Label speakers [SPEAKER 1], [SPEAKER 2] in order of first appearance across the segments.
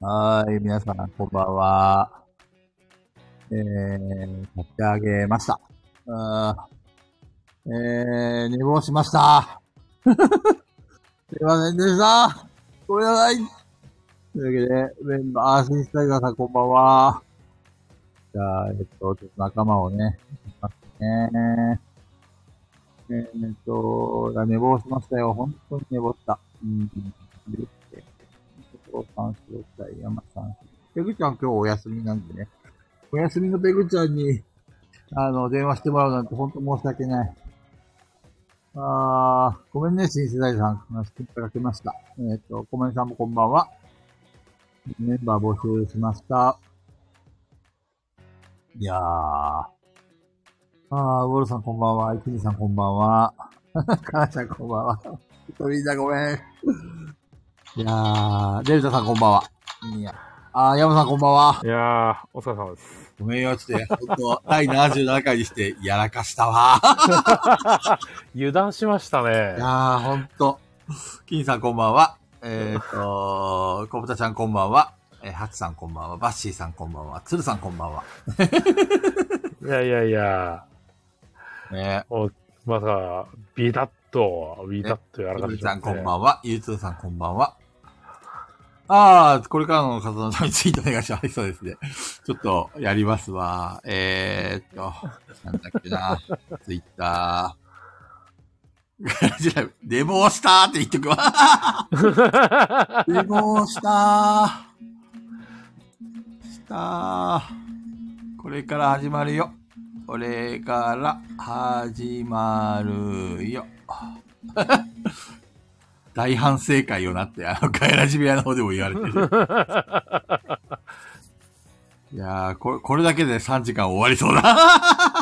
[SPEAKER 1] はーい、皆さん、こんばんは。えー、立ち上げました。あーえー、寝坊しました。 すいませんでした。ごめんなさい。というわけで、メンバー、アーシンスタイガーさん、こんばんは。じゃあ、えっと、ちょっと仲間をね、いますね。えーっと、寝坊しましたよ。本当に寝坊した。うん。でおさん、白さん、山さん。ペグちゃん今日お休みなんでね。お休みのペグちゃんに、あの、電話してもらうなんて本当申し訳ない。あー、ごめんね、新世代さん。話していただきました。えーっ、と、コメンさんもこんばんは。メンバー募集しました。いやー。あー、ウォルさんこんばんは。イキリさんこんばんは。 母ちゃんこんばんは。みんなごめん。いやー、デルタさんこんばんは。いや。あー、ヤマさんこんばんは。
[SPEAKER 2] いやー、お疲れ様です。
[SPEAKER 1] ごめんよ、ちょっと、ほんと、第77回にして、やらかしたわ。
[SPEAKER 2] 油断しましたね
[SPEAKER 1] い。やー、ほんと。金さんこんばんは。えーっと、小豚ちゃんこんばんは。えー、ハチさんこんばんは。バッシーさんこんばんは。鶴さんこんばんは。
[SPEAKER 2] いやいやいや、
[SPEAKER 1] ね
[SPEAKER 2] おまさか、ビタッと、ビタッとやら
[SPEAKER 1] え、
[SPEAKER 2] かし
[SPEAKER 1] 鶴
[SPEAKER 2] てし
[SPEAKER 1] ちゃ
[SPEAKER 2] ま
[SPEAKER 1] ん
[SPEAKER 2] っ
[SPEAKER 1] こ
[SPEAKER 2] て
[SPEAKER 1] んばんは。ゆうつーさんこんばんは。あー、これからの活動のためにツイートお願いします。そうですね。ちょっと、やりますわ。えーっと、なんだっけな。ツイッター。ガ ラジライブ寝坊したーって言っとくわ。寝坊したー。したー。これから始まるよ。これから始まるよ。大反省会よなって、あの、ガイラジ部屋の方でも言われてる。いやーこれ、これだけで3時間終わりそうだ。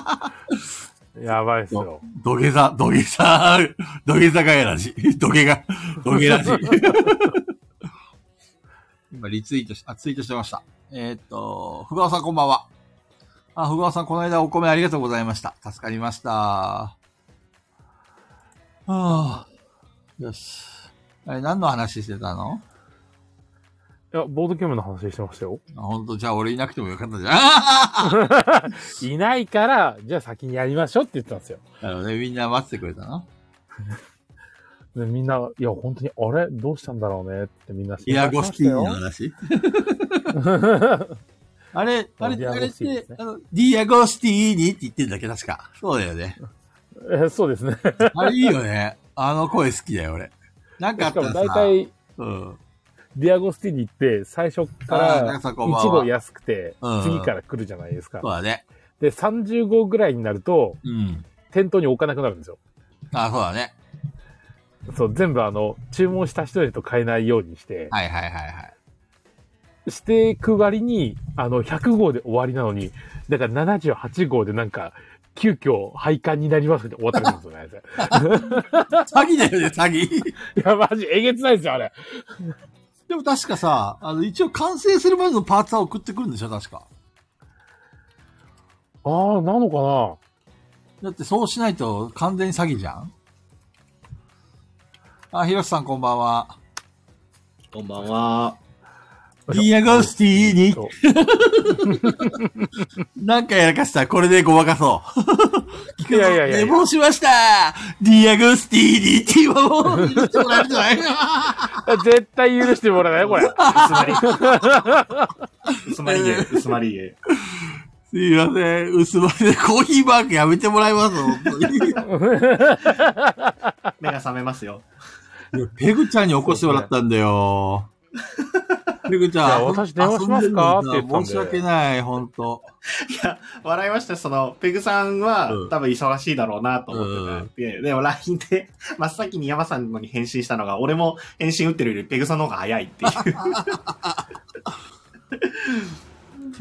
[SPEAKER 2] やばいっすよ。
[SPEAKER 1] 土下座、土下座、土下座ガヤラジ。土下が、土下ラジ。今、リツイートし、あ、ツイートしてました。えーっと、ふがおさんこんばんは。あ、ふがおさん、この間お米ありがとうございました。助かりました。はあ、よし。あれ、何の話してたの
[SPEAKER 2] いや、ボードゲームの話してましたよ。
[SPEAKER 1] あ、ほんと、じゃあ俺いなくてもよか ったじゃん。
[SPEAKER 2] いないから、じゃあ先にやりましょうって言ってたんですよ。
[SPEAKER 1] なので、みんな待っててくれたの
[SPEAKER 2] でみんな、いや、本当に、あれどうしたんだろうねってみんな
[SPEAKER 1] イラゴスティーニの
[SPEAKER 2] 心
[SPEAKER 1] 話あれ、あ
[SPEAKER 2] デ
[SPEAKER 1] れ、
[SPEAKER 2] ィ
[SPEAKER 1] あ
[SPEAKER 2] ア
[SPEAKER 1] れ
[SPEAKER 2] ゴ
[SPEAKER 1] っ
[SPEAKER 2] スティーニ
[SPEAKER 1] て
[SPEAKER 2] ですね、
[SPEAKER 1] あの、ディアゴスティーニって言ってんだっけ、確か。そうだよね。
[SPEAKER 2] 配した よえそうですね。
[SPEAKER 1] あれいいよね。あの声好きだよ、俺。なんかあ
[SPEAKER 2] し
[SPEAKER 1] っ
[SPEAKER 2] か
[SPEAKER 1] た
[SPEAKER 2] も
[SPEAKER 1] ら
[SPEAKER 2] 大
[SPEAKER 1] さ、
[SPEAKER 2] 体、
[SPEAKER 1] うん。
[SPEAKER 2] ディアゴスティーニって最初か
[SPEAKER 1] あー
[SPEAKER 2] ら
[SPEAKER 1] 皆さんこんばんは
[SPEAKER 2] 1号安くて
[SPEAKER 1] うん、
[SPEAKER 2] 次から来るじゃないですか
[SPEAKER 1] そう。だね。
[SPEAKER 2] で、30号ぐらいになると、
[SPEAKER 1] うん。
[SPEAKER 2] 店頭に置かなくなるんですよ。
[SPEAKER 1] あ、そうだね。
[SPEAKER 2] そう、全部あの、注文した人へと買えないようにして、
[SPEAKER 1] はいはいはいはい。
[SPEAKER 2] していく割に、あの、100号で終わりなのに、だから78号でなんか、急遽廃刊になりますって終わってるんですよねあれ。
[SPEAKER 1] 詐欺だよね、詐欺。
[SPEAKER 2] いや、マジ、えげつないですよ、あれ。
[SPEAKER 1] でも確かさ、あの、一応完成するまでのパーツは送ってくるんでしょ、確か。
[SPEAKER 2] ああ、なのか
[SPEAKER 1] だってそうしないと完全に詐欺じゃんあ、ひろしさんこんばんは。
[SPEAKER 3] こんばんは。
[SPEAKER 2] な
[SPEAKER 1] ディアゴスティーニ
[SPEAKER 2] そう
[SPEAKER 1] なんかやらかした。これでごまかそう。
[SPEAKER 2] いやいやいやい
[SPEAKER 1] 寝
[SPEAKER 2] や。
[SPEAKER 1] 坊しましたディアゴスティーニって今もう言ってもらえるんじゃない
[SPEAKER 2] 絶対許してもらえないよ、これ。
[SPEAKER 3] 薄まり。 薄まり家、薄まり家。
[SPEAKER 1] すいません。薄まりでコーヒーマークやめてもらいます。本当に。
[SPEAKER 3] 目が覚めますよ。
[SPEAKER 1] いやペグちゃんに起こしてもらったんだよ。ペグちゃん。
[SPEAKER 2] いや私電話しますかって言ってたん
[SPEAKER 1] 申
[SPEAKER 2] で
[SPEAKER 1] し訳ない、本当
[SPEAKER 3] いや、笑いました。その、ペグさんは、
[SPEAKER 1] うん
[SPEAKER 3] 多分忙しいだろうなと思ってて、ででも LINE で、真っ先に山さんのに返信したのが、俺も返信打ってるよりペグさんの方が早いって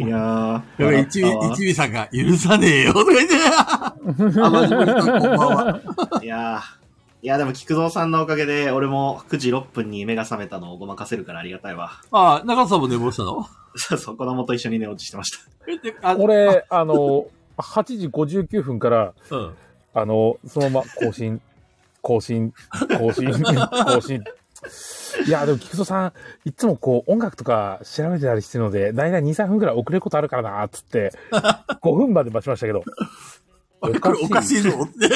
[SPEAKER 3] いう。いやー。
[SPEAKER 1] やばい、一味、一味さんが許さねえよ、とか言っ て。あ、マジモリさんこんばんは。
[SPEAKER 3] いやー。いや、でも、菊蔵さんのおかげで、俺も9時6分に目が覚めたのをごまかせるからありがたいわ。
[SPEAKER 1] あ、中田さんも寝坊したの
[SPEAKER 3] そうそう、子供と一緒に寝落ちしてました。
[SPEAKER 1] えてあ、
[SPEAKER 2] 俺、あの、8時59分から、
[SPEAKER 1] うん。
[SPEAKER 2] あの、そのまま更新、更新、更新、更新。いや、でも、菊蔵さん、いつもこう、音楽とか調べてたりしてるので、だいたい2、3分くらい遅れることあるからな、つって、5分まで待ちましたけど、
[SPEAKER 1] あれこれおかしいぞって。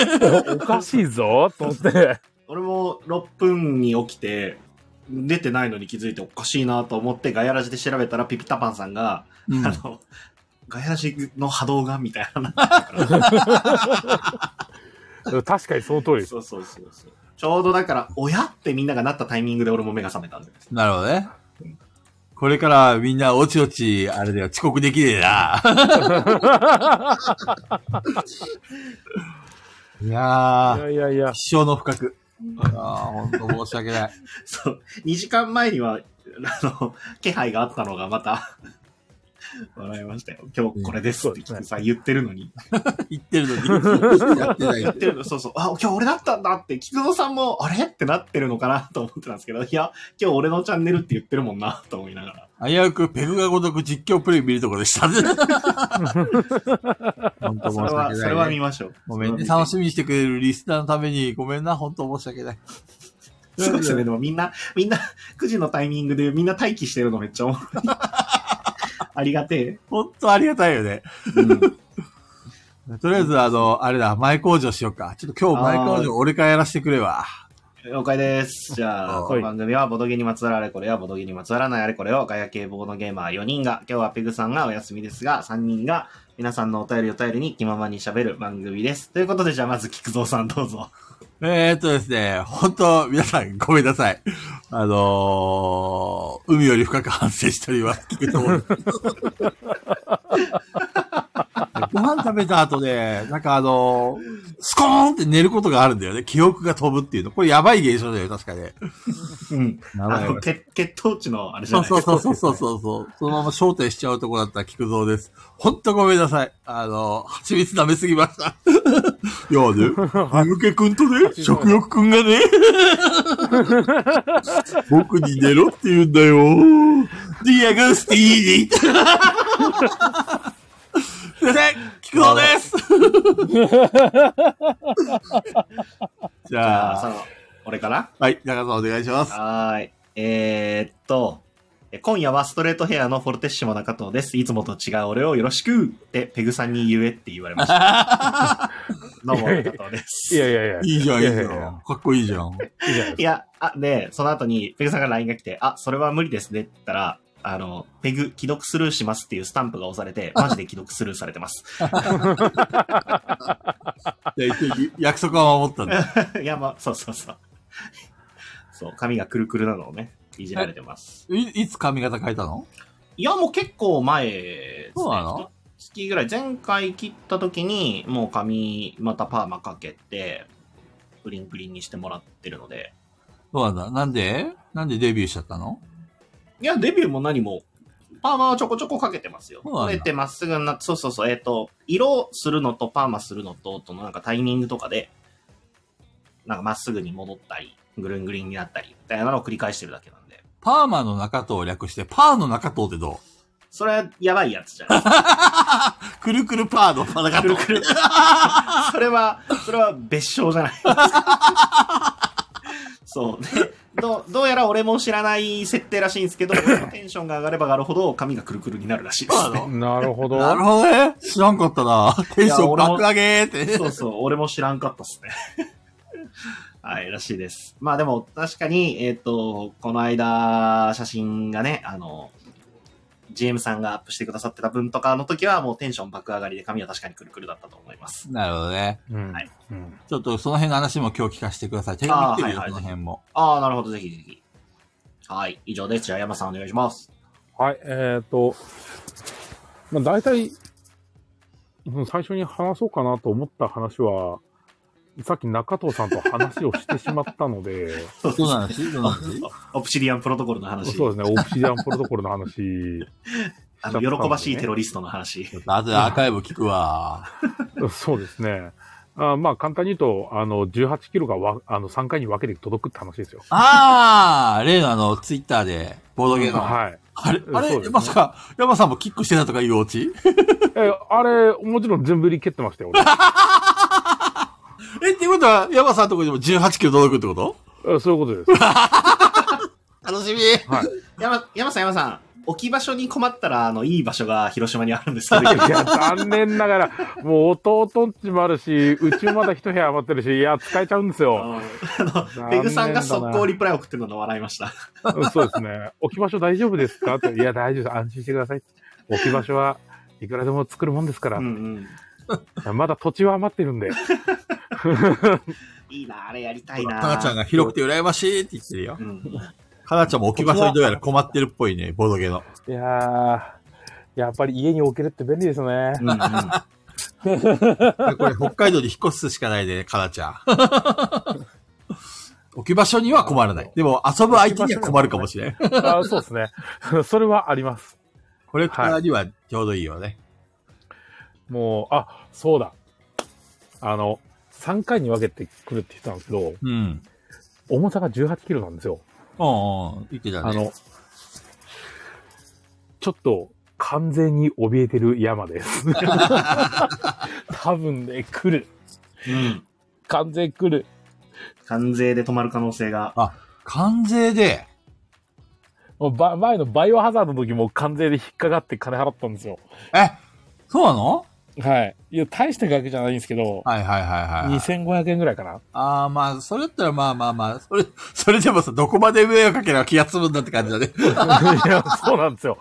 [SPEAKER 2] おおかしいぞ、と思って。
[SPEAKER 3] 俺も6分に起きて、出てないのに気づいておかしいなと思って、ガヤラジで調べたらピピタパンさんが、
[SPEAKER 1] うん
[SPEAKER 3] あの、ガヤラジの波動がみたいなのがあったから
[SPEAKER 2] 確かにその通りです。
[SPEAKER 3] そうそうそうそう。ちょうどだから、親ってみんながなったタイミングで俺も目が覚めたんです。
[SPEAKER 1] なるほどね。これからみんなおちおち、あれだよ、遅刻できねえ な。い
[SPEAKER 2] い
[SPEAKER 1] やー、
[SPEAKER 2] やいやいや、
[SPEAKER 1] 一生の不覚。ああ、ほんと申し訳ない。
[SPEAKER 3] そう。2時間前には、あの、気配があったのがまた、笑いましたよ。今日これですってさ、言ってるのに。
[SPEAKER 1] 言ってるのに、やってない
[SPEAKER 3] 言っ。てるの、そうそう。あ、今日俺だったんだって、菊蔵さんも、あれってなってるのかなと思ってたんですけど、いや、今日俺のチャンネルって言ってるもんな、と思いながら。
[SPEAKER 1] 危うくペグがごとく実況プレイ見るとこで したね。本当申し
[SPEAKER 3] それは、
[SPEAKER 1] 訳
[SPEAKER 3] それは
[SPEAKER 1] ない、
[SPEAKER 3] 見
[SPEAKER 1] ね。
[SPEAKER 3] ましょう。
[SPEAKER 1] ごめんね。
[SPEAKER 3] それは
[SPEAKER 1] 楽しみにしてくれるリスナーのために、ごめんな。本当申し訳ない。
[SPEAKER 3] 見てそうですね。でもみんな、みんな、9時のタイミングでみんな待機してるのめっちゃおもろい。 ありがて
[SPEAKER 1] 本当ありがたいよね。
[SPEAKER 3] え。うん。
[SPEAKER 1] とりあえず、あの、あれだ、前工場しようか。ちょっと今日前工場俺からやらせてくれわ。
[SPEAKER 3] 了解です。じゃあ、
[SPEAKER 1] はい
[SPEAKER 3] この番組はボドゲにまつわるあれこれやボドゲにまつわらないあれこれをガヤ系ボードゲーマー4人が、今日はペグさんがお休みですが、3人が皆さんのお便りを頼りに気ままに喋る番組です。ということで、じゃあまず菊蔵さんどうぞ。
[SPEAKER 1] えー、っとですね、本当皆さんごめんなさい。あのー、海より深く反省しております。聞くと思うご飯食べた後で、なんかあのー、スコーンって寝ることがあるんだよね。記憶が飛ぶっていうの。これやばい現象だよ、確かね。
[SPEAKER 3] うん。
[SPEAKER 1] や
[SPEAKER 3] あの、血血糖値のあれじ
[SPEAKER 1] そ
[SPEAKER 3] ゃ
[SPEAKER 1] う
[SPEAKER 3] ないですか。
[SPEAKER 1] そうそうそうそうそう。そのまま焦点しちゃうとこだった菊蔵です。ほんとごめんなさい。あの、蜂蜜舐めすぎました。 いやね、眠気くんとね、食欲くんがね、 僕に寝ろって言うんだよ。ディアグスティーニ。 先生、菊蔵です。 じ
[SPEAKER 3] じゃ
[SPEAKER 1] ゃ
[SPEAKER 3] あ、
[SPEAKER 1] あ、
[SPEAKER 3] その、俺から
[SPEAKER 1] はい、中澤お願いします。
[SPEAKER 3] はーい。えー、っと、え今夜はストレートヘアのフォルテッシモ中藤です。いつもと違う俺をよろしくってペグさんに言えって言われました。 どうも中藤です。
[SPEAKER 2] いやいやい
[SPEAKER 1] い
[SPEAKER 2] や。
[SPEAKER 1] いじゃん、いいじゃ
[SPEAKER 2] いやいやい
[SPEAKER 1] ん。かっこいいじゃん。
[SPEAKER 2] いいじゃない
[SPEAKER 3] いや、あ、で、その後に、ペグさんから LINE が来て、あ、それは無理ですねって言ったら、あの、ペグ、既読スルーしますっていうスタンプが押され て、マジで既読スルーされてます。
[SPEAKER 1] じゃあ一応 約束は守ったんだ。
[SPEAKER 3] いや、まあ、そうそうそう。そう、髪がくるくるなのをね、いじられてます。
[SPEAKER 1] いいつ髪型変えたの
[SPEAKER 3] いや、もう結構前ですね。
[SPEAKER 1] そうなの
[SPEAKER 3] 月ぐらい、前回切った時に、もう髪、またパーマかけて、プリンプリンにしてもらってるので、
[SPEAKER 1] そうなんだ。なんでなんでデビューしちゃったの
[SPEAKER 3] いや、デビューも何も、パーマはちょこちょこかけてますよ。
[SPEAKER 1] そうなんだ
[SPEAKER 3] 取れてまっすぐになって、そうそうそう、えっ、と、色するのとパーマするのと、とのなんかタイミングとかで、なんかまっすぐに戻ったり、ぐるんぐるんになったり、みたいなのを繰り返してるだけなんで。
[SPEAKER 1] パーマの中藤を略して、パーの中藤ってど
[SPEAKER 3] それはやばいやつじゃないですか。
[SPEAKER 1] うくるくるパーのパー 中
[SPEAKER 3] くる
[SPEAKER 1] 藤。
[SPEAKER 3] くる。それは、それは別称じゃないですか。 そう。でどう、どうやら俺も知らない設定らしいんですけど、俺のテンションが上がれば上がるほど髪がくるくるになるらしいです、
[SPEAKER 1] そうなの
[SPEAKER 3] ね。
[SPEAKER 2] なるほど。
[SPEAKER 1] なるほどね。知らんかったな。テンション爆上げーって。
[SPEAKER 3] そうそう、俺も知らんかったっす ね。はい、らしいです。まあでも、確かに、えっ、と、この間、写真がね、あの、GM さんがアップしてくださってた分とかの時は、もうテンション爆上がりで髪は確かにくるくるだったと思います。
[SPEAKER 1] なるほどね。
[SPEAKER 2] うん
[SPEAKER 3] はい
[SPEAKER 2] うん
[SPEAKER 1] ちょっとその辺の話も今日聞かせてください。手紙来てるよ、
[SPEAKER 3] あーはいはい
[SPEAKER 1] その辺も。
[SPEAKER 3] ああ、なるほど、ぜひぜひ。はい、以上です。じゃあ、山さんお願いします。
[SPEAKER 2] はい、えっ、と、まあ、大体、うん最初に話そうかなと思った話は、さっき中藤さんと話をしてしまった ので、
[SPEAKER 3] そう
[SPEAKER 1] どうなんですどうなんです
[SPEAKER 3] オプシディアンプロトコルの話。
[SPEAKER 2] そうですね、オプシディアンプロトコル の話、
[SPEAKER 3] あの、喜ばしいテロリストの話。
[SPEAKER 1] ちょっと後でアーカイブ聞く わ。
[SPEAKER 2] そうですね。あまあ、簡単に言うと、あの、18キロがわあの3回に分けて届くって話ですよ。
[SPEAKER 1] あー、例のあの、ツイッターで、ボードゲーム。あ
[SPEAKER 2] はい。
[SPEAKER 1] れ、あ
[SPEAKER 2] そう
[SPEAKER 1] れ、
[SPEAKER 2] ですね
[SPEAKER 1] まさか、ヤマさんもキックしてたとかいうオチ
[SPEAKER 2] え、あれ、もちろん全部売り蹴ってましたよ、 俺
[SPEAKER 1] え、っていうことは、ヤマさんのとこにも18キロ届くってこと
[SPEAKER 2] えそういうことです。
[SPEAKER 1] しみ
[SPEAKER 2] はい。
[SPEAKER 3] 山、山さん、山さん、置き場所に困ったら、あの、いい場所が広島にあるんですけ ど、
[SPEAKER 2] いや、残念ながら、もう弟んちもあるし、うちもまだ一部屋余ってるし、いや、使えちゃうんですよ。
[SPEAKER 3] あの、ペグさんが速攻リプライ送ってるの笑いました。
[SPEAKER 2] そうですね。置き場所大丈夫ですかって。いや、大丈夫です。安心してください。置き場所はいくらでも作るもんですから。
[SPEAKER 3] うんうん。
[SPEAKER 2] まだ土地は余ってるんで。
[SPEAKER 3] いいな、あれやりたいな。
[SPEAKER 1] かなちゃんが広くて羨ましいって言ってるよ
[SPEAKER 3] う。ん。
[SPEAKER 1] かなちゃんも置き場所にどうやら困ってるっぽいね、ボドゲの。
[SPEAKER 2] いやー、やっぱり家に置けるって便利ですね。
[SPEAKER 3] うんうん
[SPEAKER 1] これ北海道に引っ越すしかないね、かなちゃん。置き場所には困らない。でも遊ぶ相手には困るかもしれん。
[SPEAKER 2] あそうですね。 それはあります。
[SPEAKER 1] これからにはちょうどいいよね。
[SPEAKER 2] もう、あ、そうだ。あの、3回に分けてくるって言ってたんですけど、
[SPEAKER 1] うん。
[SPEAKER 2] 重さが18キロなんですよ。
[SPEAKER 1] うんうん。いけたね。
[SPEAKER 2] あの、ちょっと完全に怯えてる山です。多分ね、来る。
[SPEAKER 3] うん。
[SPEAKER 2] 完全来る。
[SPEAKER 3] 関税で止まる可能性が。
[SPEAKER 1] 関税で、
[SPEAKER 2] もうば前のバイオハザードの時も完全で引っかかって金払ったんですよ。
[SPEAKER 1] え、そうなの
[SPEAKER 2] はい。いや、大した額じゃないんですけど、
[SPEAKER 1] はいはいはいはい。
[SPEAKER 2] 2500円ぐらいかな。
[SPEAKER 1] ああ、まあ、それだったらまあまあまあ、それ、それでもさ、どこまで迷惑かければ気が済むんだって感じだね。
[SPEAKER 2] いや、そうなんですよ。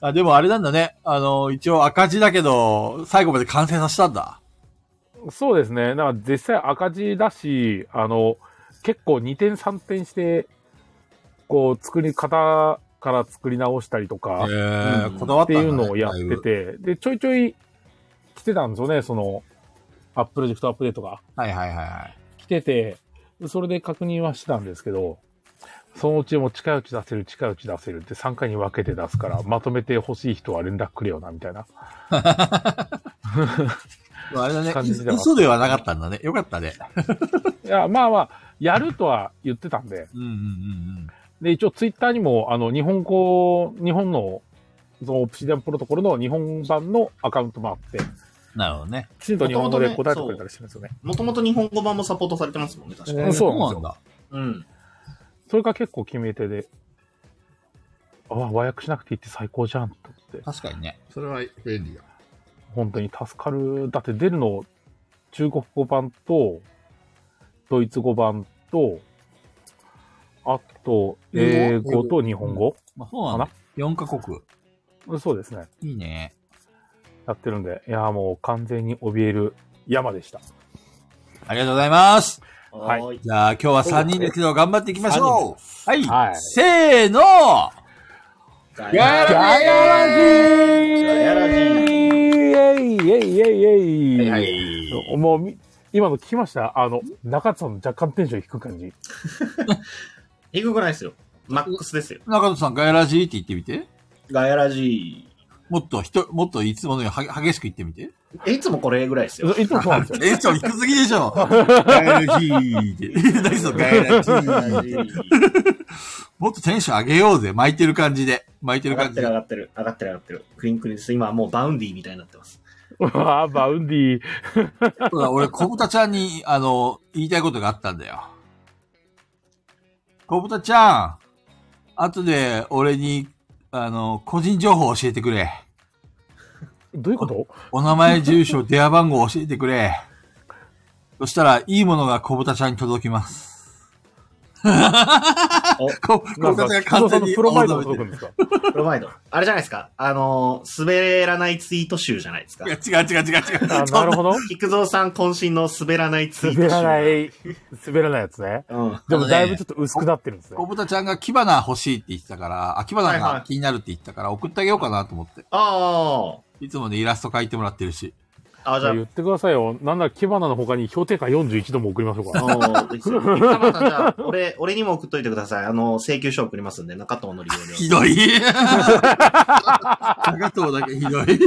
[SPEAKER 1] あ、でもあれなんだね。あの、一応赤字だけど、最後まで完成させたんだ。
[SPEAKER 2] そうですね。だから実際赤字だし、あの、結構2点3点して、こう、作り方から作り直したりとか、
[SPEAKER 1] え
[SPEAKER 3] う
[SPEAKER 1] ー、
[SPEAKER 3] ん
[SPEAKER 1] こだわ
[SPEAKER 2] っ
[SPEAKER 1] ってた
[SPEAKER 2] い
[SPEAKER 1] んだね
[SPEAKER 2] うのをやって。て、で、ちょいちょい来てたんですよね、その、アップロジェクトアップデートが。
[SPEAKER 1] だいぶはいはいはいはい。
[SPEAKER 2] 来てて、それで確認はしてたんですけど、そのうちも近いうち出せる、近いうち出せるって3回に分けて出すから、まとめて欲しい人は連絡くれよな、みたいな。
[SPEAKER 1] でもあれだね
[SPEAKER 2] 感じでは。
[SPEAKER 1] 嘘ではなかったんだね。よかったね。
[SPEAKER 2] いや、まあまあ、やるとは言ってたんで、
[SPEAKER 1] うんうん
[SPEAKER 2] で、一応ツイッターにも、あの、日本語、日本の、そのオプシディアンプロトコルの日本版のアカウントもあって、
[SPEAKER 1] うん。なるほどね。
[SPEAKER 2] きちんと日本語で答えてくれたりしてるんですよね。
[SPEAKER 3] もともと日本語版もサポートされてますもんね、確か
[SPEAKER 2] えー
[SPEAKER 3] に。
[SPEAKER 2] そうなんですよ
[SPEAKER 1] だ。
[SPEAKER 3] うん。
[SPEAKER 2] それが結構決め手で、あ和訳しなくていいって最高じゃんと思って、
[SPEAKER 1] 確かにね。それは便利だ。
[SPEAKER 2] 本当に助かる。だって出るの、中国語版と、ドイツ語版と、あと、英
[SPEAKER 1] 英語
[SPEAKER 2] 語と日本語、
[SPEAKER 1] まあそうなんだ。4カ国。
[SPEAKER 2] そうですね。
[SPEAKER 1] いいね。
[SPEAKER 2] やってるんで、いやーもう完全に怯える山でした。
[SPEAKER 1] ありがとうございます。
[SPEAKER 2] はい
[SPEAKER 3] はーい。
[SPEAKER 1] じゃあ今日は3人ですけど、頑張っていきましょう。はい。
[SPEAKER 2] はい
[SPEAKER 1] せーの
[SPEAKER 3] ガ
[SPEAKER 1] や
[SPEAKER 3] ヤ
[SPEAKER 1] ら
[SPEAKER 3] ラ
[SPEAKER 1] ジ
[SPEAKER 3] ジ
[SPEAKER 2] ガヤラジー
[SPEAKER 3] ガヤラ
[SPEAKER 2] イ
[SPEAKER 3] ジ
[SPEAKER 2] ェイイェイイェイイェイ
[SPEAKER 1] はい。
[SPEAKER 2] もうみ、今の聞きましたあの、中田さんの若干テンション低く感じ。
[SPEAKER 3] えぐくないですよ。マックスですよ。
[SPEAKER 1] 中野さん、ガヤラジーって言ってみて。
[SPEAKER 3] ガヤラジ
[SPEAKER 1] もっと、ひと、もっといつものようには激しく言ってみて。
[SPEAKER 3] え、いつもこれぐらいですよ。
[SPEAKER 2] いつもそ うなんですよ。
[SPEAKER 1] テンション低すぎでしょガヤラジーって。何そのガヤラジ
[SPEAKER 3] ガヤ
[SPEAKER 1] ー
[SPEAKER 3] ラジー
[SPEAKER 1] もっとテンション上げようぜ。巻いてる感じで。巻いて
[SPEAKER 3] 上
[SPEAKER 1] る
[SPEAKER 3] がっ
[SPEAKER 1] 感じ
[SPEAKER 3] てる上
[SPEAKER 1] で。
[SPEAKER 3] がってる、上がってる上がってる。クリンクリンです。今はもうバウンディみたいになってます。
[SPEAKER 2] わあ、バウンディ。
[SPEAKER 1] そうだ俺、小豚ちゃんに、あの、言いたいことがあったんだよ。小豚ちゃん、後で俺に、あの、個人情報教えてくれ。
[SPEAKER 2] どういうこと
[SPEAKER 1] お名前、住所、電話番号教えてくれ。そしたら、いいものが小豚ちゃんに届きます。
[SPEAKER 3] お、
[SPEAKER 1] こ小
[SPEAKER 2] なん
[SPEAKER 1] 豚
[SPEAKER 2] か
[SPEAKER 1] ちゃんが、完全
[SPEAKER 2] 菊蔵さんの
[SPEAKER 1] に
[SPEAKER 2] プロマイドが
[SPEAKER 1] 驚いてる
[SPEAKER 2] 届くんですか
[SPEAKER 3] プロマイド。あれじゃないですか。あのー、滑らないツイート集じゃない ですか
[SPEAKER 1] い。や、違う違う違う違う。
[SPEAKER 2] あなるほど。
[SPEAKER 3] 菊蔵さん渾身の滑らないツイート集。
[SPEAKER 2] 滑らな。い、滑らないやつね。
[SPEAKER 3] うん。
[SPEAKER 2] でもだいぶちょっと薄くなってるんですね
[SPEAKER 1] 小。豚ちゃんがキバナ欲しいって言ってたから、あ、キバナが気になるって言ったから送ってあげようかなと思って。
[SPEAKER 3] あ
[SPEAKER 1] いつもね、イラスト描いてもらってるし。
[SPEAKER 3] あ。あ、じゃあ、
[SPEAKER 2] 言ってくださいよ。なんなら、キバナの他に氷点下41度も送りましょうか。
[SPEAKER 3] おー玉田さんじゃあ俺、俺にも送っといてください。あの、請求書送りますんで、中藤の利用で。
[SPEAKER 1] ひどい。高藤だけひどい。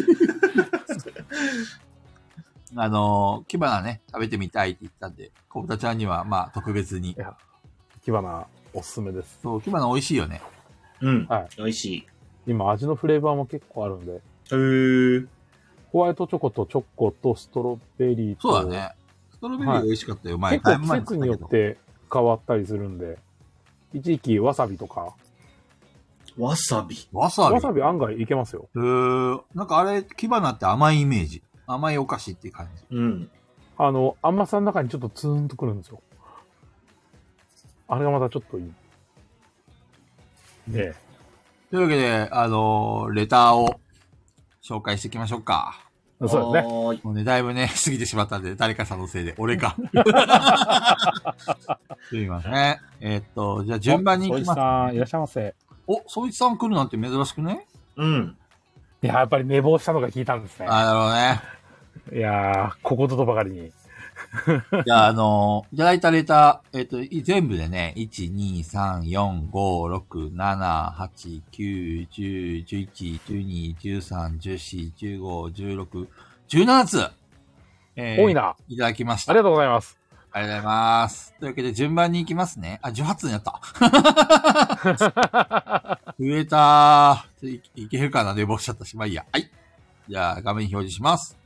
[SPEAKER 1] あのー、キバナね、食べてみたいって言ったんで、小豚ちゃんには、まあ、特別に。
[SPEAKER 2] キバナ、おすすめです。
[SPEAKER 1] そう、キバナ美味しいよね。
[SPEAKER 3] うん。
[SPEAKER 2] はい
[SPEAKER 3] 美味しい。
[SPEAKER 2] 今、味のフレーバーも結構あるんで。
[SPEAKER 3] へー。
[SPEAKER 2] ホワイトチョコとチョコとストロベリーと。
[SPEAKER 1] そうだね。ストロベリー美味しかったよ、前。
[SPEAKER 2] 結構季節によっ。て変わったりするんで、一時期わさびとか、
[SPEAKER 3] わさび。
[SPEAKER 1] わさび
[SPEAKER 2] わさび案外いけますよ。
[SPEAKER 1] へーなんかあれ、キバナって甘いイメージ。甘いお菓子っていう感じ。
[SPEAKER 3] うん。
[SPEAKER 2] あの、甘さの中にちょっとツーンとくるんですよ。あれがまたちょっといい。ええ。
[SPEAKER 1] というわけで、あのーレターを紹介していきましょうか。
[SPEAKER 2] そうですね。
[SPEAKER 3] はーい
[SPEAKER 1] もうね、だいぶね、 過ぎてしまったんで、誰かさんのせいで、俺 か。すいません。えーっと、じゃあ順番に行きます。
[SPEAKER 2] あ宗一さん、いらっしゃいませ。
[SPEAKER 1] お、そいつさん来るなんて珍しくね
[SPEAKER 3] うん。
[SPEAKER 2] いや、やっぱり寝坊したのが効いたんですね。
[SPEAKER 1] あー、なるほど ね。
[SPEAKER 2] いやー、ここぞとばかりに。
[SPEAKER 1] じゃあ、あの、いただいたレター、えっ、と、い全部でね、1、2、3、4、5、6、7、8、9、10、11、12、13、14、15、16、17つ、えー
[SPEAKER 2] 多いな。
[SPEAKER 1] いただきまし
[SPEAKER 2] あ
[SPEAKER 1] た。あ
[SPEAKER 2] り
[SPEAKER 1] り
[SPEAKER 2] がとうございます。
[SPEAKER 1] がとうございます。というわけで、順番に行きますね。あ、18になった。増えたー。いいけるかな寝坊しちゃったし、まあいいや。はい。じゃあ、画面表示します。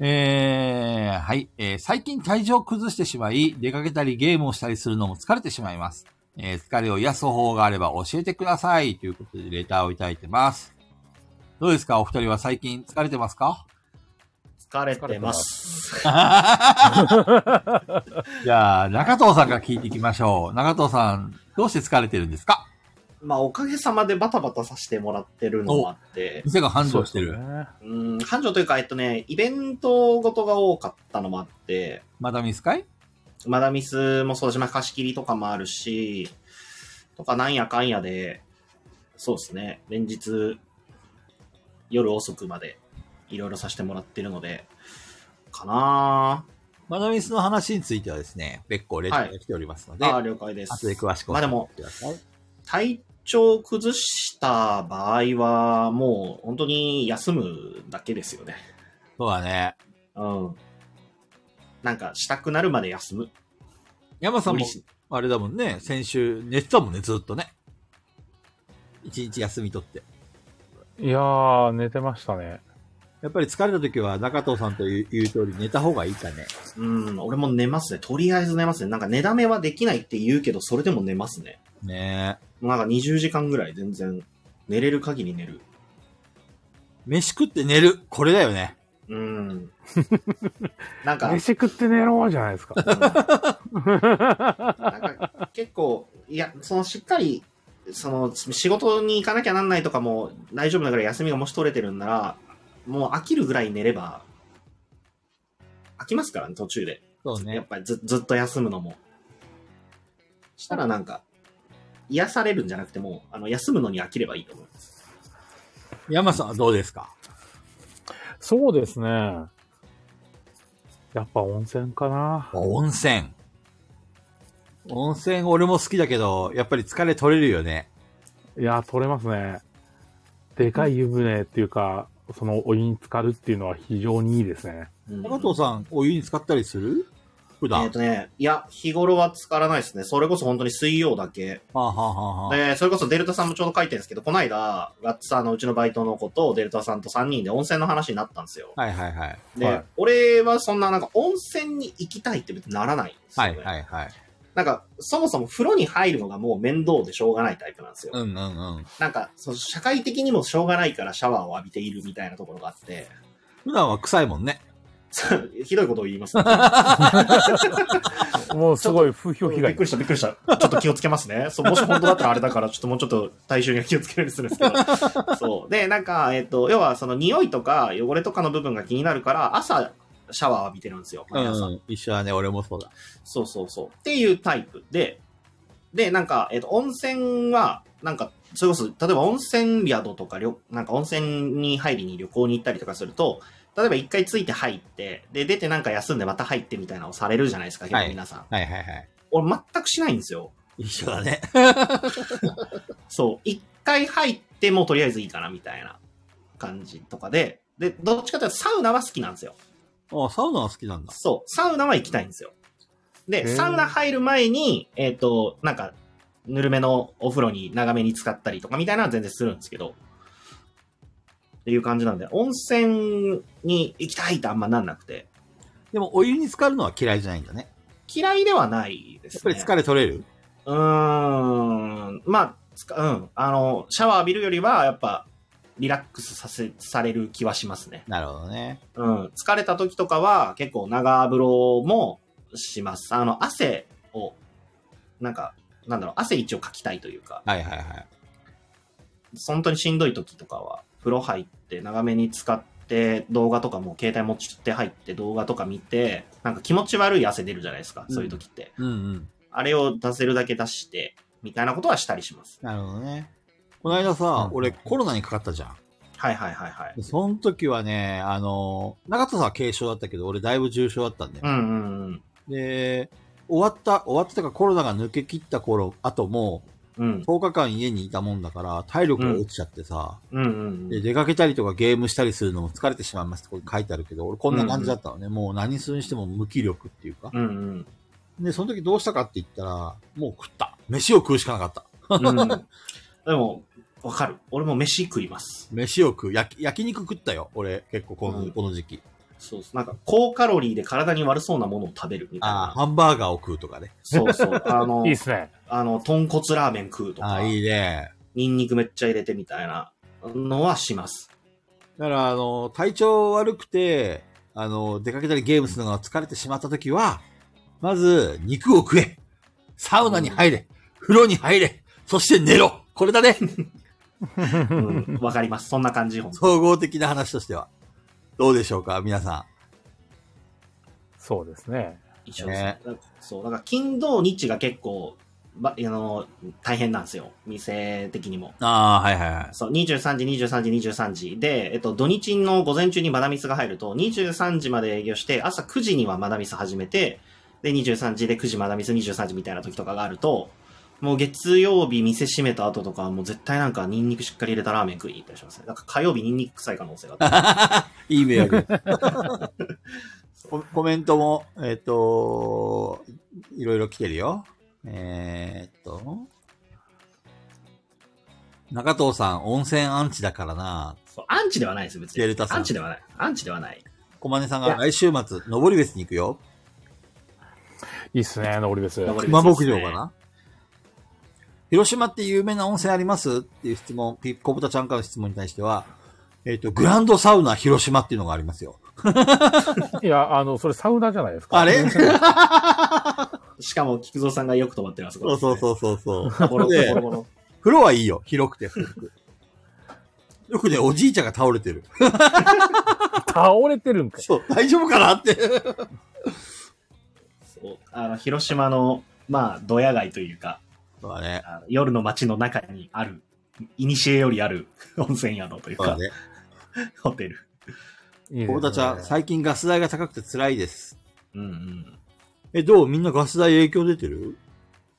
[SPEAKER 1] えー、はい。えー最近体調を崩してしまい、出かけたりゲームをしたりするのも疲れてしまいます。えー疲れを癒す方法があれば教えてください。ということで、レターをいただいてます。どうですかお二人は最近疲れてますか
[SPEAKER 3] 疲れてます。
[SPEAKER 1] じゃあ、中藤さんから聞いていきましょう。中藤さん、どうして疲れてるんですか
[SPEAKER 3] まあ、おかげさまでバタバタさせてもらってるのもあって、
[SPEAKER 1] 店が繁盛して
[SPEAKER 2] そう
[SPEAKER 1] る。
[SPEAKER 2] ですね
[SPEAKER 3] うん、繁盛というか、えっとね、イベントごとが多かったのもあって、
[SPEAKER 1] まだミスかい
[SPEAKER 3] マダミスもそうだし、まあ、貸し切りとかもあるし、とかなんやかんやで、そうですね、連日、夜遅くまで、いろいろさせてもらってるので、かな
[SPEAKER 1] マナミスの話についてはですね、別個レターが来ておりますの
[SPEAKER 3] ぁ。
[SPEAKER 1] で、
[SPEAKER 3] ああ、了解です。
[SPEAKER 1] 後で詳しくお
[SPEAKER 3] まあでも
[SPEAKER 1] 伝えください。
[SPEAKER 3] 体調を崩した場合は、もう本当に休むだけですよね。
[SPEAKER 1] そうだね。
[SPEAKER 3] うん。なんか、したくなるまで休む。
[SPEAKER 1] 山さん
[SPEAKER 3] 無
[SPEAKER 1] も
[SPEAKER 3] 理、し
[SPEAKER 1] あれだもんね、先週寝てたもんね、ずっとね。一日休み取って。
[SPEAKER 2] いやー、寝てましたね。
[SPEAKER 1] やっぱり疲れた時は中藤さんという言う通り寝た方がいいかね。
[SPEAKER 3] うん、俺も寝ますね。とりあえず寝ますね。なんか、寝だめはできないって言うけど、それでも寝ますね。
[SPEAKER 1] ねえ。
[SPEAKER 3] なんか20時間ぐらい全然寝れる限り寝る。
[SPEAKER 1] 飯食って寝る。これだよね。
[SPEAKER 3] うん。なんか、うん
[SPEAKER 2] 飯食って寝ろーじゃないですか。
[SPEAKER 3] なんか結構、いや、そのしっかり、その仕事に行かなきゃなんないとかも大丈夫だから休みがもし取れてるんなら、もう飽きるぐらい寝れば、飽きますからね、途中で。
[SPEAKER 1] そう
[SPEAKER 3] やっ
[SPEAKER 1] ね。
[SPEAKER 3] ぱりずずっと休むのも。したらなんか、癒されるんじゃなくてもう、あの、休むのに飽きればいいと思う。
[SPEAKER 1] 山さんはどうですか
[SPEAKER 2] そうですね。やっぱ温泉かな。
[SPEAKER 1] 温泉。温泉俺も好きだけど、やっぱり疲れ取れるよね。
[SPEAKER 2] いやー、取れますね。でかい湯船っていうか、そのお湯に浸かるっていうのは非常にいいですね。
[SPEAKER 3] うん
[SPEAKER 1] 中藤さん、お湯に浸かったりする普段。
[SPEAKER 3] えっ、とね、いや、日頃は浸からないですね。それこそ本当に水曜だけ。
[SPEAKER 1] はあ、はあはあはあ、
[SPEAKER 3] で、それこそデルタさんもちょうど書いてるんですけど、この間、ガッツさんのうちのバイトの子とデルタさんと3人で温泉の話になったんですよ。
[SPEAKER 1] はいはいはい。
[SPEAKER 3] で、
[SPEAKER 2] はい
[SPEAKER 3] 俺はそんななんか温泉に行きたいって別にならないんですよ、
[SPEAKER 1] は
[SPEAKER 3] ね。
[SPEAKER 1] いはいはい。
[SPEAKER 3] なんか、そもそも風呂に入るのがもう面倒でしょうがないタイプなんですよ。
[SPEAKER 1] うんうんうん。
[SPEAKER 3] なんか、その社会的にもしょうがないからシャワーを浴びているみたいなところがあって、
[SPEAKER 1] 普段は臭いもんね。
[SPEAKER 3] そうひどいことを言いますね。
[SPEAKER 2] もうすごい風評被
[SPEAKER 3] びっ
[SPEAKER 2] 害
[SPEAKER 3] く。りした、びっくりした。ちょっと気をつけますね。そう、もし本当だったらあれだから、ちょっともうちょっと体臭には気をつけるようにするんです けど。そう。で、なんか、えっと、要はその匂いとか汚れとかの部分が気になるから、朝、シャワー浴びてるんですよ。
[SPEAKER 1] う
[SPEAKER 3] 毎朝。
[SPEAKER 1] ん。一緒だね、俺もそうだ。
[SPEAKER 3] そうそうそう。っていうタイプで、で、なんか、えっと、温泉は、なんか、それこそ、例えば温泉宿とか、旅なんか温泉に入りに旅行に行ったりとかすると、例えば一回ついて入って、で、出てなんか休んでまた入ってみたいなのをされるじゃないですか、結
[SPEAKER 1] はい
[SPEAKER 3] 構皆さん。
[SPEAKER 1] はいはいはい。
[SPEAKER 3] 俺全くしないんですよ。
[SPEAKER 1] 一緒だね。
[SPEAKER 3] そう、一回入ってもとりあえずいいかなみたいな感じとかで、で、どっちかというとサウナは好きなんですよ。
[SPEAKER 1] あ、サウナは好きなんだ。
[SPEAKER 3] そう、サウナは行きたいんですよ。
[SPEAKER 2] へ
[SPEAKER 3] で、
[SPEAKER 2] ー
[SPEAKER 3] サウナ入る前に、えっ、と、なんか、ぬるめのお風呂に長めに使ったりとかみたいなのは全然するんですけど、っていう感じなんで、温泉に行きたいってあんまなんなくて、
[SPEAKER 1] でも、お湯に浸かるのは嫌いじゃないんだね。
[SPEAKER 3] 嫌いではないで
[SPEAKER 1] やっ
[SPEAKER 3] す
[SPEAKER 1] ぱ
[SPEAKER 3] ね。
[SPEAKER 1] り疲れ取れる、
[SPEAKER 3] うーん、まあ、つかうん、あの、シャワー浴びるよりは、やっぱ、リラックスさせ、される気はしますね。
[SPEAKER 1] なるほどね。
[SPEAKER 3] うん、疲れた時とかは、結構長風呂もします。あの、汗を、なんか、なんだろう、汗一応かきたいというか、
[SPEAKER 1] はいはいはい。
[SPEAKER 3] 本当にしんどい時とかは、風呂入って長めに使って、動画とかも携帯持って入って動画とか見て、なんか気持ち悪い汗出るじゃないですか、そういう時って。
[SPEAKER 1] うんうん。
[SPEAKER 3] あれを出せるだけ出して、みたいなことはしたりします。
[SPEAKER 1] なるほどね。この間さ、
[SPEAKER 2] うん
[SPEAKER 1] 俺コロナにかかったじゃん。
[SPEAKER 3] はいはいはいはい。
[SPEAKER 1] でその時はね、あの、中田さんは軽症だったけど、俺だいぶ重症だったんだよ
[SPEAKER 3] う。んうんうん。
[SPEAKER 1] で、終わった、終わったかコロナが抜け切った頃、あとも
[SPEAKER 3] うん
[SPEAKER 1] う、10日間家にいたもんだから、体力が落ちちゃってさ、
[SPEAKER 3] うんうんう
[SPEAKER 1] で、
[SPEAKER 3] ん。
[SPEAKER 1] 出かけたりとかゲームしたりするのも疲れてしまいますってこれ書いてあるけど、俺こんな感じだったのね。もう何するにしても無気力っていうか。
[SPEAKER 3] うんうん
[SPEAKER 1] で、その時どうしたかって言ったら、もう食った。飯を食うしかなかった。
[SPEAKER 3] うん。でも、わかる。俺も飯食います。
[SPEAKER 1] 飯を食う。焼き焼肉食ったよ。俺、結構この,、
[SPEAKER 3] うん
[SPEAKER 1] この時期。
[SPEAKER 3] そうそう。なんか、高カロリーで体に悪そうなものを食べるみたい
[SPEAKER 1] ああ、
[SPEAKER 3] な。
[SPEAKER 1] ハンバーガーを食うとかね。
[SPEAKER 3] そう そう。あの
[SPEAKER 2] いい、っすね。
[SPEAKER 3] あの、豚骨ラーメン食うと
[SPEAKER 1] あ
[SPEAKER 3] か
[SPEAKER 1] あ、、いいね。
[SPEAKER 3] ニンニクめっちゃ入れてみたいなのはします。
[SPEAKER 1] だから、あの、体調悪くて、あの、出かけたりゲームするのが疲れてしまった時は、まず、肉を食え。サウナに入れ。風呂に入れ。そして寝ろ。これだね。
[SPEAKER 3] うん。わかります。そんな感じ、ほんと
[SPEAKER 1] 総合的な話としては。どうでしょうか、皆さ
[SPEAKER 2] そうですね。
[SPEAKER 3] 一緒です
[SPEAKER 1] ね
[SPEAKER 3] ね。そう、だから金土日が結構、ば、あの、大変なんですよ。店的にも。
[SPEAKER 1] ん。ああ、はいはいはい。
[SPEAKER 3] そう、23時、23時、23時。で、えっと、土日の午前中にマダミスが入ると、23時まで営業して、朝9時にはマダミス始めて、で、23時で9時マダミス、23時みたいな時とかがあると、もう月曜日店閉めた後とかはもう絶対なんかニンニクしっかり入れたラーメン食いに行ったりしますね。なんか火曜日ニンニク臭い可能性があって。
[SPEAKER 1] いい迷 惑。ココメントも、えっ、と、いろいろ来てるよ。えーっと、中藤さん、温泉アンチだからな。
[SPEAKER 3] そう、アンチではないです、別
[SPEAKER 1] デルタ
[SPEAKER 3] に。
[SPEAKER 1] さん
[SPEAKER 3] アンチではない。アンチではない。
[SPEAKER 1] 小金さんが来週末、登別に行くよ。
[SPEAKER 2] いいっすね、登別。
[SPEAKER 3] 登別
[SPEAKER 1] 熊牧場
[SPEAKER 3] で
[SPEAKER 1] か
[SPEAKER 3] すね
[SPEAKER 1] な。広島って有名な温泉ありますっていう質問、ピコブタちゃんからの質問に対しては、えっ、と、グランドサウナ広島っていうのがありますよ。
[SPEAKER 2] いや、あの、それサウナじゃないですか。
[SPEAKER 1] あれ
[SPEAKER 3] しかも、菊蔵さんがよく泊まってます。
[SPEAKER 1] そうそう
[SPEAKER 3] う。
[SPEAKER 1] そうそうそう。
[SPEAKER 3] ボロボ
[SPEAKER 1] で
[SPEAKER 3] ロボロボロ。
[SPEAKER 1] 風呂はいいよ。広くて古く。よくね、おじいちゃんが倒れてる。
[SPEAKER 2] 倒れてるんかい。
[SPEAKER 1] そう、大丈夫かなって。
[SPEAKER 3] そうあの、広島の、まあ、ドヤ街というか、
[SPEAKER 1] そうだね。
[SPEAKER 3] あの夜の街の中にある、いにしえよりある 温泉宿という
[SPEAKER 1] そうだ
[SPEAKER 3] か、
[SPEAKER 1] ね。
[SPEAKER 3] ホテル。
[SPEAKER 2] いいですね
[SPEAKER 1] 小田ちゃん、最近ガス代が高くて辛いです。
[SPEAKER 3] うんうん。
[SPEAKER 1] え、どうみんなガス代影響出てる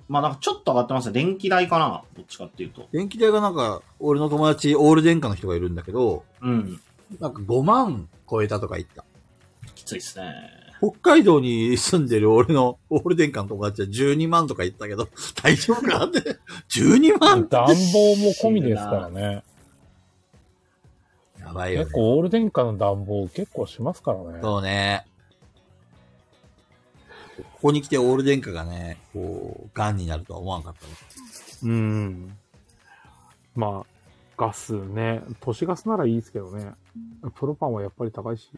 [SPEAKER 3] まあ、なんかちょっと上がってますね。電気代かなどっちかっていうと。
[SPEAKER 1] 電気代がなんか、俺の友達、オール電化の人がいるんだけど、
[SPEAKER 3] うん。
[SPEAKER 1] なんか5万超えたとか言った。
[SPEAKER 3] きついですね。
[SPEAKER 1] 北海道に住んでる俺のオール電化の友達は12万とか言ったけど、 大丈夫かなって。12万
[SPEAKER 2] 暖房も込みですからね。
[SPEAKER 1] やばいよ
[SPEAKER 2] 結
[SPEAKER 1] ね。
[SPEAKER 2] 構、オール電化の暖房結構しますからね。
[SPEAKER 1] そうね。ここに来てオール電化がね、こう、癌になるとは思わなかったね。
[SPEAKER 2] うん。まあ、ガスね。都市ガスならいいですけどね。プロパンはやっぱり高いし。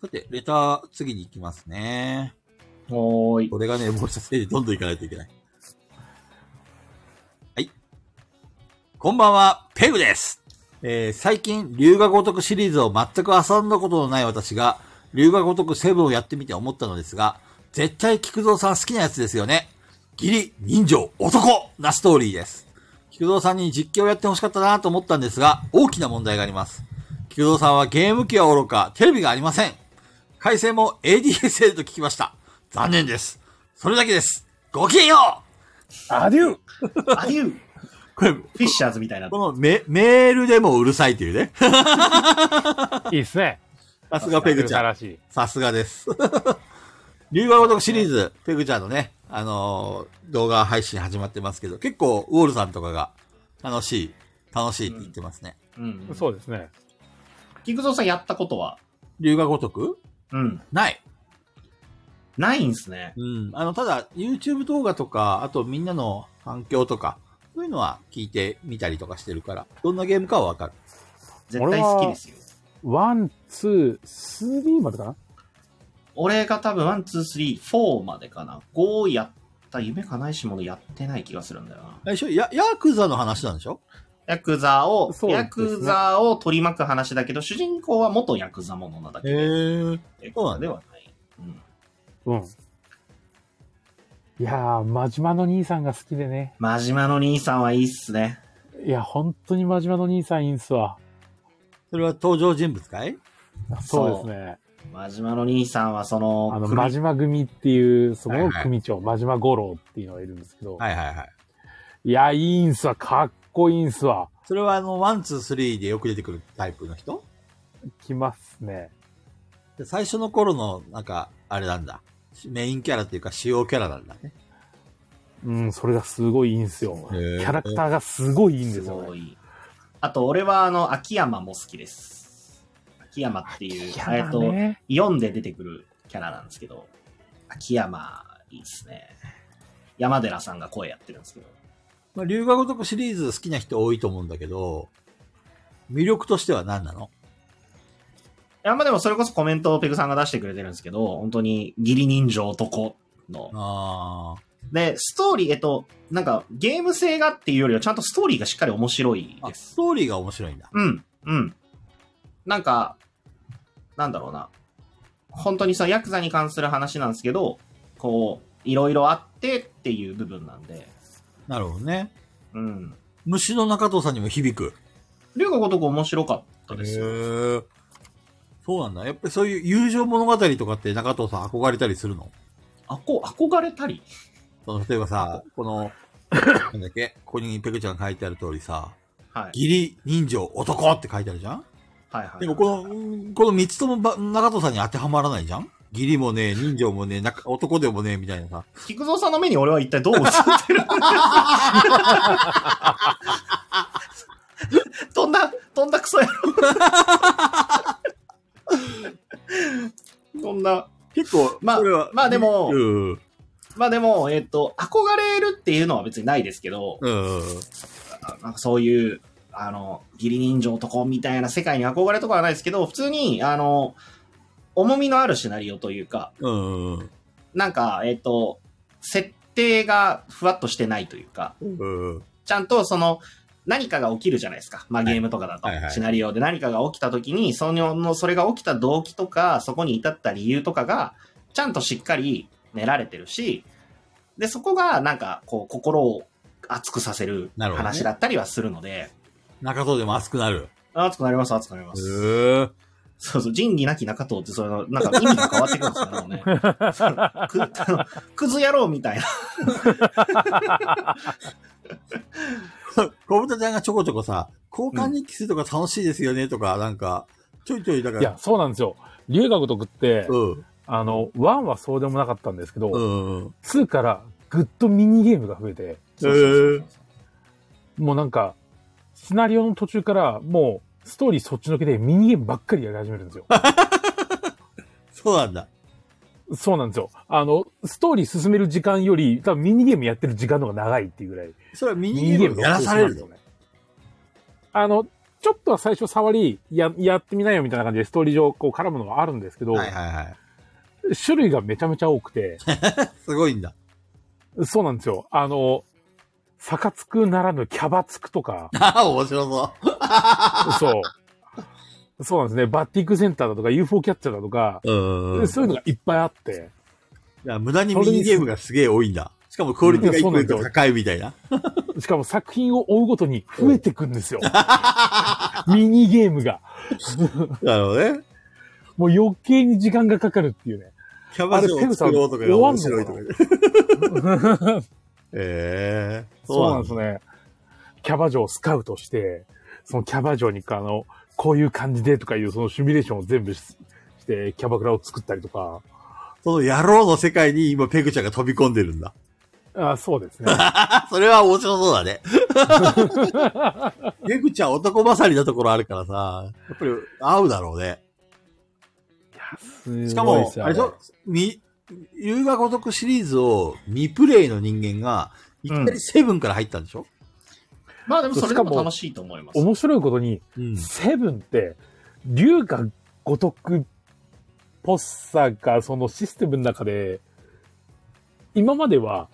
[SPEAKER 1] さて、レター次に行きますね。
[SPEAKER 3] お ーい。
[SPEAKER 1] これがね、もうしたせいでどんどん行かないといけない。はい。こんばんは、ペグです。えー、最近、龍が如くシリーズを全く遊んだことのない私が、龍が如くセブンをやってみて思ったのですが、絶対菊蔵さん好きなやつですよね。義理、人情、男なストーリーです。菊蔵さんに実況をやってほしかったなと思ったんですが、大きな問題があります。菊蔵さんはゲーム機は愚か、テレビがありません。回線も ADSL と聞きました。残念です。それだけです。ごきげんよ
[SPEAKER 2] アデュー
[SPEAKER 3] アデューフ
[SPEAKER 1] うこれ、こ
[SPEAKER 3] ィッシャーズみたいな。
[SPEAKER 1] のメメールでもうるさいというね。
[SPEAKER 2] いいっすね。
[SPEAKER 1] さすがペグち
[SPEAKER 2] ちゃ
[SPEAKER 1] ゃ
[SPEAKER 2] ん
[SPEAKER 1] ん。
[SPEAKER 2] らしい。
[SPEAKER 1] さすがです。 留学男シリーズ、ペグちゃんのね、あのー動画配信始まってますけど、結構ウォールさんとかが楽しい、楽しいって言ってますね。
[SPEAKER 3] うん。そう。
[SPEAKER 2] そうですね。
[SPEAKER 3] 菊蔵さんやったことは
[SPEAKER 1] 留学ごとく
[SPEAKER 3] うん。
[SPEAKER 1] ない。
[SPEAKER 3] ないんですね。
[SPEAKER 1] うん。あの、ただ、YouTube 動画とか、あとみんなの反響とか、そういうのは聞いてみたりとかしてるから、どんなゲームかはわかる。
[SPEAKER 3] 絶対好きですよ。
[SPEAKER 2] ワン、ツー、スリーまでかな
[SPEAKER 3] 俺が多分、ワン、ツー、スリー、フォーまでかな。5やった、夢かないしものやってない気がするんだよな。
[SPEAKER 1] 最初、や、ヤクザの話なんでしょ
[SPEAKER 3] ヤクザを、
[SPEAKER 2] そうですね
[SPEAKER 3] ヤクザを取り巻く話だけど、主人公は元ヤクザものなだけで、
[SPEAKER 1] え。そうなんだ
[SPEAKER 3] ではない。うん
[SPEAKER 2] うん。いやー、真島の兄さんが好きでね。
[SPEAKER 3] 真島の兄さんはいいっすね。
[SPEAKER 2] いや、本当に真島の兄さんいいんすわ。
[SPEAKER 1] それは登場人物かい
[SPEAKER 2] そうですね。
[SPEAKER 3] 真島の兄さんはその、
[SPEAKER 2] あの、
[SPEAKER 3] 組
[SPEAKER 2] 真島組っていう、そ
[SPEAKER 1] はい
[SPEAKER 2] の
[SPEAKER 1] はい
[SPEAKER 2] 組長、真島五郎っていうのがいるんですけど。
[SPEAKER 1] はいはいはい。
[SPEAKER 2] いや、いいんすわ。かっこいいんすわ。
[SPEAKER 1] それはあの、ワン、ツー、スリーでよく出てくるタイプの人
[SPEAKER 2] きますね。
[SPEAKER 1] で最初の頃の、なんか、あれなんだ。メインキャラっていうか、主要キャラなんだね。
[SPEAKER 2] うん、それがすごいいいんすよ。キ
[SPEAKER 1] へー
[SPEAKER 2] ャラクターがすごいいいんです
[SPEAKER 3] す
[SPEAKER 2] よ、
[SPEAKER 3] ご
[SPEAKER 2] ね。
[SPEAKER 3] い。あと、俺はあの、秋山も好きです。秋山っていう、えっと、
[SPEAKER 2] ね。
[SPEAKER 3] 4で出てくるキャラなんですけど、秋山、いいっすね。山寺さんが声やってるんですけど。
[SPEAKER 1] まあ、龍河如くシリーズ好きな人多いと思うんだけど、魅力としては何なの
[SPEAKER 3] いや、まあでもそれこそコメントをペグさんが出してくれてるんですけど、本当に義理人情男の。
[SPEAKER 1] あ
[SPEAKER 3] で、ストーリー、えっと、なんかゲーム性がっていうよりはちゃんとストーリーがしっかり面白い
[SPEAKER 1] ーあ。
[SPEAKER 3] です。
[SPEAKER 1] ストーリーが面白いんだ。
[SPEAKER 3] うん、うん。なんか、なんだろうな。本当にそのヤクザに関する話なんですけど、こう、いろいろあってっていう部分なんで、
[SPEAKER 1] なるほどね。
[SPEAKER 3] うん。
[SPEAKER 1] 虫の中藤さんにも響く。
[SPEAKER 3] 龍が如く面白かったですよ。
[SPEAKER 1] へえ。そうなんだ。やっぱりそういう友情物語とかって中藤さん憧れたりするの
[SPEAKER 3] あこ、憧れたり。
[SPEAKER 1] その例えばさ、この、 なんだっけ、ここにペグちゃんが書いてある通りさ、
[SPEAKER 3] はい。
[SPEAKER 1] 義理人情男って書いてあるじゃん
[SPEAKER 3] はいはい。
[SPEAKER 1] でもこの、うんこの三つともば中藤さんに当てはまらないじゃん義理もね え、人情もねえ、なか男でもねえ、みたいなさ。
[SPEAKER 3] 菊蔵さんの目に俺は一体どう映ってる とんだ、とんだクソ野 郎。とんだ。
[SPEAKER 1] 結構、
[SPEAKER 3] まあ
[SPEAKER 1] これは
[SPEAKER 3] まあでも
[SPEAKER 1] うん。うん。
[SPEAKER 3] まあでも、えっ、と、憧れるっていうのは別にないですけど、あなんかそういう、あの、義理人情とこみたいな世界に憧れとかはないですけど、普通に、あの、重みのあるシナリオというか、
[SPEAKER 1] うん。うん
[SPEAKER 3] なんか、えっ、と、設定がふわっとしてないというか、
[SPEAKER 1] うん。
[SPEAKER 3] ちゃんとその、何かが起きるじゃないですか。まあゲームとかだと
[SPEAKER 1] はいはい。
[SPEAKER 3] シナリオで何かが起きた時に、その、それが起きた動機とか、そこに至った理由とかが、ちゃんとしっかり練られてるし、で、そこがなんか、こう、心を熱くさせる
[SPEAKER 1] なるほどね
[SPEAKER 3] 話だったりはするので、
[SPEAKER 1] 中藤でも熱くなる。
[SPEAKER 3] 熱くなります、熱くなります。
[SPEAKER 1] へえ。
[SPEAKER 3] そうそう、仁義なき中藤って、その、なんか意味が変わってくるんですよねもう ね。そのく、あの、クズ野郎みたいな。
[SPEAKER 1] 小豚ちゃんがちょこちょこさ、交換日記するとか楽しいですよねとか、なんか、ちょいちょい、だか
[SPEAKER 2] いや
[SPEAKER 1] ら、、
[SPEAKER 2] そうなんですよ。龍河如くって、
[SPEAKER 1] うん、
[SPEAKER 2] あの、ワンはそうでもなかったんですけど、
[SPEAKER 1] うん、
[SPEAKER 2] ツーからぐっとミニゲームが増えて、
[SPEAKER 3] そうそうそうそう
[SPEAKER 2] もうなんか、シナリオの途中からもうストーリーそっちのけでミニゲームばっかりやり始める んですよ。
[SPEAKER 1] そうなんだ。
[SPEAKER 2] そうなんですよ。あの、ストーリー進める時間より、多分ミニゲームやってる時間の方が長いっていうぐらい。
[SPEAKER 1] それはミニゲームをやらされるの。
[SPEAKER 2] ね。あの、ちょっとは最初触り、や、やってみなよみたいな感じでストーリー上こう絡むのはあるんですけど、
[SPEAKER 1] はいはいはい。
[SPEAKER 2] 種類がめちゃめちゃ多 くて、
[SPEAKER 1] すごいんだ。、
[SPEAKER 2] そうなんですよ。あの、サカツクならぬキャバツクとか
[SPEAKER 1] ああ、面白そ
[SPEAKER 2] そう。そうなんですね。バッティングセンターだとか UFO キャッチャーだとか、
[SPEAKER 1] う。うんうん。い
[SPEAKER 2] そういうのがいっぱいあって、
[SPEAKER 1] や、無駄にミニゲームがすげえ多いんだ。しかもクオリティが一個一個高いみたいな。
[SPEAKER 2] しかも作品を追うごとに増えてくん ですよ。ミニゲームが。
[SPEAKER 1] なるほどね。
[SPEAKER 2] もう余計に時間がかかるっていうね。
[SPEAKER 1] キャバ嬢を作ろうとかが面白いとか。 ええー。
[SPEAKER 2] そうな
[SPEAKER 1] だ
[SPEAKER 2] んですね。キャバ嬢をスカウトして、そのキャバ嬢にか、あの、こういう感じでとかいうそのシミュレーションを全部しして、キャバクラを作ったりとか。
[SPEAKER 1] その野郎の世界に今ペグちゃんが飛び込んでるんだ。
[SPEAKER 2] あそうですね。
[SPEAKER 1] あ、それは面白そうだね。 ペグちゃん男勝りなところあるからさ、やっ ぱり合うだろうね。し
[SPEAKER 2] し
[SPEAKER 1] かも、あれでしょみ、龍が如くシリーズを未プレイの人間が、いきなりセブンから入ったんでしょ、
[SPEAKER 3] まあでもそれでも楽しいと思います。
[SPEAKER 2] 面白いことに、
[SPEAKER 1] うん
[SPEAKER 2] セブンって、竜が如くっぽさが、そのシステムの中で、今までは、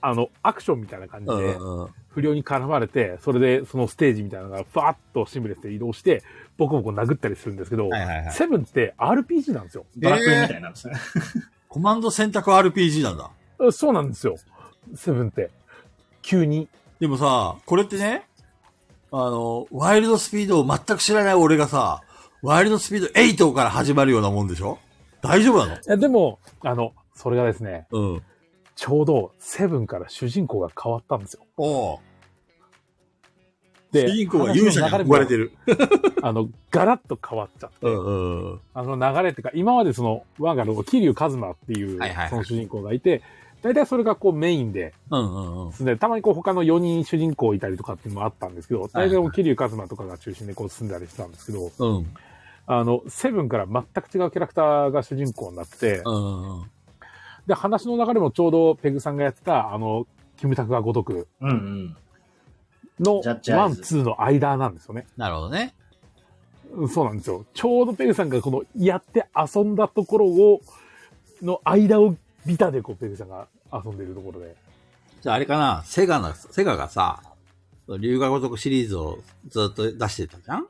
[SPEAKER 2] あの、アクションみたいな感じ
[SPEAKER 1] うん
[SPEAKER 2] で、
[SPEAKER 1] うんうん
[SPEAKER 2] 不良に絡まれて、それでそのステージみたいなのが、ファーッとシンブレスで移動して、ボコボコ殴ったりするんですけど、
[SPEAKER 1] はいはいはい。
[SPEAKER 2] セブンって RPG なんですよ。
[SPEAKER 3] ドラクエみたいなんですね。
[SPEAKER 1] コマンド選択 RPG なんだ。
[SPEAKER 2] そうなんですよ。セブンって。急に。
[SPEAKER 1] でもさ、これってね、あの、ワイルドスピードを全く知らない俺がさ、ワイルドスピード8から始まるようなもんでしょ大丈夫なの
[SPEAKER 2] いやでも、あの、それがですね、
[SPEAKER 1] うん。
[SPEAKER 2] ちょうどセブンから主人公が変わったんですよ。
[SPEAKER 1] おう
[SPEAKER 2] で
[SPEAKER 1] 主人公が勇者に憧れてる。
[SPEAKER 2] あの、ガラッと変わっちゃって、
[SPEAKER 1] うんうんうん。
[SPEAKER 2] あの流れっていうか、今までその、我がの桐生一馬っていう
[SPEAKER 1] はいはいはい、
[SPEAKER 2] その主人公がいて、大体それがこうメインで、
[SPEAKER 1] うんうんうん。
[SPEAKER 2] 進んで、たまにこう他の4人主人公いたりとかっていうのもあったんですけど、
[SPEAKER 1] は
[SPEAKER 2] 大体
[SPEAKER 1] い
[SPEAKER 2] こう桐生一馬とかが中心でこう進んだりしてたんですけど、
[SPEAKER 1] うん。
[SPEAKER 2] あの、セブンから全く違うキャラクターが主人公になって、
[SPEAKER 1] うんうんうん。
[SPEAKER 2] で、話の流れもちょうどペグさんがやってた、あの、キムタクがごとく
[SPEAKER 3] うんうん。
[SPEAKER 2] の
[SPEAKER 3] ジャッジア
[SPEAKER 2] ワ
[SPEAKER 3] イ
[SPEAKER 2] ン、
[SPEAKER 3] ズ
[SPEAKER 2] ツーの間なんですよね。
[SPEAKER 1] なるほどね。
[SPEAKER 2] うんそうなんですよ。ちょうどペグさんがこのやって遊んだところを、の間をビタでこうペグさんが遊んでるところで。
[SPEAKER 1] じゃああれかな、セガの、セガがさ、龍が如くシリーズをずっと出してたじゃん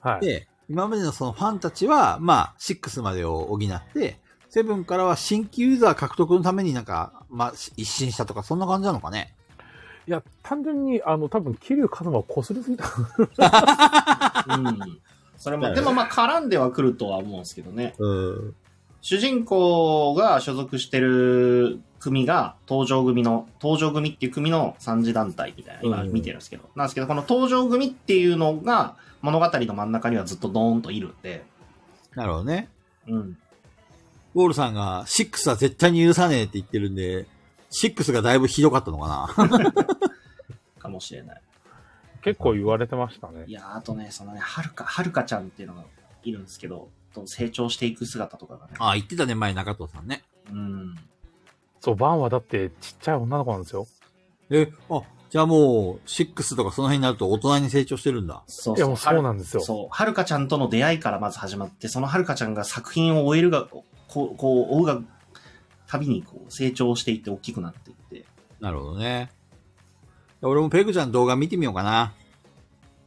[SPEAKER 2] はい。
[SPEAKER 1] で、今までのそのファンたちは、まあ、6までを補って、7からは新規ユーザー獲得のためになんか、まあ、一新したとか、そんな感じなのかね。
[SPEAKER 2] いや、単純に、あの、多分、桐生一馬を擦りすぎた。
[SPEAKER 3] うん。それ
[SPEAKER 1] だ
[SPEAKER 3] も、
[SPEAKER 1] よね
[SPEAKER 3] でもまあ絡んではくるとは思うんですけどね。
[SPEAKER 1] うん。
[SPEAKER 3] 主人公が所属してる組が、登場組の、登場組っていう組の三次団体みたいな、今
[SPEAKER 1] うん
[SPEAKER 3] 見てるんですけど。なんですけど、この登場組っていうのが、物語の真ん中にはずっとドーンといるんで、
[SPEAKER 1] なるほどね。
[SPEAKER 3] うん。
[SPEAKER 1] ウォールさんが、6は絶対に許さねえって言ってるんで、6がだいぶひどかったのかな。
[SPEAKER 3] かもしれない。
[SPEAKER 2] 結構言われてましたね
[SPEAKER 3] い。やーあとね、そのね、はるか、はるかちゃんっていうのがいるんですけど、と成長していく姿とかがね。
[SPEAKER 1] ああ、言ってたね、前中藤さんね。
[SPEAKER 3] うん。
[SPEAKER 2] そう、バンはだってちっちゃい女の子なんですよ。
[SPEAKER 1] え、あ、じゃあもう、6とかその辺になると大人に成長してるんだ。
[SPEAKER 3] そうそう
[SPEAKER 2] いや、もうそうなんんですよ。
[SPEAKER 3] そう。はるかちゃんとの出会いからまず始まって、そのはるかちゃんが作品を終えるが、こう、こう、追うが、旅にこう成長していって大きくなっていって、
[SPEAKER 1] なるほどね。俺もペグちゃんの動画見てみようかな。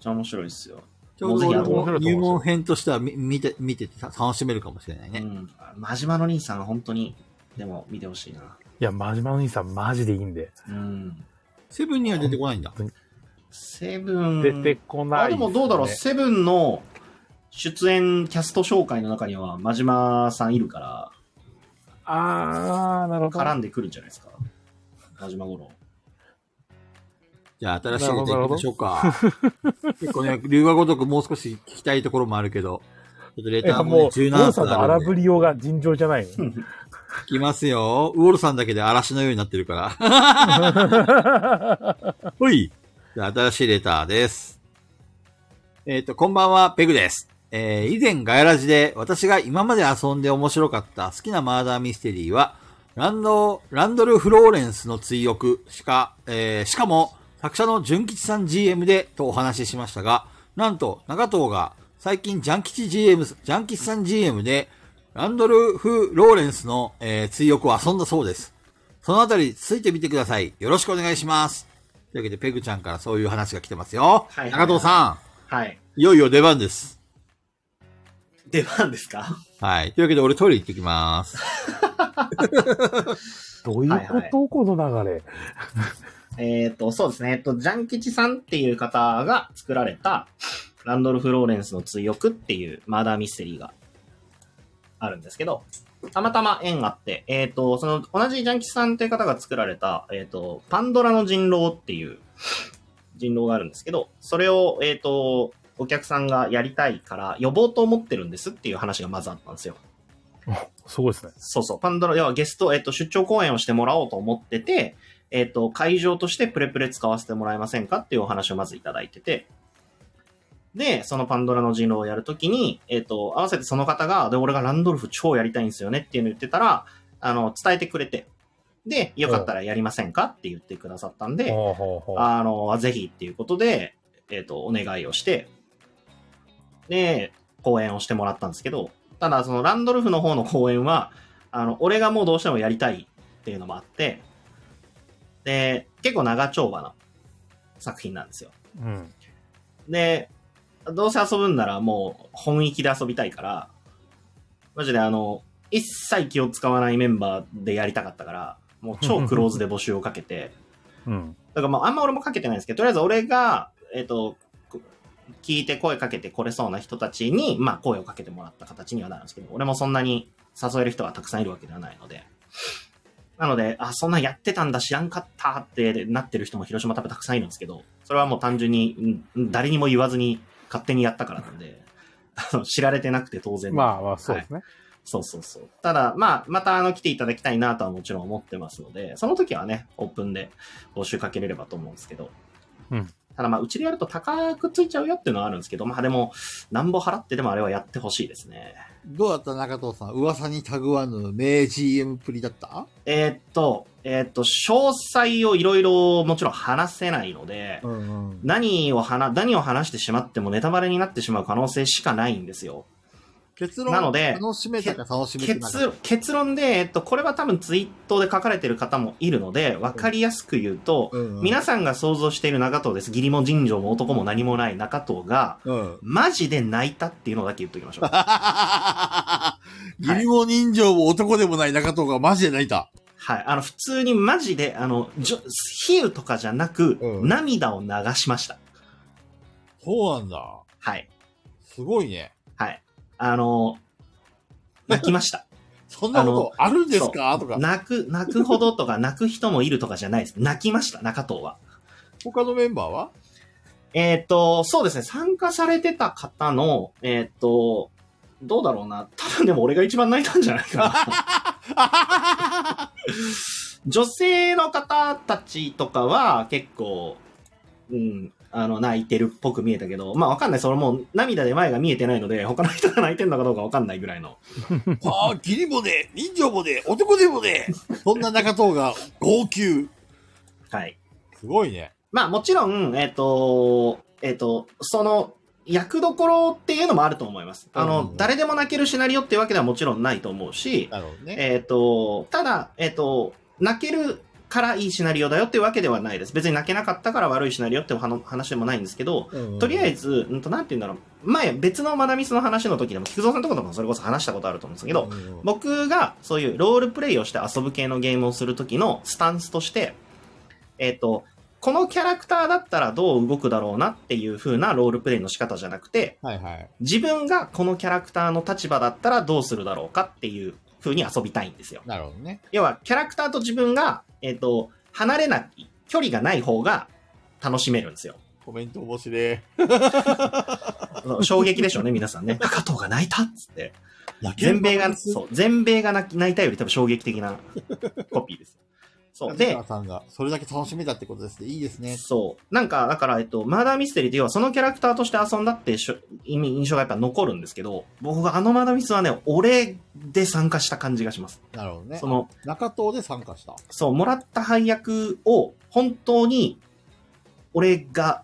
[SPEAKER 3] じゃ面白いですよ。
[SPEAKER 1] ちょうど俺
[SPEAKER 3] も
[SPEAKER 1] も
[SPEAKER 3] う
[SPEAKER 2] ぜひ
[SPEAKER 1] 入門編としては見見て、見てて楽しめるかもしれないね。
[SPEAKER 3] うん。真島のりんさん、本当に、でも見てほしいな。
[SPEAKER 2] いや、マジマの兄さんマジでいいんで。
[SPEAKER 3] うん。
[SPEAKER 1] セブンには出てこないんだ。
[SPEAKER 3] セブン。
[SPEAKER 2] 出てこない
[SPEAKER 3] あ、でもどうだろう、
[SPEAKER 2] す
[SPEAKER 3] セブンの出演キャスト紹介の中には、真島さんいるから、
[SPEAKER 2] ねあー、なるほど。
[SPEAKER 3] 絡んでくるんじゃないですか。真島五郎。
[SPEAKER 1] じゃあ、新しいネタ行きましょうか。 結構ね、龍が如くもう少し聞きたいところもあるけど、ちょっとレ
[SPEAKER 2] い
[SPEAKER 1] タ
[SPEAKER 2] や、
[SPEAKER 1] ー
[SPEAKER 2] も
[SPEAKER 1] も
[SPEAKER 2] う、
[SPEAKER 1] 柔
[SPEAKER 2] ジ
[SPEAKER 1] 軟
[SPEAKER 2] ョ
[SPEAKER 1] な
[SPEAKER 2] ンさんの荒ぶりようが尋常じゃない。
[SPEAKER 1] 聞きますよ。ウォルさんだけで嵐のようになってるから。 ほい。じゃあ、新しいレターです。えっ、と、こんばんは、ペグです。えー、以前ガヤラジで私が今まで遊んで面白かった好きなマーダーミステリーは、ランド、ランドル・フローレンスの追憶しか、えー、しかも、作者の純吉さん GM でとお話ししましたが、なんと、長藤が最近ジャン吉 GM、ジャン吉さん GM で、ランドルフ・ローレンスの、えー追憶を遊んだそうです。そのあたり、ついてみてください。よろしくお願いします。というわけで、ペグちゃんからそういう話が来てますよ。
[SPEAKER 3] はい
[SPEAKER 1] 長藤さ
[SPEAKER 3] はい。
[SPEAKER 1] ん、いよいよ出番です。
[SPEAKER 3] 出番ですか
[SPEAKER 1] はい。というわけで、俺トイレ行ってきます。
[SPEAKER 2] どういうこと、
[SPEAKER 3] はいはい
[SPEAKER 2] この流れ。
[SPEAKER 3] えっと、そうですね。えっと、ジャン吉さんっていう方が作られた、ランドルフ・ローレンスの追憶っていうマーダーミステリーがあるんですけど、たまたま縁があって、えっ、と、その、同じジャン吉さんという方が作られた、えっ、と、パンドラの人狼っていう人狼があるんですけど、それを、えっ、と、お客さんがやりたいから呼ぼうと思ってるんですっていう話がまずあったんですよ。
[SPEAKER 2] すごいですね。
[SPEAKER 3] そうそう、パンドラ、要はゲスト、えっと、出張公演をしてもらおうと思ってて、えっと、会場としてプレプレ使わせてもらえませんかっていうお話をまずいただいてて、で、そのパンドラの人狼をやるときに、えっと、合わせてその方が、で、俺がランドルフ超やりたいんですよねっていうのを言ってたら、あの、伝えてくれて、で、よかったらやりませんかって言ってくださったんで、
[SPEAKER 2] ほうほうほう
[SPEAKER 3] あの、ぜひっていうことで、えっ、と、お願いをして、で、講演をしてもらったんですけど、ただ、その、ランドルフの方の講演は、あの、俺がもうどうしてもやりたいっていうのもあって、で、結構長丁場な作品なんですよ。
[SPEAKER 2] うん。
[SPEAKER 3] で、どうせ遊ぶんならもう本域で遊びたいから、マジであの、一切気を使わないメンバーでやりたかったから、もう超クローズで募集をかけて、
[SPEAKER 2] うん。
[SPEAKER 3] だからまあ、あんま俺もかけてないんですけど、とりあえず俺が、えっ、と、こ聞いて声かけてこれそうな人たちに、まあ、声をかけてもらった形にはなるんですけど、俺もそんなに誘える人がたくさんいるわけではないので。なので、あ、そんなんやってたんだ、知らんかったってなってる人も広島多分たくさんいるんですけど、それはもう単純に、うん誰にも言わずに勝手にやったからなんで、あの知られてなくて当然
[SPEAKER 2] まあまあ、そうですね。
[SPEAKER 3] そうそうそう。ただ、まあ、またあの来ていただきたいなとはもちろん思ってますので、その時はね、オープンで募集かけれればと思うんですけど。
[SPEAKER 2] うん
[SPEAKER 3] ただまあ、うちでやると高くついちゃうよっていうのはあるんですけど、まあでも、なんぼ払ってでもあれはやってほしいですね。
[SPEAKER 1] どうだった中藤さん噂にたぐわぬ名 GM プリだった
[SPEAKER 3] えーっと、えーっと、詳細をいろいろもちろん話せないので、
[SPEAKER 1] うんうん。
[SPEAKER 3] 何を話、何を話してしまってもネタバレになってしまう可能性しかないんですよ。
[SPEAKER 1] 結論
[SPEAKER 3] なので
[SPEAKER 1] 楽しめたか楽しめてなかった
[SPEAKER 3] 結結論で、えっと、これは多分ツイートで書かれてる方もいるので、わかりやすく言うと、
[SPEAKER 1] うんうん
[SPEAKER 3] 皆さんが想像している中藤です。義理も人情も男も何もない中藤が、
[SPEAKER 1] うん。
[SPEAKER 3] マジで泣いたっていうのだけ言っとき ましょう。
[SPEAKER 1] 義理も人情も男でもない中藤がマジで泣いた。
[SPEAKER 3] はい。あの、普通にマジで、あの、じょ比喩とかじゃなく、
[SPEAKER 1] うん
[SPEAKER 3] 涙を流しました。
[SPEAKER 1] そうなんだ。
[SPEAKER 3] はい。
[SPEAKER 1] すごいね。
[SPEAKER 3] はい。あの、泣き ました。
[SPEAKER 1] そんなことあるんですかとか。
[SPEAKER 3] 泣く、泣くほどとか、泣く人もいるとかじゃないです。泣きました、中藤は。
[SPEAKER 1] 他のメンバーは
[SPEAKER 3] えっ、と、そうですね、参加されてた方の、えっ、と、どうだろうな。多分でも俺が一番泣いたんじゃないかな。女性の方たちとかは結構、うん、あの、泣いてるっぽく見えたけど、まあわかんない。それもう涙で前が見えてないので、他の人が泣いてるのかどうかわかんないぐらいの。
[SPEAKER 1] ああ、義理もね、人情もね、男でもね、そんな中藤が号泣。
[SPEAKER 3] はい。
[SPEAKER 1] すごいね。
[SPEAKER 3] まあもちろん、えっ、と、えっ、と、その、役どころっていうのもあると思います。あ
[SPEAKER 1] うんうん
[SPEAKER 3] の
[SPEAKER 1] う、ん
[SPEAKER 3] 誰でも泣けるシナリオっていうわけではもちろんないと思うし、
[SPEAKER 1] なるほどね。
[SPEAKER 3] えっ、と、ただ、えっ、と、泣けるからいいシナリオだよっていうわけではないです。別に泣けなかったから悪いシナリオっていう話話でもないんですけど、とりあ
[SPEAKER 1] ず、
[SPEAKER 3] えず、うんと、なんて言うんだろう。前、別のマダミスの話の時でも、菊蔵さんとかともそれこそ話したことあると思うんですけど、
[SPEAKER 1] うんうん
[SPEAKER 3] 僕がそういうロールプレイをして遊ぶ系のゲームをする時のスタンスとして、えっ、と、このキャラクターだったらどう動くだろうなっていう風なロールプレイの仕方じゃなくて、
[SPEAKER 1] はいはい。
[SPEAKER 3] 自分がこのキャラクターの立場だったらどうするだろうかっていう風に遊びたいんですよ。
[SPEAKER 1] なるほどね。
[SPEAKER 3] 要は、キャラクターと自分が、えっ、と、離れない、距離がない方が楽しめるんですよ。
[SPEAKER 1] コメント面白い。
[SPEAKER 3] 衝撃でしょうね、皆さ んね。中藤が泣いたっつって。
[SPEAKER 1] 泣ける
[SPEAKER 3] 全米が、そう、全米が泣き泣いたより多分衝撃的 なコピーです。そう。
[SPEAKER 1] で
[SPEAKER 3] で、、
[SPEAKER 1] さんがそれだけ楽しめたってことですね。いいですね。
[SPEAKER 3] そう。なんか、だから、えっと、マーダーミステリーって要はそのキャラクターとして遊んだってしょ意味印象がやっぱ残るんですけど、僕があのマーダーミスはね、俺で参加した感じがします。
[SPEAKER 1] なるほどね
[SPEAKER 3] そ。の、
[SPEAKER 1] 中藤で参加した。
[SPEAKER 3] そう、もらった配役を本当に俺が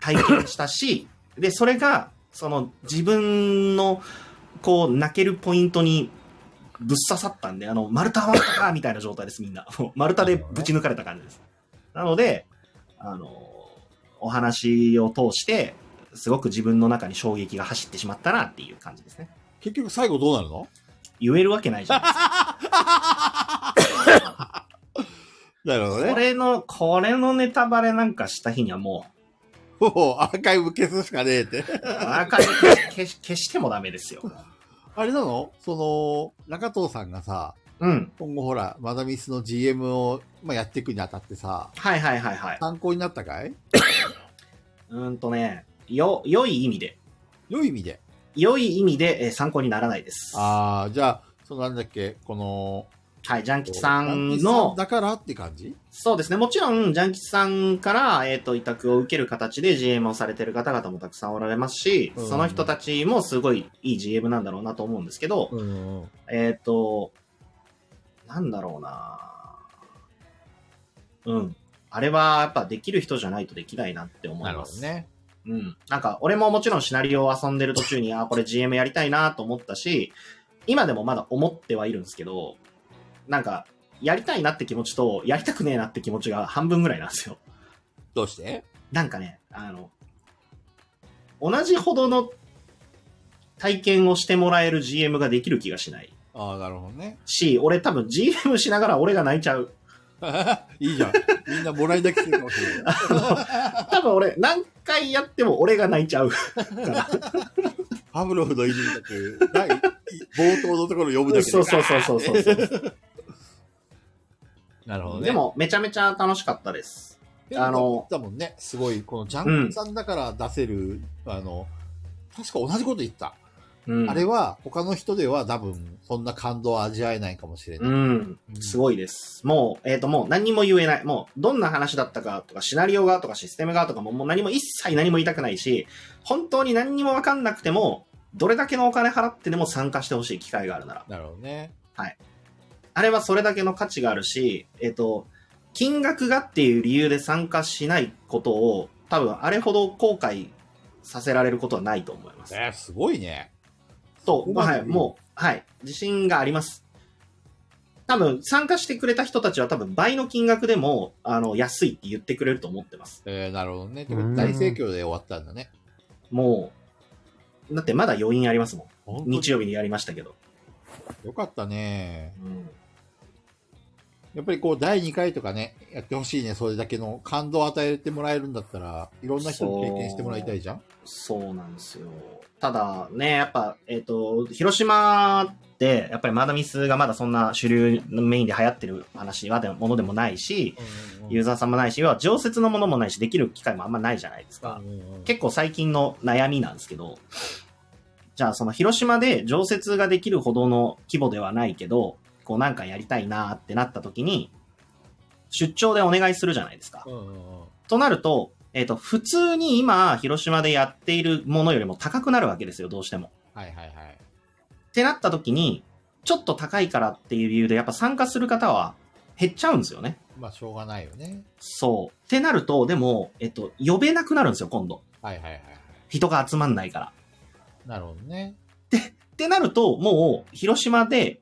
[SPEAKER 3] 体験したし、 で、それが、その自分のこう泣けるポイントにぶっ刺さったんで、あの、丸太は丸太かみたいな状態です、みんな。 もう丸太でぶち抜かれた感じです。なので、あの、お話を通して、すごく自分の中に衝撃が走ってしまったなっていう感じですね。
[SPEAKER 1] 結局最後どうなるの
[SPEAKER 3] 言えるわけないじゃないですか。
[SPEAKER 1] なるほど
[SPEAKER 3] こ。れの、これのネタバレなんかした日にはもう、
[SPEAKER 1] もうアーカイブ消すしかねえって。
[SPEAKER 3] 赤い消し 消してもダメですよ。
[SPEAKER 1] あれなのその、中藤さんがさ、
[SPEAKER 3] うん。
[SPEAKER 1] 今後ほら、マダミスの GM を、まあ、やっていくにあたってさ、
[SPEAKER 3] はいはいはいはい。
[SPEAKER 1] 参考になったかいう
[SPEAKER 3] ーんとね、よ、良い意味で。
[SPEAKER 1] 良い意味で。
[SPEAKER 3] 良い意味で、えー参考にならないです。は
[SPEAKER 1] ああ、じゃあ、そのなんだっけ、この、
[SPEAKER 3] い、ジャン吉さん
[SPEAKER 1] さん
[SPEAKER 3] の、
[SPEAKER 1] だからって感じ
[SPEAKER 3] そうですね、もちろん、ジャン吉さんから、えっ、と、委託を受ける形で GM をされてる方々もたくさんおられますし、
[SPEAKER 1] うん
[SPEAKER 3] その人たちもすごいいい GM なんだろうなと思うんですけど、
[SPEAKER 1] うん。
[SPEAKER 3] えっ、と、なんだろうなうん。あれはやっぱできる人じゃないとできないなって思
[SPEAKER 4] ないるほ
[SPEAKER 3] ま
[SPEAKER 4] ど
[SPEAKER 3] す。
[SPEAKER 4] ね。
[SPEAKER 3] うん。なんか、俺ももちろんシナリオを遊んでる途中に、あーこれ GM やりたいなと思ったし、今でもまだ思ってはいるんですけど、なんか、やりたいなって気持ちと、やりたくねえなって気持ちが半分ぐらいなんですよ。
[SPEAKER 1] どうして
[SPEAKER 3] なんかね、あの、同じほどの体験をしてもらえる GM ができる気がしない。
[SPEAKER 1] ああ、なるほどね。
[SPEAKER 3] し、俺多分 GM しながら俺が泣いちゃう。
[SPEAKER 1] いいじゃん。みんなもらいだけするかもしれ ない。
[SPEAKER 3] 多分俺何回やっても俺が泣いちゃう。
[SPEAKER 1] パブロフの犬だけ、第冒頭のところ読むだけで。
[SPEAKER 3] そうそうそうそうそ うそう。
[SPEAKER 1] なるほどね。
[SPEAKER 3] で、もめちゃめちゃ楽しかったです。
[SPEAKER 1] あ
[SPEAKER 3] あ
[SPEAKER 1] の
[SPEAKER 3] の、
[SPEAKER 1] だもんね、すごい、このジャンクさんだから出せる、あの、確か同じこと言った。
[SPEAKER 3] うん、
[SPEAKER 1] あれは、他の人では多分、そんな感動を味わえないかもしれない。
[SPEAKER 3] うん、すごいです。もう、えっ、と、もう何にも言えない。もう、どんな話だったかとか、シナリオがとか、システムがとかも、もう何も一切何も言いたくないし、本当に何にもわかんなくても、どれだけのお金払ってでも参加してほしい機会があるなら。
[SPEAKER 1] なるほどね。
[SPEAKER 3] あれはそれだけの価値があるし、えっ、と、金額がっていう理由で参加しないことを、多分、あれほど後悔させられることはないと思います。
[SPEAKER 1] えー、すごいね。
[SPEAKER 3] と
[SPEAKER 1] こ、まで
[SPEAKER 3] はい、もう、はい、自信があります。多分、参加してくれた人たちは多分倍の金額でも、あの、安いって言ってくれると思ってます。
[SPEAKER 1] えー、なるほどね。
[SPEAKER 2] うん
[SPEAKER 1] 大盛況で終わったんだね。
[SPEAKER 3] もう、だってまだ余韻ありますも
[SPEAKER 1] 本
[SPEAKER 3] ん。日曜日にやりましたけど。
[SPEAKER 1] よかったね。
[SPEAKER 3] うん。
[SPEAKER 1] やっぱりこう、第2回とかね、やってほしいね。それだけの感動を与えてもらえるんだったら、いろんな人に経験してもらいたいじゃん
[SPEAKER 3] そうなんですよ。ただね、やっぱ、えっ、と、広島って、やっぱりマダミスがまだそんな主流のメインで流行ってる話はでもものでもないし、ユーザーさんもないし、要は常設のものもないし、できる機会もあんまないじゃないですか。結構最近の悩みなんですけど、じゃあその広島で常設ができるほどの規模ではないけど、こうなんかやりたいなーってなった時に、出張でお願いするじゃないですか。
[SPEAKER 1] うんうんうん
[SPEAKER 3] となると、えっ、と、普通に今、広島でやっているものよりも高くなるわけですよ、どうしても。
[SPEAKER 1] はいはいはい。
[SPEAKER 3] ってなった時に、ちょっと高いからっていう理由で、やっぱ参加する方は減っちゃうんですよね。
[SPEAKER 1] まあ、しょうがないよね。
[SPEAKER 3] そう。ってなると、でも、えっ、と、呼べなくなるんですよ、今度。
[SPEAKER 1] はいはいはいはい。
[SPEAKER 3] 人が集まんないから。
[SPEAKER 1] なるほどね。
[SPEAKER 3] ってなると、もう、広島で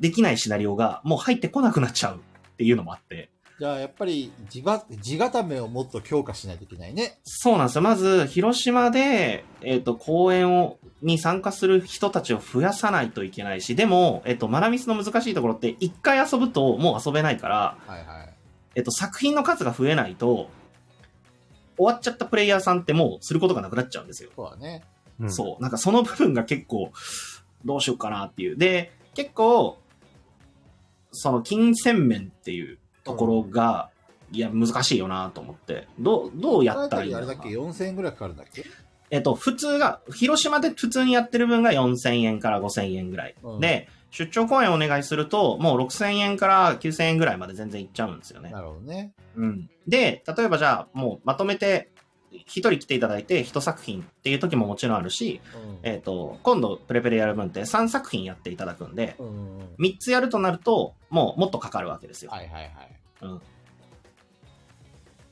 [SPEAKER 3] できないシナリオが、もう入ってこなくなっちゃうっていうのもあって。
[SPEAKER 1] じゃあ、やっぱり地ば、地固めをもっと強化しないといけないね。
[SPEAKER 3] そうなんですよ。まず、広島で、えっ、と、公演を、に参加する人たちを増やさないといけないし、でも、えっ、と、マラミスの難しいところって、一回遊ぶともう遊べないから、
[SPEAKER 1] はいはい。
[SPEAKER 3] えっ、と、作品の数が増えないと、終わっちゃったプレイヤーさんってもうすることがなくなっちゃうんですよ。
[SPEAKER 1] そうだね。
[SPEAKER 2] うん
[SPEAKER 3] そう。なんかその部分が結構、どうしようかなっていう。で、結構、その金銭面っていうところが、いや、難しいよなと思って。どう、どうやったらいいん
[SPEAKER 1] あれ
[SPEAKER 3] だろ
[SPEAKER 1] だ
[SPEAKER 3] う
[SPEAKER 1] っ
[SPEAKER 3] な
[SPEAKER 1] け ?4000 円ぐらいかかるんだっけ
[SPEAKER 3] えっと、普通が、広島で普通にやってる分が4000円から5000円ぐらい。
[SPEAKER 1] うん
[SPEAKER 3] で、出張公演お願いすると、もう6000円から9000円ぐらいまで全然いっちゃうんですよね。
[SPEAKER 1] なるほどね。
[SPEAKER 3] うん。で、例えばじゃあ、もうまとめて、一人来ていただいて、一作品っていう時ももちろんあるし、
[SPEAKER 1] うん
[SPEAKER 3] えっ、と、今度プレペレやる分って3作品やっていただくんで、
[SPEAKER 1] うんうんうん
[SPEAKER 3] 3つやるとなると、もうもっとかかるわけですよ。
[SPEAKER 1] はいはいはい。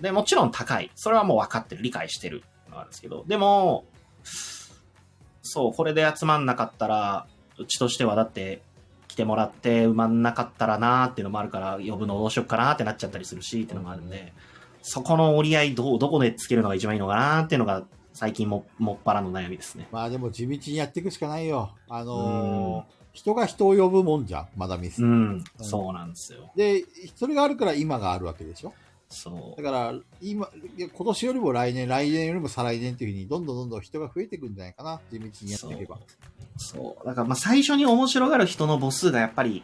[SPEAKER 3] で、もちろん高い。それはもう分かってる。理解してる。なんですけど。でも、そう、これで集まんなかったら、うちとしてはだって、来てもらって埋まんなかったらなーっていうのもあるから、呼ぶのどうしよっかなーってなっちゃったりするし、っていうのもあるんで、そこの折り合いどう、どこでつけるのが一番いいのかなーっていうのが、最近も、もっぱらの悩みですね。
[SPEAKER 1] まあでも地道にやっていくしかないよ。あのー人が人を呼ぶもんじゃん、まだミス。
[SPEAKER 3] うん、そうなんですよ。
[SPEAKER 1] で、それがあるから今があるわけでしょ
[SPEAKER 3] そ
[SPEAKER 1] だ。
[SPEAKER 3] う
[SPEAKER 1] から、今、いや今年よりも来年、来年よりも再来年っていうふうに、どんどんどんどん人が増えていくんじゃないかな、地道にやっていけば。
[SPEAKER 3] そう。だから、まあ、最初に面白がる人の母数がやっぱり、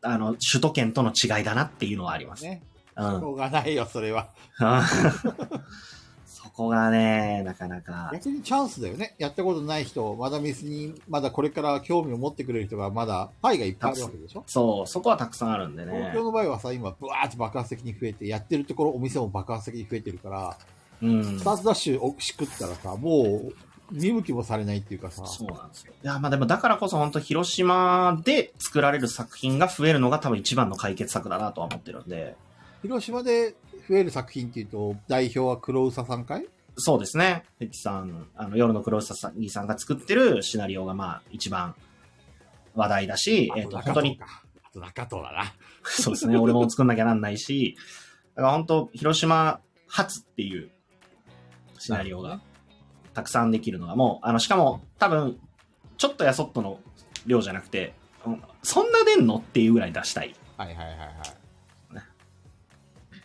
[SPEAKER 3] あの、首都圏との違いだなっていうのはあります。
[SPEAKER 1] ね。
[SPEAKER 3] う
[SPEAKER 1] し
[SPEAKER 3] ん。
[SPEAKER 1] ょうがないよ、それは。
[SPEAKER 3] そこがね、なかなか。
[SPEAKER 1] 逆にチャンスだよね。やったことない人、まだミスに、まだこれから興味を持ってくれる人が、まだ、パイがいっぱいあるわけでしょ
[SPEAKER 3] そう、そこはたくさんあるんでね
[SPEAKER 1] 東。京の場合はさ、今、ブワーって爆発的に増えて、やってるところ、お店も爆発的に増えてるから、
[SPEAKER 3] うん
[SPEAKER 1] スタ。ートダッシュをしくったらさ、もう、見向きもされないっていうかさ。
[SPEAKER 3] そうなんですよ。いや、まあでもだからこそ本当広島で作られる作品が増えるのが多分一番の解決策だなとは思ってるんで。
[SPEAKER 1] 広島で増える作品っていうと、代表は黒うささんかい
[SPEAKER 3] そうですね。てつさん、あの、夜の黒さんさんが作ってるシナリオがまあ一番話題だし、えっ、と、本当に、。
[SPEAKER 1] あと中藤だな。
[SPEAKER 3] そうですね、俺も作んなきゃなんないし、だから本当広島発っていうシナリオがたくさんできるのがもう、あの、しかも多分、ちょっとやそっとの量じゃなくて、うんそんな出んのっていうぐらい出したい。
[SPEAKER 1] はいはいはいはい。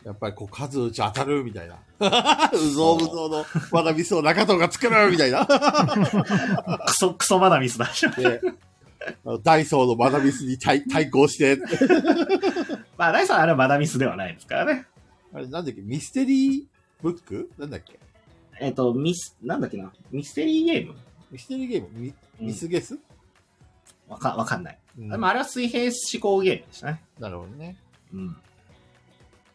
[SPEAKER 1] やっぱりこう数打ち当たるみたいな。うぞうぞうのまだミスを中藤が作るみたいな。
[SPEAKER 3] クソ、クソまだミスだし。
[SPEAKER 1] であのダイソーのまだミスに対対抗して。
[SPEAKER 3] まあ、ダイさんあれはまだミスではないですからね。
[SPEAKER 1] あれなんだっけミステリーブックなんだっけ
[SPEAKER 3] えっ、と、ミス、なんだっけな、ミステリーゲーム
[SPEAKER 1] ミステリーゲームミ
[SPEAKER 3] うん
[SPEAKER 1] ミスゲス、
[SPEAKER 3] わか、わかんない。
[SPEAKER 1] うん
[SPEAKER 3] でもあれは水平思考ゲームでしたね。
[SPEAKER 1] なるほどね。
[SPEAKER 3] うん。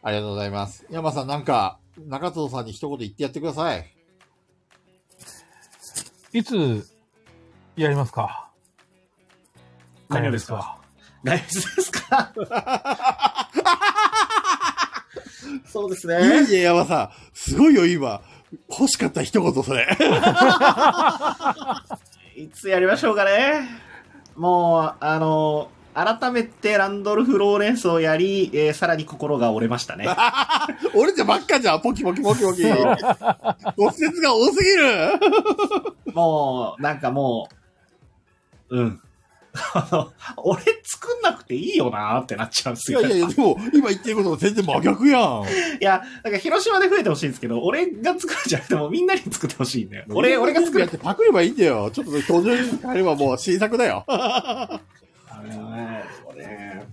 [SPEAKER 1] ありがとうございます。山さんなんか、中藤さんに一言言ってやってください。
[SPEAKER 2] いつ、やりますか
[SPEAKER 3] 何をですか外出ですか そうですね。
[SPEAKER 1] いいね、山さん。すごいよ、今。欲しかった一言、それ。
[SPEAKER 3] いつやりましょうかね。もう、あの、改めてランドルフ・ローレンスをやり、えーさらに心が折れました ね。
[SPEAKER 1] 俺じゃばっかじゃん。ポキポキポキポキ。骨折が多すぎる。
[SPEAKER 3] もう、なんかもう、うん。 あの俺作んなくていいよなーってなっちゃうんです
[SPEAKER 1] い
[SPEAKER 3] よ。
[SPEAKER 1] や
[SPEAKER 3] い
[SPEAKER 1] いや
[SPEAKER 3] や
[SPEAKER 1] いや、でも、今言ってることと全然真逆やん。
[SPEAKER 3] なんか広島で増えてほしいんですけど、俺が作るんじゃなくてもうみんなに作ってほしいんだよ。俺、俺が作
[SPEAKER 1] やっ
[SPEAKER 3] る。
[SPEAKER 1] てパクればいいんだよ。ちょっと登場に変えればもう新作だよ。
[SPEAKER 3] あれね、俺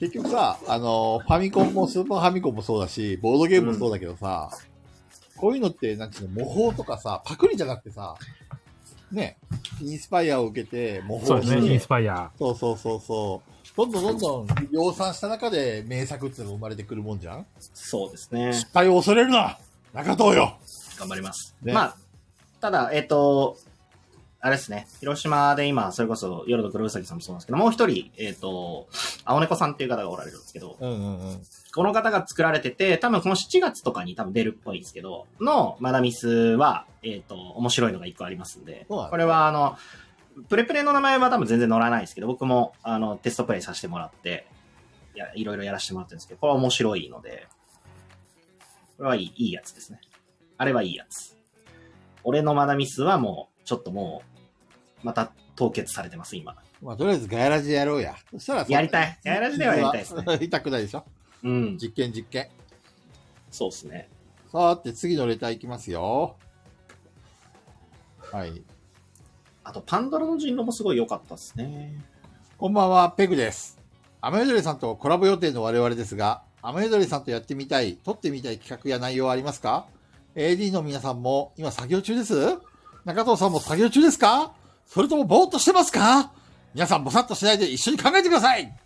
[SPEAKER 1] 結局さ、あの、ファミコンもスーパーファミコンもそうだし、ボードゲームもそうだけどさ、こういうのって、なんちうの、模倣とかさ、パクリじゃなくてさ、ね、インスパイアを受けて、模
[SPEAKER 2] そ
[SPEAKER 1] 倣
[SPEAKER 2] うで
[SPEAKER 1] し
[SPEAKER 2] す
[SPEAKER 1] て、
[SPEAKER 2] ね、インスパイア。
[SPEAKER 1] そうそうそうそう。どんどんどんどん量産した中で名作っていうのが生まれてくるもんじゃん
[SPEAKER 3] そうですね。
[SPEAKER 1] 失敗を恐れるな中藤よ
[SPEAKER 3] 頑張ります。
[SPEAKER 1] ね
[SPEAKER 3] まあ、ただ、えっ、と、あれですね、広島で今、それこそ夜の黒うさぎさんもそうなんですけど、もう一人、えっ、と、青猫さんっていう方がおられるんですけど、
[SPEAKER 1] うんうんうん。
[SPEAKER 3] この方が作られてて、多分この7月とかに多分出るっぽいんですけど、のマダミスは、えっ、と、面白いのが一個ありますんで、
[SPEAKER 1] そうなんだ
[SPEAKER 3] これはあの、プレプレの名前は多分全然載らないですけど、僕もあのテストプレイさせてもらって、いや、いろいろやらせてもらってるんですけど、これは面白いので、これはいい、いいやつですね。あれはいいやつ。俺のマダミスはもう、ちょっともう、また凍結されてます、今。
[SPEAKER 1] まあ、とりあえずガヤラジやろうや。そしたら
[SPEAKER 3] やりたいガヤラジではやりたいですね
[SPEAKER 1] ね。 痛くないでしょ
[SPEAKER 3] うん、
[SPEAKER 1] 実験実験。
[SPEAKER 3] そうですね。
[SPEAKER 1] さーて、次のレターいきますよ。はい。
[SPEAKER 3] あと、パンドラの人狼もすごい良かったですね。
[SPEAKER 1] こんばんは、ペグです。雨宿りさんとコラボ予定の我々ですが、雨宿りさんとやってみたい、撮ってみたい企画や内容はありますか ?AD の皆さんも今作業中です中藤さんも作業中ですかそれともぼーっとしてますか皆さんぼさっとしないで一緒に考えてください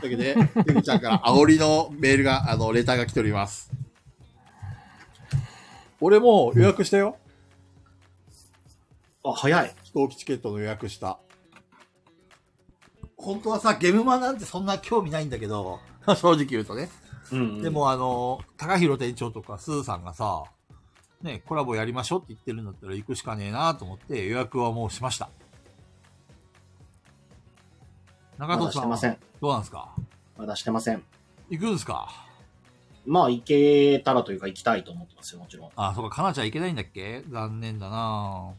[SPEAKER 1] というわけで、ペグちゃんから煽りのメールが、あの、レターが来ております。俺も予約したよ。
[SPEAKER 3] あ、早い。
[SPEAKER 1] 飛行機チケットの予約した。本当はさ、ゲームマなんてそんな興味ないんだけ ど、正直言うとね。
[SPEAKER 3] うん、
[SPEAKER 1] で、もあの、高弘店長とかスーさんがさ、ね、コラボやりましょうって言ってるんだったら行くしかねえなと思って予約はもうしました。
[SPEAKER 3] ま
[SPEAKER 1] 中
[SPEAKER 3] だ
[SPEAKER 1] 藤
[SPEAKER 3] し
[SPEAKER 1] さ
[SPEAKER 3] て
[SPEAKER 1] ん
[SPEAKER 3] ま
[SPEAKER 1] は
[SPEAKER 3] せん。
[SPEAKER 1] どうなんですか
[SPEAKER 3] まだしてません。
[SPEAKER 1] 行くんですか
[SPEAKER 3] まあ、行けたらというか、行きたいと思ってますよ、もちろん。
[SPEAKER 1] あそうか、かなちゃん行けないんだっけ残念だな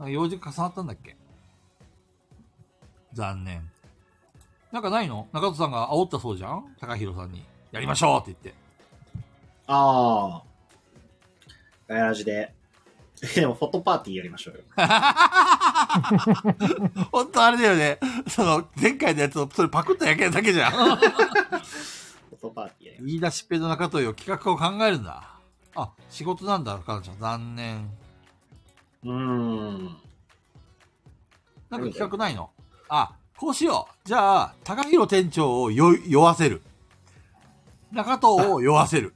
[SPEAKER 1] ぁ。用事重なったんだっけ残念。なんかないの中戸さんが煽ったそうじゃん高弘さんに。やりましょうって言って。
[SPEAKER 3] ああ。ガヤラジで。 でも、フォトパーティーやりましょうよ。
[SPEAKER 1] ほんとあれだよね。その、前回のやつを、それパクったやけだけじゃん。
[SPEAKER 3] フォトパーティーやりまし
[SPEAKER 1] 言い出しっぺの中という企画を考えるんだ。あ、仕事なんだ、かなちゃん。残念。
[SPEAKER 3] ょう。うーん。
[SPEAKER 1] なんか企画ないのあ、こうしよう。じゃあ、高弘店長をよ酔わせる。中藤を酔わせる。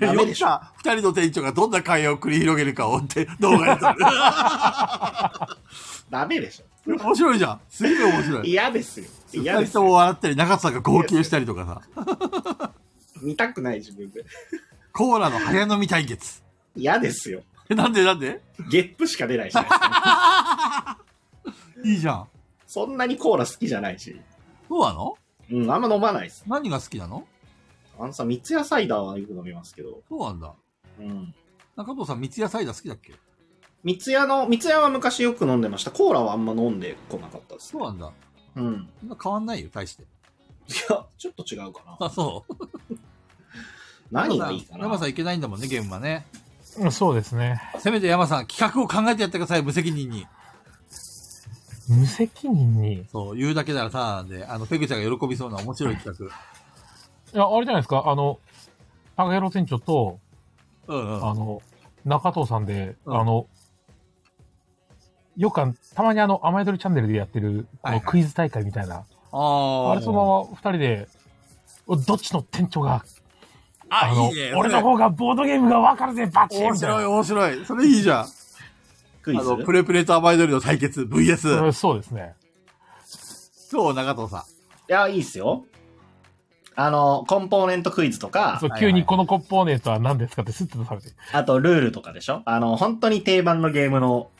[SPEAKER 3] ダメでしょ。
[SPEAKER 1] た二人の店長がどんな会話を繰り広げるかを追って動画に撮 る。
[SPEAKER 3] ダメでしょ。
[SPEAKER 1] 面白いじゃん。すげえ面白い。
[SPEAKER 3] 嫌ですよ。嫌
[SPEAKER 1] 二
[SPEAKER 3] で
[SPEAKER 1] 人
[SPEAKER 3] す
[SPEAKER 1] とも
[SPEAKER 3] よ。
[SPEAKER 1] 笑ったり、中田さんが号泣したりとかさ。
[SPEAKER 3] 見たくない自分で。
[SPEAKER 1] コーラの早飲み対決。
[SPEAKER 3] 嫌ですよ。
[SPEAKER 1] え、なんでなんで
[SPEAKER 3] ゲップしか出ないし、 ね、
[SPEAKER 1] いいじゃん。
[SPEAKER 3] そんなにコーラ好きじゃないし。
[SPEAKER 1] そうなの
[SPEAKER 3] うん、あんま飲まないです。
[SPEAKER 1] 何が好きなの
[SPEAKER 3] あのさ、三ツ矢サイダーはよく飲みますけど。
[SPEAKER 1] そうなんだ。
[SPEAKER 3] うん。
[SPEAKER 1] 中藤さん、三ツ矢サイダー好きだっけ
[SPEAKER 3] 三ツ矢の、三ツ矢は昔よく飲んでました。コーラはあんま飲んでこなかったです
[SPEAKER 1] そ。うなんだ。
[SPEAKER 3] うん。
[SPEAKER 1] そんな変わんないよ、大して。
[SPEAKER 3] いや、 ちょっと違うかな。
[SPEAKER 1] あ、そう。
[SPEAKER 3] 何がいいか
[SPEAKER 1] 山
[SPEAKER 3] な
[SPEAKER 1] さん。いけないんだもんね、ゲームはね。
[SPEAKER 2] うんそうですね。
[SPEAKER 1] せめて山さん、企画を考えてやってください、無責任に。
[SPEAKER 2] 無責任に。い
[SPEAKER 1] そう、言うだけならさ、で、あの、ペグちゃんが喜びそうな面白い企
[SPEAKER 2] や、あれじゃないですか、あの、タゲロ船長と、
[SPEAKER 1] 画。うんうん。
[SPEAKER 2] あの、中藤さんで、
[SPEAKER 1] うん
[SPEAKER 2] あの、よくあのたまにあの、甘えどりチャンネルでやってる、こ
[SPEAKER 1] はい
[SPEAKER 2] の
[SPEAKER 1] はい
[SPEAKER 2] クイズ大会みたいな、
[SPEAKER 1] あー
[SPEAKER 2] あれそのまま二人で、おどっちの店長が、
[SPEAKER 1] あ、
[SPEAKER 2] あの
[SPEAKER 1] いいね。
[SPEAKER 2] 俺
[SPEAKER 1] そ
[SPEAKER 2] の
[SPEAKER 1] れ
[SPEAKER 2] 方がボードゲームがわかるぜ、バチン
[SPEAKER 1] 面
[SPEAKER 2] みたい
[SPEAKER 1] 白い、
[SPEAKER 2] な
[SPEAKER 1] 面白い。それいいじゃん。
[SPEAKER 3] クイ
[SPEAKER 1] あ
[SPEAKER 3] ズ
[SPEAKER 1] の、プレプレとアマイドリの対決、
[SPEAKER 2] う
[SPEAKER 1] VS。
[SPEAKER 2] んそうですね。
[SPEAKER 1] そう、中藤さん。
[SPEAKER 3] いや、いいっすよ。あの、コンポーネントクイズとか
[SPEAKER 2] そう、
[SPEAKER 1] はいは
[SPEAKER 2] 急
[SPEAKER 1] い
[SPEAKER 2] にこのコンポーネントは何ですかってスッと出されて。
[SPEAKER 3] あとルールとかでしょあの、本当に定番のゲームの、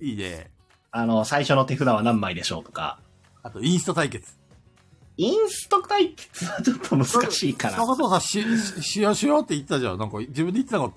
[SPEAKER 1] いいね。
[SPEAKER 3] あの、最初の手札は何枚でしょうとか。
[SPEAKER 1] あと、インスタ対決。
[SPEAKER 3] インスト対決はちょっと難しいかな。い
[SPEAKER 1] 中藤さん、し、ししようしようって言ってたじゃん。なんか、自分で言ってなかっ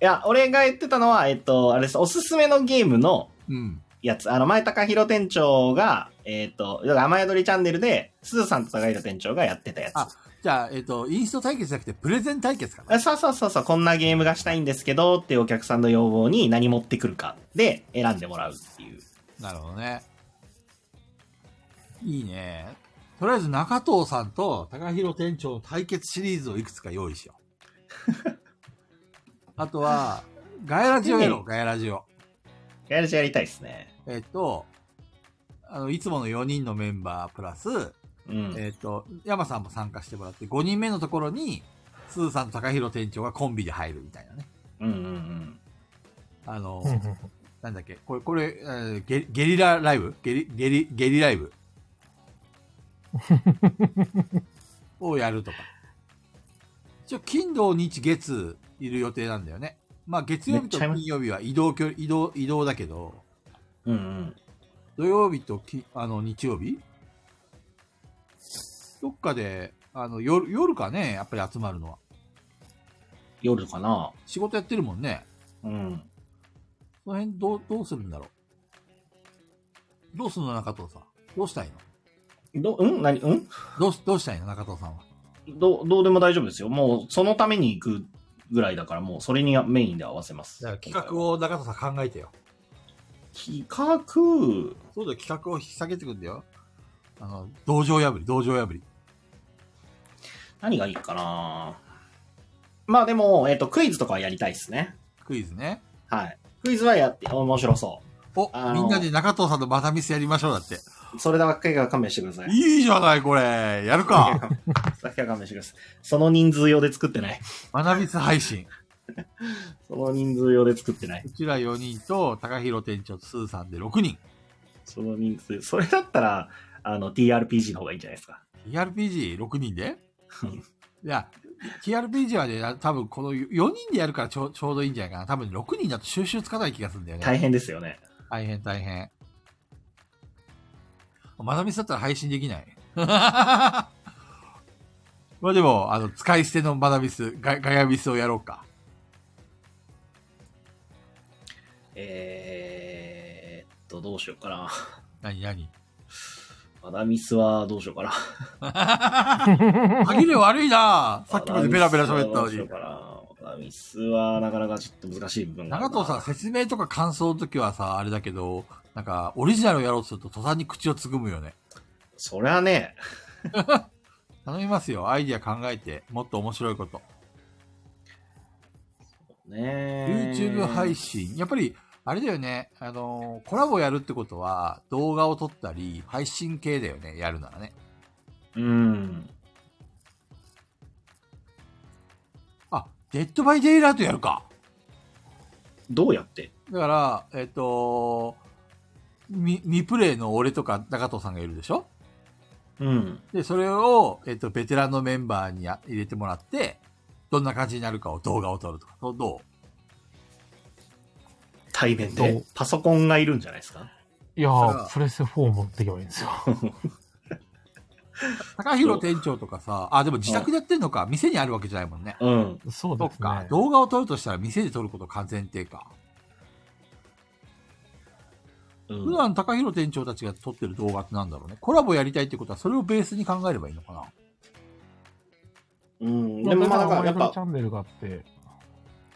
[SPEAKER 1] た
[SPEAKER 3] や、俺が言ってたのは、えっと、あれです、おすすめのゲームの
[SPEAKER 1] うん。
[SPEAKER 3] やつ。あの、前高弘店長が、えっと、だから雨宿りチャンネルで、すずさんと高弘店長がやってたやつ。
[SPEAKER 1] あじゃあ、えっ、と、インスタ対決じゃなくて、プレゼン対決かな。
[SPEAKER 3] あそうそうそうそう、こんなゲームがしたいんですけど、っていうお客さんの要望に何持ってくるかで選んでもらうっていう。
[SPEAKER 1] なるほどね。いいね。とりあえず、中藤さんと高弘店長の対決シリーズをいくつか用意しよう。あとは、ガヤラジオやろう、ガヤラジオ。
[SPEAKER 3] やりやりたいですね。
[SPEAKER 1] えっ、と、あの、いつもの4人のメンバープラス、
[SPEAKER 3] うん。
[SPEAKER 1] えっ、と、山さんも参加してもらって、5人目のところに、すーさんと高弘店長がコンビで入るみたいなね。
[SPEAKER 3] うんうんうん。
[SPEAKER 1] あの、
[SPEAKER 2] うんうん
[SPEAKER 1] なんだっけ、これ、これ、えーゲリゲリラライブゲリ、ゲリ、ゲリライ ブをやるとか。一応、金土日月いる予定なんだよね。まあ、月曜日と
[SPEAKER 3] めっちゃいま
[SPEAKER 1] 金曜日は移動距離、移動、移動だけど、
[SPEAKER 3] うんうん。
[SPEAKER 1] 土曜日ときあの日曜日どっかで、あの、夜、夜かね、やっぱり集まるのは。
[SPEAKER 3] 夜かな
[SPEAKER 1] 仕事やってるもんね。
[SPEAKER 3] うん。
[SPEAKER 1] その辺どう、どうするんだろう。どうするの、中藤さん。どうしたいの
[SPEAKER 3] ど、うん何うん
[SPEAKER 1] どうし、どうしたいの中藤さんは。
[SPEAKER 3] どう、どうでも大丈夫ですよ。もう、そのために行くぐらいだから、もう、それにメインで合わせます。を。
[SPEAKER 1] を中藤さん考えてよ。
[SPEAKER 3] 企画、
[SPEAKER 1] そうだよ、企画を引き下げてくんだよ。あの、道場破り、道場破り。
[SPEAKER 3] 何がいいかなまあでも、えっ、と、クイズとかはやりたいですね。
[SPEAKER 1] クイズね。
[SPEAKER 3] はい。クイズはやって、面白そ
[SPEAKER 1] お
[SPEAKER 3] あ、の
[SPEAKER 1] みんなで中藤さんのまたミスやりましょうだって。
[SPEAKER 3] う。それだけが勘弁してください。
[SPEAKER 1] いいじゃない、これ。やるか。
[SPEAKER 3] それだけは勘弁してください。その人数用で作ってない。
[SPEAKER 1] まなみす配信。。
[SPEAKER 3] その人数用で作ってないう
[SPEAKER 1] ちら4人と、高弘店長とスーさんで6人。
[SPEAKER 3] その人数、それだったら、あの、TRPG の方がいいんじゃないですか。
[SPEAKER 1] TRPG6 人 で
[SPEAKER 3] うん
[SPEAKER 1] いや、TRPG はね、な多分この4人でやるからちょちょうどいいんじゃないかな。多分6人だと収集つかない気がするんだよね。
[SPEAKER 3] 大変ですよね。
[SPEAKER 1] 大変大変。まなみさんだったら配信でき ない。まあでも、あの、使い捨てのまなみス、ガガヤミスをやろうか。
[SPEAKER 3] えーっと、どうしようかな。
[SPEAKER 1] 何何
[SPEAKER 3] マダミスはどうしようかな。
[SPEAKER 1] 歯切れ悪い なさっきまでベラベラ喋ったの
[SPEAKER 3] どうしよう
[SPEAKER 1] に。
[SPEAKER 3] かな。マダミスはなかなかちょっと難しい部分がある
[SPEAKER 1] 長
[SPEAKER 3] な
[SPEAKER 1] 藤さん、説明とか感想の時はさ、あれだけど、なんか、オリジナルをやろうとすると、途端に口をつぐむよね。
[SPEAKER 3] そりゃね、
[SPEAKER 1] 頼みますよ。アイディア考えて、もっと面白いこと。
[SPEAKER 3] ね
[SPEAKER 1] YouTube 配信。やっぱり、あれだよね。あのーコラボやるってことは、動画を撮ったり、配信系だよね。やるならね。
[SPEAKER 3] うん。
[SPEAKER 1] あ、デッドバイデイライトやるか。
[SPEAKER 3] どうやって
[SPEAKER 1] だから、えっ、と、み未プレイの俺とか中藤さんがいるでしょ
[SPEAKER 3] うん。
[SPEAKER 1] で、それを、えっ、と、ベテランのメンバーにや入れてもらって、どんな感じになるかを動画を撮るとか。どうど
[SPEAKER 3] 対面
[SPEAKER 2] ど
[SPEAKER 3] で
[SPEAKER 2] う。
[SPEAKER 3] パソコンがいるんじゃないですか
[SPEAKER 2] いや
[SPEAKER 1] さあ
[SPEAKER 2] ー、プレス4持ってけばいいんですよ。
[SPEAKER 1] う高弘店長とかさ、あ、でも自宅でやってんのか。店にあるわけじゃないもんね。
[SPEAKER 3] うん。
[SPEAKER 2] そう
[SPEAKER 1] そ
[SPEAKER 2] で
[SPEAKER 1] っ
[SPEAKER 2] す
[SPEAKER 1] か
[SPEAKER 2] ね。。
[SPEAKER 1] 動画を撮るとしたら店で撮ること完全定か。
[SPEAKER 3] うん
[SPEAKER 1] 普段高弘店長たちが撮ってる動画ってなんだろうね。コラボやりたいってことは、それをベースに考えればいいのかな。
[SPEAKER 3] うん。
[SPEAKER 2] ま
[SPEAKER 3] で
[SPEAKER 2] あ
[SPEAKER 3] もまあ
[SPEAKER 2] だ
[SPEAKER 3] だ
[SPEAKER 2] か
[SPEAKER 3] から
[SPEAKER 2] や
[SPEAKER 3] らや
[SPEAKER 2] っ
[SPEAKER 3] っ
[SPEAKER 2] ぱ
[SPEAKER 3] ぱ
[SPEAKER 2] チャ、ンネルがあ って、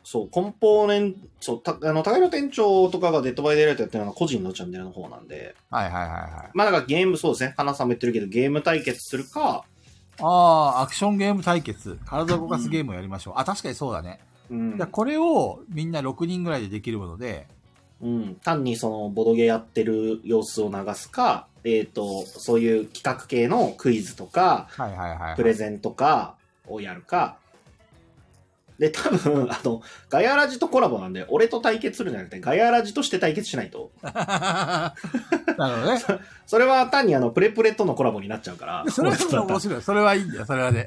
[SPEAKER 3] そう、コンポーネント、そう、たあの、高弘店長とかがデッドバイデイライトやってるのは個人のチャンネルの方なんで、
[SPEAKER 1] はいはいはいはい。
[SPEAKER 3] まあだからゲーム、そうですね。花さんも言ってるけど、ゲーム対決するか、
[SPEAKER 1] ああー、アクションゲーム対決。体を動かすゲームをやりましょう。あ、確かにそうだね。
[SPEAKER 3] うん
[SPEAKER 1] じゃあこれをみんな6人ぐらいでできるもので、
[SPEAKER 3] うん、単にそのボドゲやってる様子を流すか、えっ、と、そういう企画系のクイズとか、
[SPEAKER 1] はいはいはい、はい
[SPEAKER 3] プレゼンとかをやるか、で、多分、あの、ガヤラジとコラボなんで、俺と対決するんじゃなくて、ガヤラジとして対決しないと。
[SPEAKER 1] なる ほどね。
[SPEAKER 3] それは単にあの、プレプレとのコラボになっちゃう から。
[SPEAKER 1] それはそれは面白い。それはいいんだよ、それはね。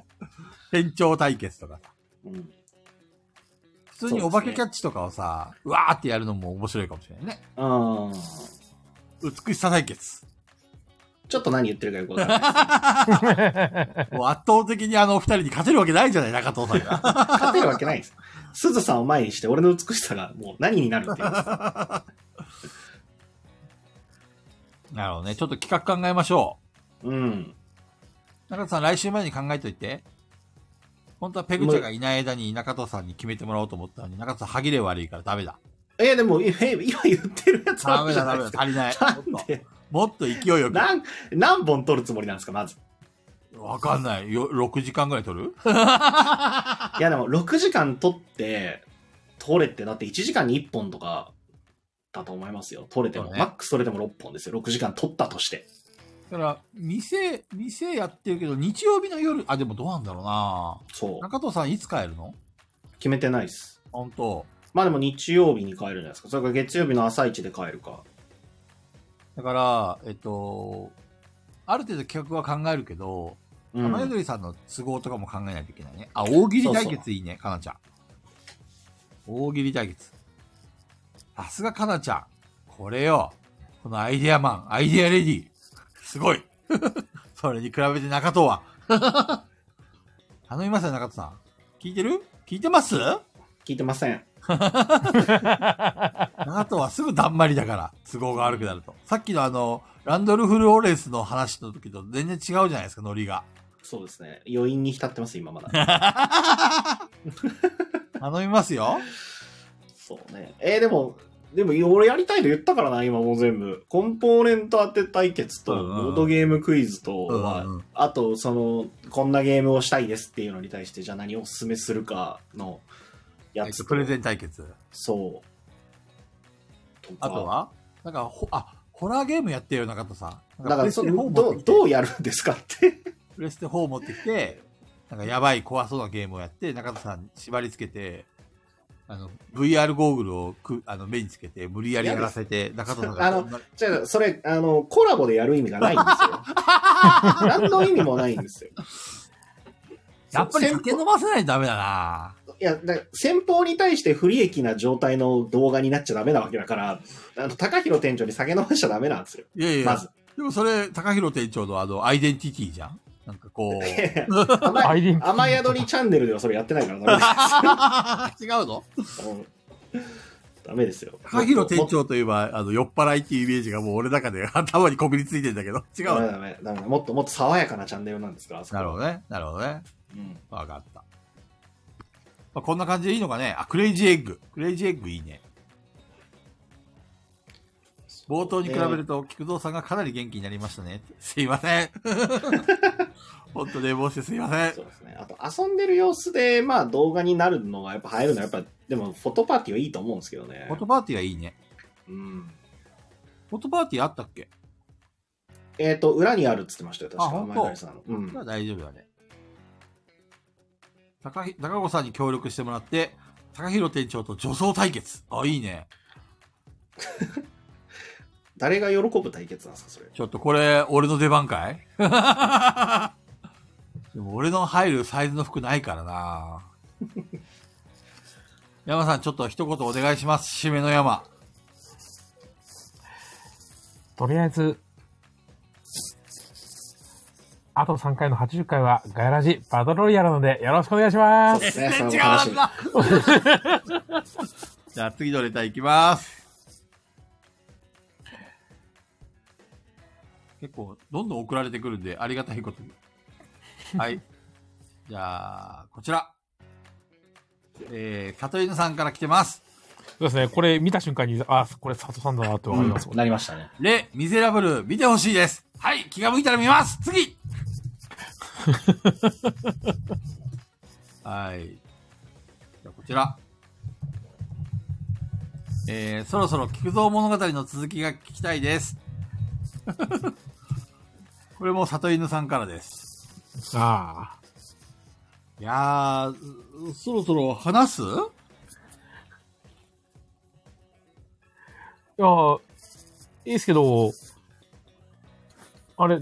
[SPEAKER 1] 店長対決とかさ。
[SPEAKER 3] うんうん
[SPEAKER 1] 普通にお化けキャッチとかをさ、うわーってやるのも面白いかもしれないね。
[SPEAKER 3] うん。
[SPEAKER 1] 美しさ対決。
[SPEAKER 3] ちょっと何言ってるかよくわかんない。
[SPEAKER 1] もう圧倒的にあのお二人に勝てるわけないじゃない、中藤さんが。
[SPEAKER 3] 勝てるわけない です。すずさんを前にして、俺の美しさがもう何になるっていう。
[SPEAKER 1] なるほどね。ちょっと企画考えましょ
[SPEAKER 3] うん。
[SPEAKER 1] う。中藤さん、来週までに考えといて。本当はペグちゃんがいない間に中藤さんに決めてもらおうと思ったのに、中藤さん歯切れ悪いからダメだ。
[SPEAKER 3] え、でも、え今言ってるやつあ
[SPEAKER 1] ダ
[SPEAKER 3] る
[SPEAKER 1] メ
[SPEAKER 3] じ
[SPEAKER 1] だ、
[SPEAKER 3] ゃな
[SPEAKER 1] ダ
[SPEAKER 3] いで
[SPEAKER 1] メ
[SPEAKER 3] す
[SPEAKER 1] だ、
[SPEAKER 3] か。
[SPEAKER 1] 足りない。もっ
[SPEAKER 3] なん
[SPEAKER 1] と
[SPEAKER 3] で、
[SPEAKER 1] もっと勢いよく。
[SPEAKER 3] なん何本撮るつもりなんですか、まず。
[SPEAKER 1] わかんない。よ、6時間ぐらい撮る
[SPEAKER 3] いや、でも、6時間撮って、撮れって、だって1時間に1本とか、だと思いますよ。撮れて
[SPEAKER 1] そ
[SPEAKER 3] も、
[SPEAKER 1] うね
[SPEAKER 3] マックスそれでも6本ですよ。6時間撮ったとして。
[SPEAKER 1] だから、店、店やってるけど、日曜日の夜、あ、でもどうなんだろうな
[SPEAKER 3] そう。
[SPEAKER 1] 中藤さんいつ帰るの
[SPEAKER 3] 決めてないです。
[SPEAKER 1] 本当
[SPEAKER 3] まあでも日曜日に帰るんじゃないですか。それから月曜日の朝一で帰るか。
[SPEAKER 1] だから、えっと、ある程度企画は考えるけど、
[SPEAKER 3] う
[SPEAKER 1] 玉
[SPEAKER 3] ん。
[SPEAKER 1] 宿さんの都合とかも考えないといけないね。あ、大喜利対
[SPEAKER 3] そう
[SPEAKER 1] 決いいね、かなちゃん。大喜利対決。さすがかなちゃん。これよ。このアイデアマン、アイデアレディ。すごい。 それに比べて中藤は。頼みますよ、中藤さん。聞いてる聞いてます
[SPEAKER 3] 聞いてません。
[SPEAKER 1] 中藤はすぐだんまりだから、都合が悪くなると。さっきのあの、ランドルフル・オレスの話の時と全然違うじゃないですか、ノリが。
[SPEAKER 3] そうですね。余韻に浸ってます、今ま だ。
[SPEAKER 1] 頼みますよ。
[SPEAKER 3] そうね。えーでも、でも、俺やりたいの言ったからな、今もう全部。コンポーネント当て対決と、
[SPEAKER 1] うんうんうん
[SPEAKER 3] ボードゲームクイズとは、
[SPEAKER 1] うんうん
[SPEAKER 3] あと、その、こんなゲームをしたいですっていうのに対して、じゃあ何をおすすめするかのや
[SPEAKER 1] えっ
[SPEAKER 3] つ
[SPEAKER 1] と、
[SPEAKER 3] と
[SPEAKER 1] プレゼン対決。
[SPEAKER 3] そう。とか
[SPEAKER 1] あとはなんか、ほ、あ、ホラーゲームやってるよ、中田さん。
[SPEAKER 3] だからそ
[SPEAKER 1] そ
[SPEAKER 3] の
[SPEAKER 1] の、
[SPEAKER 3] どう、どうやるんですかって。
[SPEAKER 1] プレステ4持ってきて、なんかやばい怖そうなゲームをやって、中田さん縛り付けて、あの、VR ゴーグルをく、あの、目につけて、無理やりやらせて、中田さんが。
[SPEAKER 3] あのじゃあ、それ、あの、コラボでやる意味がないんで すよ。 何の意味もないんですよ。
[SPEAKER 1] やっぱり
[SPEAKER 3] そう
[SPEAKER 1] 酒飲ませないとダメだない
[SPEAKER 3] や、だ先方に対して不利益な状態の動画になっちゃダメなわけだから、あの、高広店長に酒飲ましちゃダメなんですよ。
[SPEAKER 1] いやいや、
[SPEAKER 3] まず。
[SPEAKER 1] でもそれ、高弘店長のあの、アイデンティティじゃんなんかこう。違
[SPEAKER 2] ア
[SPEAKER 3] 甘
[SPEAKER 2] イデンティティ
[SPEAKER 3] 雨宿りチャンネルではそれやってないからダメです
[SPEAKER 1] うの
[SPEAKER 3] うんダメですよ。
[SPEAKER 1] 高弘店長といえば、あの、酔っ払いっていうイメージがもう俺の中で頭にこびりついてんだけど。違
[SPEAKER 3] ダ
[SPEAKER 1] う
[SPEAKER 3] メ
[SPEAKER 1] の
[SPEAKER 3] ダメダメもっともっと爽やかなチャンネルなんですから、あそこ
[SPEAKER 1] なるほどね。なるほどね。
[SPEAKER 3] うん。
[SPEAKER 1] わかった。まあ、こんな感じでいいのかねあ、クレイジーエッグ。クレイジーエッグいいね。冒頭に比べると、菊蔵さんがかなり元気になりましたね。すいません。ほんと寝坊してすいません
[SPEAKER 3] そ。うですね。あと、遊んでる様子で、まあ、動画になるのが、やっぱ入るのは、やっぱ、でも、フォトパーティーはいいと思うんですけどね
[SPEAKER 1] フォ。トパーティーはいいね。
[SPEAKER 3] うん。
[SPEAKER 1] フォトパーティーあったっけ
[SPEAKER 3] えっ、と、裏にあるっつってましたよ、確
[SPEAKER 1] あ
[SPEAKER 3] か、
[SPEAKER 1] 本当
[SPEAKER 3] 前田さんの。う
[SPEAKER 1] じゃあ
[SPEAKER 3] ん。
[SPEAKER 1] 大丈夫だね。高ひ、高子さんに協力してもらって、高弘店長と女装対決。あ、いいね。
[SPEAKER 3] 誰が喜ぶ対決なんですか、それ。
[SPEAKER 1] ちょっとこれ、俺の出番かい でも俺の入るサイズの服ないからな山さん、ちょっと一言お願いします。締めの山。
[SPEAKER 2] とりあえず、あと3回の80回はガヤラジバトルロイヤルなのでよろしくお願いします。
[SPEAKER 3] ね
[SPEAKER 1] 全然
[SPEAKER 3] そ
[SPEAKER 1] 違う
[SPEAKER 3] れも楽しみ
[SPEAKER 1] なじゃあ次のレターいきます。結構、どんどん送られてくるんで、ありがたいことに。はい。じゃあ、こちら。えー、カトリーヌさんから来てます。
[SPEAKER 2] そうですね、これ見た瞬間に、あ、これ佐藤さんだなってわかります
[SPEAKER 3] うん。なりましたね。
[SPEAKER 1] レ・ミゼラブル、見てほしいです。はい、気が向いたら見ます。 次はい。じゃあこちら。えー、そろそろ菊蔵物語の続きが聞きたい です。これも里犬さんからです。
[SPEAKER 2] あ
[SPEAKER 1] いやー、そろそろ話す
[SPEAKER 2] あ。いや、いいですけど、あれ、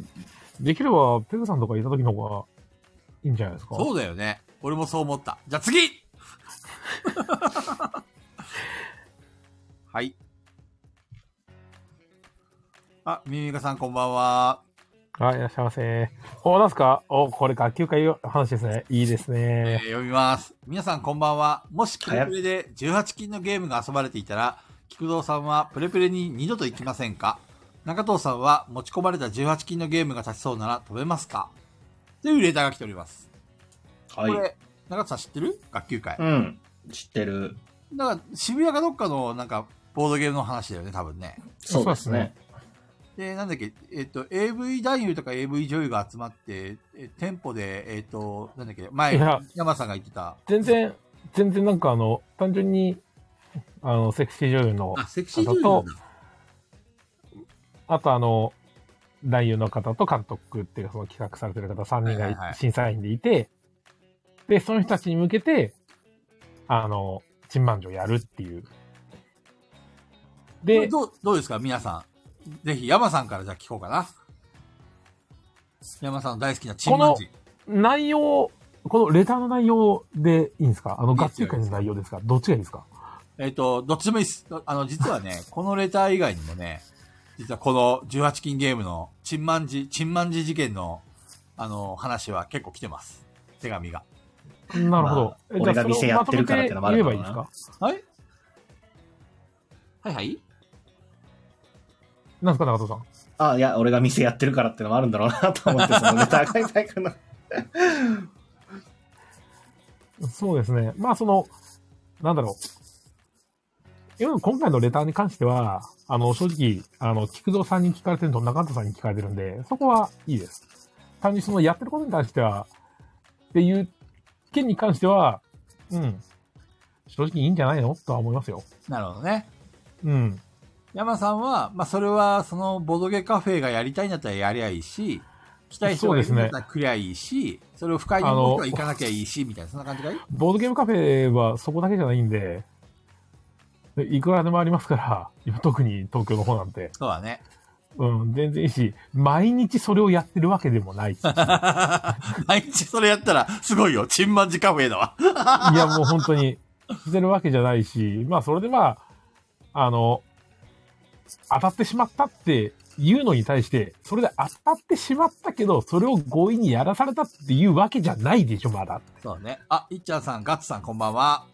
[SPEAKER 2] できればペグさんとかいた時の方がいいんじゃないですか
[SPEAKER 1] そうだよね。俺もそう思った。じゃあ次はい。あ、ミミカさんこんばんは。
[SPEAKER 2] あ、いらっしゃいませ。お、なんすかお、これ学級会の話ですね。いいです
[SPEAKER 1] えー
[SPEAKER 2] ね。
[SPEAKER 1] 読みます。皆さんこんばんは。もしプレプレで18禁のゲームが遊ばれていたら、菊蔵さんはプレプレに二度と行きませんか中藤さんは持ち込まれた18禁のゲームが立ちそうなら飛べますかというレターが来ております。
[SPEAKER 3] は
[SPEAKER 1] こ
[SPEAKER 3] い。
[SPEAKER 1] れ、中藤さん知ってる学級会。
[SPEAKER 3] うん。知ってる。
[SPEAKER 1] だから渋谷かどっかのなんかボードゲームの話だよね、多分ね。
[SPEAKER 3] そうですね。
[SPEAKER 1] で、なんだっけ、えっ、と、AV 男優とか AV 女優が集まって、え店舗で、えっ、と、なんだっけ、前
[SPEAKER 2] いや、
[SPEAKER 1] 山さんが言ってた、
[SPEAKER 2] 全然、全然なんかあの、単純に、あの、セクシー女優の、
[SPEAKER 1] あ、セクシー女優なんだ。
[SPEAKER 2] あとあの、男優の方と監督っていうかその企画されてる方3人
[SPEAKER 1] はいはいは
[SPEAKER 2] が
[SPEAKER 1] い
[SPEAKER 2] 審査員でいて、で、その人たちに向けて、あの、チンマンジョやるっていう。
[SPEAKER 1] これ
[SPEAKER 2] で、
[SPEAKER 1] どう、どうですか、皆さん。ぜひ、山さんからじゃあ聞こうかな。山さんの大好きなチンマンジ。
[SPEAKER 2] 内容、このレターの内容でいいんですかあの、
[SPEAKER 1] いい
[SPEAKER 2] ガ
[SPEAKER 1] で
[SPEAKER 2] ッ
[SPEAKER 1] すよ
[SPEAKER 2] ツ会の内容ですかどっちがいいですか
[SPEAKER 1] えっ、と、どっちでもいいです。あの、実は ね、このレター以外にもね、実はこの18禁ゲームのチンマンジ、チンマンジ事件の、あの、話は結構来てます。手紙が。
[SPEAKER 2] なるほど。えじゃあ
[SPEAKER 3] 俺が店やってるからってのもあるのかな
[SPEAKER 2] それをまとめて言えばいいです
[SPEAKER 1] はいはいはい
[SPEAKER 2] かなんですか、中藤さん。
[SPEAKER 3] あいや、俺が店やってるからってのもあるんだろうなと思って、そのネタ買いたいかな。
[SPEAKER 2] そうですね。まあ、その、なんだろう。今今回のレターに関しては、あの、正直、あの、菊蔵さんに聞かれてるのと中田さんに聞かれてるんで、そこはいいです。単にそのやってることに関しては、っていう件に関しては、うん。正直いいんじゃないのとは思いますよ。
[SPEAKER 1] なるほどね。
[SPEAKER 2] うん。
[SPEAKER 1] 山さんは、まあ、それは、その、ボドゲカフェがやりたいんだったらやりゃいいし、来たい人がいるんだったら来りゃいいし、それを不快に思う人は行かなきゃいいし、みたいな、そんな感じがいい
[SPEAKER 2] ボードゲームカフェはそこだけじゃないんで、でいくらでもありますから、今特に東京の方なんて。
[SPEAKER 1] そうだね。
[SPEAKER 2] うん、全然いいし、毎日それをやってるわけでもないし。
[SPEAKER 1] 毎日それやったら、すごいよ。チンマンジカフェだわ。
[SPEAKER 2] いや、もう本当に、してるわけじゃないし、まあ、それでまあ、あの、当たってしまったっていうのに対して、それで当たってしまったけど、それを強引にやらされたっていうわけじゃないでしょ、まだ。
[SPEAKER 1] そうね。あ、いっちゃんさん、ガッツさん、こんばんは。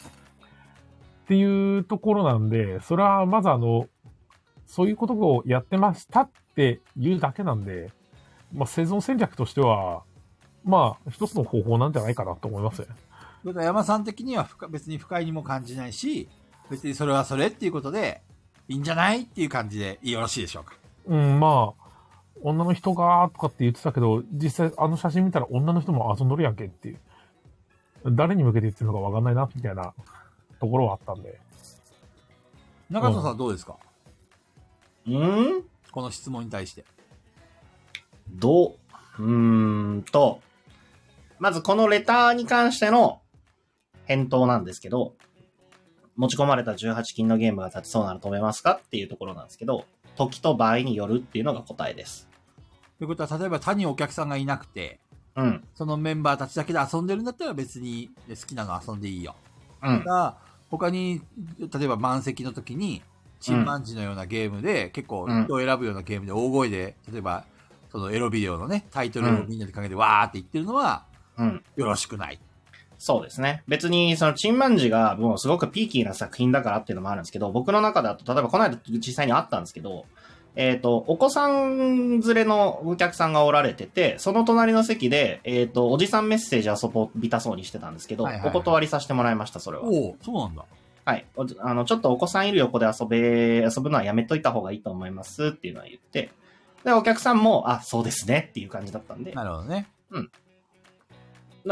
[SPEAKER 2] っていうところなんで、それはまずあの、そういうことをやってましたっていうだけなんで、まあ、生存戦略としては、まあ、一つの方法なんじゃないかなと思いますね。
[SPEAKER 1] だから山さん的には不快別に不快にも感じないし、別にそれはそれっていうことで、いいんじゃないっていう感じでよろしいでしょうか。
[SPEAKER 2] うん、まあ、女の人がとかって言ってたけど、実際あの写真見たら女の人も遊んどるやんけっていう。誰に向けて言ってるのかわかんないな、みたいなところはあったんで。
[SPEAKER 1] 中藤さんはどうですか、
[SPEAKER 3] うん
[SPEAKER 1] この質問に対して。
[SPEAKER 3] どう、うーんと、まずこのレターに関しての返答なんですけど、持ち込まれた18金のゲームが立ちそうなら止めますかっていうところなんですけど、時と場合によるっていうのが答えです。
[SPEAKER 1] ということは、例えば他にお客さんがいなくて、
[SPEAKER 3] うん、
[SPEAKER 1] そのメンバーたちだけで遊んでるんだったら別に好きなの遊んでいいよ。
[SPEAKER 3] うん、
[SPEAKER 1] が、他に、例えば満席の時に、チンパンジーのようなゲームで、結構
[SPEAKER 3] うん
[SPEAKER 1] 人を選ぶようなゲームで大声で、例えば、そのエロビデオのね、タイトルをみんなでかけてわーって言ってるのは、
[SPEAKER 3] うん。
[SPEAKER 1] よろしくない。
[SPEAKER 3] そうですね。別に、その、チンマンジが、もうすごくピーキーな作品だからっていうのもあるんですけど、僕の中だと、例えばこの間実際にあったんですけど、えっ、と、お子さん連れのお客さんがおられてて、その隣の席で、えっ、と、おじさんメッセージ遊びたそうにしてたんですけど、
[SPEAKER 1] はいはいはい
[SPEAKER 3] お断りさせてもらいました、それは。
[SPEAKER 1] おお、そうなんだ。
[SPEAKER 3] はい。おじあの、ちょっとお子さんいる横で遊べ、遊ぶのはやめといた方がいいと思いますっていうのは言って、で、お客さんも、あ、そうですねっていう感じだったんで、
[SPEAKER 1] なるほどね。
[SPEAKER 3] だか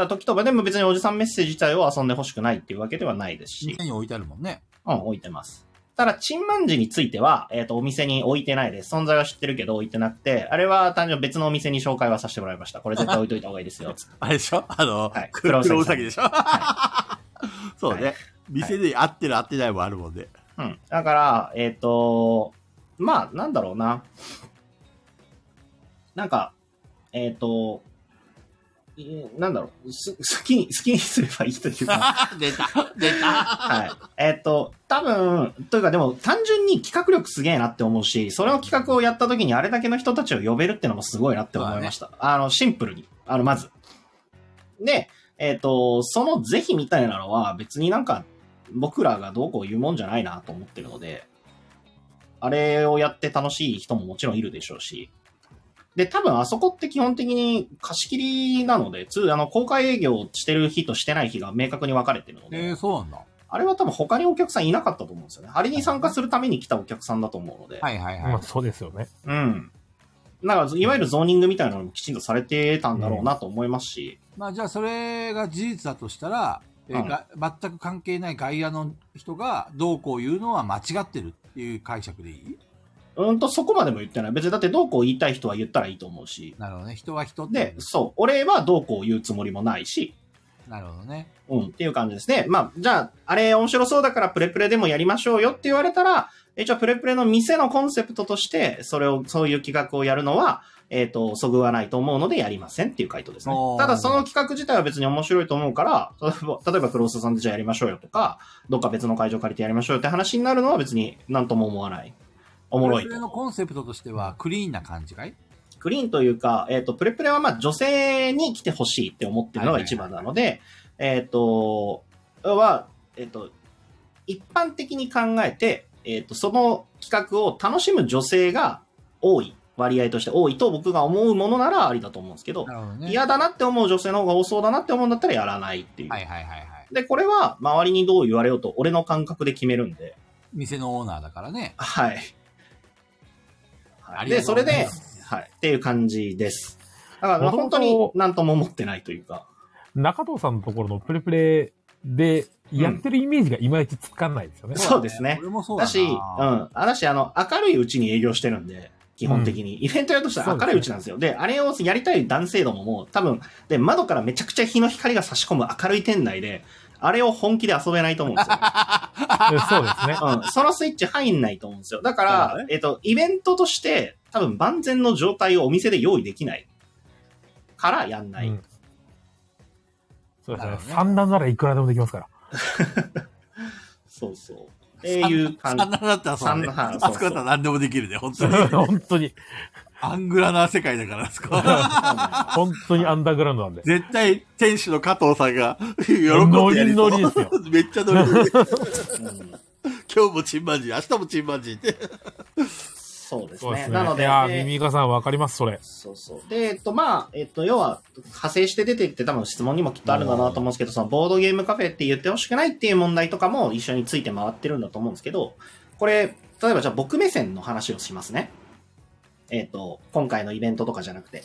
[SPEAKER 3] ら時と場でも別におじさんメッセージ自体を遊んでほしくないっていうわけではないですし、
[SPEAKER 1] 店に置いてあるもんね。
[SPEAKER 3] うん、置いてます。ただ、チンマンジについては、えっ、と、お店に置いてないです。存在は知ってるけど置いてなくて、あれは単純に別のお店に紹介はさせてもらいました。これ絶対置いといた方がいい ですよ。つって
[SPEAKER 1] あれでしょあの、
[SPEAKER 3] はい
[SPEAKER 1] 黒
[SPEAKER 3] 黒
[SPEAKER 1] 黒
[SPEAKER 3] う
[SPEAKER 1] う
[SPEAKER 3] さ
[SPEAKER 1] さぎ
[SPEAKER 3] ぎで
[SPEAKER 1] でしょ、そうね。店で合ってる合ってないもあるもんで。
[SPEAKER 3] うん。だから、えっ、と、まあ、なんだろうな。なんか、えっ、と、いなんだろう、す 好きに、好きにすればいいというか。
[SPEAKER 1] 出た出た
[SPEAKER 3] はい。えっと、多分、というかでも単純に企画力すげえなって思うし、それの企画をやった時にあれだけの人たちを呼べるってのもすごいなって思いました。あの、シンプルに。あの、まず。で、えっと、その是非みたいなのは別になんか僕らがどうこう言うもんじゃないなと思ってるので、あれをやって楽しい人ももちろんいるでしょうし、で、多分あそこって基本的に貸し切りなので、通、あの、公開営業してる日としてない日が明確に分かれてるので、
[SPEAKER 1] えー、そうなんだ。
[SPEAKER 3] あれは多分他にお客さんいなかったと思うんですよね。あれに参加するために来たお客さんだと思うので。
[SPEAKER 1] はいはいはい。
[SPEAKER 5] まあ、そうですよね。
[SPEAKER 3] うん。だから、いわゆるゾーニングみたいなのもきちんとされてたんだろうなと思いますし。
[SPEAKER 1] まあじゃあそれが事実だとしたら、えー
[SPEAKER 3] うん
[SPEAKER 1] が全く関係ない外野の人がどうこう言うのは間違ってるっていう解釈でいい
[SPEAKER 3] うん、と、そこまでも言ってない。別にだってどうこう言いたい人は言ったらいいと思うし。
[SPEAKER 1] なるほどね。人は人って
[SPEAKER 3] で、そう、俺はどうこう言うつもりもないし。
[SPEAKER 1] なるほどね。
[SPEAKER 3] うん、っていう感じですね。まあ、じゃあ、あれ面白そうだからプレプレでもやりましょうよって言われたら、一応プレプレの店のコンセプトとして、それを、そういう企画をやるのは、えっ、と、そぐわないと思うのでやりませんっていう回答ですね
[SPEAKER 1] お。ー
[SPEAKER 3] ただ、その企画自体は別に面白いと思うから、 例えば、例えばクロースさんでじゃあやりましょうよとか、どっか別の会場借りてやりましょうよって話になるのは別に何とも思わない。おもろい
[SPEAKER 1] そ。れのコンセプトとしてはクリーンな感じかい
[SPEAKER 3] クリーンというか、えっ、と、プレプレはまあ女性に来てほしいって思ってるのが一番なので、えっ、と、は、えっ、と、一般的に考えて、えっ、と、その企画を楽しむ女性が多い、割合として多いと僕が思うものならありだと思うんですけど、
[SPEAKER 1] なるほどね。
[SPEAKER 3] 嫌だなって思う女性の方が多そうだなって思うんだったらやらないっていう。
[SPEAKER 1] はいはいはいはい。
[SPEAKER 3] で、これは周りにどう言われようと俺の感覚で決めるんで、
[SPEAKER 1] 店のオーナーだからね。
[SPEAKER 3] はい。
[SPEAKER 1] あ
[SPEAKER 3] はい、
[SPEAKER 1] りが
[SPEAKER 3] で、
[SPEAKER 1] と
[SPEAKER 3] そう
[SPEAKER 1] ご
[SPEAKER 3] れ
[SPEAKER 1] ざい
[SPEAKER 3] で
[SPEAKER 1] ます、
[SPEAKER 3] はい、っていう感じです。だから、まあ本
[SPEAKER 5] 元
[SPEAKER 3] 当
[SPEAKER 5] 々
[SPEAKER 3] に何とも思ってないというか。
[SPEAKER 5] 中藤さんのところのプレプレでやってるイメージがいまいちつかないですよね。
[SPEAKER 3] そうですね
[SPEAKER 1] 俺もそうだ
[SPEAKER 3] だ
[SPEAKER 1] な
[SPEAKER 3] し、うん。あだし、あの、明るいうちに営業してるんで、基本的に。イベントやるとしたら明るいうちなんですよ。であれをやりたい男性どもも、多分、で、窓からめちゃくちゃ日の光が差し込む明るい店内で、あれを本気で遊べないと思うん ですよ。
[SPEAKER 5] うんそうですね。
[SPEAKER 3] うん。そのスイッチ入んないと思うんですよ。だか
[SPEAKER 1] そうだ
[SPEAKER 3] ら
[SPEAKER 1] ね、
[SPEAKER 3] えっと、イベントとして、多分万全の状態をお店で用意できない。からやんない。
[SPEAKER 5] うんそうです
[SPEAKER 1] な
[SPEAKER 5] ね
[SPEAKER 1] るほ。どね
[SPEAKER 5] 三段ならいくらでもできますから。
[SPEAKER 3] そうそう。っていう感じ
[SPEAKER 1] 三。段だったらそうだね。
[SPEAKER 3] 三段はい
[SPEAKER 1] あそこだったら何でもできるね、本当に。
[SPEAKER 5] 本当に、
[SPEAKER 1] アングラな世界だから、あそこ。
[SPEAKER 5] 本当にアンダーグラウンドなんで。
[SPEAKER 1] 絶対、店主の加藤さんが 喜んでやりそう
[SPEAKER 5] ノリノリですよ
[SPEAKER 1] めっちゃノリノリ。
[SPEAKER 3] うん
[SPEAKER 1] 今日もチンパンジー、明日もチンパンジーって。
[SPEAKER 3] そうです
[SPEAKER 5] そうで
[SPEAKER 3] ね。
[SPEAKER 5] すね。
[SPEAKER 3] なので、
[SPEAKER 5] いや
[SPEAKER 3] で
[SPEAKER 5] ー、ミミカさんわかります、それ。
[SPEAKER 3] そうそう。で、えっと、まあ、えっと、要は、派生して出てって多分質問にもきっとあるんだなと思うんですけど、そのボードゲームカフェって言ってほしくないっていう問題とかも一緒について回ってるんだと思うんですけど、これ、例えばじゃあ僕目線の話をしますね。えっと、今回のイベントとかじゃなくて。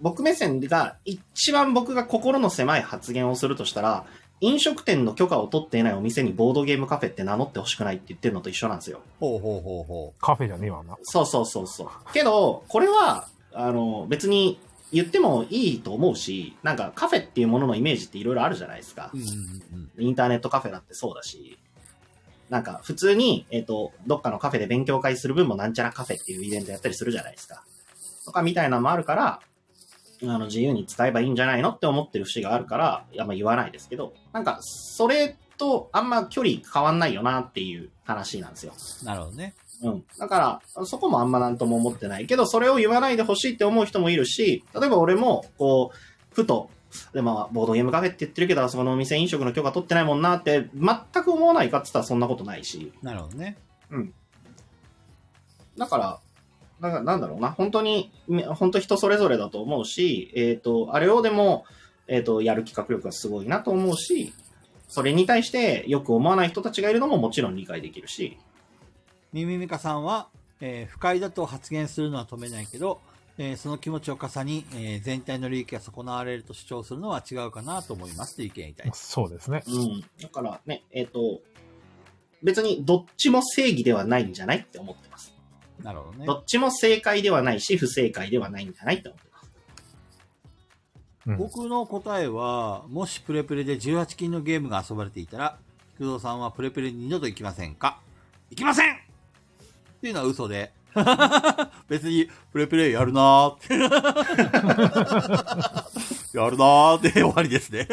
[SPEAKER 3] 僕目線が一番僕が心の狭い発言をするとしたら、飲食店の許可を取っていないお店にボードゲームカフェって名乗ってほしくないって言ってるのと一緒なんですよ。
[SPEAKER 1] ほうほうほうほ
[SPEAKER 5] カフェじゃねえわな。
[SPEAKER 3] そうそうそうそう。けど、これは、あの、別に、言ってもいいと思うし、なんかカフェっていうもののイメージっていろいろあるじゃないですか。インターネットカフェだってそうだし、なんか普通に、えっ、と、どっかのカフェで勉強会する分もなんちゃらカフェっていうイベントやったりするじゃないですか。とかみたいなのもあるから、あの、自由に使えばいいんじゃないのって思ってる節があるから、あんま言わないですけど、なんか、それとあんま距離変わんないよなっていう話なんですよ。
[SPEAKER 1] なるほどね。
[SPEAKER 3] うん。だから、そこもあんまなんとも思ってないけど、それを言わないでほしいって思う人もいるし、例えば俺も、こう、ふと、で、まあ、ボードゲームカフェって言ってるけど、あそこのお店飲食の許可取ってないもんなって、全く思わないかって言ったらそんなことないし。
[SPEAKER 1] なるほどね。
[SPEAKER 3] だから、なんかなんだろうな、本当に、み本当人それぞれだと思うし、えっ、と、あれをでも、えっ、と、やる企画力がすごいなと思うし、それに対してよく思わない人たちがいるのももちろん理解できるし、
[SPEAKER 1] ミミミカさんは、えー不快だと発言するのは止めないけど、えーその気持ちを重に、えー全体の利益が損なわれると主張するのは違うかなと思いますという意見に対して。
[SPEAKER 5] そうですね。
[SPEAKER 3] うん。だからね、えっ、と、別にどっちも正義ではないんじゃないって思ってます。
[SPEAKER 1] なるほどね
[SPEAKER 3] ど。っちも正解ではないし、不正解ではないんじゃないって思ってます。
[SPEAKER 5] うん
[SPEAKER 1] 僕の答えは、もしプレプレで18金のゲームが遊ばれていたら、工藤さんはプレプレに二度と行きませんか行きませんっていうのは嘘で。 別に、プレプレやるなーって。やるなー って終わりですね。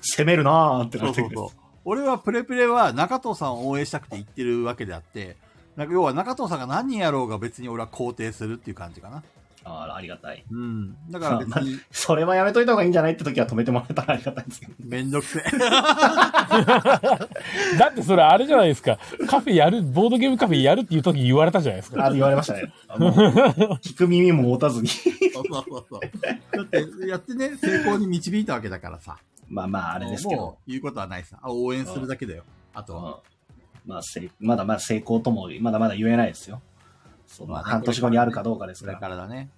[SPEAKER 3] 攻めるなーって
[SPEAKER 1] そうそうそう。俺はプレプレは中藤さんを応援したくて言ってるわけであって、なんか要は中藤さんが何人やろうが別に俺は肯定するっていう感じかな。
[SPEAKER 3] ああ、ありがたい。
[SPEAKER 1] うん。だから別に、
[SPEAKER 3] それはやめといた方がいいんじゃないって時は止めてもらえたらありがたいですけど。
[SPEAKER 1] めんどくせえ。
[SPEAKER 5] だってそれあれじゃないですか。カフェやる、ボードゲームカフェやるっていう時に言われたじゃないですか。
[SPEAKER 3] あ言われましたね。あもう聞く耳も持たずに。
[SPEAKER 1] そうそうそうそう。だって、やってね、成功に導いたわけだからさ。
[SPEAKER 3] まあまあ、あれですけど
[SPEAKER 1] も。う言うことはないさ。あ応援するだけだよ。あとは。
[SPEAKER 3] うんまあ、せいまだまだ成功とも、まだまだ言えないですよ。その
[SPEAKER 1] まあね
[SPEAKER 3] 半年後にあるかどうかです
[SPEAKER 1] そ
[SPEAKER 3] か
[SPEAKER 1] れ
[SPEAKER 3] ら。
[SPEAKER 1] からだね。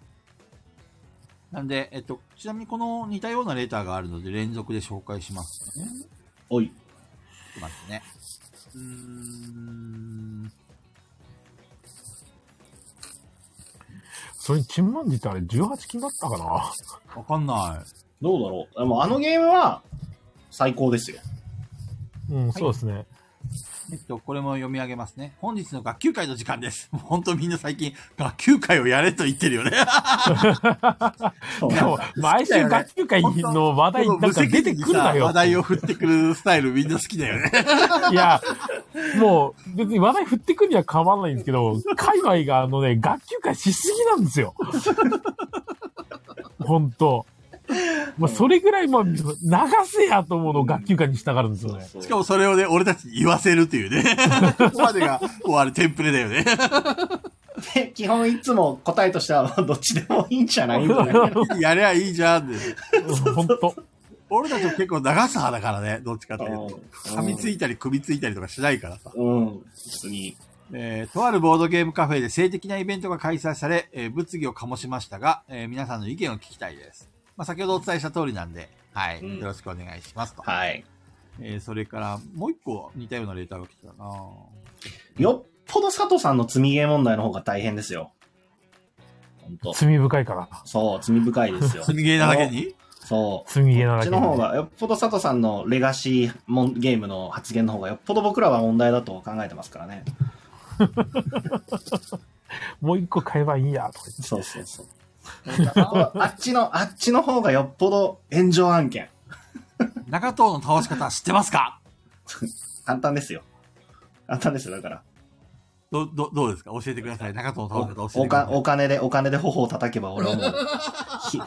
[SPEAKER 1] なんで、えっと、ちなみにこの似たようなレターがあるので連続で紹介しますね。
[SPEAKER 3] おい。
[SPEAKER 1] ちょっと待ってね。うーん。
[SPEAKER 5] それ、チンマンジってあれ18金だったかな
[SPEAKER 1] わかんない。
[SPEAKER 3] どうだろう。でもあのゲームは最高ですよ。
[SPEAKER 5] うん、そうですね。
[SPEAKER 1] えっと、これも読み上げますね。本日の学級会の時間です。 もう本当みんな最近、学級会をやれと言ってるよね。
[SPEAKER 5] でも、毎週学級会の話題なんか出てくるな
[SPEAKER 1] こ の無責任にさ
[SPEAKER 5] よ
[SPEAKER 1] 話。題を振ってくるスタイルみんな好きだよね。
[SPEAKER 5] いや、もう、別に話題振ってくるには構わないんですけど、界隈があのね、学級会しすぎなんですよ。 ほんと。まあ、それぐらい、まあ、流せやと思うのを学級会にしたがるんですよね。
[SPEAKER 3] そう
[SPEAKER 1] しかもそれをね、俺たちに言わせると いうね。ここまでが、もうあれテンプレだよね。
[SPEAKER 3] で基本いつも答えとしては、 どっちでもいいんじゃないみたいな。
[SPEAKER 1] やりゃいいじゃんって。
[SPEAKER 5] ほんと。
[SPEAKER 1] 俺たちも結構流す派だからね、どっちかっていう
[SPEAKER 3] うん
[SPEAKER 1] と。噛みついたり首ついたりとかしないからさ。
[SPEAKER 3] うん。別に。
[SPEAKER 1] えーとあるボードゲームカフェで性的なイベントが開催され、えー物議を醸しましたが、えー皆さんの意見を聞きたいです。まあ、先ほどお伝えした通りなんで、はい、
[SPEAKER 3] うん
[SPEAKER 1] よろしくお願いしますと。
[SPEAKER 3] はい。
[SPEAKER 1] えーそれから、もう一個似たようなレターが来たな
[SPEAKER 3] よっぽど佐藤さんの積みゲー問題の方が大変ですよ。本当。
[SPEAKER 5] 罪深いから。
[SPEAKER 3] そう、罪深いですよ。
[SPEAKER 1] 積みゲーなだけに
[SPEAKER 3] そう。
[SPEAKER 5] 罪ゲーなだ
[SPEAKER 3] こっ
[SPEAKER 5] け
[SPEAKER 3] ち
[SPEAKER 5] で
[SPEAKER 3] の方が、よっぽど佐藤さんのレガシーもんゲームの発言の方が、よっぽど僕らは問題だと考えてますからね。
[SPEAKER 5] もう一個買えばいいや、とか言って。
[SPEAKER 3] そうそうそう。あっちの、あっちの方がよっぽど炎上案件。
[SPEAKER 1] 中藤の倒し方知ってますか
[SPEAKER 3] 簡単ですよ。簡単ですよ、だから。
[SPEAKER 1] ど、ど、どうですか教えてください。中藤の倒し方教え
[SPEAKER 3] お
[SPEAKER 1] てくだ
[SPEAKER 3] か
[SPEAKER 1] さい。
[SPEAKER 3] お金で、お金で頬を叩けば俺はもう、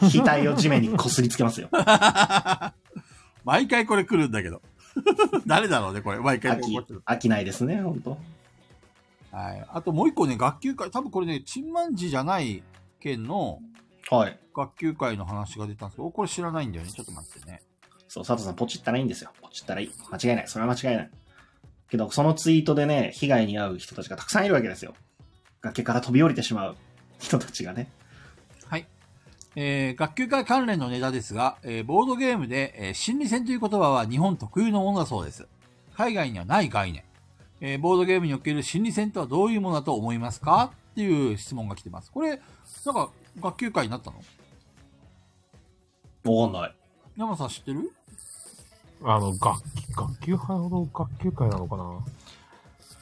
[SPEAKER 3] ひ額を地面にこすりつけますよ。
[SPEAKER 1] 毎回これ来るんだけど。 誰だろうね、これ。毎回
[SPEAKER 3] 飽
[SPEAKER 1] こ
[SPEAKER 3] き
[SPEAKER 1] う。、
[SPEAKER 3] 飽きないですね、本当
[SPEAKER 1] はい。あともう一個ね、学級会、多分これね、チンマンジじゃない県の
[SPEAKER 3] はい。
[SPEAKER 1] 学級会の話が出たんですけど、これ知らないんだよね。ちょっと待ってね。
[SPEAKER 3] そう、佐藤さん、ポチったらいいんですよ。ポチったらいい。間違いない。それは間違いない。けど、そのツイートでね、被害に遭う人たちがたくさんいるわけですよ。崖から飛び降りてしまう人たちがね。
[SPEAKER 1] はい。えー、学級会関連のネタですが、えーボードゲームで、えー心理戦という言葉は日本特有のものだそうです。海外にはない概念。えーボードゲームにおける心理戦とはどういうものだと思いますかっていう質問が来てます。これ、なんか、学級会になったの
[SPEAKER 3] わかんない。
[SPEAKER 6] 山さん知ってる
[SPEAKER 2] あの、学級、学級派の学級会なのかな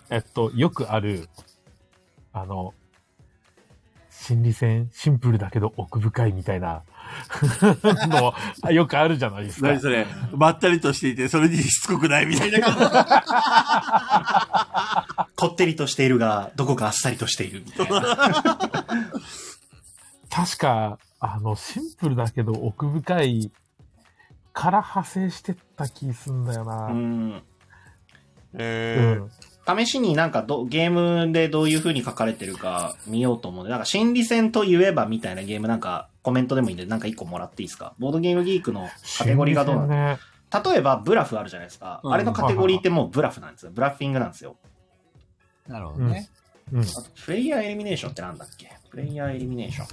[SPEAKER 2] えっと、よくある、あの、心理戦、シンプルだけど奥深いみたいな の、よくあるじゃないですか
[SPEAKER 1] 何。それまったりとしていて、それにしつこくないみたいな感
[SPEAKER 3] こってりとしているが、どこかあっさりとしているみたいな。
[SPEAKER 2] 確か、あの、シンプルだけど奥深いから派生してった気すんだよな。
[SPEAKER 3] うん。
[SPEAKER 1] じ。
[SPEAKER 2] うん
[SPEAKER 3] 試しになんかど、ゲームでどういう風に書かれてるか見ようと思うんで、なんか心理戦と言えばみたいなゲームなんか、コメントでもいいんで、なんか一個もらっていいですかボードゲームギークのカテゴリーがどうなの
[SPEAKER 2] 心理戦ね
[SPEAKER 3] 例えばブラフあるじゃないですか。
[SPEAKER 1] うん
[SPEAKER 3] あれのカテゴリーってもうブラフなんですよ。ブラッフィングなんですよ。
[SPEAKER 6] なるほどね。
[SPEAKER 2] うん。
[SPEAKER 3] あとプレイヤーエリミネーションってなんだっけプレイヤーエリミネーション。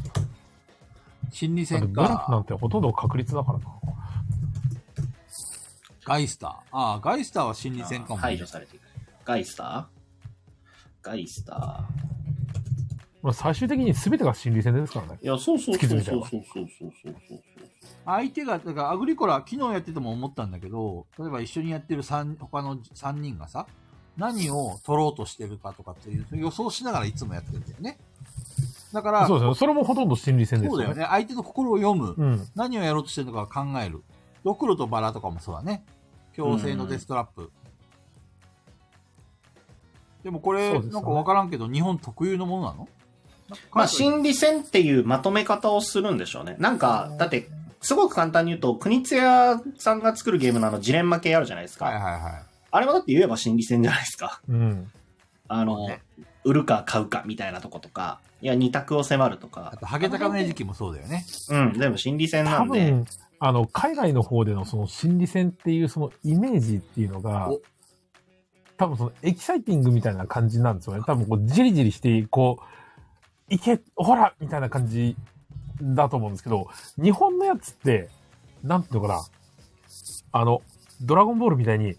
[SPEAKER 6] 心理
[SPEAKER 2] だって
[SPEAKER 6] 戦
[SPEAKER 2] ブラフな
[SPEAKER 6] か、
[SPEAKER 2] んてほとんど確率だからな。
[SPEAKER 6] ガイスター。ああ、ガイスターは心理戦かも、
[SPEAKER 3] 排除されていく。ガイスターガイスタ
[SPEAKER 2] まあ最終的に全てが心理戦ですからね。
[SPEAKER 3] ー。いや、そうそう
[SPEAKER 2] 突き
[SPEAKER 3] そ
[SPEAKER 2] 詰
[SPEAKER 3] う
[SPEAKER 2] めちゃ
[SPEAKER 3] そ
[SPEAKER 2] え
[SPEAKER 3] う
[SPEAKER 2] ば
[SPEAKER 3] そうそうそうそうそう
[SPEAKER 6] 相手が、だからアグリコラ、昨日やってても思ったんだけど、例えば一緒にやってる三他の3人がさ、何を取ろうとしてるかとかっていう予想しながらいつもやってるんだよね。だから、
[SPEAKER 2] そうですね。それもほとんど心理戦です
[SPEAKER 6] そう
[SPEAKER 2] よ
[SPEAKER 6] だよ
[SPEAKER 2] ね。
[SPEAKER 6] ね。相手の心を読む。
[SPEAKER 2] うん。
[SPEAKER 6] 何をやろうとしてるのかを考える。ドクロとバラとかもそうだね。強制のデストラップ。でもこれ、
[SPEAKER 2] そうですよね
[SPEAKER 6] なんかわからんけど、日本特有のものなの
[SPEAKER 3] まあ、心理戦っていうまとめ方をするんでしょうね。なんか、だって、すごく簡単に言うと、国津屋さんが作るゲームのあのジレンマ系あるじゃないですか。
[SPEAKER 6] はいはいはい。
[SPEAKER 3] あれもだって言えば心理戦じゃないです か。
[SPEAKER 2] うん。
[SPEAKER 3] あの、売るか買うかみたいなとことか、いや、二択を迫ると
[SPEAKER 6] あ
[SPEAKER 3] か、
[SPEAKER 6] と、ハゲタカの餌食もそうだよね。
[SPEAKER 3] うん、全部心理戦な
[SPEAKER 2] 多
[SPEAKER 3] んで。
[SPEAKER 2] 分、あの、海外の方でのその心理戦っていうそのイメージっていうのが
[SPEAKER 6] お、
[SPEAKER 2] 多分そのエキサイティングみたいな感じなんですよね。多分こう、じりじりして、こう、いけ、ほらみたいな感じだと思うんですけど、日本のやつって、なんていうのかな、あの、ドラゴンボールみたいに、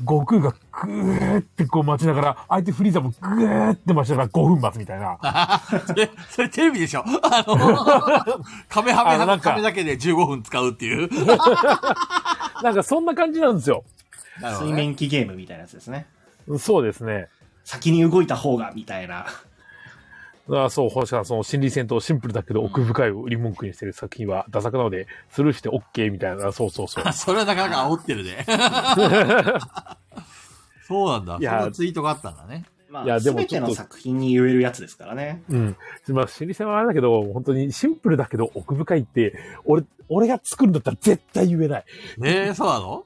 [SPEAKER 2] 悟空がグーってこう待ちながら、相手フリーザもグーって待ちながら5分待つみたいな。
[SPEAKER 1] それ、それテレビでしょ あの、 カメハメ
[SPEAKER 2] あな
[SPEAKER 1] 派の
[SPEAKER 2] んか
[SPEAKER 1] カメだけで15分使うっていう。
[SPEAKER 2] なんかそんな感じなんですよ。
[SPEAKER 1] なるほど
[SPEAKER 3] 水
[SPEAKER 1] ね。
[SPEAKER 3] 面機ゲームみたいなやつですね。
[SPEAKER 2] そうですね。
[SPEAKER 3] 先に動いた方が、みたいな。
[SPEAKER 2] ああそう、星さん、その心理戦とシンプルだけど奥深いを売り文句にしてる作品は、ダサくなので、スルーして OK みたいな、そうそうそ う。
[SPEAKER 1] それはなかなか煽ってるね。 そうなんだ。
[SPEAKER 2] いや
[SPEAKER 1] そんなツイートがあったんだね。
[SPEAKER 3] ま
[SPEAKER 2] いや
[SPEAKER 3] あ、
[SPEAKER 2] ですも
[SPEAKER 3] べ
[SPEAKER 2] ちょ
[SPEAKER 3] て
[SPEAKER 2] っと
[SPEAKER 3] の作品に言えるやつですからね。
[SPEAKER 2] うん。まあ、心理戦はあれだけど、本当にシンプルだけど奥深いって、俺、俺が作るんだったら絶対言えない。
[SPEAKER 1] ええそうなの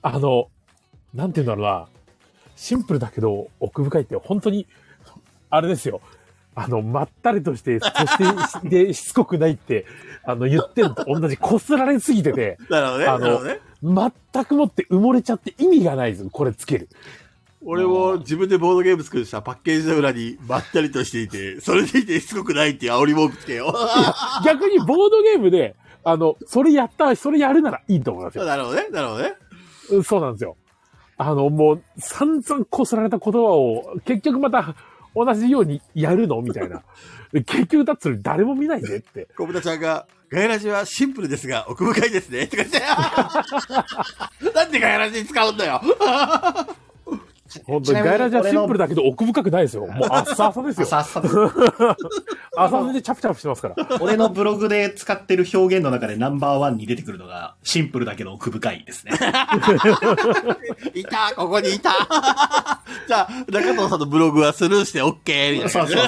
[SPEAKER 2] あの、なんて言うんだろうな。シンプルだけど奥深いって、本当に、あれですよ。あの、まったりとして、そして、で、しつこくないって、あの、言ってるのと同じ、こすられすぎてて、
[SPEAKER 1] なるほどね
[SPEAKER 2] あの
[SPEAKER 1] ね。
[SPEAKER 2] 全くもって埋もれちゃって意味がないです。これつける。
[SPEAKER 1] 俺も自分でボードゲーム作るとしたらパッケージの裏にばったりとしていて、それでいてしつこくないっていう煽り文句つけよ う。
[SPEAKER 2] 逆にボードゲームで、あの、それやった、それやるならいいと思いますよ
[SPEAKER 1] なるほどね。なるほどね。
[SPEAKER 2] うん。そうなんですよ。あの、もう、散々こすられた言葉を、結局また、同じようにやるのみたいな。結局だっつる誰も見ないぜって。
[SPEAKER 1] 小豚ちゃんが、ガヤラジはシンプルですが奥深いですね。とか言って。なんで ガヤラジに使うんだよ。
[SPEAKER 2] 本当に
[SPEAKER 3] ちなみに
[SPEAKER 2] ガイラジは
[SPEAKER 3] 俺
[SPEAKER 2] シ
[SPEAKER 3] の
[SPEAKER 2] ンプルだけど奥深くないですよ。もう、あっさあさです よ。
[SPEAKER 3] さっさと。
[SPEAKER 2] あっさあさでチャプチャプしてますから。
[SPEAKER 3] 俺のブログで使ってる表現の中でナンバーワンに出てくるのが、シンプルだけど奥深いですね。
[SPEAKER 1] いたここにいた じゃあ、中藤さんのブログはスルーして OK! みたいな。
[SPEAKER 3] そうそうそ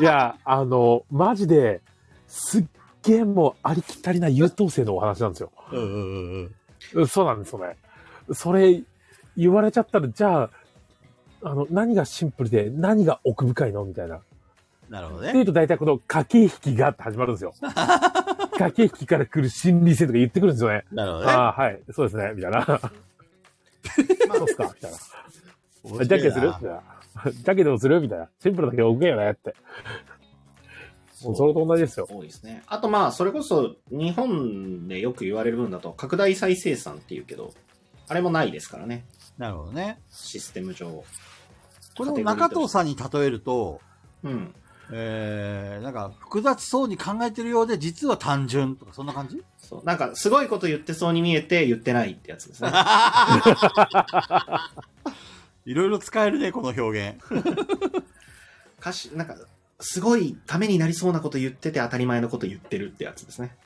[SPEAKER 3] う。
[SPEAKER 2] いや、あの、マジで、すっげえもうありきたりな優等生のお話なんですよ。
[SPEAKER 1] うんうんうんうん
[SPEAKER 2] うんそうなんですよね。それ、言われちゃったら、じゃあ、あの、何がシンプルで、何が奥深いのみたいな。
[SPEAKER 1] なるほど
[SPEAKER 2] ってい
[SPEAKER 1] ね。
[SPEAKER 2] うと大体この駆け引きがって始まるんです よ。駆け引きから来る心理性とか言ってくるんですよね。
[SPEAKER 1] なるほどね。
[SPEAKER 2] ああ、はい、そうですね、みたいな。そうっすか、みたいな。
[SPEAKER 1] 面
[SPEAKER 2] じゃ
[SPEAKER 1] 白
[SPEAKER 2] ん
[SPEAKER 1] いなん
[SPEAKER 2] けするみたいな。じゃんけんでもするみたいな。シンプルだけど奥深いよねって。もうそれと同じですよ。
[SPEAKER 3] 多いですね。あとまあ、それこそ日本でよく言われる分だと、拡大再生産っていうけど、あれもないですからね、
[SPEAKER 1] なるほどね。
[SPEAKER 3] システム上。
[SPEAKER 1] これを中藤さんに例えると、
[SPEAKER 3] うん。
[SPEAKER 1] えー、なんか複雑そうに考えてるようで、実は単純とか、そんな感じ
[SPEAKER 3] そう。なんか、すごいこと言ってそうに見えて言ってないってやつですね。
[SPEAKER 1] いろいろ使えるね、この表現。
[SPEAKER 3] 歌詞、なんか、すごいためになりそうなこと言ってて当たり前のこと言ってるってやつですね。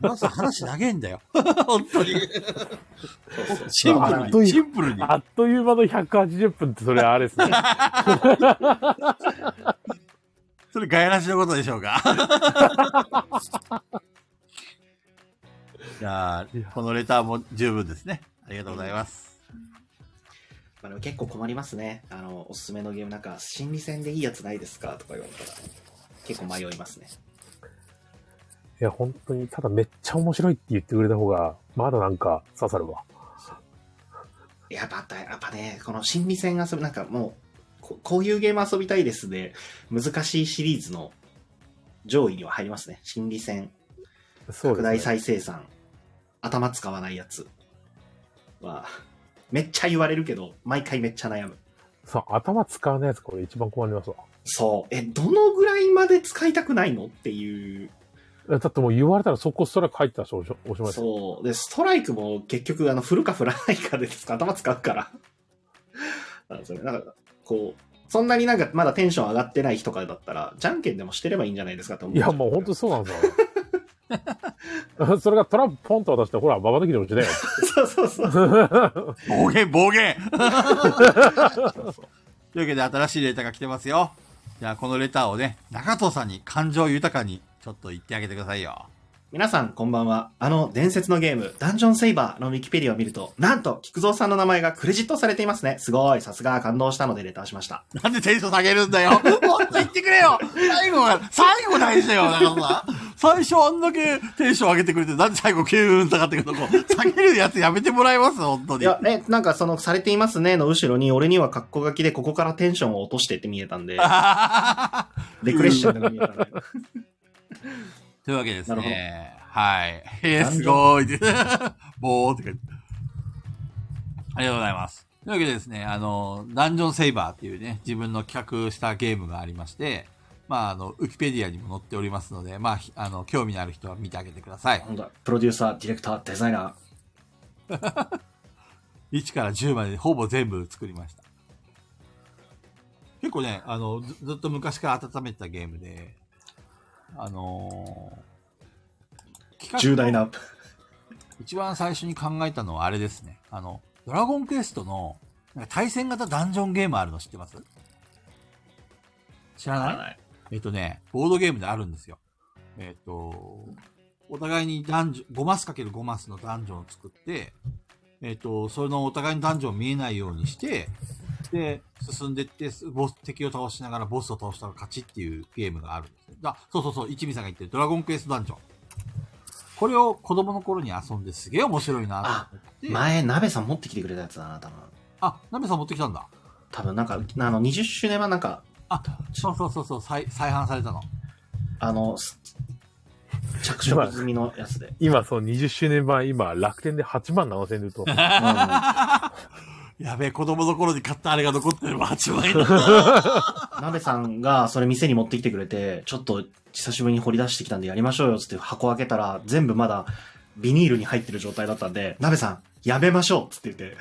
[SPEAKER 1] まず話長えんだよ。本当に。シ
[SPEAKER 5] まああっという
[SPEAKER 1] シンプルに。
[SPEAKER 5] あっという間の180分って、それあれ ですね。
[SPEAKER 1] それガヤラシのことでしょうか。 じゃあ、このレターも十分ですね。ありがとうございます。
[SPEAKER 3] まあ、でも結構困りますね。あの、おすすめのゲームなんか、心理戦でいいやつないですかとか言われたら、結構迷いますね。
[SPEAKER 5] いや、本当に、ただめっちゃ面白いって言ってくれた方が、まだなんか刺さるわ。
[SPEAKER 3] やっぱ、やっぱね、この心理戦遊び、なんかもうこ、こういうゲーム遊びたいですで、難しいシリーズの上位には入りますね。心理戦、
[SPEAKER 5] そ
[SPEAKER 3] 拡大
[SPEAKER 5] ね。
[SPEAKER 3] 再生産、頭使わないやつは、めっちゃ言われるけど、毎回めっちゃ悩む。
[SPEAKER 5] そう、頭使わないやつ、これ一番困りますわ。
[SPEAKER 3] そう。え、どのぐらいまで使いたくないのっていう。
[SPEAKER 5] だってもう言われたらそこストライク入ってたらおしおしまいです。
[SPEAKER 3] そう。で、ストライクも結局、あの、振るか振らないかで 頭使うから。 なんですよね。なんか、こう、そんなになんかまだテンション上がってない日とかだったら、じゃんけんでもしてればいいんじゃないですかと思う。
[SPEAKER 5] いや、もう本当そうなんですよ。 それがトランプポンと渡して、ほら、ババ抜きで落ちだよ。
[SPEAKER 3] そうそうそう。
[SPEAKER 1] 暴言、暴言というわけで新しいレターが来てますよ。じゃあこのレターをね、中藤さんに感情豊かにちょっと言ってあげてくださいよ。
[SPEAKER 3] 皆さん、こんばんは。あの伝説のゲーム、ダンジョンセイバーのウィキペディアを見ると、なんと、菊蔵さんの名前がクレジットされていますね。すごい、さすが、感動したのでレターしました。
[SPEAKER 1] なんでテンション下げるんだよもっと言ってくれよ最後が、最後大事だよ中藤さん。最初あんだけテンション上げてくれて、なんで最後キューン下がってくるのこう下げるやつやめてもらえます本当
[SPEAKER 3] い
[SPEAKER 1] に。
[SPEAKER 3] や、え、なんかその、されていますねの後ろに、俺には格好書きで、ここからテンションを落としてって見えた んで、デクレッションでも見えたね。
[SPEAKER 1] というわけです
[SPEAKER 3] なるほ
[SPEAKER 1] ね。はい。えー、
[SPEAKER 3] 残
[SPEAKER 1] す
[SPEAKER 3] 業
[SPEAKER 1] ごい って。ぼーって書いてありがとうございます。というわけでですね、あの、ダンジョンセイバーっていうね、自分の企画したゲームがありまして、まあ、あの、ウィキペディアにも載っておりますので、まあひ、あの、興味のある人は見てあげてください。
[SPEAKER 3] ほんとだプロデューサー、ディレクター、デザイナ
[SPEAKER 1] 1から10までほぼ全部作りました。結構ね、あの、ずずっと昔から温めてたゲームで、あのー企
[SPEAKER 3] ー、
[SPEAKER 1] 画
[SPEAKER 3] 重大な。
[SPEAKER 1] 一番最初に考えたのはあれですね。あの、ドラゴンクエストの、なんか対戦型ダンジョンゲームあるの知ってます知らないえっとね、ボードゲームであるんですよ。えっと、お互いにダンジョン、5マスかける5マスのダンジョンを作って、えっと、それのお互いのダンジョン見えないようにして、で、進んでって、ボス、敵を倒しながらボスを倒したら勝ちっていうゲームがあるんですね。だそうそうそう、一味さんが言ってるドラゴンクエストダンジョン。これを子供の頃に遊んですげえ面白いなと思って。
[SPEAKER 3] 前、鍋さん持ってきてくれたやつだな、多分。
[SPEAKER 1] あ、ナベさん持ってきたんだ。
[SPEAKER 3] 多分なんか、あの、20周年はなんか、
[SPEAKER 1] あ、そうそうそうそう、再再販されたの。
[SPEAKER 3] あの、す着色済みのや つで。
[SPEAKER 5] 今、そう、20周年版、今、楽天で8万7千円で売って ます。
[SPEAKER 1] やべえ、子供の頃に買ったあれが残ってる わ、8枚だ。
[SPEAKER 3] 鍋さんがそれ店に持ってきてくれて、ちょっと久しぶりに掘り出してきたんでやりましょうよっつって箱開けたら、全部まだビニールに入ってる状態だったんで、鍋さん、やめましょうっつって言って。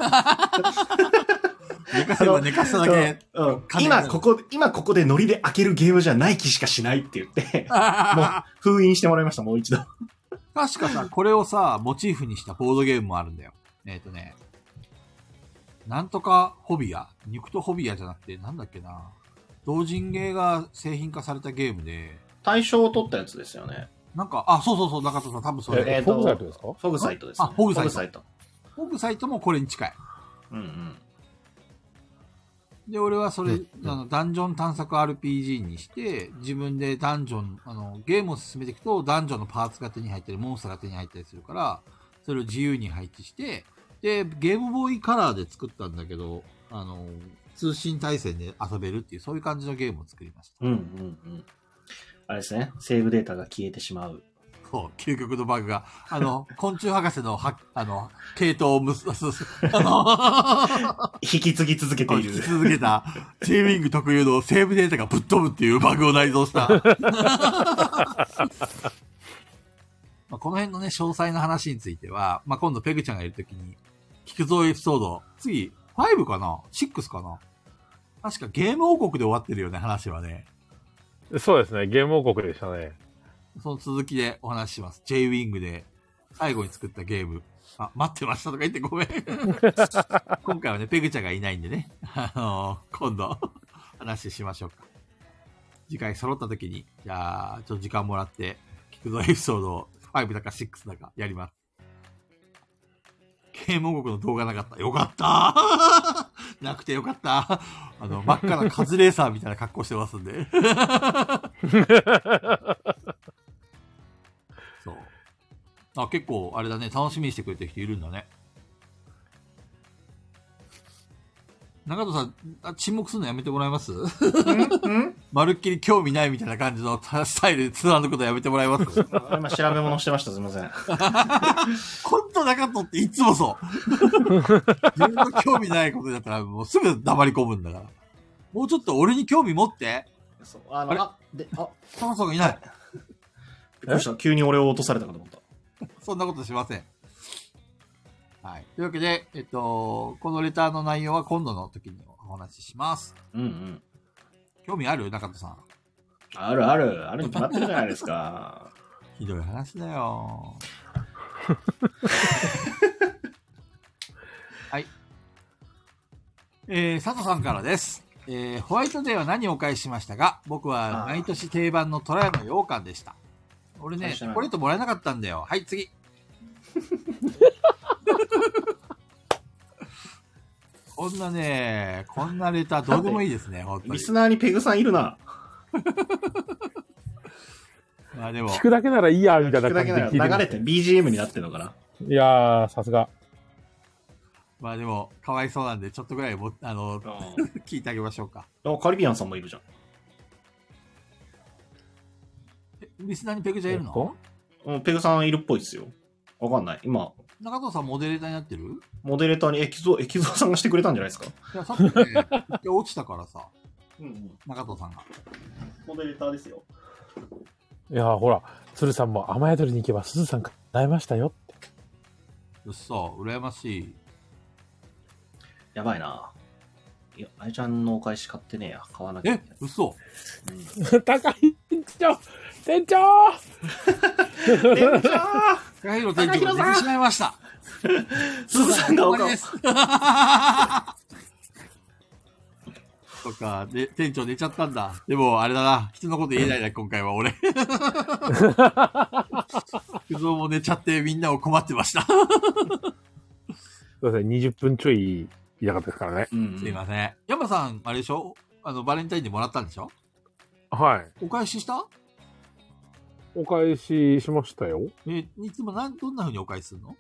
[SPEAKER 1] 寝かせば寝かしただけ。
[SPEAKER 3] うんうん
[SPEAKER 1] 金が
[SPEAKER 3] 今ここ、今ここでノリで開けるゲームじゃない気しかしないって言 って、もう封印してもらいました、もう一度。
[SPEAKER 1] 確かさ、これをさ、モチーフにしたボードゲームもあるんだよ。えっ、とね、なんとかホビア肉とホビアじゃなくて、なんだっけな。同人芸が製品化されたゲームで、
[SPEAKER 3] 対象を取ったやつですよね。
[SPEAKER 1] なんか、あ、そうそうそう、中田さん、多分それ。
[SPEAKER 3] え
[SPEAKER 5] え、
[SPEAKER 3] ー
[SPEAKER 5] フ
[SPEAKER 3] と
[SPEAKER 5] ォームサイトですか
[SPEAKER 3] フォグサイトです、
[SPEAKER 1] あフォグサイト
[SPEAKER 3] ト。
[SPEAKER 1] ホブサイトもこれに近い。
[SPEAKER 3] うんうん。
[SPEAKER 1] で、俺はそれ、あの、ダンジョン探索 RPG にして、自分でダンジョン、あの、ゲームを進めていくと、ダンジョンのパーツが手に入ったり、モンスターが手に入ったりするから、それを自由に配置して、で、ゲームボーイカラーで作ったんだけど、あの、通信対戦で遊べるっていう、そういう感じのゲームを作りました。
[SPEAKER 3] うんうんうん。あれですね、セーブデータが消えてしまう。
[SPEAKER 1] こう、究極のバグが、あの、昆虫博士の、は、あの、系統をむす、 すすあ
[SPEAKER 3] 引き継ぎ続けて
[SPEAKER 1] の、
[SPEAKER 3] い
[SPEAKER 1] 引
[SPEAKER 3] る
[SPEAKER 1] き。続けた、チーミング特有のセーブデータがぶっ飛ぶっていうバグを内蔵 した。まあこの辺のね、詳細な話については、まあ、今度ペグちゃんがいるときに、聞くぞエピソード、次、5かな ?6 かな確かゲーム王国で終わってるよね、話はね。
[SPEAKER 2] そうですね。ゲーム王国でしたね。
[SPEAKER 1] その続きでお話しします。J-Wing で最後に作ったゲーム。あ、待ってましたとか言ってごめん。今回はね、ペグちゃんがいないんでね。あのー今度、話しましょうか。次回揃った時に、じゃあ、ちょっと時間もらって、聞くぞエピソードを5だか6だかやります。ゲーム王国の動画なかった。よかった なくてよかった。あの、真っ赤なカズレーサーみたいな格好してますんで。そう。あ、結構、あれだね、楽しみにしてくれてる人いるんだね。中戸さん、あ沈黙するのやめてもらえます
[SPEAKER 3] うん
[SPEAKER 1] まるっきり興味ないみたいな感じの たスタイルで貫くのやめてもらえます
[SPEAKER 3] 今調べ物してました、すみません。
[SPEAKER 1] こんな中戸っていつもそう。 自分の興味ないことだったらもうすぐ黙り込むんだから。もうちょっと俺に興味持って。
[SPEAKER 3] そう、あ
[SPEAKER 2] あれ
[SPEAKER 3] の、あ、で、あ、
[SPEAKER 1] そもそもいない。
[SPEAKER 3] びっくりした。急に俺を落とされたかと思った。
[SPEAKER 1] そんなことしません。はい。というわけで、えっと、このレターの内容は今度の時にお話しします。
[SPEAKER 3] うんうん。
[SPEAKER 1] 興味ある中田さん。
[SPEAKER 3] あるある、あるに決まってるじゃないですか。
[SPEAKER 1] ひどい話だよ。はい。えー、佐藤さんからです。えー、ホワイトデーは何をお返ししましたが、僕は毎年定番の虎屋の羊羹でした。俺
[SPEAKER 3] あ
[SPEAKER 1] ね、
[SPEAKER 3] ー
[SPEAKER 1] チョコレートもらえなかったんだよ。はい、次。こんなね、こんなレターどうでもいいですね、本当
[SPEAKER 3] リ
[SPEAKER 1] に
[SPEAKER 3] ス。ナーにペグさんいるな。
[SPEAKER 1] まあでも、
[SPEAKER 2] 聞くだけならいいや、みたい
[SPEAKER 3] 聞
[SPEAKER 2] な
[SPEAKER 3] く
[SPEAKER 2] 感
[SPEAKER 3] だけ
[SPEAKER 2] じ
[SPEAKER 3] な
[SPEAKER 2] で聞
[SPEAKER 3] ら
[SPEAKER 2] いて
[SPEAKER 3] 流れて BGM になってるのかな。
[SPEAKER 2] いやー、さすが。
[SPEAKER 1] まあでも、かわいそうなんで、ちょっとぐらいも、あの、
[SPEAKER 3] あ、
[SPEAKER 1] 聞いてあげましょうか。
[SPEAKER 3] カリビアンさんもいるじゃん。
[SPEAKER 1] えリスナーにペグちゃんいる
[SPEAKER 2] えっ
[SPEAKER 1] の
[SPEAKER 2] と
[SPEAKER 3] うん、ペグさんいるっぽいですよ。わかんない。今、
[SPEAKER 1] 中藤さんモデレーターになってる
[SPEAKER 3] モデレーターにエキゾ、エキゾさんがしてくれたんじゃないですか。
[SPEAKER 1] いや、さっきね、一回落ちたからさ、
[SPEAKER 3] うんうん。
[SPEAKER 1] 中藤さんが。
[SPEAKER 3] モデレーターですよ。
[SPEAKER 2] いやー、ほら、鶴さんも雨宿りに行けば鈴さんが会えました よ。
[SPEAKER 1] うっそ、羨ましい。
[SPEAKER 3] やばいな。いや、あいちゃんのお返し買ってねえや。買わなきゃい
[SPEAKER 1] え
[SPEAKER 3] けない、
[SPEAKER 1] 嘘
[SPEAKER 2] 高い店長店長
[SPEAKER 3] うん。店長
[SPEAKER 1] 高弘店長
[SPEAKER 3] 高弘さ
[SPEAKER 1] が
[SPEAKER 3] ん
[SPEAKER 1] 寝てしまいました。
[SPEAKER 3] 鈴さんがお
[SPEAKER 1] 終わり
[SPEAKER 3] 顔
[SPEAKER 1] で。す。 そっか、で、店長寝ちゃったんだ。でも、あれだな、人のこと言えないな、今回は 俺。クゾも寝ちゃってみんなを困ってました。
[SPEAKER 2] そうですね、20分ちょいいなかったですからね。
[SPEAKER 3] うんうん
[SPEAKER 1] すいません。山さん、あれでしょあの、バレンタインでもらったんでしょ
[SPEAKER 2] はい。
[SPEAKER 1] お返しした
[SPEAKER 2] お返ししましたよ。
[SPEAKER 1] え、いつもなん、どんな風にお返しするの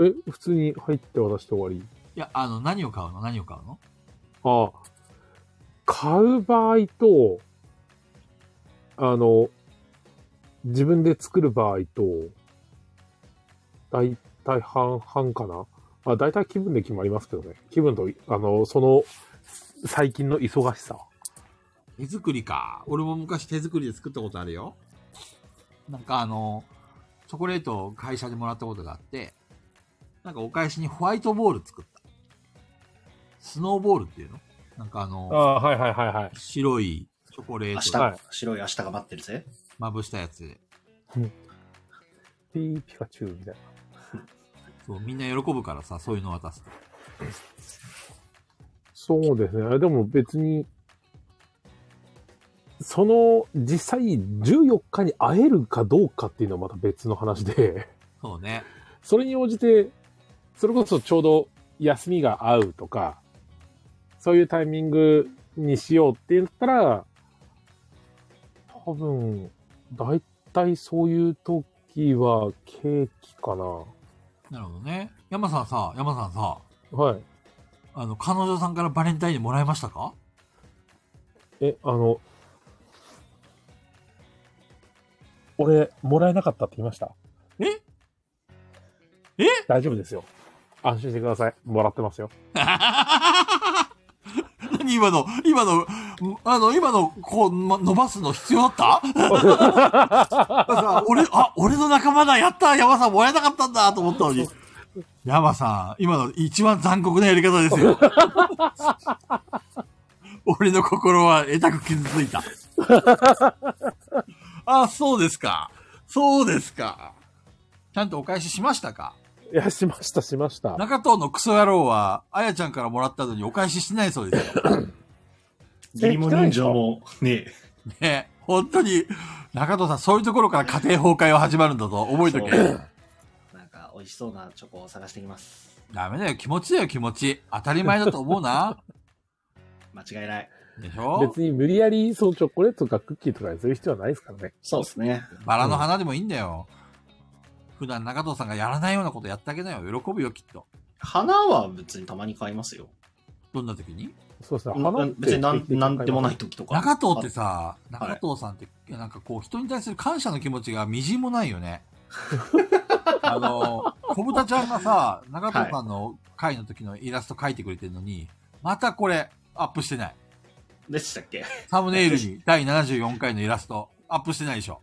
[SPEAKER 2] え、普通に入って渡して終わり。
[SPEAKER 1] いや、あの、何を買うの何を買うの
[SPEAKER 2] ああ。買う場合と、あの、自分で作る場合と、だいたい半々かな。あ、だいたい気分で決まりますけどね。気分と、あの、その、最近の忙しさ。
[SPEAKER 1] 手作りか。俺も昔手作りで作ったことあるよ。なんかあの、チョコレートを会社でもらったことがあって、なんかお返しにホワイトボール作った。スノーボールっていうのなんかあ
[SPEAKER 2] あ
[SPEAKER 1] の、
[SPEAKER 2] あ、はいはいはいはい。
[SPEAKER 1] 白いチョコレ
[SPEAKER 3] 明
[SPEAKER 1] ー
[SPEAKER 3] 日、
[SPEAKER 1] トを
[SPEAKER 2] はい
[SPEAKER 3] 白い明日が待ってるぜ。
[SPEAKER 1] まぶしたやつで。
[SPEAKER 2] ピーピカチュウみたいな。
[SPEAKER 1] そう、みんな喜ぶからさ、そういうの渡すと。
[SPEAKER 2] そうですね。あれでも別に、その、実際14日に会えるかどうかっていうのはまた別の話で、
[SPEAKER 1] そうね。
[SPEAKER 2] それに応じて、それこそちょうど休みが合うとか、そういうタイミングにしようって言ったら、多分、だいたいそういう時はケーキかな。
[SPEAKER 1] なるほどね。山さんさ、山さんさ、
[SPEAKER 2] はい。
[SPEAKER 1] あの、彼女さんからバレンタインでもらいましたか
[SPEAKER 2] え、あの、
[SPEAKER 5] 俺、もらえなかったって言いました
[SPEAKER 1] ええ
[SPEAKER 5] 大丈夫ですよ。安心してください。もらってますよ。
[SPEAKER 1] 何今の、今の、あの、今の、こう、ま伸ばすの必要だったさ俺、あ、俺の仲間だ、やった、山さんもらえなかったんだ、と思ったのに。山さん、今の一番残酷なやり方ですよ。俺の心は得たく傷ついた。あ、そうですか。そうですか。ちゃんとお返ししましたか
[SPEAKER 5] いや、しました、しました。
[SPEAKER 1] 中藤のクソ野郎は、あやちゃんからもらったのにお返ししてないそうですよ。
[SPEAKER 3] 義理も人情もねえ。
[SPEAKER 1] ね本当に、中藤さん、そういうところから家庭崩壊は始まるんだぞ。覚えと
[SPEAKER 3] そ
[SPEAKER 1] け。
[SPEAKER 3] うなんか、美味しそうなチョコを探してきます。
[SPEAKER 1] ダメだよ、気持ちだよ、気持ち。当たり前だと思う な。
[SPEAKER 3] 間違いない。
[SPEAKER 1] でしょ
[SPEAKER 5] 別に無理やり、そのチョコレートとかクッキーとかにする必要はないですからね。
[SPEAKER 3] そうですね。
[SPEAKER 1] バラの花でもいいんだよ。普段中藤さんがやらないようなことやってあげなよ。喜ぶよ、きっと。
[SPEAKER 3] 花は別にたまに買いますよ。
[SPEAKER 1] どんな時に
[SPEAKER 5] そうですね。
[SPEAKER 3] な
[SPEAKER 5] 花
[SPEAKER 3] ん別になんなんでもない時とか。
[SPEAKER 1] 中藤ってさ、
[SPEAKER 3] はい
[SPEAKER 1] 中藤さんって、なんかこう、人に対する感謝の気持ちがみじんもないよ ね。あの、小豚ちゃんがさ、中藤さんの回の時のイラスト描いてくれてるのに、またこれ、アップしてない。
[SPEAKER 3] あでしたっけ
[SPEAKER 1] サムネイル に第74回のイラスト、アップしてないでしょ。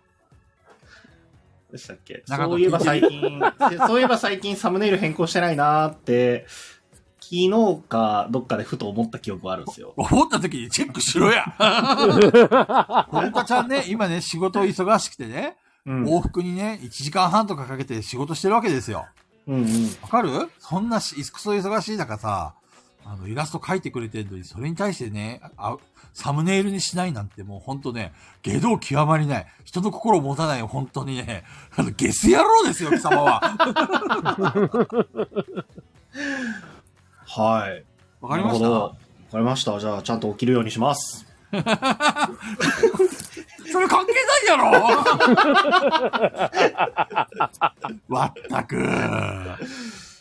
[SPEAKER 3] でしたっけ
[SPEAKER 1] 中野
[SPEAKER 3] そういえば最近、 そういえば最近サムネイル変更してないなーって、昨日かどっかでふと思った記憶はあるんですよ。
[SPEAKER 1] 思った時にチェックしろ や小豚ちゃんね、今ね、仕事忙しくてね、
[SPEAKER 3] うん。うん
[SPEAKER 1] 往復にね、1時間半とかかけて仕事してるわけですよ。
[SPEAKER 3] うん。
[SPEAKER 1] わかるそんなし、くそ忙しい中さ、あの、イラスト描いてくれてるのに、それに対してね、あサムネイルにしないなんてもうほんとね、下道極まりない。人の心を持たない、本当にね、あの、ゲス野郎ですよ、貴様は。
[SPEAKER 3] はい。
[SPEAKER 1] わかりまし
[SPEAKER 3] なるほど
[SPEAKER 1] た
[SPEAKER 3] わかりました。じゃあ、ちゃんと起きるようにします。
[SPEAKER 1] それ関係ないやろ まったく。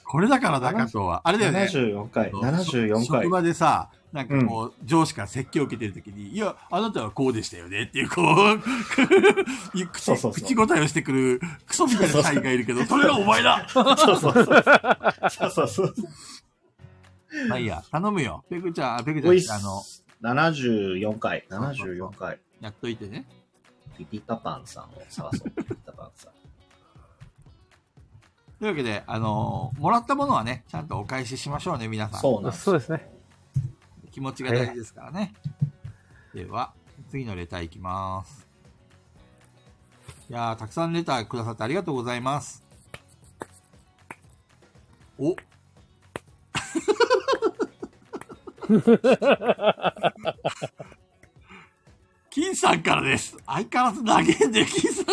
[SPEAKER 1] これだから中藤は。あれだよね。
[SPEAKER 3] 74回。74
[SPEAKER 1] 職
[SPEAKER 3] 回。
[SPEAKER 1] 場でさ、なんかこう、上司から説教を受けてるときに、いや、あなたはこうでしたよねっていう、こう、いう口
[SPEAKER 3] そうそうそう
[SPEAKER 1] 口答えをしてくる、クソみたいな社員がいるけど、それはお前だ
[SPEAKER 3] そうそうそう。そうそうそう。
[SPEAKER 1] まあいいや、頼むよ。ペグちゃん、ペグ
[SPEAKER 3] おいっ
[SPEAKER 1] ち
[SPEAKER 3] す
[SPEAKER 1] ゃん、あの、
[SPEAKER 3] 74回。74回。
[SPEAKER 1] やっといてね。
[SPEAKER 3] ピピタパンさんを探そう。ピピタパンさん。
[SPEAKER 1] というわけで、あの、もらったものはね、ちゃんとお返しし ましょうね、皆さん。
[SPEAKER 3] そうなんです。
[SPEAKER 5] そうですね。
[SPEAKER 1] 気持ちが大事ですからね。では、次のレターいきます。いやー、たくさんレターくださってありがとうございます。お金さんからです。相変わらず投げんで、金さん。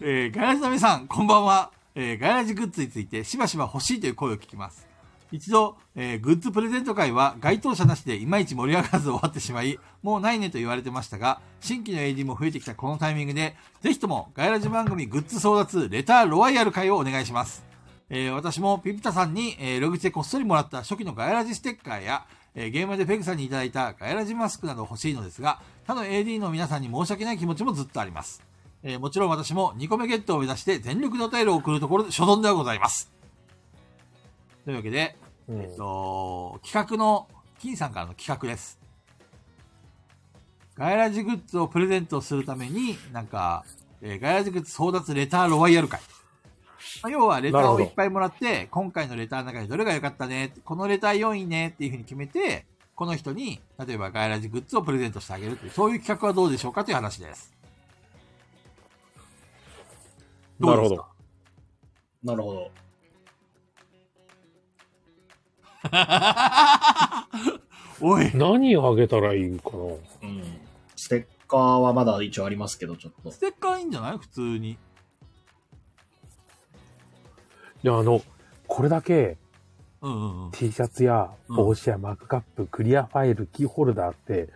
[SPEAKER 1] えー、ガヤラジの皆さん、こんばんは。えー、ガヤラジグッズについてしばしば欲しいという声を聞きます。一度、えーグッズプレゼント会は該当者なしでいまいち盛り上がらず終わってしまい、もうないねと言われてましたが、新規の AD も増えてきたこのタイミングで、ぜひともガイラジ番組グッズ争奪レターロワイヤル会をお願いします。えー私もピピタさんに、えーログチでこっそりもらった初期のガイラジステッカーや、えーゲームでペグさんにいただいたガイラジマスクなど欲しいのですが、他の AD の皆さんに申し訳ない気持ちもずっとあります。えーもちろん私も2個目ゲットを目指して全力でお便りを送るところで所存ではございます。というわけで、
[SPEAKER 5] うん
[SPEAKER 1] えっと、企画の、金さんからの企画です。ガイラジグッズをプレゼントするために、なんか、えーガイラジグッズ争奪レターロワイヤル会。まあ、要はレタ
[SPEAKER 5] な
[SPEAKER 1] ー
[SPEAKER 5] る
[SPEAKER 1] を
[SPEAKER 5] ほ
[SPEAKER 1] い
[SPEAKER 5] ど
[SPEAKER 1] っぱいもらって、今回のレターの中でどれが良かったね、このレター4位ねっていうふうに決めて、この人に、例えばガイラジグッズをプレゼントしてあげるという、そういう企画はどうでしょうかという話です。 どうですか。
[SPEAKER 3] なるほど。
[SPEAKER 1] おい、
[SPEAKER 5] 何をあげたらいいかな
[SPEAKER 3] うん。ステッカーはまだ一応ありますけど、ちょっと
[SPEAKER 1] ス。テッカーいいんじゃない普通に。
[SPEAKER 5] いや、あの、これだけ
[SPEAKER 1] うんうんうん。
[SPEAKER 5] T シャツや
[SPEAKER 1] うん
[SPEAKER 5] 帽子やマグカップ、クリアファイル、キーホルダーって、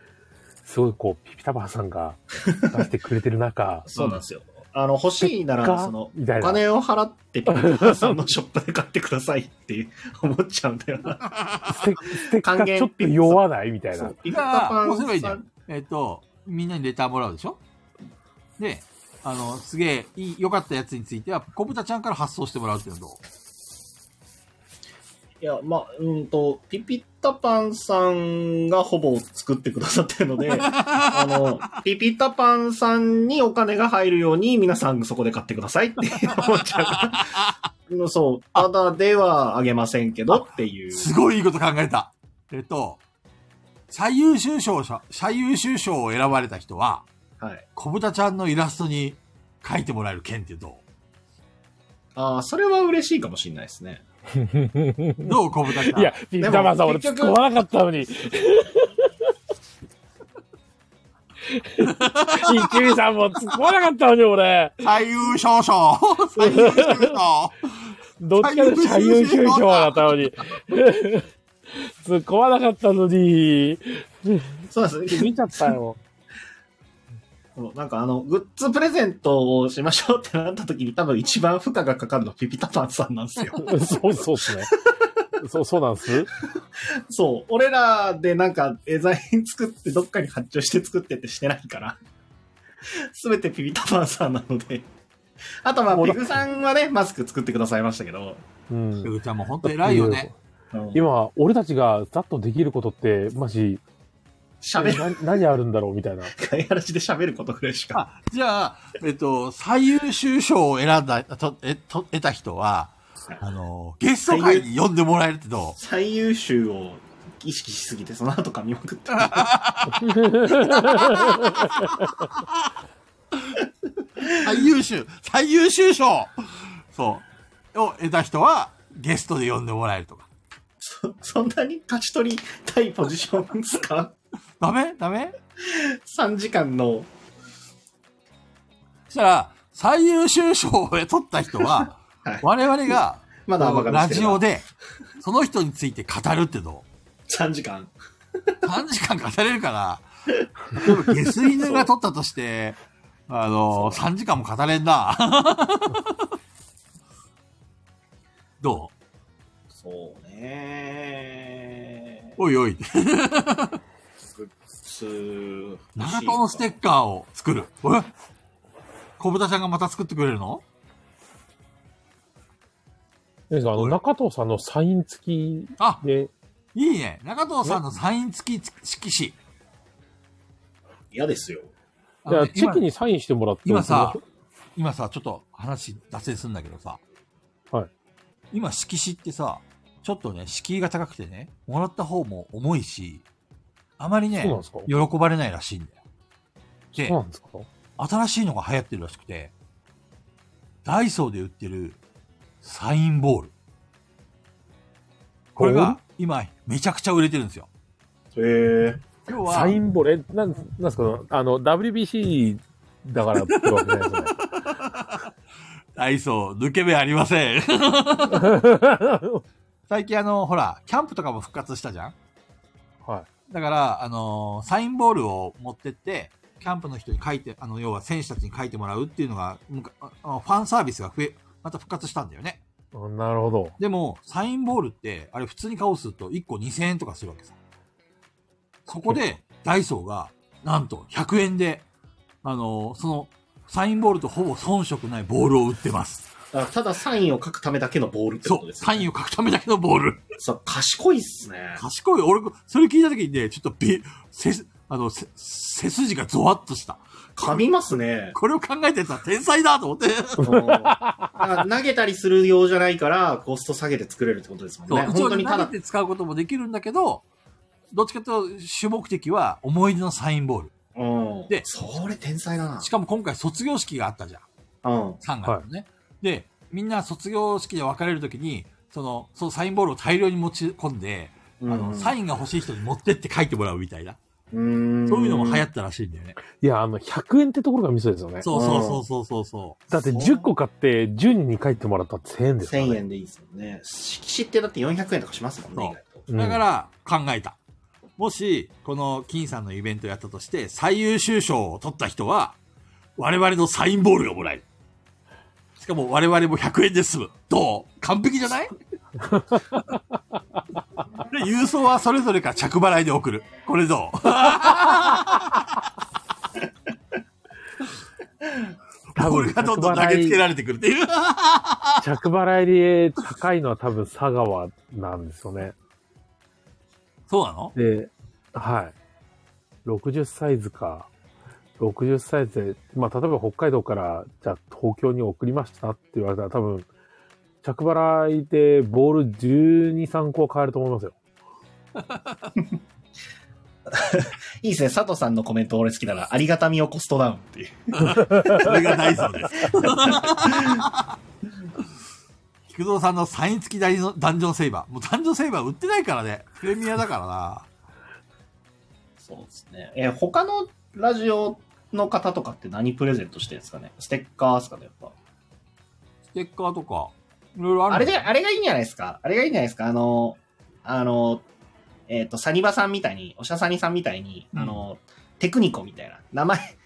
[SPEAKER 5] すごいこう、ピピタパーさん が出してくれてる中、
[SPEAKER 3] そうなんですよ。あの、欲しいなら、
[SPEAKER 5] か
[SPEAKER 3] その、
[SPEAKER 5] みたい
[SPEAKER 3] お
[SPEAKER 5] な。
[SPEAKER 3] 金を払ってピピタさんのショップで買ってくださいって思っちゃうん だよな。
[SPEAKER 5] ス テステッカ
[SPEAKER 3] 還
[SPEAKER 5] ー
[SPEAKER 3] 元
[SPEAKER 5] ちょっと酔わないみたい
[SPEAKER 3] そ
[SPEAKER 5] な
[SPEAKER 3] う。ピピ
[SPEAKER 1] じ
[SPEAKER 3] タ
[SPEAKER 1] ゃあ、
[SPEAKER 3] パ
[SPEAKER 1] こうすればいい
[SPEAKER 3] ン
[SPEAKER 1] じ
[SPEAKER 3] さ
[SPEAKER 1] ゃん
[SPEAKER 3] ん。
[SPEAKER 1] えっ、と、みんなにレターもらうでしょで、あの、すげえ、いい、良かったやつについては、小豚ちゃんから発送してもらうっていうのと。
[SPEAKER 3] いや、まあ、うんと、ピピッタパンさんがほぼ作ってくださってるので、 あの、ピピッタパンさんにお金が入るように皆さんそこで買ってくださいって思っちゃうからうん。 そう、ただではあげませんけどっていう。
[SPEAKER 1] すごいいいこと考えた。えっと、最優秀賞、最優秀賞を選ばれた人は、
[SPEAKER 3] はい。
[SPEAKER 1] 小豚ちゃんのイラストに書いてもらえる券ってどう
[SPEAKER 3] ああ、それは嬉しいかもしれないですね。
[SPEAKER 1] どう小豚ちゃん。
[SPEAKER 5] いや、ピッタマンさん、俺
[SPEAKER 3] でも
[SPEAKER 5] 突っ
[SPEAKER 3] 結局
[SPEAKER 5] 込まなかったのに。一気にさんも突っ込まなかったのに、俺。
[SPEAKER 1] 最優秀賞 最優秀賞
[SPEAKER 5] どっちかで最優秀賞だったの に。 突っ込まなかったのに。
[SPEAKER 3] そうなんです
[SPEAKER 5] 気。づいちゃったよ。
[SPEAKER 3] そうなんかあの、グッズプレゼントをしましょうってなった時に多分一番負荷がかかるのはピピタパンさんなんです よ。
[SPEAKER 5] そうそうっすね。そう、そうなんす
[SPEAKER 3] そう。俺らでなんかデザイン作ってどっかに発注して作ってってしてないから。すべてピピタパンさんなので。あとまあ、
[SPEAKER 5] ほら
[SPEAKER 3] ピグさんはね、マスク作ってくださいましたけど。
[SPEAKER 5] うん
[SPEAKER 1] 小。豚ちゃんも本当偉いよね。
[SPEAKER 3] うん
[SPEAKER 5] 今、俺たちがざっとできることって、マジ、
[SPEAKER 3] 喋る、
[SPEAKER 5] な何あるんだろうみたいな。
[SPEAKER 3] 買い話で喋ることぐらいしか。
[SPEAKER 1] あ、じゃあ、えっと、最優秀賞を選んだ、と、え、と、得た人は、あの、ゲスト会に呼んでもらえるってどう
[SPEAKER 3] 最優秀を意識しすぎて、 その後噛みまくった。
[SPEAKER 1] 最優秀最優秀賞そう。を得た人は、ゲストで呼んでもらえるとか。
[SPEAKER 3] そそんなに勝ち取りたいポジションなんですか
[SPEAKER 1] ダメダメ
[SPEAKER 3] ?3 時間の。
[SPEAKER 1] そしたら、最優秀賞を取った人は、
[SPEAKER 3] はい
[SPEAKER 1] 我々が、
[SPEAKER 3] まだ甘噛み
[SPEAKER 1] ラ
[SPEAKER 3] してる
[SPEAKER 1] ジ
[SPEAKER 3] な
[SPEAKER 1] オで、その人について語るってど
[SPEAKER 3] 3時間。
[SPEAKER 1] う ?3 時間語れるから、例えばゲス犬が取ったとして、あの、3時間も語れんな。 どう
[SPEAKER 3] そうね
[SPEAKER 1] おいおい。
[SPEAKER 3] す
[SPEAKER 1] 長友ステッカーを作る。え小豚ちゃんがまた作ってくれるの
[SPEAKER 5] なんかあの、中藤さんのサイン付き
[SPEAKER 1] あ、
[SPEAKER 5] で、
[SPEAKER 1] いいね。中藤さんのサイン付き色紙。
[SPEAKER 3] 嫌ですよ。
[SPEAKER 1] あ
[SPEAKER 5] い
[SPEAKER 1] の
[SPEAKER 5] や
[SPEAKER 1] ね
[SPEAKER 5] チェキにサインしてもらって
[SPEAKER 1] 今さ、今さ、ちょっと話脱線するんだけどさ。
[SPEAKER 5] はい。
[SPEAKER 1] 今、色紙ってさ、ちょっとね、敷居が高くてね、もらった方も重いし、あまりね
[SPEAKER 5] そうなんですか、
[SPEAKER 1] 喜ばれないらしいんだよ。
[SPEAKER 5] そう
[SPEAKER 1] で
[SPEAKER 5] な、んですか
[SPEAKER 1] 新しいのが流行ってるらしくて、ダイソーで売ってるサインボール。これ
[SPEAKER 5] ボー
[SPEAKER 1] が
[SPEAKER 5] ル
[SPEAKER 1] 今、めちゃくちゃ売れてるんですよ。
[SPEAKER 3] へえ。
[SPEAKER 1] 要
[SPEAKER 5] サ
[SPEAKER 1] は
[SPEAKER 5] イ、ンボレ、なん、なんですかあの、WBC だからってわけじゃないですよね。
[SPEAKER 1] ダイソー、抜け目ありません。 最近あの、ほら、キャンプとかも復活したじゃん
[SPEAKER 5] は
[SPEAKER 1] だから、あのーサインボールを持ってって、キャンプの人に書いて、あの、要は選手たちに書いてもらうっていうのが、むかああファンサービスが増え、また復活したんだよね。
[SPEAKER 5] いうん。なるほど。
[SPEAKER 1] でも、サインボールって、あれ普通に買おうとすると1個2000円とかするわけさ。そこで、ダイソーが、なんと100円で、あのーその、サインボールとほぼ遜色ないボールを売ってます。
[SPEAKER 3] あただサインを書くためだけのボールってこ
[SPEAKER 1] そ
[SPEAKER 3] と
[SPEAKER 1] う、
[SPEAKER 3] です
[SPEAKER 1] サインを書くためだけのボール。
[SPEAKER 3] そう、賢いっすね。
[SPEAKER 1] 賢い。俺、それ聞いた時にね、ちょっとび、せ、あの、せ、背筋がゾワッとした。。
[SPEAKER 3] 噛みますね
[SPEAKER 1] これを考えてたら天才だと思 って。
[SPEAKER 3] うんあ投げたりするようじゃないから、コスト下げて作れるってことですもん
[SPEAKER 1] そう、
[SPEAKER 3] ね。
[SPEAKER 1] 一
[SPEAKER 3] 本
[SPEAKER 1] 応
[SPEAKER 3] 当にた
[SPEAKER 1] 投げ
[SPEAKER 3] だ、
[SPEAKER 1] て使うこともできるんだけど、どっちかというと主目的は思い出のサインボール。
[SPEAKER 3] うん。
[SPEAKER 1] で
[SPEAKER 3] それ天才だな
[SPEAKER 1] し。かも今回卒業式があったじゃん。
[SPEAKER 3] うん。
[SPEAKER 1] 3月のね。で、みんな卒業式で別れるときに、その、そのサインボールを大量に持ち込んで、あの、サインが欲しい人に持ってって書いてもらうみたいな。
[SPEAKER 3] ン
[SPEAKER 1] そういうのも流行ったらしいんだよね。
[SPEAKER 5] いや、あの、100円ってところがミソですよね。
[SPEAKER 1] そうそうそうそうそうそう。
[SPEAKER 5] だって10個買って10人に帰ってもらったって1000円ですから、ね。
[SPEAKER 3] 1000円でいいですよね。色紙ってだって400円とかしますもんね、意外と。
[SPEAKER 5] うん
[SPEAKER 1] だから考えた。もし、この金さんのイベントやったとして、最優秀賞を取った人は、我々のサインボールがもらえる。しかも我々も100円で済む。どう完璧じゃない で、郵送はそれぞれから着払いで送る。これどうボールがどんどん投げつけられてくるっていう。
[SPEAKER 2] 着払いで高いのは多分佐川なんですよね。
[SPEAKER 1] そうなの
[SPEAKER 2] で、はい。60サイズか。60サイズで、まあ、例えば北海道から、じゃあ東京に送りましたって言われたら多分、着払いでボール12、3個は買えると思いますよ。
[SPEAKER 3] いいですね。佐藤さんのコメント俺好きなら、ありがたみをコストダウンっていう。
[SPEAKER 1] それがダイソーです。菊蔵さんのサイン付きダイノダンジョンセイバー。もうダンジョンセイバー売ってないからね。プレミアだからな。
[SPEAKER 3] そうですね。えー他のラジオの方とかって何プレゼントしてるんですかねステッカーですかねやっぱ。
[SPEAKER 1] ステッカーとか、いろいろある
[SPEAKER 3] あれで、あれがいいんじゃないですかあれがいいんじゃないですかあの、あの、えっ、と、サニバさんみたいに、おしゃさにさんみたいに、あの、テクニコみたいな、名前、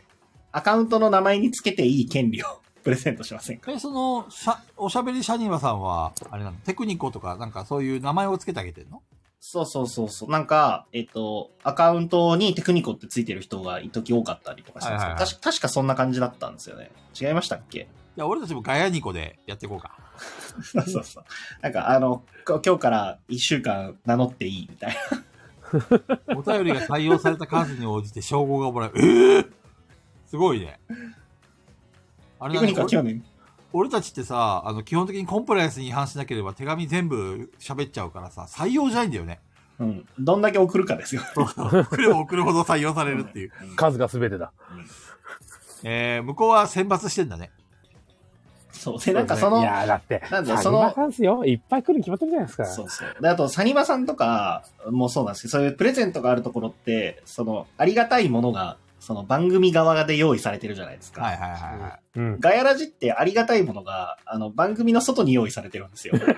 [SPEAKER 3] アカウントの名前につけていい権利を プレゼントしませんか
[SPEAKER 1] え、その、しゃ、おしゃべりシャニマさんは、あれなのテクニコとか、なんかそういう名前をつけてあげてんの
[SPEAKER 3] そうそうそうそう。なんか、えっ、と、アカウントにテクニコってついてる人が一時多かったりとかしたんですけど、
[SPEAKER 1] はいはいはい
[SPEAKER 3] 確か確かそんな感じだったんですよね。違いましたっけ
[SPEAKER 1] いや、俺たちもガヤニコでやっていこう か。
[SPEAKER 3] そうそうそう。なんか、あの、こ今日から一週間名乗っていいみたいな。
[SPEAKER 1] お便りが採用された数に応じて称号がもらえる。えーすごいね。あれだ
[SPEAKER 3] テク
[SPEAKER 1] ね
[SPEAKER 3] ニコ去年。
[SPEAKER 1] 俺たちってさ、あの、基本的にコンプライアンスに違反しなければ手紙全部喋っちゃうからさ、採用じゃないんだよね。
[SPEAKER 3] うん。どんだけ送るかですよ。
[SPEAKER 1] 送れば送るほど採用されるっていう。
[SPEAKER 2] 数が全てだ。
[SPEAKER 1] えー、向こうは選抜してんだね。
[SPEAKER 3] そう。で、なんかその、
[SPEAKER 2] いやーだって、
[SPEAKER 3] なんだ
[SPEAKER 2] サ
[SPEAKER 3] そ
[SPEAKER 2] ニ
[SPEAKER 3] の
[SPEAKER 2] バさんですよ。いっぱい来るに決まってるじゃないですか。
[SPEAKER 3] そうそう。で、あと、サニバさんとかもそうなんですけど、そういうプレゼントがあるところって、その、ありがたいものが、その番組側で用意されてるじゃないですか。
[SPEAKER 1] はいはいはいは
[SPEAKER 2] うん。
[SPEAKER 3] ガヤラジってありがたいものが、あの、番組の外に用意されてるんですよ。
[SPEAKER 1] い。なる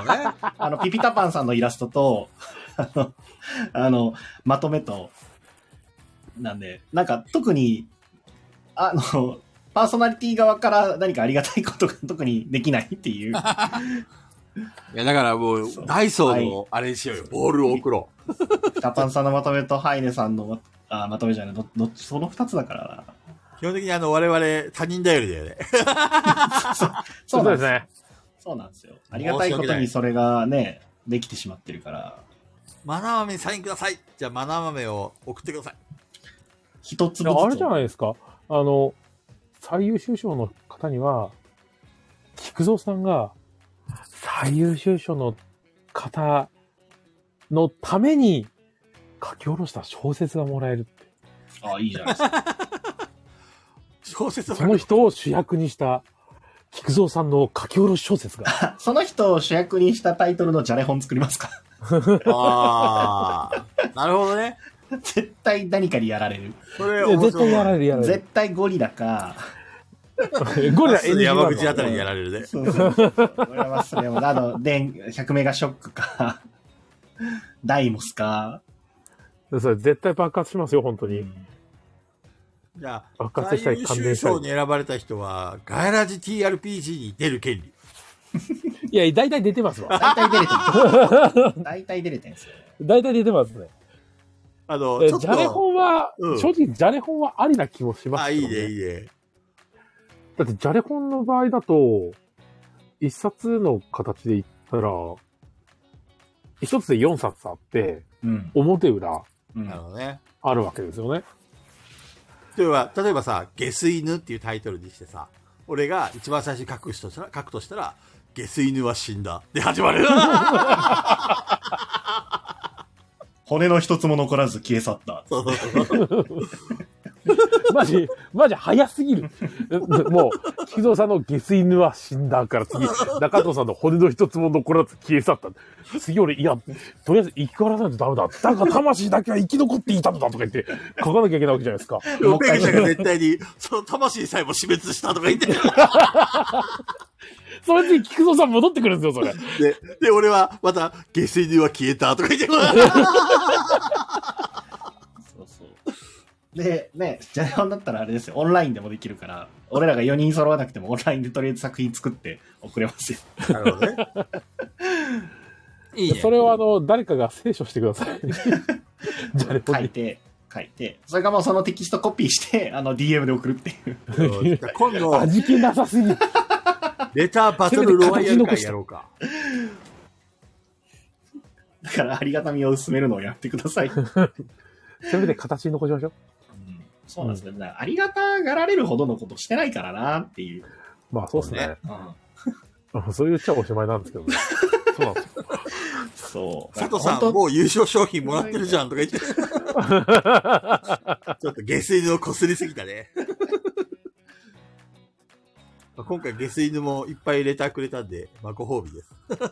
[SPEAKER 1] ほどね。
[SPEAKER 3] あの、ピピタパンさんのイラストと、 あの、あのまとめと、なんで、なんか特に、あの、パーソナリティ側から何かありがたいことが特にできないっていう。
[SPEAKER 1] いや、だからもう
[SPEAKER 3] そう、
[SPEAKER 1] ダイソーのあれにしようよ。ボールを送ろう。
[SPEAKER 3] タパンさんのまとめとハイネさんのまあまとめじゃない、どどっちその二つだからな。
[SPEAKER 1] 基本的にあの、我々他人頼りだよね。
[SPEAKER 3] そうな
[SPEAKER 2] で
[SPEAKER 3] んですす
[SPEAKER 2] ね。
[SPEAKER 3] そうなんですよ。ありがたいことにそれがね、できてしまってるから、
[SPEAKER 1] マナー豆にサインください。じゃあマナー豆を送ってください。
[SPEAKER 3] 一つ
[SPEAKER 2] い
[SPEAKER 3] ずつ
[SPEAKER 2] や
[SPEAKER 3] を。
[SPEAKER 2] あれじゃないですか。あの、最優秀賞の方には、菊蔵さんが、最優秀賞の方のために書き下ろした小説がもらえるって。
[SPEAKER 3] あ、いいじゃないですか。
[SPEAKER 1] 小説を
[SPEAKER 2] その人を主役にした菊蔵さんの書き下ろし小説が。
[SPEAKER 3] その人を主役にしたタイトルのじゃれ本作りますか
[SPEAKER 1] ああ。なるほどね。
[SPEAKER 3] 絶対何かにやられる。
[SPEAKER 1] それ
[SPEAKER 2] で絶対やら
[SPEAKER 1] る。
[SPEAKER 2] れる、やられ
[SPEAKER 3] 絶対ゴリラ か。
[SPEAKER 2] る。ゴリラ NG ワード
[SPEAKER 1] 山口あたりにやられるね。
[SPEAKER 3] そうそうそう。これは忘れもあの、でん100メガショックか。ダイモスか。
[SPEAKER 2] それ絶対爆発しますよ、本当に。
[SPEAKER 1] じゃあ、
[SPEAKER 2] 爆発した
[SPEAKER 1] 最
[SPEAKER 2] り
[SPEAKER 1] 優
[SPEAKER 2] 感
[SPEAKER 1] 秀
[SPEAKER 2] 電した
[SPEAKER 1] 賞
[SPEAKER 2] り。
[SPEAKER 1] に選ばれた人は、ガヤラジ TRPG に出る権利。
[SPEAKER 2] いや、大体出てますわ。
[SPEAKER 3] 大体出れてる。大体出れてるんですよ。
[SPEAKER 2] 大体出てますね。
[SPEAKER 1] あの、
[SPEAKER 2] え
[SPEAKER 1] ちょっ
[SPEAKER 2] じゃれ
[SPEAKER 1] と、
[SPEAKER 2] 本は、
[SPEAKER 1] うん
[SPEAKER 2] 正直じゃれ本はありな気もします
[SPEAKER 1] あ、
[SPEAKER 2] け
[SPEAKER 1] い
[SPEAKER 2] ど
[SPEAKER 1] いね、いいね。
[SPEAKER 2] だってじゃれ本の場合だと、一冊の形で言ったら、一つで4冊あって、
[SPEAKER 3] うん。
[SPEAKER 2] 表裏
[SPEAKER 3] う
[SPEAKER 1] なる
[SPEAKER 3] ん。
[SPEAKER 1] ほどね。
[SPEAKER 2] あるわけですよ ね。
[SPEAKER 1] 例えば、例えばさ、下水犬っていうタイトルにしてさ、俺が一番最初に書くとしたら、書くとしたら、下水犬は死んだ。で始まる。
[SPEAKER 3] 骨の一つも残らず消え去った。
[SPEAKER 1] そうそうそう。
[SPEAKER 2] マジ、マジ早すぎる。 もう、菊蔵さんの下水犬は死んだから次、中藤さんの骨の一つも残らず消え去った。次俺、いや、とりあえず生き返らないとダメだ。だが魂だけは生き残っていたのだとか言って書かなきゃいけないわけじゃないですか。
[SPEAKER 1] でもペグちゃんが絶対に、その魂さえも死滅したとか言って、
[SPEAKER 2] それで菊蔵さん戻ってくるんですよ、それ。
[SPEAKER 1] で、で、俺は、また、下水流は消えたとか言って、
[SPEAKER 3] そうそう。で、ね、ジャレ本だったらあれですよ。オンラインでもできるから、俺らが4人揃わなくてもオンラインでとりあえず作品作って送れますよ。
[SPEAKER 1] なるほどね。いいね。
[SPEAKER 2] それをあの、誰かが聖書してください。じゃれ
[SPEAKER 3] 書いて、書書いて、それがもうそのテキストコピーして、あの DM で送るっていう。
[SPEAKER 1] じゃあ今度、
[SPEAKER 5] 味気なさすぎる。
[SPEAKER 1] レターバトルロワイヤル会やろうか。
[SPEAKER 3] だからありがたみを薄めるのをやってください。
[SPEAKER 5] せめて形に残しましょう。
[SPEAKER 3] うんそうなんですね。だからありがたがられるほどのことしてないからなっていう。
[SPEAKER 5] まあそうですね。
[SPEAKER 3] うん
[SPEAKER 5] うんそう言っちゃおしまいなんですけどね。そうなんですよ。
[SPEAKER 3] そう。
[SPEAKER 1] 佐藤さ
[SPEAKER 3] 本
[SPEAKER 1] ん、もう優勝商品もらってるじゃんとか言って。ちょっと下水のこすりすぎた ね。今回下水のもいっぱいレターくれたんで、まあご褒美です。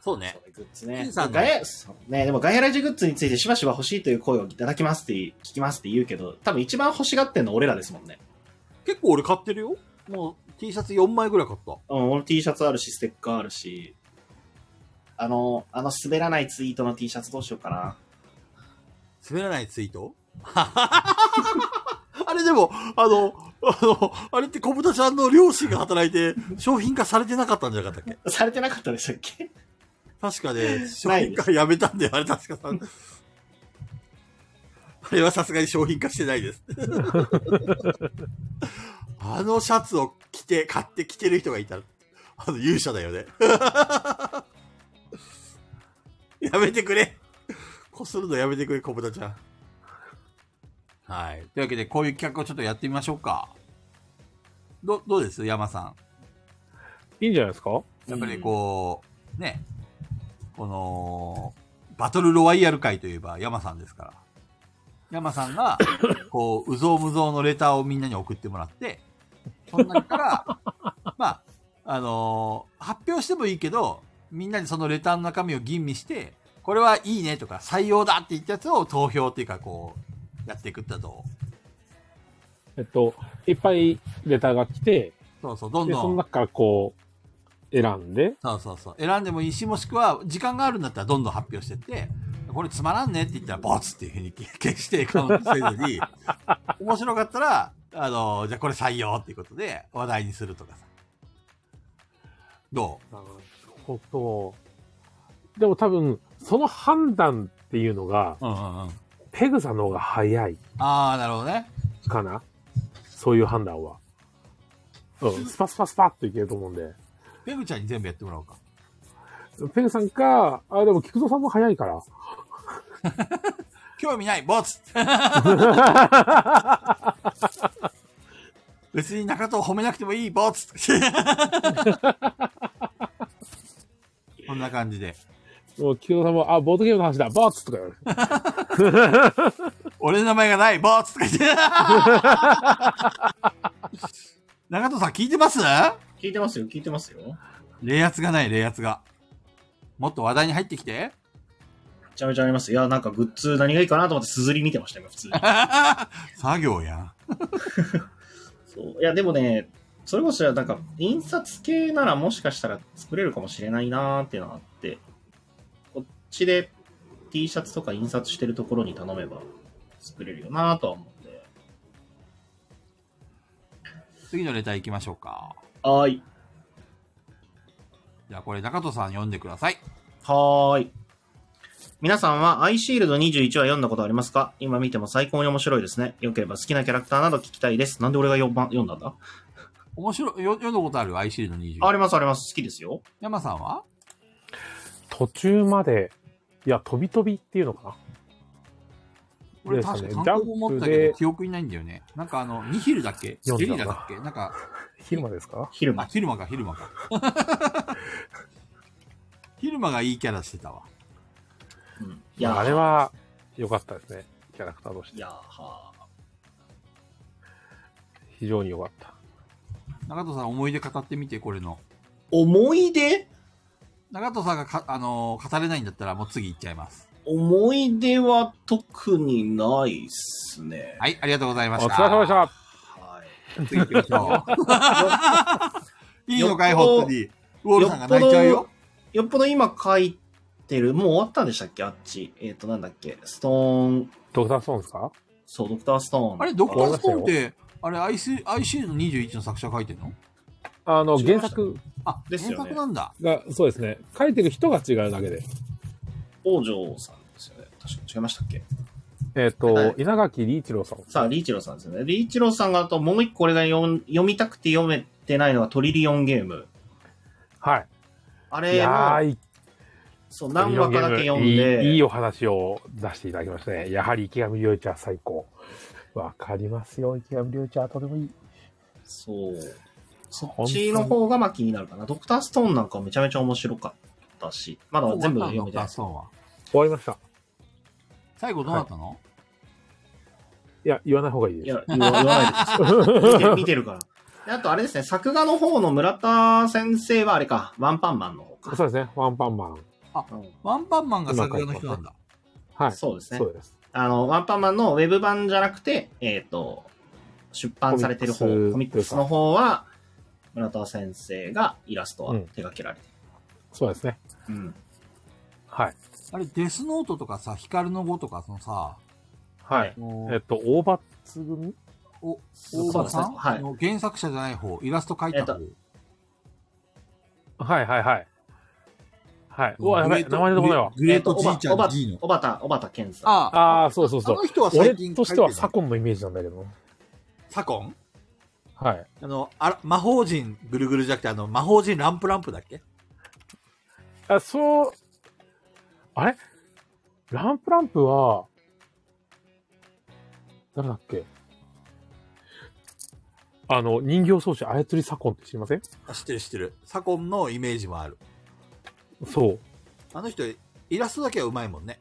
[SPEAKER 1] そう
[SPEAKER 3] 当
[SPEAKER 1] ね
[SPEAKER 3] そ。れグッズね。
[SPEAKER 1] 金さんの
[SPEAKER 3] ガヤ、そうね、でもガヤラジグッズについてしばしば欲しいという声をいただきますって、聞きますって言うけど、多分一番欲しがってんの俺らですもんね。
[SPEAKER 1] 結構俺買ってるよ。もう T シャツ4枚ぐらい買った。
[SPEAKER 3] うん、俺 T シャツあるし、ステッカーあるし。あの、あの滑らないツイートの T シャツどうしようかな。
[SPEAKER 1] 滑らないツイー トあれでも、あの、あの、あれって小豚ちゃんの両親が働いて商品化されてなかったんじゃなかったっけ
[SPEAKER 3] されてなかったでしたっけ
[SPEAKER 1] 確かね、商品化やめたんだよ、あれ確かさ。あれはさすがに商品化してないです。あのシャツを着て、買って着てる人がいたら、あの勇者だよね。 やめてくれ。こするのやめてくれ、小豚ちゃん。はい。というわけで、こういう企画をちょっとやってみましょうか。ど、どうです山さん。
[SPEAKER 5] いいんじゃないですか
[SPEAKER 1] やっぱりこう、ね、この、バトルロワイヤル界といえば山さんですから。山さんが、こう、うぞうむぞうのレターをみんなに送ってもらって、その中から、まあ、あのー発表してもいいけど、みんなにそのレターの中身を吟味して、これはいいねとか採用だって言ったやつを投票っていうか、こう、やっていくんだと。
[SPEAKER 5] えっと、いっぱいレターが来て、
[SPEAKER 1] そうそう、どん
[SPEAKER 5] で、
[SPEAKER 1] ど
[SPEAKER 5] その
[SPEAKER 1] ん、
[SPEAKER 5] 中からこう、選んで、
[SPEAKER 1] そうそうそう、選んでもいいし、もしくは、時間があるんだったらどんどん発表してって、これつまらんねって言ったら、ボツっていうふうに決してカウントせず に、面白かったら、あの、じゃあこれ採用っていうことで話題にするとかさ。ど
[SPEAKER 5] なるほど。でも多分、その判断っていうのが、
[SPEAKER 1] ううんうんうん。
[SPEAKER 5] ペグさんの方が早い
[SPEAKER 1] ああ、なるほどね。
[SPEAKER 5] かなそういう判断は。 うん、スパスパスパッといけると思うんで。
[SPEAKER 1] ペグちゃんに全部やってもらおうか。
[SPEAKER 5] ペグさんか、あ、でも菊蔵さんも早いから。
[SPEAKER 1] 興味ない、ボ ツ別に中藤褒めなくてもいい、ボ ツこんな感じで。
[SPEAKER 5] もう菊蔵さんも、あ、ボードゲームの話だ、バーツとか言われる。
[SPEAKER 1] 俺の名前がない、ボーツとか言って。 中藤さん聞いてます
[SPEAKER 3] 聞いてますよ、聞いてますよ。
[SPEAKER 1] 冷圧がない、冷圧が。もっと話題に入ってきて。
[SPEAKER 3] めちゃめちゃあります。いや、なんかグッズ何がいいかなと思って、すずり見てましたよ、今普通に。
[SPEAKER 1] 作業やん。
[SPEAKER 3] そういや、でもね、それこそ、なんか、印刷系ならもしかしたら作れるかもしれないなーっていうのがあって、こっちで T シャツとか印刷してるところに頼めば作れるよなーとは思うんで。
[SPEAKER 1] 次のレター行きましょうか。
[SPEAKER 3] はーい。
[SPEAKER 1] じゃあこれ中藤さん読んでください。
[SPEAKER 3] はーい。皆さんはアイシールド21は読んだことありますか今見ても最高に面白いですね。よければ好きなキャラクターなど聞きたいです。なんで俺が読ま読んだんだ
[SPEAKER 1] 面白い、よ読んだことある ?IC の
[SPEAKER 3] あ
[SPEAKER 1] 20。
[SPEAKER 3] りますあります。好きですよ。
[SPEAKER 1] 山さんは
[SPEAKER 5] 途中まで、いや、飛び飛びっていうのか
[SPEAKER 1] 俺
[SPEAKER 5] ですね
[SPEAKER 1] 確か単語も思った
[SPEAKER 5] ジャ
[SPEAKER 1] け
[SPEAKER 5] ンプ
[SPEAKER 1] ど
[SPEAKER 5] で
[SPEAKER 1] 記憶にないんだよね。なんかあの、ニヒルだっけ
[SPEAKER 5] 読
[SPEAKER 1] ゲ
[SPEAKER 5] ん
[SPEAKER 1] リ
[SPEAKER 5] だ
[SPEAKER 1] ラ
[SPEAKER 5] な
[SPEAKER 1] だっけなんか、
[SPEAKER 5] な。昼間ですか
[SPEAKER 3] 昼間
[SPEAKER 1] あ、。昼間か、昼間か。 昼間がいいキャラしてたわ。
[SPEAKER 3] う
[SPEAKER 5] い
[SPEAKER 3] ん、
[SPEAKER 5] や、あれ。は、良かったですね。キャラクターとし
[SPEAKER 3] い
[SPEAKER 5] て。
[SPEAKER 3] やーはー
[SPEAKER 5] 非常に良かった。
[SPEAKER 1] 中藤さん思い出語ってみて、これの。
[SPEAKER 3] 思い出
[SPEAKER 1] 中藤さんがか、あのー語れないんだったらもう次行っちゃいます。
[SPEAKER 3] 思い出は特にないっすね。
[SPEAKER 1] はい、ありがとうござい
[SPEAKER 5] お
[SPEAKER 1] ました。
[SPEAKER 5] 疲れ様でした。
[SPEAKER 3] はい。
[SPEAKER 1] 次行きましょう。いいのかい、本当に。ウォールさんが泣いちゃうよ。
[SPEAKER 3] よっぽど今書いてる、もう終わったんでしたっけあっち。えっ、と、なんだっけストーン、
[SPEAKER 5] ドクターストーンですか
[SPEAKER 3] そう、ドクターストーン。
[SPEAKER 1] あれ、ドクタ
[SPEAKER 5] 終わりま
[SPEAKER 1] ース
[SPEAKER 5] した
[SPEAKER 1] ト
[SPEAKER 5] よ
[SPEAKER 1] ーンって、あれ、IC、IC の21の作者書いてんの
[SPEAKER 5] あの、
[SPEAKER 3] 違いま
[SPEAKER 5] 原
[SPEAKER 3] した
[SPEAKER 5] 作
[SPEAKER 1] あ、
[SPEAKER 3] ですよね
[SPEAKER 1] 原作なんだ。
[SPEAKER 5] が、そうですね。書いてる人が違うだけで。
[SPEAKER 3] 王女さんですよね。確確か違いましたっけ
[SPEAKER 2] えっ、と、
[SPEAKER 3] はい
[SPEAKER 2] 稲垣理一郎さん。
[SPEAKER 3] さあ、リーチローさんですよね。リーチローさんがあともう一個俺が読読みたくて読めてないのがトリリオンゲーム。
[SPEAKER 2] はい。
[SPEAKER 3] あ
[SPEAKER 2] い
[SPEAKER 3] れ
[SPEAKER 2] や
[SPEAKER 3] も、
[SPEAKER 2] ー、い
[SPEAKER 3] そう、何話かだけ読ん
[SPEAKER 2] いいい
[SPEAKER 3] で、
[SPEAKER 2] いお話を出していただきましたね。やはり池上良一は最高。わかりますよ、池上良一はとてもいい。
[SPEAKER 3] そう。そ
[SPEAKER 2] 当
[SPEAKER 3] っ
[SPEAKER 2] に
[SPEAKER 3] ちの方がまあ気になるかな。ドクターストーンなんかめちゃめちゃ面白かったし、まだ全部読めてない
[SPEAKER 4] あ。そうは。
[SPEAKER 2] 終わりました。
[SPEAKER 1] 最後どうなったの、
[SPEAKER 2] いや、言わない方がいいです
[SPEAKER 3] い。や、言わ言わない でください見 て。見てるから。であとあれですね、作画の方の村田先生はあれか、ワンパンマンの方か。
[SPEAKER 2] そうですね。ワンパンマン。
[SPEAKER 3] うん
[SPEAKER 1] ワンパンマンが作画の人なんだ。
[SPEAKER 2] はい。
[SPEAKER 3] そうですね
[SPEAKER 2] そうです。
[SPEAKER 3] あの、ワンパンマンのウェブ版じゃなくて、えっ、と、出版されてる方、
[SPEAKER 2] コミックス
[SPEAKER 3] コミックスの方は、村田先生がイラストは
[SPEAKER 2] うん
[SPEAKER 3] 手掛けられて
[SPEAKER 2] そうですね。
[SPEAKER 3] る。うん。
[SPEAKER 2] はい。
[SPEAKER 1] あれ、デスノートとかさ、ヒカルの碁とか、そのさ、
[SPEAKER 2] はい。えっと、大場つ組
[SPEAKER 1] お、大場さん、
[SPEAKER 3] そうですねはい
[SPEAKER 1] の原作者じゃない方、イラスト描いた方、
[SPEAKER 3] え
[SPEAKER 2] はいはいはい。はい。うわ、や
[SPEAKER 1] グ
[SPEAKER 2] ば
[SPEAKER 1] レ
[SPEAKER 2] い。
[SPEAKER 1] ート
[SPEAKER 2] 名前出てこないわ。
[SPEAKER 1] グレー
[SPEAKER 3] え
[SPEAKER 1] ト
[SPEAKER 3] ーと
[SPEAKER 1] じいちゃ
[SPEAKER 3] おば
[SPEAKER 1] ん G の。
[SPEAKER 3] おばた、おばた健さん。
[SPEAKER 1] ああ、
[SPEAKER 2] ああ、そうそう
[SPEAKER 1] あ
[SPEAKER 2] そう
[SPEAKER 1] の。人は
[SPEAKER 2] 俺
[SPEAKER 1] 最近
[SPEAKER 2] としては左近のイメージなんだけど。
[SPEAKER 1] サコン
[SPEAKER 2] はい。
[SPEAKER 1] あの、あら魔法人ぐるぐるじゃなくて、あの、魔法人ランプランプだっけ
[SPEAKER 2] あ、そう、あれランプランプは、誰だっけあの、人形装置操り左近って知りません
[SPEAKER 1] あ知ってる知ってる。サコンのイメージもある。
[SPEAKER 2] そう。
[SPEAKER 1] あの人、イラストだけはうまいもんね。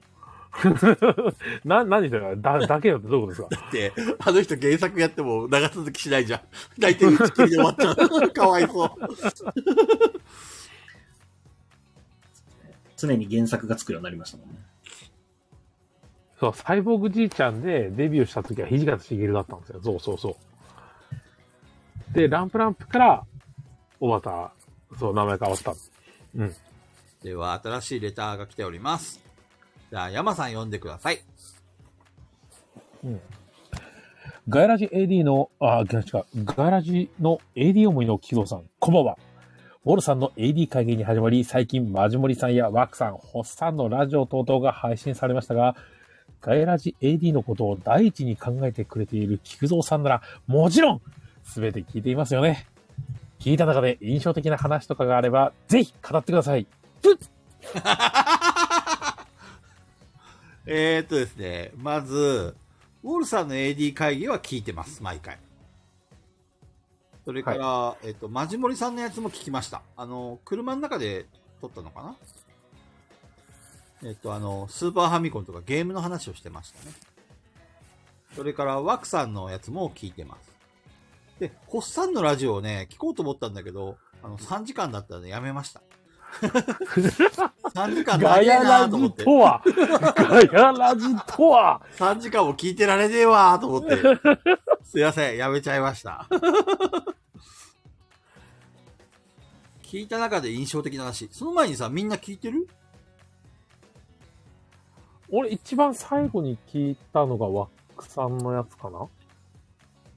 [SPEAKER 2] な、何だよ。だ、だけだってどういうことですか
[SPEAKER 1] って、あの人原作やっても長続きしないじゃん。 大体打ち切りで終わっちゃ う。かわいそう。
[SPEAKER 3] 常に原作が作るようになりましたもんね。
[SPEAKER 2] そう、サイボーグじいちゃんでデビューした時は土方茂だったんですよ。そうそうそう。で、ランプランプから、小畑、そう、名前変わった。
[SPEAKER 1] では、新しいレターが来ております。じゃあ、山さん読んでください。
[SPEAKER 2] ガイラジ AD の、あ、違う違う、ガイラジの AD 思いの企業さん、こんばんは。ウォルさんの AD 会議に始まり、最近、マジモリさんやワークさん、ホッさんのラジオ等々が配信されましたが、ガイラジ AD のことを第一に考えてくれている菊蔵さんなら、もちろん、すべて聞いていますよね。聞いた中で印象的な話とかがあれば、ぜひ語ってくだ さい。
[SPEAKER 1] えーっとですね、まず、ウォルさんの AD 会議は聞いてます、毎回。それから、えっと、マジモリさんのやつも聞きました。あの、車の中で撮ったのかなえっと、あの、スーパーファミコンとかゲームの話をしてましたね。それから、ワクさんのやつも聞いてます。で、ホッサンのラジオをね、聞こうと思ったんだけど、あの、3時間だったらね、やめました。3時間
[SPEAKER 2] ガ
[SPEAKER 1] 長い
[SPEAKER 2] ヤ
[SPEAKER 1] な
[SPEAKER 2] ラ
[SPEAKER 1] と思
[SPEAKER 2] ジ
[SPEAKER 1] って。
[SPEAKER 2] とは、 ガヤラジとは、
[SPEAKER 1] 3時間も聞いてられねえわーと思って。すいません、やめちゃいました。聞いた中で印象的な話。その前にさ、みんな聞いてる
[SPEAKER 2] 俺一番最後に聞いたのがワックさんのやつかな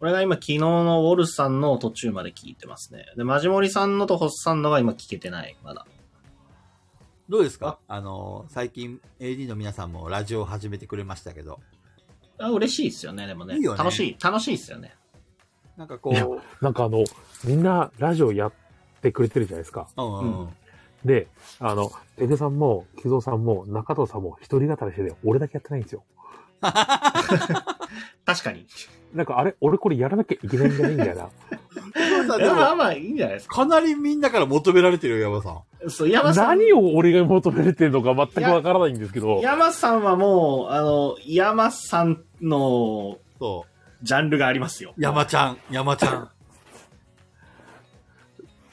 [SPEAKER 3] 俺が今昨日のウォルさんの途中まで聞いてますね。で、マジモリさんのとホッさんのが今聞けてない、まだ。
[SPEAKER 1] どうですかあのー、最近 AD の皆さんもラジオを始めてくれましたけど、
[SPEAKER 3] あ嬉しいですよね、でもね。
[SPEAKER 1] いいよね
[SPEAKER 3] 楽しい、楽しいですよね。
[SPEAKER 1] なんかこ
[SPEAKER 2] いや
[SPEAKER 1] う、
[SPEAKER 2] なんかあの、みんなラジオやってくれてるじゃないですか。
[SPEAKER 1] うんうんうん、
[SPEAKER 2] で、あの、ペグさんも、木造さんも、中藤さんも一人語りしてて、俺だけやってないんですよ。
[SPEAKER 3] 確かに。
[SPEAKER 2] なんかあれ、俺これやらなきゃいけないんじゃないみ たいな。
[SPEAKER 1] 山さん
[SPEAKER 3] いや
[SPEAKER 1] で
[SPEAKER 3] まあ
[SPEAKER 1] も、
[SPEAKER 3] まあ、いいんじゃないですか。
[SPEAKER 1] かなりみんなから求められてるよ、山さん。
[SPEAKER 3] そう、山さん。
[SPEAKER 2] 何を俺が求められてるのか全くわからないんですけど、
[SPEAKER 3] 山さんはもう、あの、山さんの
[SPEAKER 1] そ
[SPEAKER 3] ジャンルがありますよ。
[SPEAKER 1] う。山ちゃん、山ちゃん。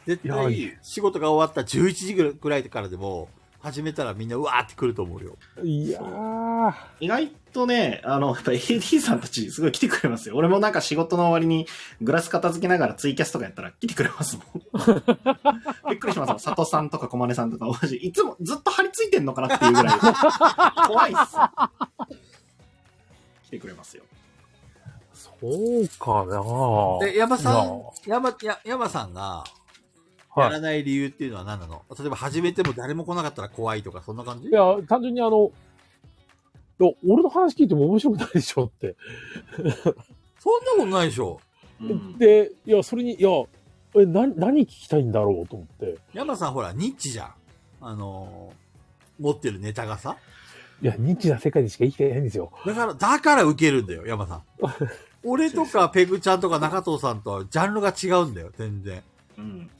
[SPEAKER 1] 絶
[SPEAKER 2] いや
[SPEAKER 1] 対、仕事が終わった11時ぐらいからでも、始めたらみんなうわーって来ると思うよ。
[SPEAKER 2] いやー、
[SPEAKER 3] 意外とね、あの、やっぱ AD さんたちすごい来てくれますよ。俺もなんか仕事の終わりにグラス片付けながらツイキャスとかやったら来てくれ ますもん。びっくりしますもん。佐藤さんとか小金さんとか、マジいつもずっと張り付いてんのかなっていうぐらい。怖いっす。来てくれますよ。
[SPEAKER 2] そうかな
[SPEAKER 1] で、山さ
[SPEAKER 2] いや
[SPEAKER 1] ん、山、や山さんが、や
[SPEAKER 2] は
[SPEAKER 1] らない理由っていうのは何なの、例えば始めても誰も来なかったら怖いとか、そんな感じ
[SPEAKER 2] い。いや、単純にあの、や俺の話聞いても面白くないでしょって。
[SPEAKER 1] そんなことないでしょ。
[SPEAKER 3] うん。
[SPEAKER 2] で、いや、それに、いや、え、な、何聞きたいんだろうと思って。
[SPEAKER 1] 山さんほら、ニッチじゃん。あのー持ってるネタがさ。
[SPEAKER 2] いや、ニッチな世界でしか生きてないんですよ。
[SPEAKER 1] だから、だから受けるんだよ、山 さん。俺とかペグちゃんとか中藤さんとはジャンルが違うんだよ、全然。
[SPEAKER 3] うん。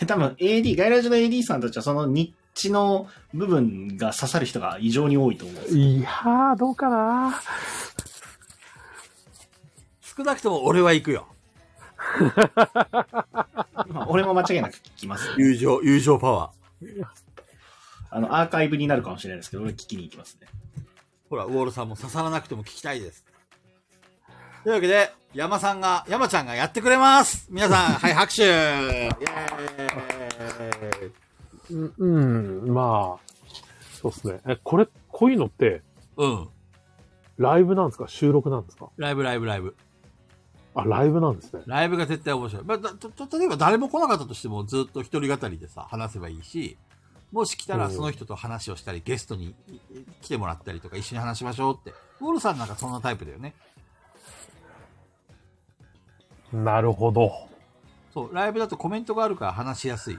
[SPEAKER 3] で、多分 AD、外来所の AD さんたちはそのニッチの部分が刺さる人が異常に多いと思うんですよ。
[SPEAKER 2] いやー、どうかな
[SPEAKER 1] 少なくとも俺は行くよ。
[SPEAKER 3] まあ、俺も間違いなく聞きます。
[SPEAKER 1] 友情、友情パワー。
[SPEAKER 3] あの、アーカイブになるかもしれないですけど、俺聞きに行きますね。
[SPEAKER 1] ほら、ウォールさんも刺さらなくても聞きたいです。というわけで、山さんが、山ちゃんがやってくれます皆さん、はい、拍手イエーイ
[SPEAKER 2] うん、うん、まあ、そうですね。え、これ、こういうのって、
[SPEAKER 1] うん。
[SPEAKER 2] ライブなんですか収録なんですか
[SPEAKER 1] ライブ、ライブ、ライブ。
[SPEAKER 2] あ、ライブなんですね。
[SPEAKER 1] ライブが絶対面白い。まあ、だとと例えば誰も来なかったとしても、ずっと一人語りでさ、話せばいいし、もし来た
[SPEAKER 2] う
[SPEAKER 1] ら
[SPEAKER 2] ん
[SPEAKER 1] その人と話をしたり、ゲストにいい来てもらったりとか、一緒に話しましょうって。ウォールさんなんかそんなタイプだよね。
[SPEAKER 2] なるほど。
[SPEAKER 1] そう、ライブだとコメントがあるから話しやすい。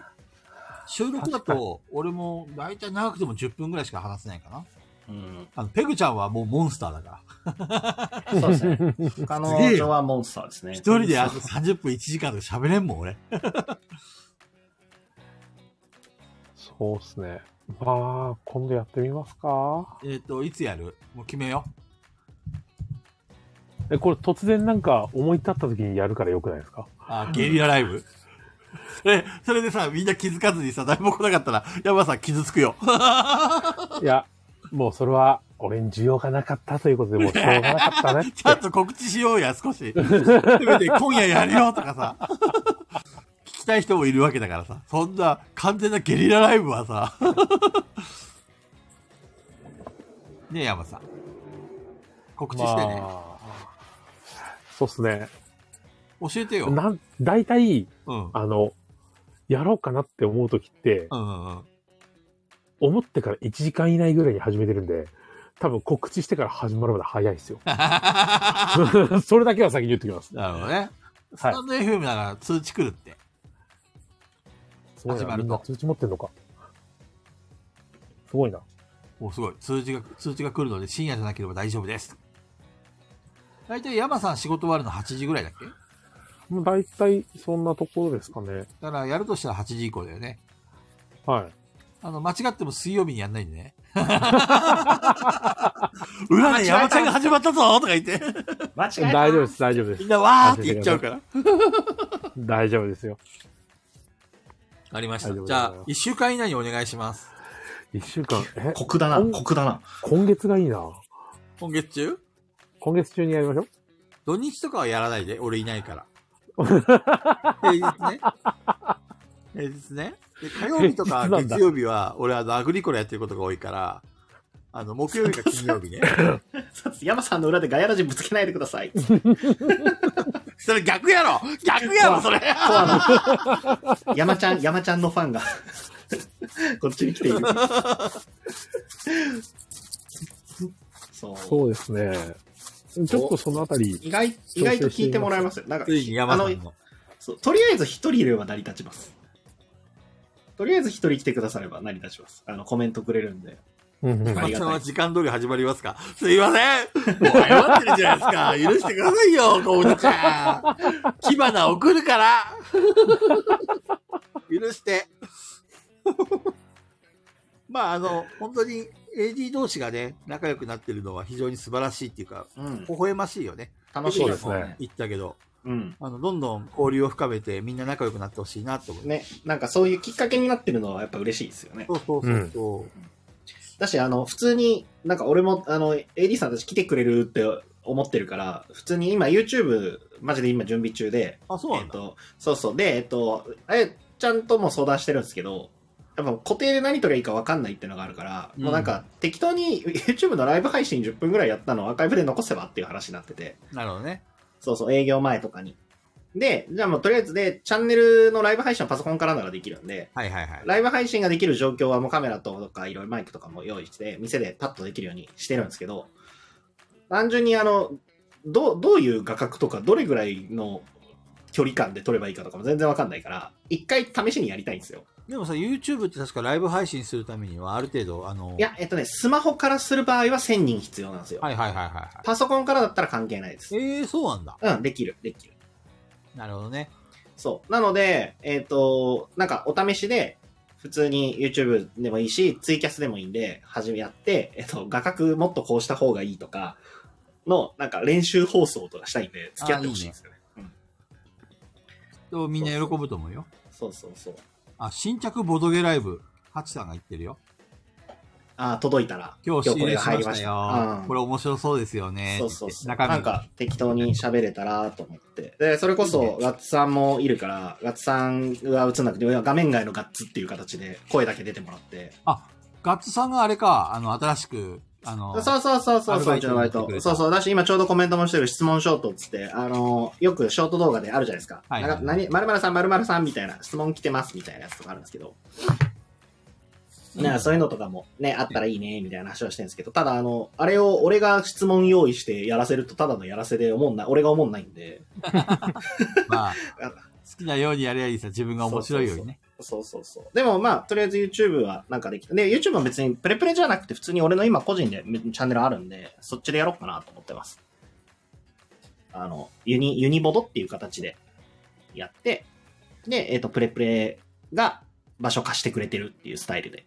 [SPEAKER 1] 収録だ
[SPEAKER 2] 確か
[SPEAKER 1] と、俺も大体長くても10分ぐらいしか話せないかな。
[SPEAKER 3] うん。
[SPEAKER 1] あの、ペグちゃんはもうモンスターだから。
[SPEAKER 3] そうですね。他の
[SPEAKER 1] すげえ
[SPEAKER 3] 女はモンスターですね。
[SPEAKER 1] 一人であと30分1時間で喋れんもん、俺。
[SPEAKER 2] そうですね。まあ、今度やってみますか。
[SPEAKER 1] えっ、と、いつやるもう決めよ
[SPEAKER 2] え、これ突然なんか思い立った時にやるからよくないですか
[SPEAKER 1] う。あ、ゲリラライブ。それ、それでさ、みんな気づかずにさ、誰も来なかったら、山さん傷つくよ。。
[SPEAKER 2] いや、もうそれは、俺に需要がなかったということで、もうしょうがなかったね
[SPEAKER 1] ちゃんと告知しようや、少し。せめて今夜やるよとかさ。聞きたい人もいるわけだからさ。そんな完全なゲリラライブはさ。ねえ、山さん。告知
[SPEAKER 2] ま
[SPEAKER 1] してね。
[SPEAKER 2] あ、そうっすね。
[SPEAKER 1] 教えてよ。うん。
[SPEAKER 2] なん、大体、
[SPEAKER 1] うん
[SPEAKER 2] あの、やろうかなって思う時って、
[SPEAKER 1] うんうん。
[SPEAKER 2] 思ってから1時間以内ぐらいに始めてるんで、多分告知してから始まるまで早いで すよ。それだけは先に言ってきます。
[SPEAKER 1] なるほどね。ス
[SPEAKER 2] はい
[SPEAKER 1] タンド FM だから通知来るって。
[SPEAKER 2] すごい
[SPEAKER 1] 始ま
[SPEAKER 2] な。
[SPEAKER 1] る
[SPEAKER 2] み
[SPEAKER 1] と
[SPEAKER 2] んな通知持ってんのか。すごいな。
[SPEAKER 1] お、すごい。通知が、通知が来るので深夜じゃなければ大丈夫です。大体山さん仕事終わるの8時ぐらいだっけ
[SPEAKER 2] もう大体そんなところですかね。
[SPEAKER 1] だからやるとしたら8時以降だよね。
[SPEAKER 2] はい。
[SPEAKER 1] あの、間違っても水曜日にやんないんで ね。裏で山ちゃんが始まったぞとか言って、
[SPEAKER 3] 間違えた
[SPEAKER 2] 大丈夫です、大丈夫で
[SPEAKER 1] み
[SPEAKER 2] す
[SPEAKER 1] ん。なわーって言っちゃうから。
[SPEAKER 2] 大丈夫ですよ。
[SPEAKER 1] ありました。
[SPEAKER 2] 大丈夫
[SPEAKER 1] じゃあ、1週間以内にお願いします。
[SPEAKER 2] 一週間、え、
[SPEAKER 3] 酷だな、酷だな。
[SPEAKER 2] 今月がいいな。
[SPEAKER 1] 今月中
[SPEAKER 2] 今月中にやりましょう。
[SPEAKER 1] 土日とかはやらないで、俺いない から。平日ね。平日ね。で火曜日とか
[SPEAKER 2] 平日なんだ
[SPEAKER 1] 月曜日は、俺あの、アグリコラやってることが多いから、あの、木曜日か金曜 日ね。
[SPEAKER 3] そうです山さんの裏でガヤラジぶつけないでください。
[SPEAKER 1] それ逆やろ逆やろそれ
[SPEAKER 3] 山ちゃん、山ちゃんのファンが、こっちに来ている。そう。
[SPEAKER 2] そうですね。ちょっとそのあたり、
[SPEAKER 3] 意外、意外と聞いてもらえますよ。なんか、
[SPEAKER 1] ついに山
[SPEAKER 3] あ
[SPEAKER 1] さ
[SPEAKER 3] の
[SPEAKER 1] ん、の。
[SPEAKER 3] そうとりあえず一人いれば成り立ちます。とりあえず一人来てくだされば成り立ちます。あの、コメントくれるんで。
[SPEAKER 2] うんうん
[SPEAKER 1] 山
[SPEAKER 3] ありが
[SPEAKER 1] ち
[SPEAKER 3] た
[SPEAKER 1] ゃ
[SPEAKER 3] い
[SPEAKER 1] んは時間通り始まりますかすいませ んもう謝ってるじゃないですか許してくださいよ、コウちゃん火花送るから 許して。まあ、あの、本当に AD 同士がね、仲良くなってるのは非常に素晴らしいっていうか、
[SPEAKER 3] うん
[SPEAKER 1] 微。笑ましいよね。
[SPEAKER 3] 楽しい
[SPEAKER 2] そうですね。
[SPEAKER 1] 言ったけど、
[SPEAKER 3] うん。
[SPEAKER 1] あの、どんどん交流を深めてみんな仲良くなってほしいなと思う。
[SPEAKER 3] ね、なんかそういうきっかけになってるのはやっぱ嬉しいですよね。
[SPEAKER 1] そうそうそうそう。
[SPEAKER 3] だし、あの、普通に、なんか俺も、あの、AD さんたち来てくれるって思ってるから、普通に今 YouTube、マジで今準備中で、
[SPEAKER 1] あ、そうな
[SPEAKER 3] えっ
[SPEAKER 1] んだ。
[SPEAKER 3] と、そうそう。で、えっと、あやちゃんとも相談してるんですけど、やっぱ固定で何取りゃいいか分かんないってのがあるから、
[SPEAKER 1] うん
[SPEAKER 3] もうなんか適当に YouTube のライブ配信10分ぐらいやったのをアーカイブで残せばっていう話になってて、
[SPEAKER 1] なるほどね。
[SPEAKER 3] そうそう、営業前とかに。で、じゃあもうとりあえずで、チャンネルのライブ配信はパソコンからならできるんで、
[SPEAKER 1] はいはいはい。
[SPEAKER 3] ライブ配信ができる状況はもうカメラとかいろいろマイクとかも用意して、店でパッとできるようにしてるんですけど、単純にあの、どう、どういう画角とか、どれぐらいの距離感で撮ればいいかとかも全然わかんないから、一回試しにやりたいんですよ。
[SPEAKER 1] でもさ、YouTube って確かライブ配信するためには、ある程度、あの、
[SPEAKER 3] いや、えっとね、スマホからする場合は1000人必要なんですよ。
[SPEAKER 1] はいはいはいはいはい。
[SPEAKER 3] パソコンからだったら関係ないです。
[SPEAKER 1] ええー、そうなんだ。
[SPEAKER 3] うん、できる、できる。
[SPEAKER 1] なるほどね。
[SPEAKER 3] そう。なので、えっ、と、なんかお試しで、普通に YouTube でもいいし、ツイキャスでもいいんで、始めやって、えっ、と、画角もっとこうした方がいいとか、の、なんか練習放送とかしたいんで、付き合ってほしいんですよね。うん
[SPEAKER 1] とみんな喜ぶと思うよ。
[SPEAKER 3] そうそうそう。
[SPEAKER 1] あ、新着ボドゲライブ。ハチさんが言ってるよ。
[SPEAKER 3] あー届いたら、
[SPEAKER 1] 今日仕入れしました
[SPEAKER 3] う
[SPEAKER 1] よ。
[SPEAKER 3] ん
[SPEAKER 1] これ面白そうですよね。
[SPEAKER 3] そうそうそう。
[SPEAKER 1] 中身
[SPEAKER 3] なんか適当に喋れたらと思って。で、それこそガッツさんもいるから、ガッツさんが映んなくて、画面外のガッツっていう形で声だけ出てもらって。
[SPEAKER 1] ガッツさんがあれか、あの、新しく、あの、
[SPEAKER 3] そうそうそうそ
[SPEAKER 1] ア
[SPEAKER 3] う、
[SPEAKER 1] ル
[SPEAKER 3] そ
[SPEAKER 1] バ
[SPEAKER 3] う
[SPEAKER 1] イ
[SPEAKER 3] ち
[SPEAKER 1] ト
[SPEAKER 3] のバイ
[SPEAKER 1] に来てく
[SPEAKER 3] ト
[SPEAKER 1] れ。た
[SPEAKER 3] そうそう、私今ちょうどコメントもしてる質問ショートっつって、あの、よくショート動画であるじゃないですか。
[SPEAKER 1] はい
[SPEAKER 3] なんか何、〇〇さん〇〇さんみたいな、質問来てますみたいなやつとかあるんですけど。なんかそういうのとかもね、あったらいいね、みたいな話をしてるんですけど、ただあの、あれを俺が質問用意してやらせると、ただのやらせで思んない、俺が思んないんで。
[SPEAKER 1] まあ、好きなようにやりゃいいさ、自分が面白いようにね。
[SPEAKER 3] そうそうそう。でもまあ、とりあえず YouTube はなんかできた。で、YouTube は別にプレプレじゃなくて、普通に俺の今個人でめチャンネルあるんで、そっちでやろうかなと思ってます。あの、ユニ、ユニボドっていう形でやって、で、えっ、と、プレプレが場所貸してくれてるっていうスタイルで。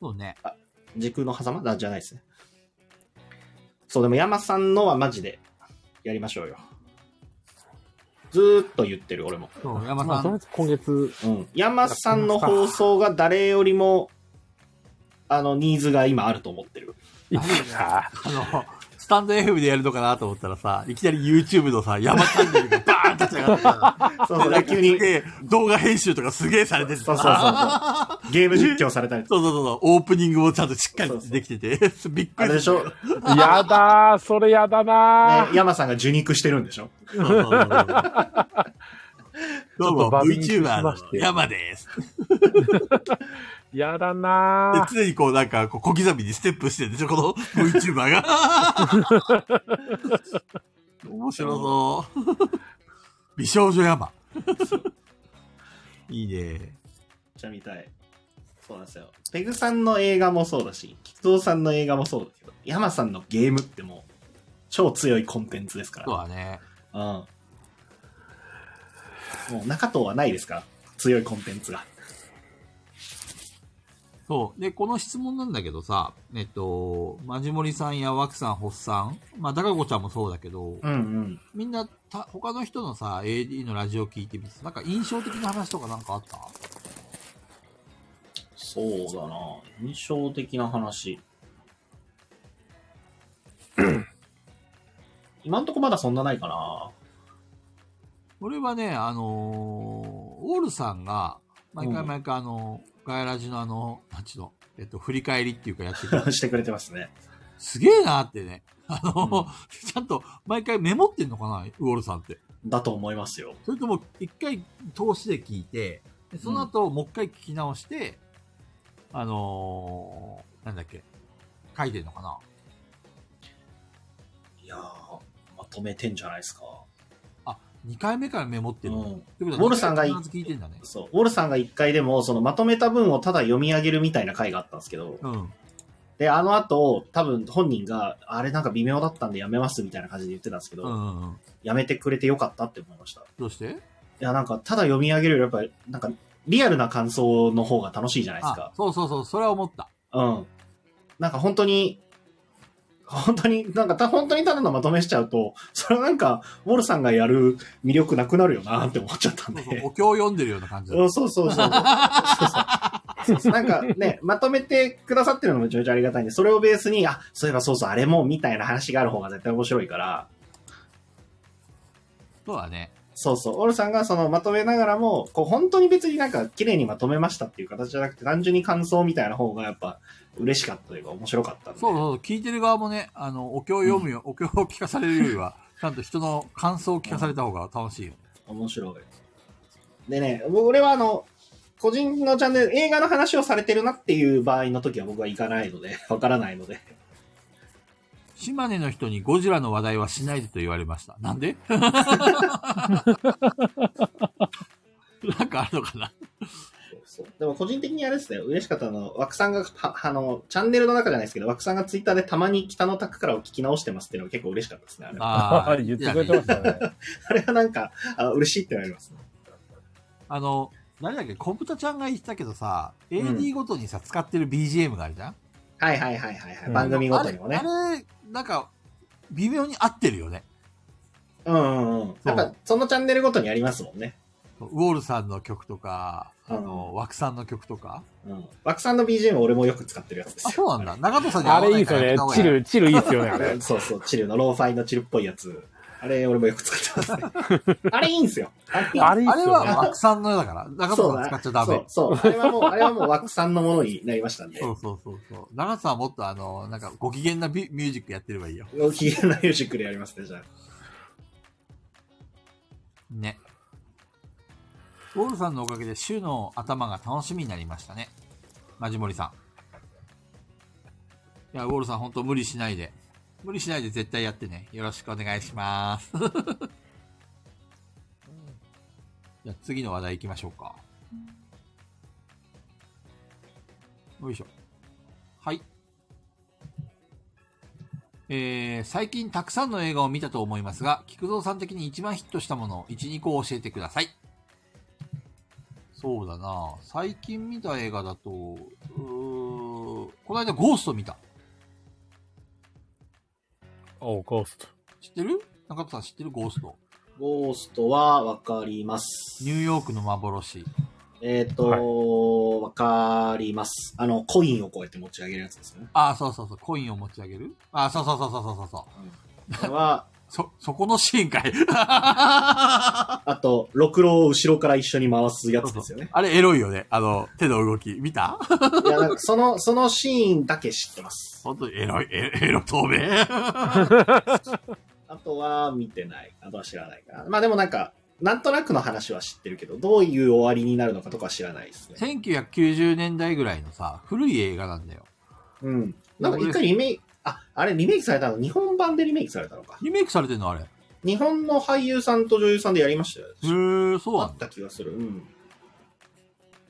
[SPEAKER 1] そうね。
[SPEAKER 3] 時空の狭間あじゃないですね。そう、でも山さんのはマジでやりましょうよ。ずーっと言ってる、俺も。
[SPEAKER 1] そう、山
[SPEAKER 5] まあ、
[SPEAKER 1] さ
[SPEAKER 5] とりあ
[SPEAKER 1] ん
[SPEAKER 5] え、ず今月、
[SPEAKER 3] うん、山さんの放送が誰よりも、あの、ニーズが今あると思ってる。
[SPEAKER 5] いや
[SPEAKER 1] あの、スタンド FM でやるのかなと思ったらさ、いきなり YouTube のさ、山チャンネルがバーンって立ち上がってさ、
[SPEAKER 3] そう そう、急に
[SPEAKER 1] す。げえ動画編集とかすげえされてて
[SPEAKER 3] そうそう
[SPEAKER 1] さ、
[SPEAKER 3] そうそう。ゲーム実況されたりとか。
[SPEAKER 1] そうそうそうそう、オープニングもちゃんとしっかりできてて、 びっく
[SPEAKER 3] あ
[SPEAKER 1] り
[SPEAKER 3] れでしょ、ね、
[SPEAKER 5] ー、やだー、それやだなー。
[SPEAKER 3] 山さんが受肉してるんでしょ
[SPEAKER 1] そうそうそうそうどう
[SPEAKER 5] ちょっと
[SPEAKER 1] も、
[SPEAKER 5] バビに聞き
[SPEAKER 1] VTuber の
[SPEAKER 5] まして
[SPEAKER 1] 山 です。
[SPEAKER 5] やだ
[SPEAKER 1] で
[SPEAKER 5] なー。
[SPEAKER 1] 常にこうなんか、こう小刻みにステップしてるんでしょ、この VTuber が。 面白そう。美少女山。いいね。
[SPEAKER 3] じゃ見たい。そうなんですよ。ペグさんの映画もそうだし、菊蔵さんの映画もそうだけど、山さんのゲームってもう、超強いコンテンツですから。
[SPEAKER 1] そうだね。
[SPEAKER 3] うん。もう中藤はないですから、強いコンテンツが。
[SPEAKER 1] そう。で、この質問なんだけどさ、えっと、マジモリさんやワクさん、ホッさん、まあ、ダカゴちゃんもそうだけど、
[SPEAKER 3] うんうん。
[SPEAKER 1] みんなた、他の人のさ、AD のラジオ聞いてみて、なんか印象的な話とかなんかあった
[SPEAKER 3] そうだな印象的な話。 今んとこまだそんなないかな
[SPEAKER 1] 俺はね、あのーオールさんが、毎回毎回あのガヤラジのあの、なんちゅうの、えっと、振り返りっていうかやってて、
[SPEAKER 3] してくれてますね。
[SPEAKER 1] すげえなってね。あのー
[SPEAKER 3] うん
[SPEAKER 1] ちゃんと毎回メモってんのかな、ウォールさんって。
[SPEAKER 3] だと思いますよ。
[SPEAKER 1] それとも、一回通しで聞いて、でその後、もう一回聞き直して、あのーなんだっけ、書いてんのかない
[SPEAKER 3] やー、まとめてんじゃないですか。
[SPEAKER 1] 二回目からメモって
[SPEAKER 3] う
[SPEAKER 1] るの。
[SPEAKER 3] ん。
[SPEAKER 1] ってことは
[SPEAKER 3] ウォルさんが
[SPEAKER 1] 二回必ず聞いてんだね。
[SPEAKER 3] そう。ウォルさんが一回でも、そのまとめた文をただ読み上げるみたいな回があったんですけど、
[SPEAKER 1] うん。
[SPEAKER 3] で、あの後、多分本人が、あれなんか微妙だったんでやめますみたいな感じで言ってたんですけど、
[SPEAKER 1] うんうんうん。
[SPEAKER 3] やめてくれてよかったって思いました。
[SPEAKER 1] どうして
[SPEAKER 3] いや、なんか、ただ読み上げるより、やっぱり、なんか、リアルな感想の方が楽しいじゃないです
[SPEAKER 1] あ
[SPEAKER 3] か。、
[SPEAKER 1] そうそうそう、それは思った。
[SPEAKER 3] うん。なんか、本当に、本当に、なんかた、本当にただのまとめしちゃうと、それはなんか、ウォルさんがやる魅力なくなるよなって思っちゃったん
[SPEAKER 1] そ
[SPEAKER 3] で
[SPEAKER 1] う。そうお経を読んでるような感じだ
[SPEAKER 3] そうそうそうそう。そうそうそうなんかね、まとめてくださってるのもめちゃめちゃありがたいんで、それをベースに、あ、そういえばそうそう、あれも、みたいな話がある方が絶対面白いから、
[SPEAKER 1] そうだね。
[SPEAKER 3] そうそう。オルさんがそのまとめながらも、こう本当に別になんか綺麗にまとめましたっていう形じゃなくて、単純に感想みたいな方がやっぱ嬉しかったというか面白かったんで。
[SPEAKER 1] そうそう、聞いてる側もね、あの、お経を読むよ、お経を聞かされるよりは、ちゃんと人の感想を聞かされた方が楽しいよ。
[SPEAKER 3] 面白い。でね、俺はあの、個人のチャンネル、映画の 話をされてるなっていう場合の時は僕は行かないので、わからないので。
[SPEAKER 1] 島根の人にゴジラの話題はしないでと言われました。なんで なんかあるのかな
[SPEAKER 3] そうでも個人的にあれですね、嬉しかったのは、枠さんがた、あの、チャンネルの中じゃないですけど、枠さんがツイッターでたまに北の宅からを聞き直してますっていうのが結構嬉しかったですね、あれは。
[SPEAKER 1] あー
[SPEAKER 7] 言ってくれてましたね。
[SPEAKER 3] あれはなんか、あ嬉しいってなりますね。
[SPEAKER 1] あの、誰だっけ、小豚ちゃんが言ってたけどさ、AD ごとにさ、使ってる BGM があるじゃん
[SPEAKER 3] はいはいはいはい、は
[SPEAKER 7] う
[SPEAKER 3] い。
[SPEAKER 7] ん
[SPEAKER 3] 番組ごとにもね
[SPEAKER 1] あ。れ、あれなんか、微妙に合ってるよね。
[SPEAKER 3] うんうんうん。やっぱ、そのチャンネルごとにありますもんね。
[SPEAKER 1] ウォールさんの曲とか、あの、
[SPEAKER 3] うん
[SPEAKER 1] 枠さんの曲とか。
[SPEAKER 3] うん。枠さんの BGM 俺もよく使ってるやつです
[SPEAKER 1] あ、
[SPEAKER 3] よ。
[SPEAKER 1] そうなんだ。長藤さんに合
[SPEAKER 2] あ
[SPEAKER 1] わな
[SPEAKER 2] れいい
[SPEAKER 1] い
[SPEAKER 2] です
[SPEAKER 1] か
[SPEAKER 2] よ
[SPEAKER 1] らや
[SPEAKER 2] ね
[SPEAKER 1] めた方。がい
[SPEAKER 2] チ
[SPEAKER 1] い。
[SPEAKER 2] ル、チルいいですよね、あ
[SPEAKER 3] あ
[SPEAKER 2] れ
[SPEAKER 3] れ。 そうそう、チルの、ローファイのチルっぽいやつ。あれ、俺もよく使ってますね。 あれいいんすよ。あれいい
[SPEAKER 2] あれいい
[SPEAKER 1] あ
[SPEAKER 2] っす
[SPEAKER 1] れ
[SPEAKER 2] よ
[SPEAKER 1] は
[SPEAKER 2] ね。
[SPEAKER 1] 枠さんのだから、長藤
[SPEAKER 3] そう
[SPEAKER 1] さん
[SPEAKER 3] だ
[SPEAKER 1] 使っちゃダメ。
[SPEAKER 3] そう、そう。あれはもう、あれはもう枠さんのものになりましたんで。
[SPEAKER 1] そうそうそうそう。長さはもっとあの、なんかご機嫌なビミュージックやってればいいよ。
[SPEAKER 3] ご機嫌なミュージックでやりますね、じゃあ。
[SPEAKER 1] ね。ウォールさんのおかげで週の頭が楽しみになりましたね。マジモリさん。いや、ウォールさん本当無理しないで。無理しないで絶対やってね。よろしくお願いします。 じゃあ次の話題行きましょうか。よいしょ。はい。えー最近たくさんの映画を見たと思いますが、菊蔵さん的に一番ヒットしたものを1、2個教えてください。そうだな最近見た映画だと、うーこの間ゴースト見た。
[SPEAKER 7] おゴースト。
[SPEAKER 1] 知ってる中田さん知ってるゴースト。
[SPEAKER 3] ゴーストはわかります。
[SPEAKER 1] ニューヨークの幻。
[SPEAKER 3] えっ、と、わ、かります。あの、コインをこうやって持ち上げるやつですね。
[SPEAKER 1] ああ、そうそうそう、コインを持ち上げるああ、そうそうそうそうそうそう。
[SPEAKER 3] これは、
[SPEAKER 1] そ、そこのシーンかい。
[SPEAKER 3] あと、ろくろを後ろから一緒に回すやつです よね。
[SPEAKER 1] あれエロいよね。あの、手の動き。見た
[SPEAKER 3] いや、なんかその、そのシーンだけ知ってます。
[SPEAKER 1] 本当にエロい、エロエロ透明。
[SPEAKER 3] あとは見てない。あとは知らないかな。まあでもなんか、なんとなくの話は知ってるけど、どういう終わりになるのかとかは知らないですね。
[SPEAKER 1] 1990年代ぐらいのさ、古い映画なんだよ。
[SPEAKER 3] うん。なんか一回リメイク、あ、あれリメイクされたの日本版でリメイクされたのか。
[SPEAKER 1] リメイクされてんのあれ。へ
[SPEAKER 3] 日本の俳優さんと女優さんでやりましたよ。
[SPEAKER 1] ー、そうな
[SPEAKER 3] あ
[SPEAKER 1] ん
[SPEAKER 3] っ
[SPEAKER 1] だ。
[SPEAKER 3] た気がする。うん。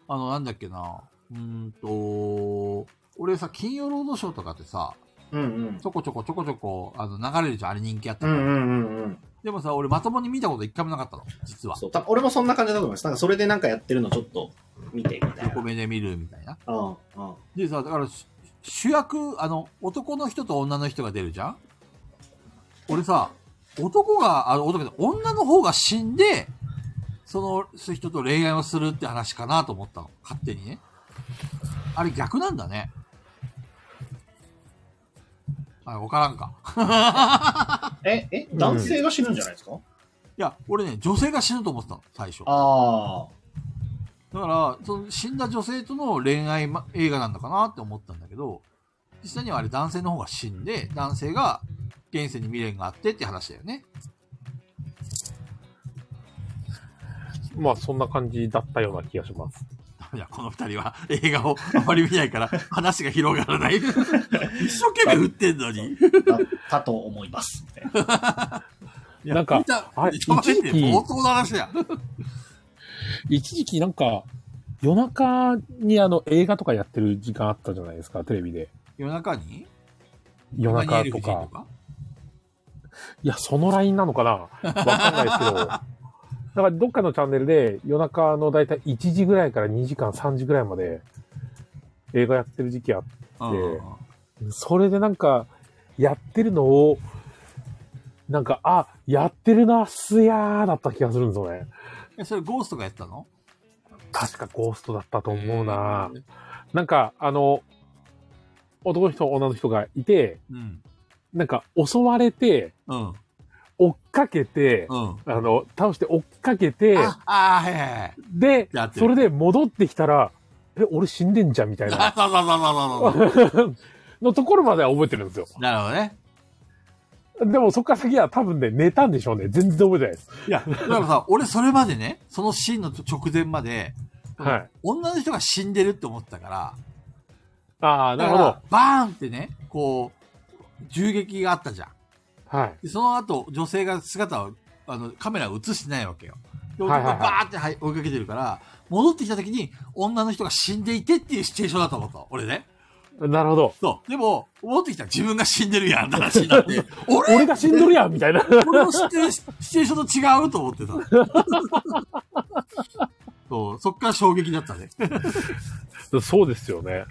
[SPEAKER 1] あの、なんだっけな。うーんと、俺さ、金曜ロードショーとかってさ、
[SPEAKER 3] うんうん
[SPEAKER 1] ち。ょこちょこちょこちょこ、あの、流れるじゃん。あれ人気あった
[SPEAKER 3] う
[SPEAKER 1] から。
[SPEAKER 3] んうんうんうん。
[SPEAKER 1] でもさ、俺まともに見たこと一回もなかったの。実は。
[SPEAKER 3] そう、た俺もそんな感じだと思います。なんかそれでなんかやってるのちょっと見てみたいな。
[SPEAKER 1] 横 目で見るみたいな。
[SPEAKER 3] うんうん。
[SPEAKER 1] でさ、だから、し主役、あの、男の人と女の人が出るじゃん俺さ、男が、あの、男で、女の方が死んで、そのその人と恋愛をするって話かなと思ったの。勝手にね。あれ逆なんだね。あ、わからんか。
[SPEAKER 3] え、え、男性が死ぬんじゃないですか、
[SPEAKER 1] いや、俺ね、女性が死ぬと思ってたの、最初。だか
[SPEAKER 3] ああ。
[SPEAKER 1] ら、その死んだ女性との恋愛、ま、映画なんだかなって思ったんだけど、実際にはあれ男性の方が死んで、男性が現世に未練があってって話だよね。
[SPEAKER 2] まあ、そんな感じだったような気がします。
[SPEAKER 1] ダメだ、この二人は映画を あまり見ないから話が広がらな い。一生懸命振ってんのに。
[SPEAKER 3] かと思います。みたいな
[SPEAKER 2] なんか
[SPEAKER 1] 見、た
[SPEAKER 2] あれ
[SPEAKER 1] 見た目って
[SPEAKER 2] 一時期
[SPEAKER 1] 冒頭の話だよ。
[SPEAKER 2] 一時期なんか、夜中にあの映画とかやってる時間あったじゃないですか、テレビで。
[SPEAKER 1] 夜中に
[SPEAKER 2] 夜
[SPEAKER 1] マ
[SPEAKER 2] 中
[SPEAKER 1] ニエル
[SPEAKER 2] と
[SPEAKER 1] 夫人
[SPEAKER 2] か。いや、そのラインなのかなわかんないですけ ど。なんかどっかのチャンネルで夜中のだいたい1時ぐらいから2時間3時ぐらいまで映画やってる時期あっ
[SPEAKER 1] うん
[SPEAKER 2] でそれでなんか、やってるのを、なんか、あ、やってるな、すやーだった気がするんですよね。
[SPEAKER 1] え、それゴーストがやってたの
[SPEAKER 2] 確かゴーストだったと思うな、なんか、あの、男の人、女の人がいて、
[SPEAKER 1] うん。
[SPEAKER 2] なんか襲われて、
[SPEAKER 1] うん。
[SPEAKER 2] 追っかけて、
[SPEAKER 1] うん。
[SPEAKER 2] あの、倒して追っかけて、
[SPEAKER 1] あ、あー、はいはいはい。
[SPEAKER 2] で
[SPEAKER 1] やっ、てる
[SPEAKER 2] それで戻ってきたら、え、俺死んでんじゃんみたい
[SPEAKER 1] あ
[SPEAKER 2] な、
[SPEAKER 1] そうそうそうそう そう
[SPEAKER 2] のところまでは覚えてるんですよ。
[SPEAKER 1] そう。なるほどね。
[SPEAKER 2] でもそっから先は多分ね、寝たんでしょうね。全然覚えてないです。
[SPEAKER 1] いや、だからさ、俺それまでね、そのシーンの直前まで、
[SPEAKER 2] はい。
[SPEAKER 1] 女の人が死んでるって思ってたから、
[SPEAKER 2] ああ、
[SPEAKER 1] だ
[SPEAKER 2] な
[SPEAKER 1] か
[SPEAKER 2] るほど
[SPEAKER 1] ら。、バーンってね、こう、銃撃があったじゃん。
[SPEAKER 2] はい。
[SPEAKER 1] でその後、女性が姿を、あの、カメラを映してないわけよ。で、男
[SPEAKER 2] はいはいは
[SPEAKER 1] が
[SPEAKER 2] い
[SPEAKER 1] バーってはい追いかけてるから、戻ってきた時に、女の人が死んでいてっていうシチュエーションだと思ったの。俺ね。
[SPEAKER 2] なるほど。
[SPEAKER 1] そう。でも、戻ってきたら自分が死んでるやんって話になって、俺
[SPEAKER 2] 俺が死んどるやんみたいな。
[SPEAKER 1] 俺の知ってるシシチュエーションと違うと思ってた。そう、そっから衝撃だったね。
[SPEAKER 2] そうですよね。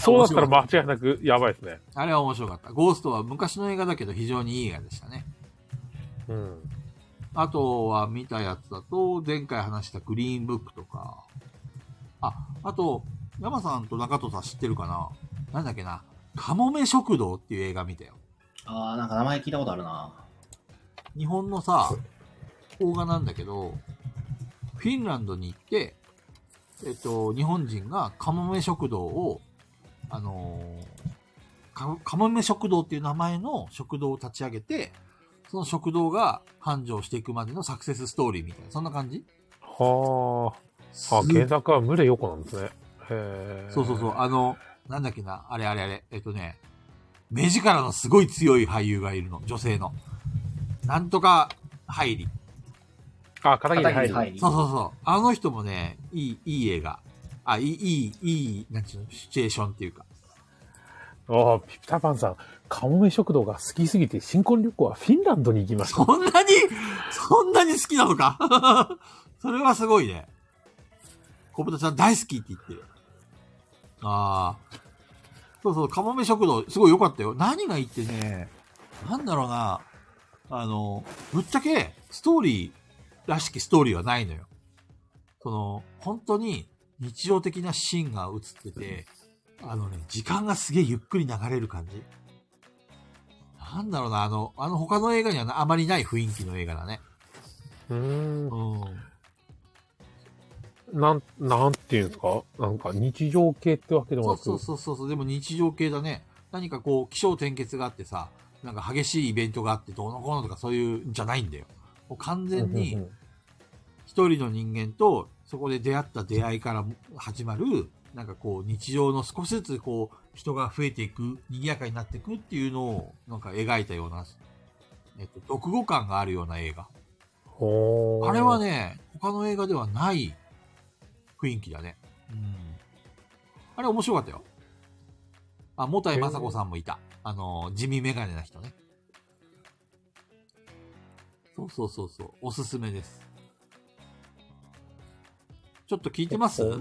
[SPEAKER 1] そうだったら
[SPEAKER 2] 間違いなくやばいですね。
[SPEAKER 1] あれは面白かった。ゴーストは昔の映画だけど非常にいい映画でしたね。
[SPEAKER 2] うん。
[SPEAKER 1] あとは見たやつだと、前回話したグリーンブックとか。あ、あと、山さんと中戸さん知ってるかななんだっけな。カモメ食堂っていう映画見たよ。
[SPEAKER 3] ああ、なんか名前聞いたことあるな。
[SPEAKER 1] 日本のさ、邦画なんだけど、フィンランドに行って、えっと、日本人がカモメ食堂を、あのーカカモメ食堂っていう名前の食堂を立ち上げて、その食堂が繁盛していくまでのサクセスストーリーみたいな、そんな感じ
[SPEAKER 2] はあ。はあ、
[SPEAKER 1] す
[SPEAKER 2] 原作は無礼横なんですね。へえ。
[SPEAKER 1] そうそうそう、あの、なんだっけな、あれあれあれ、えっとね、目力のすごい強い俳優がいるの、女性の。なんとか、入り。
[SPEAKER 2] あ、片桐入
[SPEAKER 3] 片
[SPEAKER 2] る。
[SPEAKER 3] 桐入り
[SPEAKER 1] そうそうそう。あの人もね、いい、いい映画。あ、いい、いい、いい、なんちゅうの、シチュエーションっていうか。
[SPEAKER 2] ああ、ピピタパンさん、カモメ食堂が好きすぎて新婚旅行はフィンランドに行きました
[SPEAKER 1] そ。んなに、そんなに好きなのか それはすごいね。小豚ちゃん大好きって言ってる。ああ。そうそう、カモメ食堂、すごい良かったよ。何がいいってね、なんだろうな。あの、ぶっちゃけ、ストーリーらしきストーリーはないのよ。その、本当に日常的なシーンが映ってて、あのね、時間がすげえゆっくり流れる感じ。なんだろうな、あの、あの他の映画にはなあまりない雰囲気の映画だね。
[SPEAKER 2] うーん。
[SPEAKER 1] うん。
[SPEAKER 2] なん、なんていうんですかなんか日常系ってわけで
[SPEAKER 1] そう
[SPEAKER 2] もなく。
[SPEAKER 1] そうそうそうそう、でも日常系だね。何かこう、気象転結があってさ、なんか激しいイベントがあってどうのこうのとかそういうんじゃないんだよ。もう完全
[SPEAKER 2] うんう
[SPEAKER 1] に
[SPEAKER 2] ん
[SPEAKER 1] 一人の人間と、そこで出会った出会いから始まる、なんかこう、日常の少しずつこう、人が増えていく、賑やかになっていくっていうのを、なんか描いたような、えっと、独語感があるような映画。
[SPEAKER 2] ほー
[SPEAKER 1] あれは。ね、他の映画ではない雰囲気だね。うん。あれ面白かったよ。あ、もたいまさこさんもいた。あの、地味メガネな人ね。そうそうそうそう。おすすめです。ちょっと聞いてます
[SPEAKER 2] ほうほ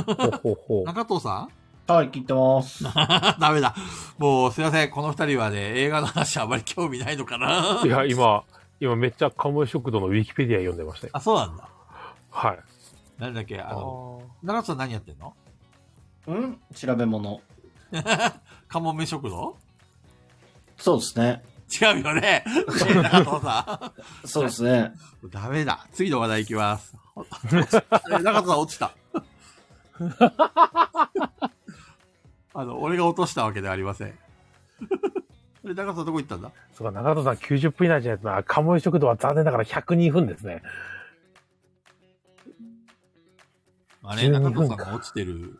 [SPEAKER 2] うほうほう。。
[SPEAKER 1] 中藤さん
[SPEAKER 3] はい、聞いてます。
[SPEAKER 1] ダメだ。もうすいません。この二人はね、映画の話あまり興味ないのかない
[SPEAKER 2] や、今、今めっちゃカモイ食堂のウィキペディア読んでましたよ。
[SPEAKER 1] あ、そうなんだ。
[SPEAKER 2] はい。
[SPEAKER 1] なんだっけ、あ
[SPEAKER 2] あ
[SPEAKER 1] の、中藤さん何やってんの
[SPEAKER 3] うん調べ物。
[SPEAKER 1] カモメ食堂
[SPEAKER 3] そうですね。
[SPEAKER 1] 違う よね。中藤さ
[SPEAKER 3] そうですね。
[SPEAKER 1] ん。ダメだ。次の話題いき ます。あれ中藤さん落ちた。 あの、俺が落としたわけではありません。 あれ中藤さんどこ行ったんだ
[SPEAKER 2] そうか、中田さん90分以内じゃないとな、カモイ食堂は残念ながら102分ですね。
[SPEAKER 1] あ
[SPEAKER 2] 12
[SPEAKER 1] れ中藤
[SPEAKER 2] 分
[SPEAKER 1] さん
[SPEAKER 2] か
[SPEAKER 1] が落ちてる。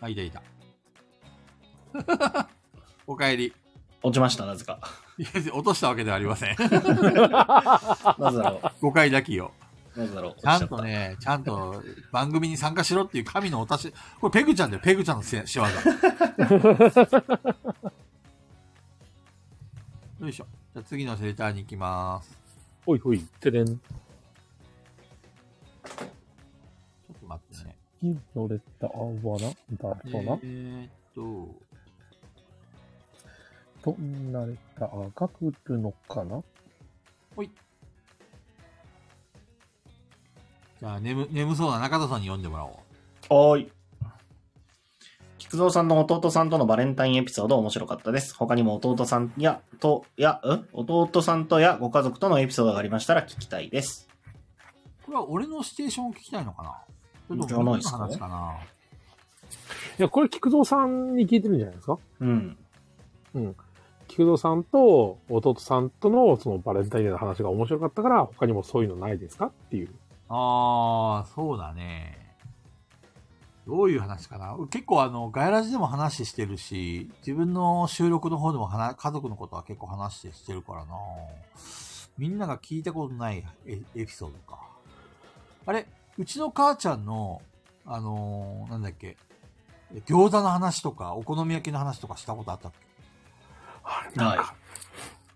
[SPEAKER 1] あ、いたい た。おかえり。
[SPEAKER 3] 落ちました、なぜか。
[SPEAKER 1] いや落としたわけではありません。
[SPEAKER 3] なぜだろ
[SPEAKER 1] 誤解だきよ。
[SPEAKER 3] う。なぜだろう。
[SPEAKER 1] ちゃんとね、ちゃんと番組に参加しろっていう神のお達し、これペグちゃんだよ、ペグちゃんのせ仕業。よいしょ。じゃあ次のセーターに行きます。
[SPEAKER 2] ほいほい、てれん。
[SPEAKER 1] ちょっと待ってね。
[SPEAKER 2] 乗れたわな、だ
[SPEAKER 1] え
[SPEAKER 2] とな、
[SPEAKER 1] ーっと、
[SPEAKER 2] となれたが来るのかな
[SPEAKER 1] じゃあ眠、眠そうな中田さんに読んでもらおう。
[SPEAKER 3] おーい。菊蔵さんの弟さんとのバレンタインエピソード面白かったです。他にも弟さんや、と、や、ん弟さんとやご家族とのエピソードがありましたら聞きたいです。
[SPEAKER 1] これは俺のシチュエーションを聞きたいのかなそれと
[SPEAKER 3] じゃない
[SPEAKER 1] も
[SPEAKER 3] で
[SPEAKER 1] 僕
[SPEAKER 3] す
[SPEAKER 1] の
[SPEAKER 3] か
[SPEAKER 1] 話かない
[SPEAKER 2] や、これ、菊蔵さんに聞いてるんじゃないですか
[SPEAKER 3] うん。
[SPEAKER 2] うん。菊蔵さんと弟さんとのそのバレンタインデーの話が面白かったから、他にもそういうのないですかっていう。
[SPEAKER 1] あー、そうだね。どういう話かな結構あの、ガイラジでも話してるし、自分の収録の方でも話家族のことは結構話してしてるからなみんなが聞いたことないエエピソードか。あれ、うちの母ちゃんの、あのーなんだっけ、餃子の話とか、お好み焼きの話とかしたことあったっけ
[SPEAKER 5] あれ、なん
[SPEAKER 3] は
[SPEAKER 5] か、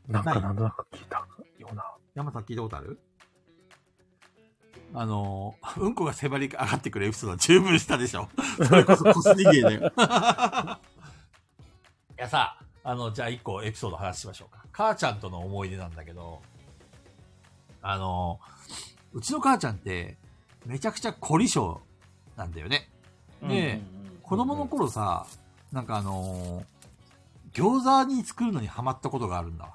[SPEAKER 5] なんか
[SPEAKER 1] ない
[SPEAKER 5] なんとなく聞いたような。
[SPEAKER 1] 山さん聞いたことあるあのー、うんこが迫り上がってくるエピソードは十分したでしょ それこそコスニゲーだ よ。いやさ、あの、じゃあ一個エピソード話しましょうか。母ちゃんとの思い出なんだけど、あのー、うちの母ちゃんって、めちゃくちゃ凝り性なんだよね。ね子供の頃さ、なんかあのー餃子に作るのにハマったことがあるんだわ。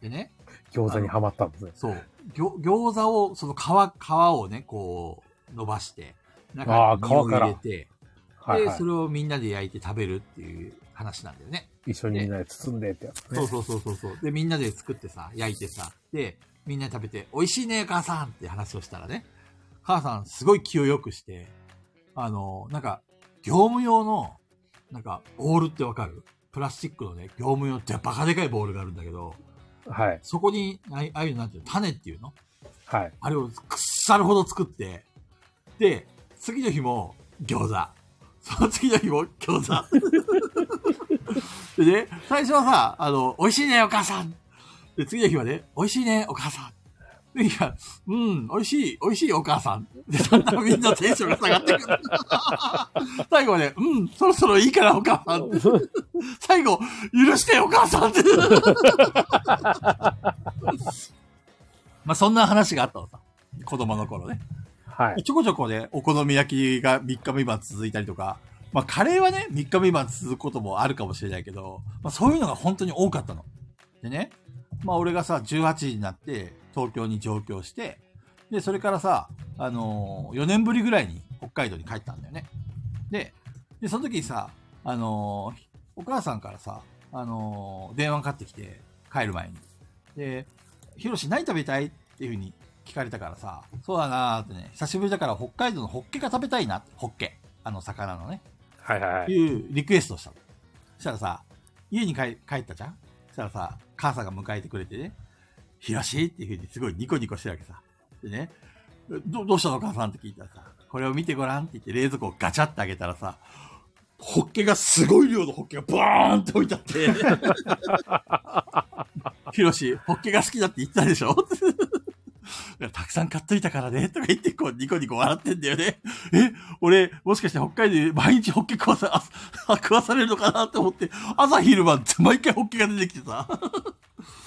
[SPEAKER 1] でね、
[SPEAKER 8] 餃子にはまったんですね。
[SPEAKER 1] そう。ぎょ餃子を、その皮、皮をね、こう、伸ばして、
[SPEAKER 8] あ
[SPEAKER 1] 中
[SPEAKER 8] ー
[SPEAKER 1] に身を
[SPEAKER 8] 皮から
[SPEAKER 1] 入れて、
[SPEAKER 8] はい
[SPEAKER 1] で、
[SPEAKER 8] は
[SPEAKER 1] それをみんなで焼いて食べるっていう話なんだよね。
[SPEAKER 8] い。一緒にみんなで包んでってやつね。
[SPEAKER 1] そうそうそうそうそう。で、みんなで作ってさ、焼いてさ、で、みんなで食べて、美味しいね、母さんって話をしたらね、母さんすごい気を良くして、あの、なんか、業務用の、なんか、ボールってわかるプラスチックのね、業務用ってバカでかいボールがあるんだけど、
[SPEAKER 8] はい。
[SPEAKER 1] そこに、あああいうなんていうの、種っていうの
[SPEAKER 8] はい。
[SPEAKER 1] あれをくっさるほど作って、で、次の日も餃子。 その次の日も餃子。 でね、最初はさ、あの、美味しいね、お母さん。で、次の日はね、美味しいね、お母さん。で、いや、うん、美味しい、美味しい、お母さん。で、だんだんみんなテンションが下がってくる。 最後はね、うん、そろそろいいから、お 母さん。最後、許して、お母さんって。まあ、そんな話があったのさ。子供の頃ね。
[SPEAKER 8] はい。
[SPEAKER 1] ちょこちょこね、お好み焼きが3日目まで続いたりとか、まあカレーはね、3日目まで続くこともあるかもしれないけど、まあそういうのが本当に多かったの。でね、まあ俺がさ、18になって東京に上京して、で、それからさ、あのー4年ぶりぐらいに北海道に帰ったんだよね。で、で、その時にさ、あのーお母さんからさ、あのー電話がかかってきて、帰る前に。で、ヒロシ何食べたいっていうふうに聞かれたからさ、そうだなーってね、久しぶりだから北海道のホッケが食べたいな、ホッケ。あの魚のね、
[SPEAKER 8] はいはいはい。
[SPEAKER 1] いうリクエストをしたの。そしたらさ、家に帰帰ったじゃんそしたらさ、母さんが迎えてくれてね、ひろしっていうふうにすごいニコニコしてるわけさ。でね、どどうしたの母さんって聞いたらさ、これを見てごらんって言って冷蔵庫をガチャって開けたらさ、ホッケがすごい量のホッケがバーンって置いてあって、 ひろし、ホッケが好きだって言ったでしょ たくさん買っといたからね、とか言って、こう、ニコニコ笑ってんだよね。え、俺、もしかして北海道で毎日ホッケ食わさ、あ 食わされるのかなって思って、朝昼晩って毎回ホッケが出てきてさ。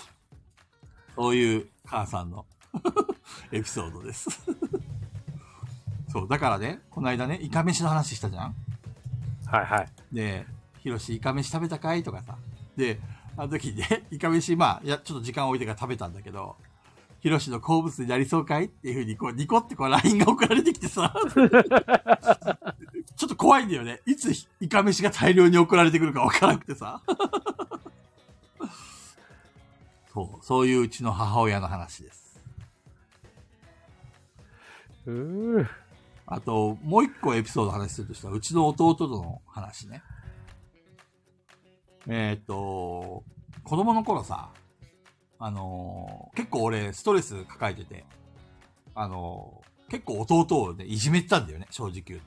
[SPEAKER 1] そういう母さんの エピソードです。 そう、だからね、この間ね、イカ飯の話したじゃん
[SPEAKER 8] はいはい。
[SPEAKER 1] で、ヒロシ、イカ飯食べたかいとかさ。で、あの時ね、 イカ飯、まあ、いや、ちょっと時間置いてから食べたんだけど、ヒロシの好物になりそうかいっていうふうに、こう、ニコってこう、LINE が送られてきてさ。 ちょっと怖いんだよね。いつイカ飯が大量に送られてくるかわからなくてさ。 そう、そういううちの母親の話です。
[SPEAKER 5] うー
[SPEAKER 1] あと、もう一個エピソード話するとしたら、うちの弟との話ね。えーっ、と、子供の頃さ、あのー結構俺ストレス抱えてて、あのー結構弟をね、いじめてたんだよね、正直言う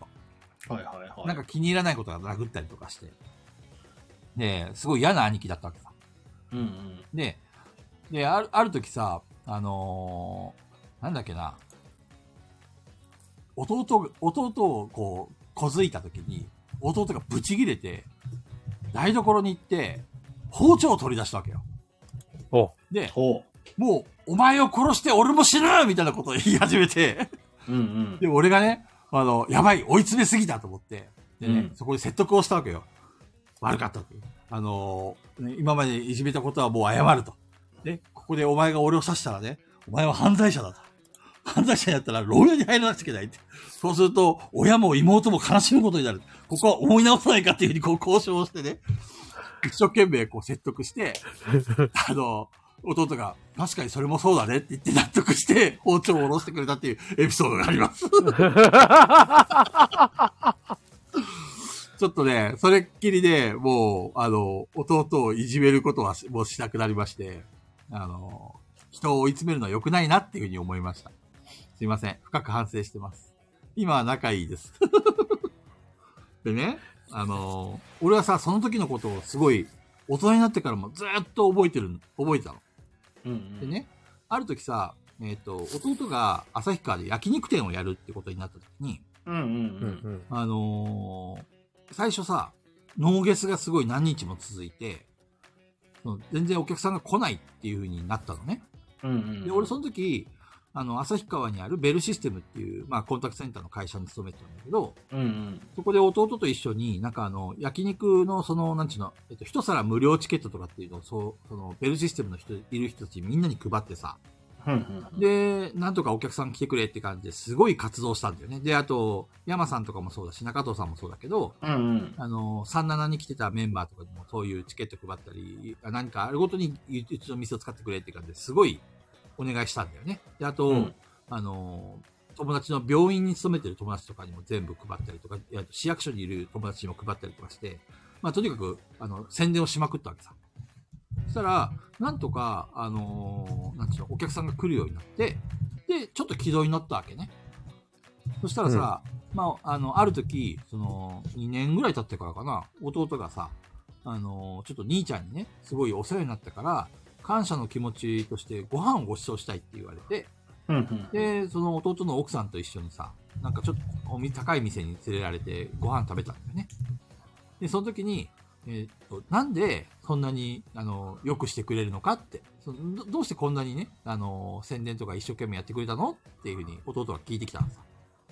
[SPEAKER 1] と。
[SPEAKER 3] はいはいはい。
[SPEAKER 1] なんか気に入らないことが殴ったりとかして。ですごい嫌な兄貴だったわけさ。
[SPEAKER 3] うんうん。
[SPEAKER 1] で、で、ある、ある時さ、あのーなんだっけな、弟が、弟をこう、こづいた時に、弟がブチ切れて、台所に行って、包丁を取り出したわけよ。
[SPEAKER 8] お
[SPEAKER 1] で、
[SPEAKER 3] ほ
[SPEAKER 1] もう、お前を殺して俺も死ぬみたいなことを言い始めて、
[SPEAKER 3] う。うんうん。
[SPEAKER 1] で、俺がね、あの、やばい、追い詰めすぎたと思って、でね、
[SPEAKER 3] うん
[SPEAKER 1] そこで説得をしたわけよ。悪かったと。あのーね今までいじめたことはもう謝ると。ね、ここでお前が俺を刺したらね、お前は犯罪者だと。犯罪者になったら牢屋に入らなくちゃいけないって。そうすると、親も妹も悲しむことになる。ここは思い直さないかっていうふうにこう交渉をしてね、一生懸命こう説得して、あの、弟が、確かにそれもそうだねって言って納得して、包丁を下ろしてくれたっていうエピソードがあります。ちょっとね、それっきりで、もう、あの、弟をいじめることはしもうしなくなりまして、あの、人を追い詰めるのは良くないなっていうふうに思いました。すいません。深く反省してます。今は仲いいです。 でね、あの、俺はさ、その時のことをすごい、大人になってからもずーっと覚えてる、覚えてたの。
[SPEAKER 3] うんう
[SPEAKER 1] で
[SPEAKER 3] ん。
[SPEAKER 1] ね、ある時さ、えっ、と、弟が旭川で焼肉店をやるってことになった時に、
[SPEAKER 3] うんうん
[SPEAKER 2] う
[SPEAKER 3] うん。
[SPEAKER 2] ん
[SPEAKER 1] あのー最初さ、ノーゲスがすごい何日も続いて、その全然お客さんが来ないっていう風になったのね。
[SPEAKER 3] うんうん。
[SPEAKER 1] で、俺そ
[SPEAKER 3] の、
[SPEAKER 1] の時、あの、旭川にあるベルシステムっていう、まあ、コンタクトセンターの会社に勤めてたんだけど、
[SPEAKER 3] うんうん。
[SPEAKER 1] そこで弟と一緒に、なんかあの、焼肉のその、なんちゅうの、えっと、一皿無料チケットとかっていうのを、そう、その、ベルシステムの人、いる人たちみんなに配ってさ、
[SPEAKER 3] うんうん。
[SPEAKER 1] で、なんとかお客さん来てくれって感じですごい活動したんだよね。で、あと、山さんとかもそうだし、中藤さんもそうだけど、
[SPEAKER 3] うんうん。
[SPEAKER 1] あの、37に来てたメンバーとかにもそういうチケット配ったり、あ何かあるごとにうちの店を使ってくれって感じですごいお願いしたんだよね。で、あと、
[SPEAKER 3] うん
[SPEAKER 1] あの、友達の病院に勤めてる友達とかにも全部配ったりとか、いや市役所にいる友達にも配ったりとかして、まあ、とにかく、あの、宣伝をしまくったわけさ。そしたら、なんとか、あのなんていうの、お客さんが来るようになって、で、ちょっと軌道に乗ったわけね。そしたらさ、まあ、あの、ある時、その、2年ぐらい経ってからかな、弟がさ、あの、ちょっと兄ちゃんにね、すごいお世話になったから、感謝の気持ちとしてご飯をご馳走したいって言われて、
[SPEAKER 3] うんうん。
[SPEAKER 1] で、その弟の奥さんと一緒にさ、なんかちょっとお店高い店に連れられてご飯食べたんだよね。で、その時に、えーっと、なんでそんなに、あの、よくしてくれるのかって、そのどどうしてこんなにね、あの、宣伝とか一生懸命やってくれたのっていうふうに弟が聞いてきたのさ。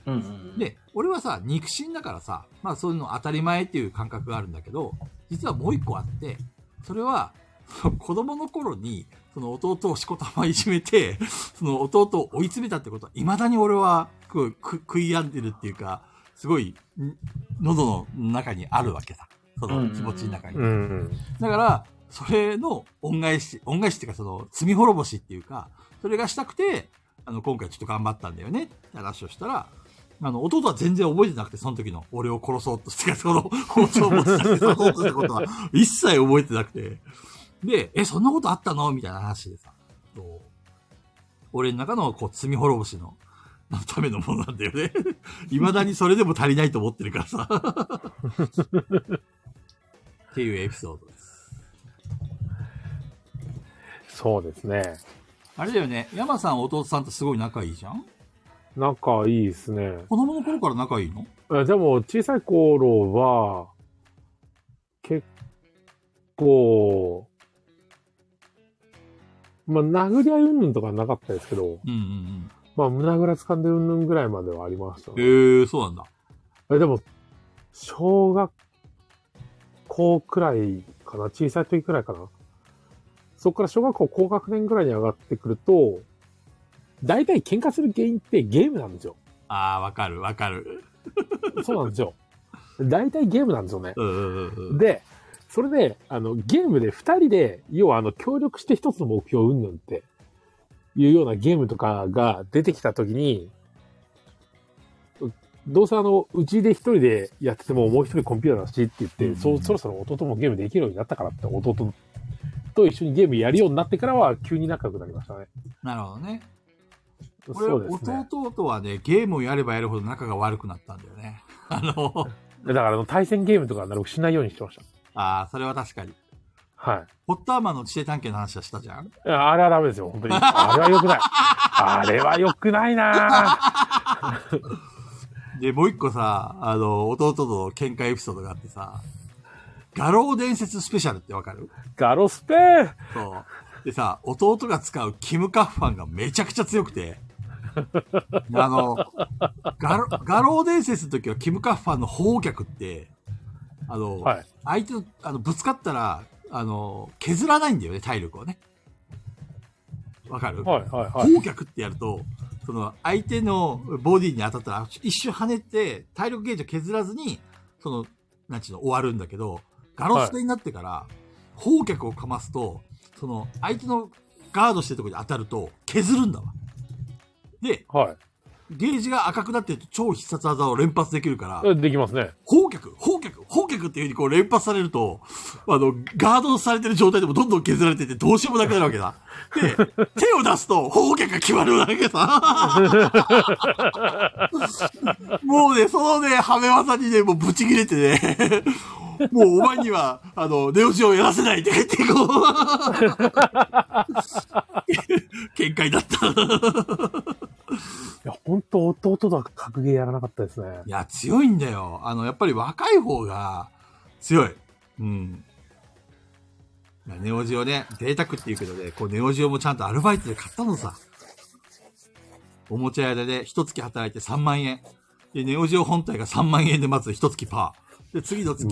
[SPEAKER 3] うんうん。、
[SPEAKER 1] で、俺はさ、肉親だからさ、まあそういうの当たり前っていう感覚があるんだけど、実はもう一個あって、それは、その子供の頃に、その弟をしこたまいじめて、その弟を追い詰めたってことは、未だに俺は、く、く、悔やんでるっていうか、すごい、ん喉の中にあるわけさ。その気持ちの中に。
[SPEAKER 2] うん。うん。
[SPEAKER 1] だから、それの恩返し、恩返しっていうか、その、罪滅ぼしっていうか、それがしたくて、あの、今回ちょっと頑張ったんだよね、って話をしたら、あの、弟は全然覚えてなくて、その時の、俺を殺そうとして、その、包丁を持ち出して殺そうとしたことは、一切覚えてなくて。で、え、そんなことあったのみたいな話でさ、そう俺の中の、こう、罪滅ぼしの、ためのものなんだよね。 未だにそれでも足りないと思ってるからさ。っていうエピソードです。
[SPEAKER 2] そうですね。
[SPEAKER 1] あれだよね、山さん、弟さんとすごい仲いいじゃん
[SPEAKER 2] 仲いいですね。
[SPEAKER 1] 子供の頃から仲いいの
[SPEAKER 2] えでも、小さい頃は、結構、まあ、殴り合い云々とかはなかったですけど、
[SPEAKER 1] うんうん
[SPEAKER 2] まあ、胸ぐら掴んで云々ぐらいまではありました
[SPEAKER 1] うん。へえ
[SPEAKER 2] ね。
[SPEAKER 1] ー、そうなんだ。
[SPEAKER 2] えでも、小学校くらいかな、小さい時くらいかな。そこから小学校高学年くらいに上がってくると、大体喧嘩する原因ってゲームなんですよ。
[SPEAKER 1] ああ、わかるわかる。
[SPEAKER 2] そうなんですよ。大体ゲームなんですよね。
[SPEAKER 1] うんうんうんうん。
[SPEAKER 2] で、それで、あの、ゲームで二人で、要はあの、協力して一つの目標うんぬんって、いうようなゲームとかが出てきたときに、うどうせあの、うちで一人でやっててももう一人コンピューターだしって言って、
[SPEAKER 1] うん
[SPEAKER 2] そそろそろ弟もゲームできるようになったからって、弟と一緒にゲームやるようになってからは急に仲良くなりましたね。
[SPEAKER 1] なるほどね。俺、
[SPEAKER 2] そうですね。
[SPEAKER 1] 弟とはね、ゲームをやればやるほど仲が悪くなったんだよね。あの、
[SPEAKER 2] だからあの、対戦ゲームとかなるべくしないようにしてました。
[SPEAKER 1] ああ、それは確かに。
[SPEAKER 2] はい。
[SPEAKER 1] ホッターマンの地底探検の話はしたじゃん
[SPEAKER 2] いやあれはダメですよ、本当に。 あれは良くない。あれは良くないなぁ
[SPEAKER 1] で、もう一個さ、あの、弟との喧嘩エピソードがあってさ、画廊伝説スペシャルってわかる
[SPEAKER 2] ガロスペー
[SPEAKER 1] そう。でさ、弟が使うキムカッファンがめちゃくちゃ強くて、あの、画廊画廊伝説の時はキムカッファンの砲脚って、あの、
[SPEAKER 2] はい
[SPEAKER 1] 相手の、あの、ぶつかったら、あの、削らないんだよね、体力をね。わかる
[SPEAKER 2] はいはいはい。
[SPEAKER 1] 砲脚ってやると、その相手のボディに当たったら一瞬跳ねて、体力ゲージを削らずに、その、なんちゅうの、終わるんだけど、ガロスペになってから、砲脚をかますと、その、相手のガードしてるところに当たると、削るんだわ。で、
[SPEAKER 2] はい。
[SPEAKER 1] ゲージが赤くなってると超必殺技を連発できるから、
[SPEAKER 2] えできますね。
[SPEAKER 1] 砲脚、砲脚、砲脚っていう風にこう連発されると、あの、ガードされてる状態でもどんどん削られていってどうしようもなくなるわけだ。で、手を出すと砲脚が決まるわけさ。もうね、そのね、はめ技にね、もうブチ切れてね、もうお前には、あの、ネオジオをやらせないって言ってこう、 見解だった。
[SPEAKER 2] いや、ほんと弟とは格ゲーやらなかったですね。
[SPEAKER 1] いや、強いんだよ。あの、やっぱり若い方が強い。うん。いやネオジオね、贅沢って言うけどね、こうネオジオもちゃんとアルバイトで買ったのさ。おもちゃ屋でね、一月働いて3万円。で、ネオジオ本体が3万円でまず一月パー。で、次の月、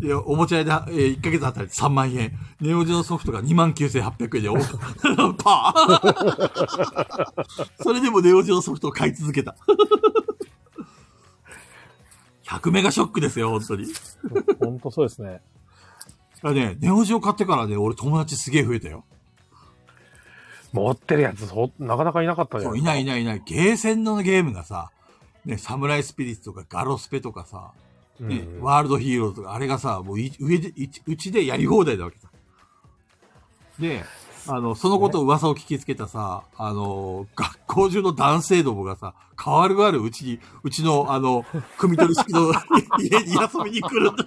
[SPEAKER 1] でおもちゃ屋で、えー、1ヶ月働いて3万円。ネオジオソフトが29,800円でお、 パーそれでもネオジオソフトを買い続けた。100メガショックですよ、本当に。
[SPEAKER 2] ほんとそうですね。
[SPEAKER 1] あね、ネオジオ買ってからね、俺友達すげえ増えたよ。
[SPEAKER 2] 持ってるやつ、そなかなかいなかったじゃ
[SPEAKER 1] そう
[SPEAKER 2] ん。
[SPEAKER 1] いないいないいない。ゲーセンのゲームがさ、ね、サムライスピリッツとかガロスペとかさ、
[SPEAKER 2] うん
[SPEAKER 1] ね、ワールドヒーローとか、あれがさ、もうい上で、いちうちでやり放題だわけさ。で、あの、そのことを噂を聞きつけたさ、あの、学校中の男性どもがさ、変わる変わるうちに、うちの、あの、組み取り式の 家に遊びに来るんだ。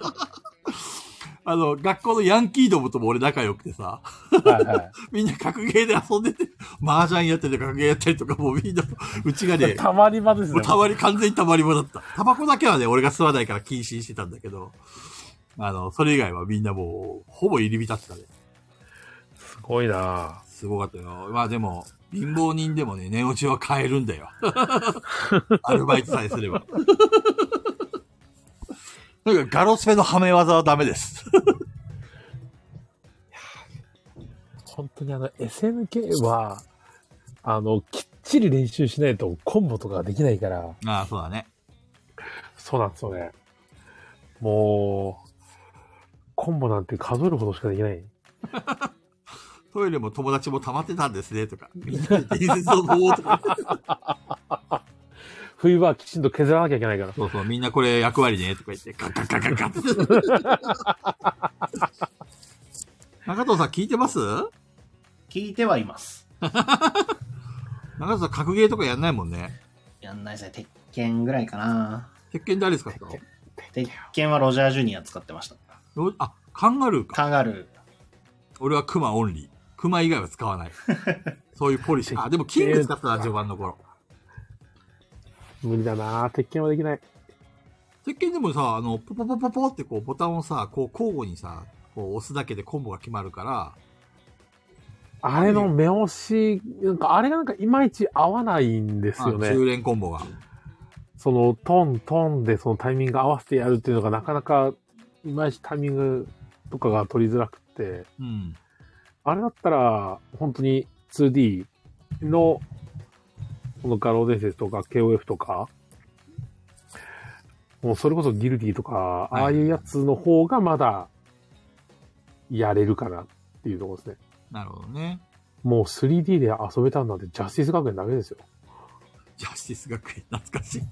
[SPEAKER 1] あの、学校のヤンキーどもとも俺仲良くてさ、
[SPEAKER 2] はいはい。
[SPEAKER 1] みんな格ゲーで遊んでて、麻雀やってて格ゲーやったりとか、もうみんな、うちがね、
[SPEAKER 2] たまり場です
[SPEAKER 1] も
[SPEAKER 2] ね
[SPEAKER 1] う。たまり、完全にたまり場だった。タバコだけはね、俺が吸わないから禁止してたんだけど、あの、それ以外はみんなもう、ほぼ入り浸ってたね。
[SPEAKER 2] すごいな
[SPEAKER 1] すごかったよ。まあでも、貧乏人でもね、値落ちは買えるん だよ。アルバイトさえすれば。とにかくガロスペのはめ技はダメです。
[SPEAKER 2] 本当にあの、SNK は、あの、きっちり練習しないとコンボとかができないから、
[SPEAKER 1] ああ、そうだね。
[SPEAKER 2] そうなんですよね。もう、コンボなんて数えるほどしかできない。
[SPEAKER 1] トイレも友達も溜まってたんですね、とか。みんなで伝説の棒とか。
[SPEAKER 2] 冬場はきちんと削らなきゃいけないから。
[SPEAKER 1] そうそう、みんなこれ役割ね、とか言って、カッカッカッカッカッって。 中藤さん聞いてます
[SPEAKER 3] 聞いてはいます。
[SPEAKER 1] 中藤さん格ゲーとかやんないもんね。
[SPEAKER 3] やんないさ、鉄拳ぐらいかな。
[SPEAKER 1] 鉄拳誰ですか使うの
[SPEAKER 3] 鉄拳はロジャージュニア使ってました。
[SPEAKER 1] ロあ、カンガルーか。
[SPEAKER 3] カンガル
[SPEAKER 1] 俺はクマオンリー。クマ以外は使わない。そういうポリシー。あ、でもキング使 ったな、序盤の頃。
[SPEAKER 2] 無理だな鉄拳はできない。
[SPEAKER 1] 鉄拳でもさ、あの、ポポポポポってこうボタンをさ、こう交互にさ、こう押すだけでコンボが決まるから、
[SPEAKER 2] あれの目押し、なんかあれがなんかいまいち合わないんです
[SPEAKER 1] あ
[SPEAKER 2] よ
[SPEAKER 1] の
[SPEAKER 2] ね。
[SPEAKER 1] 中連コンボが。
[SPEAKER 2] そのトントンでそのタイミング合わせてやるっていうのがなかなかいまいちタイミングとかが取りづらくて、
[SPEAKER 1] うん。
[SPEAKER 2] あれだったら本当に 2D のこの画廊伝説とか KOF とか、もうそれこそギルディとか、
[SPEAKER 1] い
[SPEAKER 2] ああいうやつの方がまだやれるかなっていうところですね。
[SPEAKER 1] なるほどね。
[SPEAKER 2] もう 3D で遊べたんだってジャスティス学園だけですよ。
[SPEAKER 1] ジャスティス学園、懐かしい。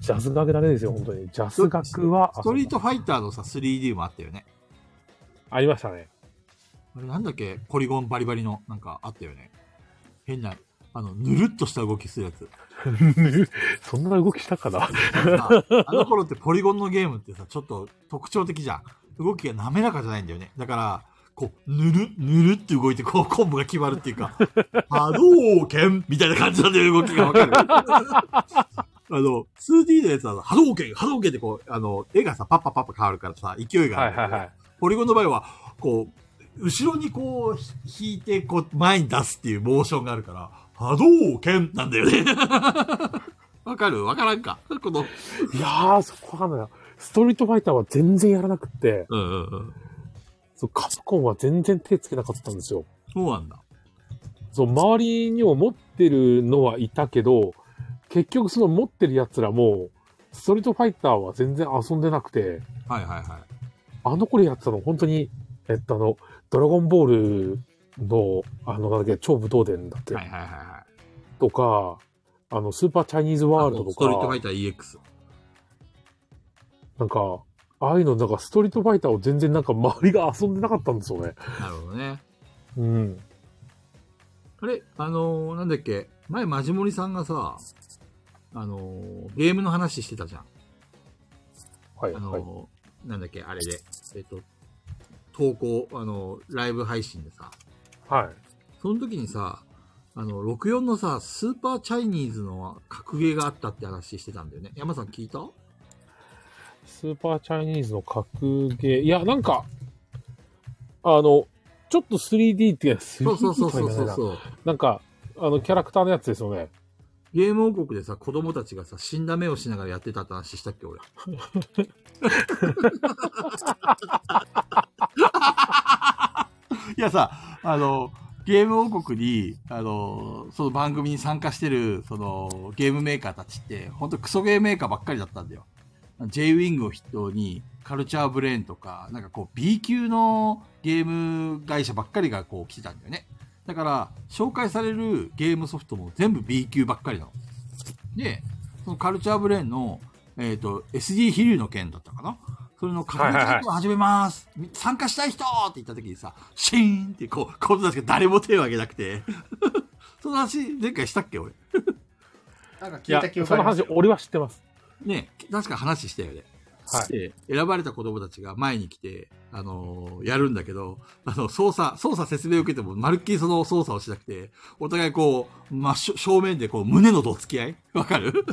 [SPEAKER 2] ジャス学だけですよ、本当に。ジャス学は
[SPEAKER 1] ストリートファイターのさ、3D もあったよね。
[SPEAKER 2] ありましたね。
[SPEAKER 1] あれなんだっけポリゴンバリバリの、なんかあったよね。変な、あの、ぬるっとした動きするや つ。
[SPEAKER 2] そんな動きしたかな
[SPEAKER 1] ああの頃ってポリゴンのゲームってさ、ちょっと特徴的じゃん。動きが滑らかじゃないんだよね。だから、こう、ぬる、ぬるって動いて、こう、コンボが決まるっていう か、波動拳みたいな感じなんだよ、動きがわ かる。あの、2D のやつは波動拳、波動拳ってこう、あの、絵がさ、パッパパッパ変わるからさ、勢いがあ
[SPEAKER 2] は
[SPEAKER 1] る
[SPEAKER 2] いはいはい。
[SPEAKER 1] ポリゴンの場合は、こう、後ろにこう、ひ引いて、こう、前に出すっていうモーションがあるから、波動拳なんだよね。 わかるわからんかこの、
[SPEAKER 2] いやー、そこわかんないな。ストリートファイターは全然やらなくって、
[SPEAKER 1] うんうんうん。
[SPEAKER 2] そうカプコンは全然手つけなかったんですよ。
[SPEAKER 1] そうなんだ。
[SPEAKER 2] そう、周りにも持ってるのはいたけど、結局その持ってる奴らも、ストリートファイターは全然遊んでなくて、
[SPEAKER 1] はいはいは
[SPEAKER 2] あの頃やってたの本当に、えっとあの、ドラゴンボールの、あの、なんだっけ、超武道伝だっ
[SPEAKER 1] い。
[SPEAKER 2] け、
[SPEAKER 1] はいはいはいはい。
[SPEAKER 2] ととか、あの、スーパーチャイニーズワールドと
[SPEAKER 1] ストリートフ
[SPEAKER 2] か
[SPEAKER 1] ァイ、ター EX。
[SPEAKER 2] なんか、ああいうの、なんかストリートファイターを全然なんか周りが遊んでなかったんですよね。
[SPEAKER 1] なるほどね。
[SPEAKER 2] うん。
[SPEAKER 1] あれ、あのーなんだっけ、前、マジモリさんがさ、あのーゲームの話してたじゃん。
[SPEAKER 2] はい、
[SPEAKER 1] あの
[SPEAKER 2] はい。
[SPEAKER 1] ーなんだっけ、あれで、えっ、と、投稿、あのーライブ配信でさ、
[SPEAKER 2] はい。
[SPEAKER 1] その時にさ、あの、64のさ、スーパーチャイニーズの格ゲーがあったって話してたんだよね。山さん聞いた
[SPEAKER 2] スーパーチャイニーズの格ゲー。いや、なんか、あの、ちょっと 3D って、
[SPEAKER 1] そ
[SPEAKER 2] 3D
[SPEAKER 1] うそうそう
[SPEAKER 2] とか
[SPEAKER 1] そう
[SPEAKER 2] じゃ
[SPEAKER 1] そ
[SPEAKER 2] ないうな
[SPEAKER 1] そう。
[SPEAKER 2] なんか、あの、キャラクターのやつですよね。
[SPEAKER 1] ゲーム王国でさ、子供たちがさ、死んだ目をしながらやってたって話したっけ、俺。いやさ、あの、ゲーム王国に、あの、その番組に参加してる、その、ゲームメーカーたちって、ほんとクソゲーメーカーばっかりだったんだよ。J-Wing を筆頭に、カルチャーブレーンとか、なんかこう、B 級のゲーム会社ばっかりがこう来てたんだよね。だから、紹介されるゲームソフトも全部 B 級ばっかりなの。で、そのカルチャーブレーンの、えっ、と、SD 飛竜の件だったかなそれの格ゲーサイトを始めます、参加したい人って言った時にさ、シーンってこう、こうなんですけど誰も手を挙げなくて。 その話、前回したっけ俺。
[SPEAKER 3] なんか
[SPEAKER 2] い
[SPEAKER 3] 聞い
[SPEAKER 2] や
[SPEAKER 3] た記、憶
[SPEAKER 2] その
[SPEAKER 3] あります
[SPEAKER 2] 話
[SPEAKER 3] よ、
[SPEAKER 2] 俺は知ってます。
[SPEAKER 1] ね確か話したよね。
[SPEAKER 2] はい
[SPEAKER 1] で選ばれた子供たちが前に来て、あのーやるんだけど、あの、操作、操作説明を受けても、まるっきりその操作をしなくて、お互いこう、真っ正正面でこう、胸のどつき合い わかる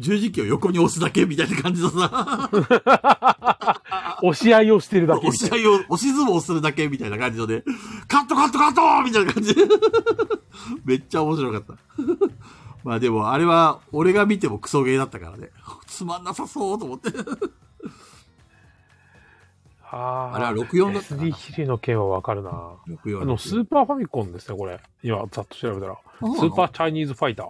[SPEAKER 1] 十字キーを横に押すだけみたいな感じのさ、
[SPEAKER 2] 押し合いをしてるだけ
[SPEAKER 1] 押
[SPEAKER 2] みたい
[SPEAKER 1] し
[SPEAKER 2] な。
[SPEAKER 1] 合いを、押し相撲をするだけみたいな感じので、カットカットカットみたいな感じで。 めっちゃ面白かった。 まあでも、あれは、俺が見てもクソゲーだったからね。 つまんなさそうと思って。
[SPEAKER 2] あ
[SPEAKER 1] あれは
[SPEAKER 2] ー
[SPEAKER 1] 64だったか
[SPEAKER 2] SD
[SPEAKER 1] な。
[SPEAKER 2] 比例の件はわかるな。
[SPEAKER 1] 64
[SPEAKER 2] あの、スーパーファミコンですね、これ。今、ざっと調べたら。
[SPEAKER 1] あそうなの
[SPEAKER 2] スーパーチャイニーズファイター。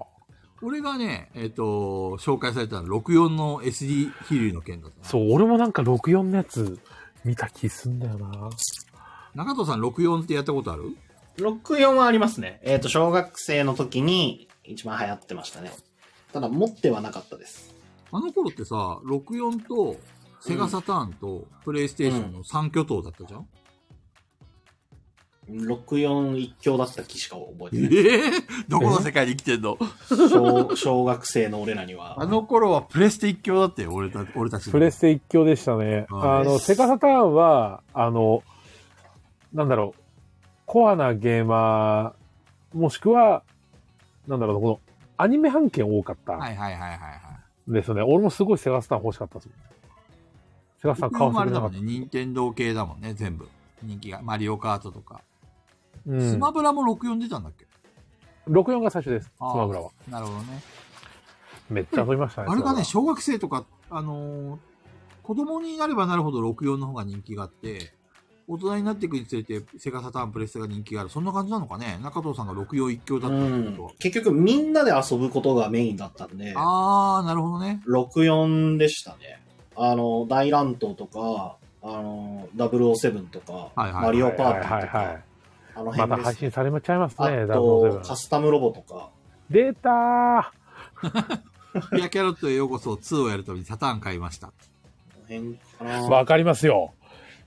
[SPEAKER 1] 俺がね、えっ、と、紹介されたのは64の SD 飛竜の件だったな。
[SPEAKER 2] そう、俺もなんか64のやつ見た気すんだよな。
[SPEAKER 1] 中藤さん64ってやったことある
[SPEAKER 3] 64はありますね。えっ、と、小学生の時に一番流行ってましたね。ただ、持ってはなかったです。
[SPEAKER 1] あの頃ってさ、64とセガサターンとプレイステーションの3巨頭だったじゃん、
[SPEAKER 3] 64一強だった気しか覚えてない。
[SPEAKER 1] ええどこの世界に生きてんの
[SPEAKER 3] 小小学生の俺らには。
[SPEAKER 1] あの頃はプレステ一強だったよ、俺た俺たちの。
[SPEAKER 2] プレステ一強でしたね。
[SPEAKER 1] はい
[SPEAKER 2] あの、セガサターンは、あの、なんだろう、コアなゲーマー、もしくは、なんだろう、この、アニメ半券多かった
[SPEAKER 1] はいはいはいはいはい。
[SPEAKER 2] んですよね。俺もすごいセガサターン欲しかったです。セガサターン買
[SPEAKER 1] 64も
[SPEAKER 2] わせ
[SPEAKER 1] あれ
[SPEAKER 2] てくれ
[SPEAKER 1] だ
[SPEAKER 2] なか
[SPEAKER 1] も
[SPEAKER 2] っ
[SPEAKER 1] ん
[SPEAKER 2] た。
[SPEAKER 1] ね、任天堂系だもんね、全部。人気が。マリオカートとか。
[SPEAKER 2] うん
[SPEAKER 1] スマブラも64出たんだっけ
[SPEAKER 2] 64が最初です、ス
[SPEAKER 1] あー
[SPEAKER 2] マブラは。
[SPEAKER 1] なるほどね。
[SPEAKER 2] めっちゃ遊びましたね。
[SPEAKER 1] あれがね、
[SPEAKER 2] スマ
[SPEAKER 1] 小学生とか、あのー子供になればなるほど64の方が人気があって、大人になっていくにつれて、セガサターン、プレステが人気がある。そんな感じなのかね中藤さんが64一強だ
[SPEAKER 3] う
[SPEAKER 1] ったってこと
[SPEAKER 3] ん
[SPEAKER 1] は。。
[SPEAKER 3] 結局、みんなで遊ぶことがメインだったんで、
[SPEAKER 1] あー、なるほどね。
[SPEAKER 3] 64でしたね。あの、大乱闘とか、あの、007とか、
[SPEAKER 1] はいはいはい
[SPEAKER 3] マリオ
[SPEAKER 2] ブ
[SPEAKER 3] パ
[SPEAKER 2] ラはい
[SPEAKER 3] ーティー
[SPEAKER 2] はい
[SPEAKER 3] と
[SPEAKER 2] はいは
[SPEAKER 3] か
[SPEAKER 2] い、。
[SPEAKER 3] あの
[SPEAKER 2] また
[SPEAKER 3] 辺で
[SPEAKER 2] 配
[SPEAKER 3] す。
[SPEAKER 2] 信されちゃいますね、
[SPEAKER 3] あ
[SPEAKER 2] ダブル
[SPEAKER 3] と
[SPEAKER 2] ゼ、
[SPEAKER 3] カスタムロボとか、
[SPEAKER 2] 出たー
[SPEAKER 1] フィアキャロットへようこそ2をやるためにサターン買いました。
[SPEAKER 3] この辺かな。
[SPEAKER 2] わかりますよ。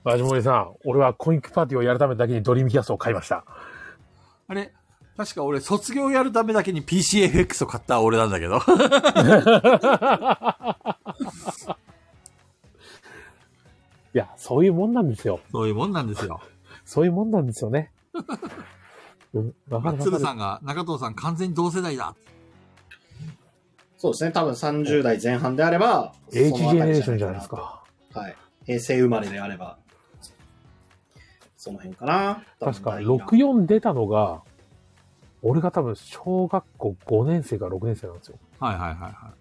[SPEAKER 2] マジモリさん、俺はコインクパーティーをやるためだけにドリームキャストを買いました。
[SPEAKER 1] あれ確か俺、卒業やるためだけに PCFX を買った俺なんだけど。
[SPEAKER 2] いや、そういうもんなんですよ。
[SPEAKER 1] そういうもんなんですよ。
[SPEAKER 2] そういうもんなんですよね。 うん、わかるわ
[SPEAKER 1] 鶴
[SPEAKER 2] か
[SPEAKER 1] さんが、中藤さん完全に同世代だ。
[SPEAKER 3] そうですね、多分30代前半であれば、
[SPEAKER 2] る。H
[SPEAKER 3] そ
[SPEAKER 2] ジ
[SPEAKER 3] の
[SPEAKER 2] ェ
[SPEAKER 3] 辺り
[SPEAKER 2] ネレーションじゃないですか。
[SPEAKER 3] な。はい。平成生まれであれば、その辺かな。
[SPEAKER 2] 確か、
[SPEAKER 3] 多分第一
[SPEAKER 2] 64出たのが、俺が多分小学校5年生か6年生なんですよ。
[SPEAKER 1] はいはいはいは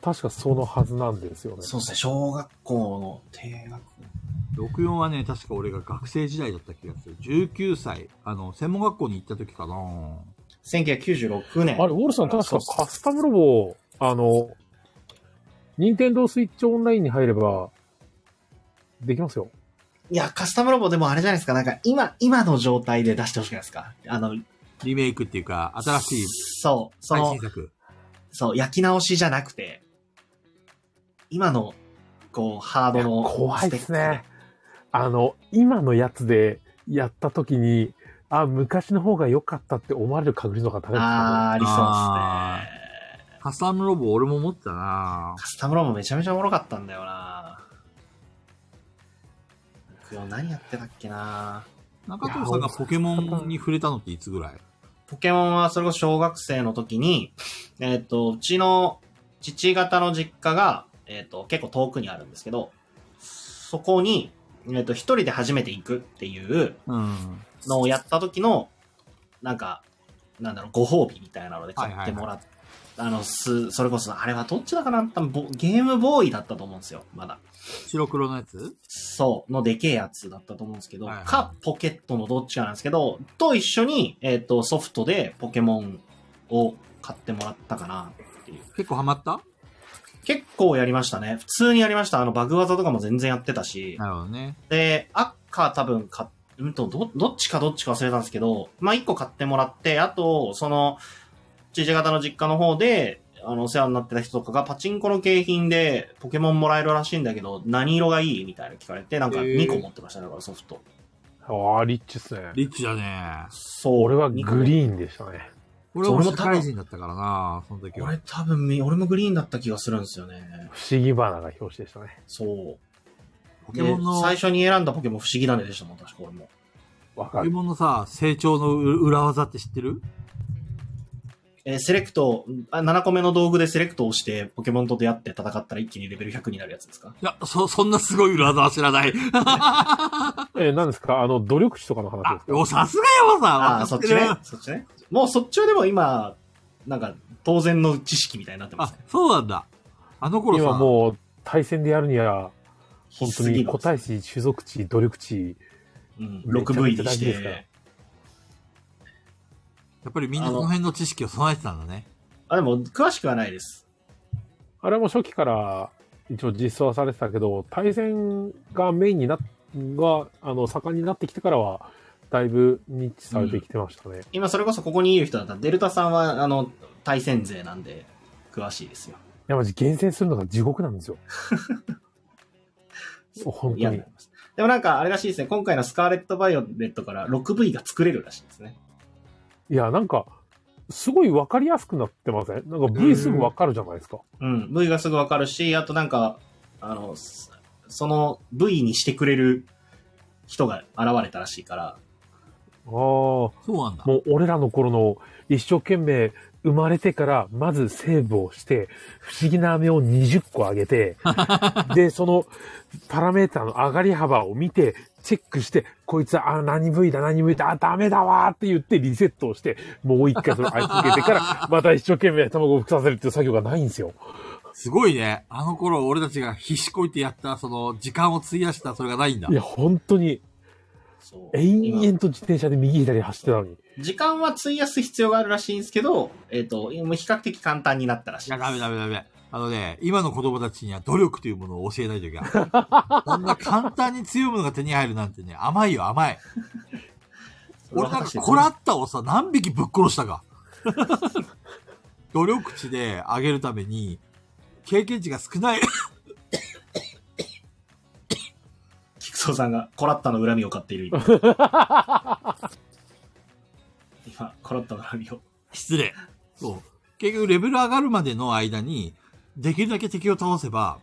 [SPEAKER 2] 確かそのはずなんですよね
[SPEAKER 3] な。そうですね、小学校の低学
[SPEAKER 1] い。64はね、確か俺が学生時代だった気がする。19歳、あの、専門学校に行った時かな
[SPEAKER 3] 年。1996年。
[SPEAKER 2] あれ、ウォルさん確かカスタムロボ、あの、任天堂スイッチオンラインに入れば、できますよ。
[SPEAKER 3] いや、カスタムロボでもあれじゃないですか。なんか、今、今の状態で出してほしくないですか。あの、
[SPEAKER 1] リメイクっていうか、新しい
[SPEAKER 3] そう、そ
[SPEAKER 1] 最
[SPEAKER 3] の
[SPEAKER 1] 新、作。
[SPEAKER 3] そう、焼き直しじゃなくて、今の、こう、ハードの。
[SPEAKER 2] 怖いですね。あの、今のやつでやった時に、あ、昔の方が良かったって思われる確率の方が高いですね
[SPEAKER 3] あー、あり
[SPEAKER 1] あ
[SPEAKER 3] そうですね。
[SPEAKER 1] カスタムロボ俺も持ってたな
[SPEAKER 3] カスタムロボめちゃめちゃおもろかったんだよな。僕よ何やってたっけな。
[SPEAKER 1] 中藤さんがポケモンに触れたのっていつぐらい
[SPEAKER 3] ポケモンはそれこそ小学生の時に、えっ、と、うちの父方の実家が、えっ、と、結構遠くにあるんですけど、そこに、えっ、と、一人で初めて行くっていう
[SPEAKER 1] うん。
[SPEAKER 3] のをやった時の、なんか、なんだろう、ご褒美みたいなので買ってもらって、あの、す、それこそ、あれはどっちだかな多分ボゲームボーイだったと思うんですよ、まだ。
[SPEAKER 1] 白黒のやつ
[SPEAKER 3] そう、のでけえやつだったと思うんですけど、
[SPEAKER 1] はいはい
[SPEAKER 3] か、ポケットのどっちかなんですけど、と一緒に、えっ、と、ソフトでポケモンを買ってもらったかなっていう。
[SPEAKER 1] 結構ハマった
[SPEAKER 3] 結構やりましたね。普通にやりました。あの、バグ技とかも全然やってたし。
[SPEAKER 1] なるほどね。
[SPEAKER 3] で、赤多分買っうんと、ど、どっちかどっちか忘れたんですけど、まあ、一個買ってもらって、あと、その、父方の実家の方で、あの、お世話になってた人とかが、パチンコの景品で、ポケモンもらえるらしいんだけど、何色がいいみたいなの聞かれて、なんか
[SPEAKER 1] へー
[SPEAKER 3] 2個持ってましたね、だからソフト。
[SPEAKER 2] ああ、リッチっすね。
[SPEAKER 1] リッチだね。
[SPEAKER 3] そう。
[SPEAKER 2] 俺はグ
[SPEAKER 3] ーン。
[SPEAKER 2] リーンでしたね。
[SPEAKER 1] 俺は
[SPEAKER 3] 俺
[SPEAKER 1] も
[SPEAKER 3] も
[SPEAKER 1] 社会人だったからなその時は
[SPEAKER 3] 俺。多分み、俺もグリーンだった気がするんですよね。
[SPEAKER 2] 不思議花が表紙でしたね。
[SPEAKER 3] そう。
[SPEAKER 1] ポケモンの、
[SPEAKER 3] で最
[SPEAKER 1] ポ
[SPEAKER 3] 初に選んだポケモン不思議種でしたもん、確か俺も。
[SPEAKER 2] わか
[SPEAKER 1] ケ
[SPEAKER 2] る。
[SPEAKER 1] モンのさ、成長の裏技って知ってる
[SPEAKER 3] えーセレクト、あ7個目の道具でセレクトをして、ポケモンと出会って戦ったら一気にレベル100になるやつですか
[SPEAKER 1] いや、そ、そんなすごい裏技は知ら ない。
[SPEAKER 2] えー、何ですかあの、努力値とかの話で
[SPEAKER 1] あ
[SPEAKER 2] す、か
[SPEAKER 1] お、さすが山さん
[SPEAKER 3] ああー、
[SPEAKER 1] わか
[SPEAKER 3] そってち
[SPEAKER 1] る
[SPEAKER 3] ね。そっちね。もうそっちはでも今、なんか、当然の知識みたいになってます
[SPEAKER 1] あ
[SPEAKER 3] ね。、
[SPEAKER 1] そうなんだ。あの頃
[SPEAKER 2] 今
[SPEAKER 1] さ、
[SPEAKER 2] もう、対戦でやるには、本当
[SPEAKER 3] 必須技
[SPEAKER 2] に
[SPEAKER 3] 能
[SPEAKER 2] 個体値、種族値、努力値、
[SPEAKER 3] う
[SPEAKER 2] め
[SPEAKER 3] ん、
[SPEAKER 2] ちゃめ
[SPEAKER 3] 6V
[SPEAKER 2] ちゃ
[SPEAKER 3] に
[SPEAKER 2] 大
[SPEAKER 3] し
[SPEAKER 2] 事ですから
[SPEAKER 3] て。
[SPEAKER 1] やっぱりみんなその辺の知識を備えてたんだね。
[SPEAKER 3] あ、でも、詳しくはないです。
[SPEAKER 2] あれも初期から一応実装はされてたけど、対戦がメインになっ、が、あの、盛んになってきてからは、だいぶ認知されてきてましたね。
[SPEAKER 3] 今それこそここにいる人だったら、デルタさんは、あの、対戦勢なんで、詳しいです
[SPEAKER 2] い
[SPEAKER 3] よ。
[SPEAKER 2] や、マジ厳選するのが地獄なんです よ。本当
[SPEAKER 3] 嫌に
[SPEAKER 2] に
[SPEAKER 3] な。ります。でもなんか、あれらしいですね。今回のスカーレット・バイオレットから 6V が作れるらしいですね。
[SPEAKER 2] いや、なんか、すごい分かりやすくなってませんなんか V すぐ分かるじゃないですか。
[SPEAKER 3] うん、V がすぐわかるし、あとなんか、あの、そその V にしてくれる人が現れたらしいから、
[SPEAKER 2] ああ、も
[SPEAKER 1] そうなんだ。
[SPEAKER 2] う俺らの頃の一生懸命生まれてから、まずセーブをして、不思議な飴を20個あ げて、で、そのパラメーターの上がり幅を見て、チェックして、こいつは、あ、何 V だ、何 V だ、あ、ダメだわーって言ってリセットをして、もう一回それをあい続け てから、また一生懸命卵を吹きさせるっていう作業がないんですよ。
[SPEAKER 1] すごいね。あの頃俺たちが必死こいてやった、その、時間を費やした、それがないんだ
[SPEAKER 2] い。や、本当に、
[SPEAKER 3] そう
[SPEAKER 2] 延
[SPEAKER 3] 今
[SPEAKER 2] 々と自転車で右左走ってたのに。
[SPEAKER 3] 時間は費やす必要があるらしいんですけど、えっ、と、今比較的簡単になったら
[SPEAKER 1] い
[SPEAKER 3] しいで
[SPEAKER 1] や、
[SPEAKER 3] す。
[SPEAKER 1] ダメダメダメ。あのね、今の子供たちには努力というものを教えないといけない。 こんな簡単に強いものが手に入るなんてね、甘いよ、甘い。
[SPEAKER 3] それ
[SPEAKER 1] 俺
[SPEAKER 3] は果
[SPEAKER 1] なん
[SPEAKER 3] たし
[SPEAKER 1] か
[SPEAKER 3] て
[SPEAKER 1] コラッタをさ、何匹ぶっ殺した か。努力値で上げるために、経験値が少ない。
[SPEAKER 3] 菊蔵さんがコラッタの恨みを買っている今。今、コラッタの恨みを。
[SPEAKER 1] 失礼。そう。結局、レベル上がるまでの間に、できるだけ敵を倒せば、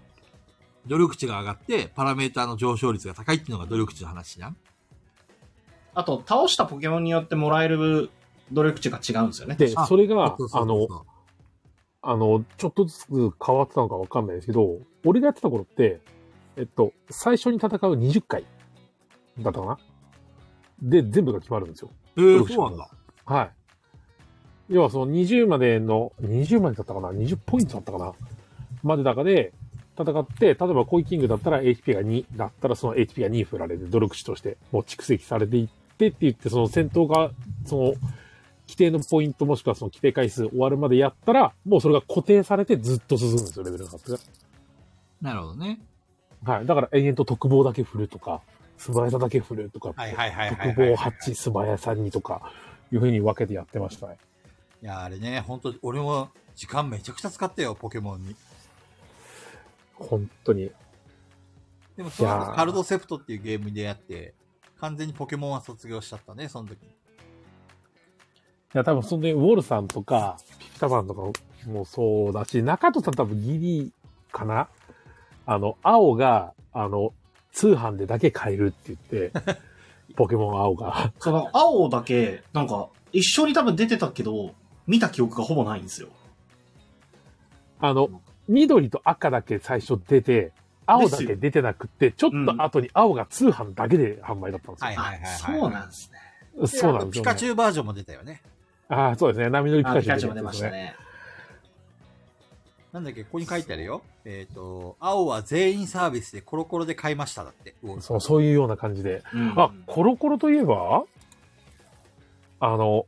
[SPEAKER 1] 努力値が上がって、パラメーターの上昇率が高いっていうのが努力値の話な。
[SPEAKER 3] あと、倒したポケモンによってもらえる努力値が違うんですよね。
[SPEAKER 2] で、
[SPEAKER 1] あ
[SPEAKER 2] それが
[SPEAKER 1] そう、そ
[SPEAKER 2] あ
[SPEAKER 1] うそう
[SPEAKER 2] の、
[SPEAKER 1] そう
[SPEAKER 2] あの、ちょっとずつ変わってたのかわかんないですけど、俺がやってた頃って、えっと、最初に戦う20回だったかなで、全部が決まるんですよ。
[SPEAKER 1] えー、そうなんだ。
[SPEAKER 2] はい。要はその20までの、20までだったかな ?20 ポイントだったかなまでだかで戦って、例えばコイキングだったら HP が2だったらその HP が2振られて努力値としてもう蓄積されていってって言って、その戦闘が、その規定のポイントもしくはその規定回数終わるまでやったら、もうそれが固定されてずっと進むんですよ、レベルのアップが。
[SPEAKER 1] なるほどね。
[SPEAKER 2] はい。だから延々と特防だけ振るとか、素早さだけ振るとかって
[SPEAKER 1] はいはいはいはいはい。
[SPEAKER 2] 特防8、素早さ2とか、いうふうに分けてやってましたね。
[SPEAKER 1] いや、あれね、本当俺も時間めちゃくちゃ使ったよ、ポケモンに。
[SPEAKER 2] 本当に。
[SPEAKER 1] でも、その
[SPEAKER 2] いや
[SPEAKER 1] 後、
[SPEAKER 2] ー
[SPEAKER 1] カルドセプトっていうゲームでやって、完全にポケモンは卒業しちゃったね、その時。
[SPEAKER 2] いや、多分そんで、ウォルさんとか、ピピタさんとかもそうだし、中戸さん多分ギリかなあの、青が、あの、通販でだけ買えるって言って、ポケモン青が。
[SPEAKER 3] その青だけ、なんか、一緒に多分出てたけど、見た記憶がほぼないんですよ。
[SPEAKER 2] あの、緑と赤だけ最初出て、青だけ出てなくって、ちょっと後に青が通販だけで販売だったんですよ。
[SPEAKER 1] はいはいはい、はい。
[SPEAKER 3] あそうなんですね。
[SPEAKER 2] そうなんです
[SPEAKER 1] ピ
[SPEAKER 2] よ、
[SPEAKER 1] カチ
[SPEAKER 2] ね。
[SPEAKER 1] ュウバージョンも出たよね。
[SPEAKER 2] ああ、そうですね。波乗りピ
[SPEAKER 3] あ、
[SPEAKER 2] カ
[SPEAKER 3] ピ
[SPEAKER 2] チュウ
[SPEAKER 3] カ
[SPEAKER 2] 出
[SPEAKER 3] チ
[SPEAKER 2] て
[SPEAKER 3] ュウも出ました
[SPEAKER 2] ね。
[SPEAKER 3] ね。
[SPEAKER 1] なんだっけ、ここに書いてあるよ。えっ、と、青は全員サービスでコロコロで買いましただって。
[SPEAKER 2] そう、そういうような感じで。
[SPEAKER 3] うん
[SPEAKER 2] あ、コロコロといえば、あの、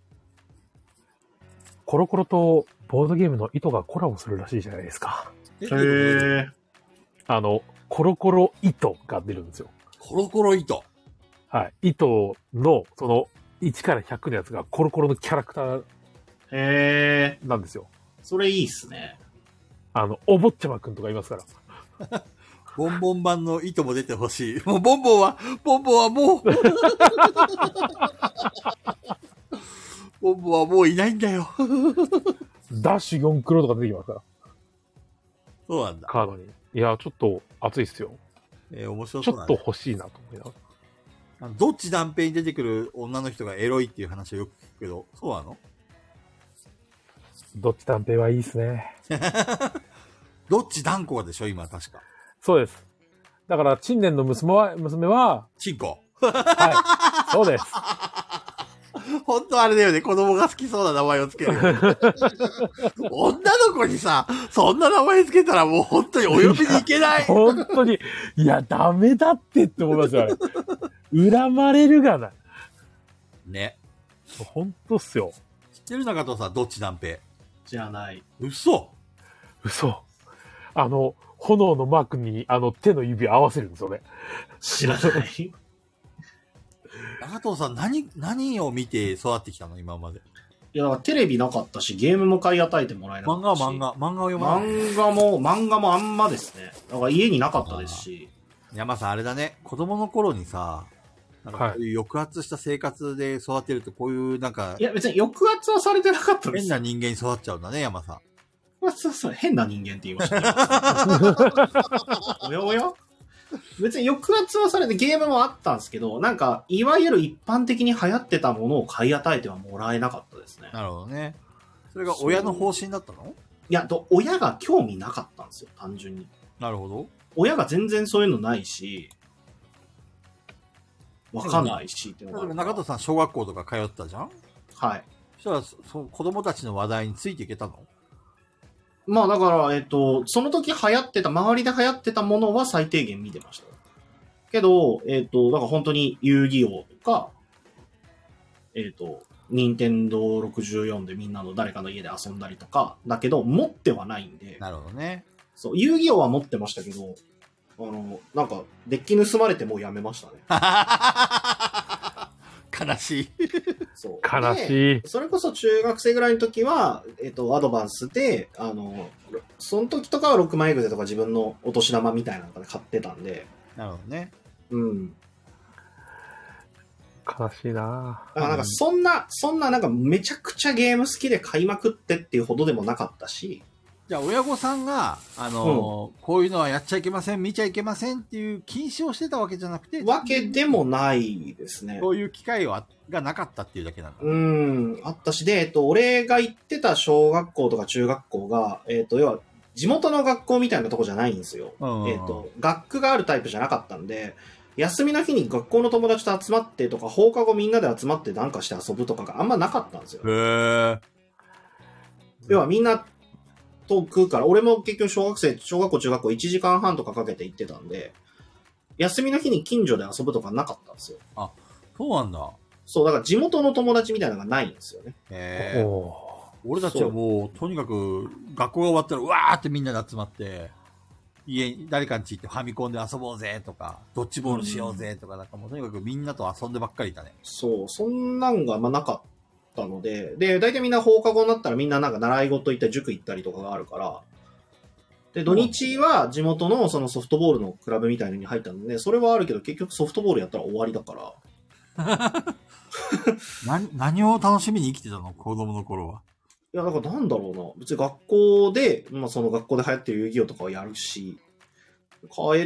[SPEAKER 2] コロコロとボードゲームの糸がコラボするらしいじゃないですか。
[SPEAKER 1] え
[SPEAKER 3] へー。
[SPEAKER 2] あの、コロコロ糸が出るんですよ。
[SPEAKER 1] コロコロ糸。
[SPEAKER 2] はい。糸の、その、1から100のやつがコロコロのキャラクター
[SPEAKER 3] へー。
[SPEAKER 2] なんですよ。
[SPEAKER 3] それいいっすね。
[SPEAKER 2] あの、お坊ちゃまくんとかいますから。
[SPEAKER 1] ボンボン版の糸も出てほしい。もうボンボンは、ボンボンはもう。 ボンボンはもういないんだよ。
[SPEAKER 2] ダッシュ4クロとか出てきますから。
[SPEAKER 1] そうなんだ。
[SPEAKER 2] カードに。いや、ちょっと熱いっすよ。
[SPEAKER 1] えー面白
[SPEAKER 2] ち
[SPEAKER 1] そう
[SPEAKER 2] ょ
[SPEAKER 1] だ
[SPEAKER 2] っ
[SPEAKER 1] ね
[SPEAKER 2] と欲しいなと思いながら。
[SPEAKER 1] あのどっち断片に出てくる女の人がエロいっていう話をよく聞くけど、そうなの
[SPEAKER 2] どっち探偵はいいっすね。
[SPEAKER 1] どっち断固でしょ今、確か。
[SPEAKER 2] そうです。だから、陳年の娘は、娘は、
[SPEAKER 1] チンコ。
[SPEAKER 2] はい。そうです。
[SPEAKER 1] ほんとあれだよね。子供が好きそうな名前をつけるよね。女の子にさ、そんな名前つけたらもう本当にお呼びに行けない。
[SPEAKER 2] 本当に、いや、ダメだってって思いますよ、あれ。恨まれるがな。
[SPEAKER 1] ね。
[SPEAKER 2] 本当っすよ。
[SPEAKER 1] 知ってる中藤さん、どっち断平。
[SPEAKER 3] じゃない。
[SPEAKER 1] 嘘
[SPEAKER 2] 嘘。あの、炎のマークに、あの、手の指を合わせるんですよね。
[SPEAKER 3] 知ら ない。
[SPEAKER 1] 中藤さん、何、何を見て育ってきたの今まで。
[SPEAKER 3] いや、だからテレビなかったし、ゲームも買い与えてもらえなか
[SPEAKER 1] 漫
[SPEAKER 3] っ
[SPEAKER 1] 画は
[SPEAKER 3] たし。
[SPEAKER 1] 漫。画。漫画を読まない。
[SPEAKER 3] 漫画も、漫画もあんまですね。だから家になかったですし。
[SPEAKER 1] 山さん、あれだね。子供の頃にさ、なんか
[SPEAKER 2] はい
[SPEAKER 1] こういう抑圧した生活で育てると、こういうなんか
[SPEAKER 3] い、や、別に抑圧はされてなかったで
[SPEAKER 1] 変
[SPEAKER 3] す。
[SPEAKER 1] な人間に育っちゃうんだね、山さん。
[SPEAKER 3] まあ、そうそう、変な人間って言いましたね。おやおや別に抑圧はされてゲームもあったんですけど、なんか、いわゆる一般的に流行ってたものを買い与えてはもらえなかったですね。
[SPEAKER 1] なるほどね。それが親の方針だったの
[SPEAKER 3] いや、と親が興味なかったんですよ、単純に。
[SPEAKER 1] なるほど。
[SPEAKER 3] 親が全然そういうのないし、わかんないし、っていう
[SPEAKER 1] 例
[SPEAKER 3] の
[SPEAKER 1] えば
[SPEAKER 3] がある
[SPEAKER 1] 中
[SPEAKER 3] か
[SPEAKER 1] 藤さん、小学校とか通ったじゃん
[SPEAKER 3] ら。はい。
[SPEAKER 1] そしたらそ、そう子供たちの話題についていけたの
[SPEAKER 3] まあだから、えっと、その時流行ってた、周りで流行ってたものは最低限見てました。けど、えっと、だから本当に遊戯王とか、えっと、任天堂64でみんなの誰かの家で遊んだりとか、だけど持ってはないんで、
[SPEAKER 1] なるほどね。
[SPEAKER 3] そう、遊戯王は持ってましたけど、あの、なんか、デッキ盗まれてもうやめましたね。
[SPEAKER 1] 悲しい。
[SPEAKER 3] そう。
[SPEAKER 2] 悲
[SPEAKER 3] で
[SPEAKER 2] しい。
[SPEAKER 3] それこそ中学生ぐらいの時は、えっと、アドバンスで、あの、その時とかは6枚グゼとか自分のお年玉みたいなので買ってたんで、
[SPEAKER 1] なるほどね。
[SPEAKER 3] うん。
[SPEAKER 2] 悲しいな
[SPEAKER 3] だからなんかそんな、そんななんかめちゃくちゃゲーム好きで買いまくってっていうほどでもなかったし、
[SPEAKER 1] じゃあ、親御さんが、あのーこういうのはやっちゃいけません、見ちゃいけませんっていう禁止をしてたわけじゃなくて、
[SPEAKER 3] わけでもないですね
[SPEAKER 1] そ。ういう機会はがなかったっていうだけなんだ。
[SPEAKER 3] うん、あったし、で、えっと、俺が行ってた小学校とか中学校が、えっと、要は、地元の学校みたいなとこじゃないんですよ。
[SPEAKER 1] うん
[SPEAKER 3] えっと、学区があるタイプじゃなかったんで、休みの日に学校の友達と集まってとか、放課後みんなで集まってなんかして遊ぶとかがあんまなかったんですよ。
[SPEAKER 1] へー。
[SPEAKER 3] 要はみんなと食うから、俺も結局小学生、小学校、中学校1時間半とかかけて行ってたんで、休みの日に近所で遊ぶとかなかったんですよ。
[SPEAKER 1] そうなんだ。
[SPEAKER 3] そう、だから地元の友達みたいなのがないんですよね。
[SPEAKER 2] ぁ。
[SPEAKER 1] へー。
[SPEAKER 2] お
[SPEAKER 1] 俺たちはもう、とにかく、学校が終わったら、うわーってみんなで集まって、家に、誰かについてファミコンで遊ぼうぜとか、ドッジボールしようぜとか、なんかもうとにかくみんなと遊んでばっかりいたね。
[SPEAKER 3] そう、そんなんがあんまなかっったので、で、大体みんな放課後になったらみんななんか習い事行ったり塾行ったりとかがあるから、で、土日は地元のそのソフトボールのクラブみたいなのに入ったので、それはあるけど結局ソフトボールやったら終わりだから、
[SPEAKER 1] 何、何を楽しみに生きてたの子供の頃は。
[SPEAKER 3] いや、だからなんだろうな。別に学校で、まあその学校で流行ってる遊戯王とかはやるし、帰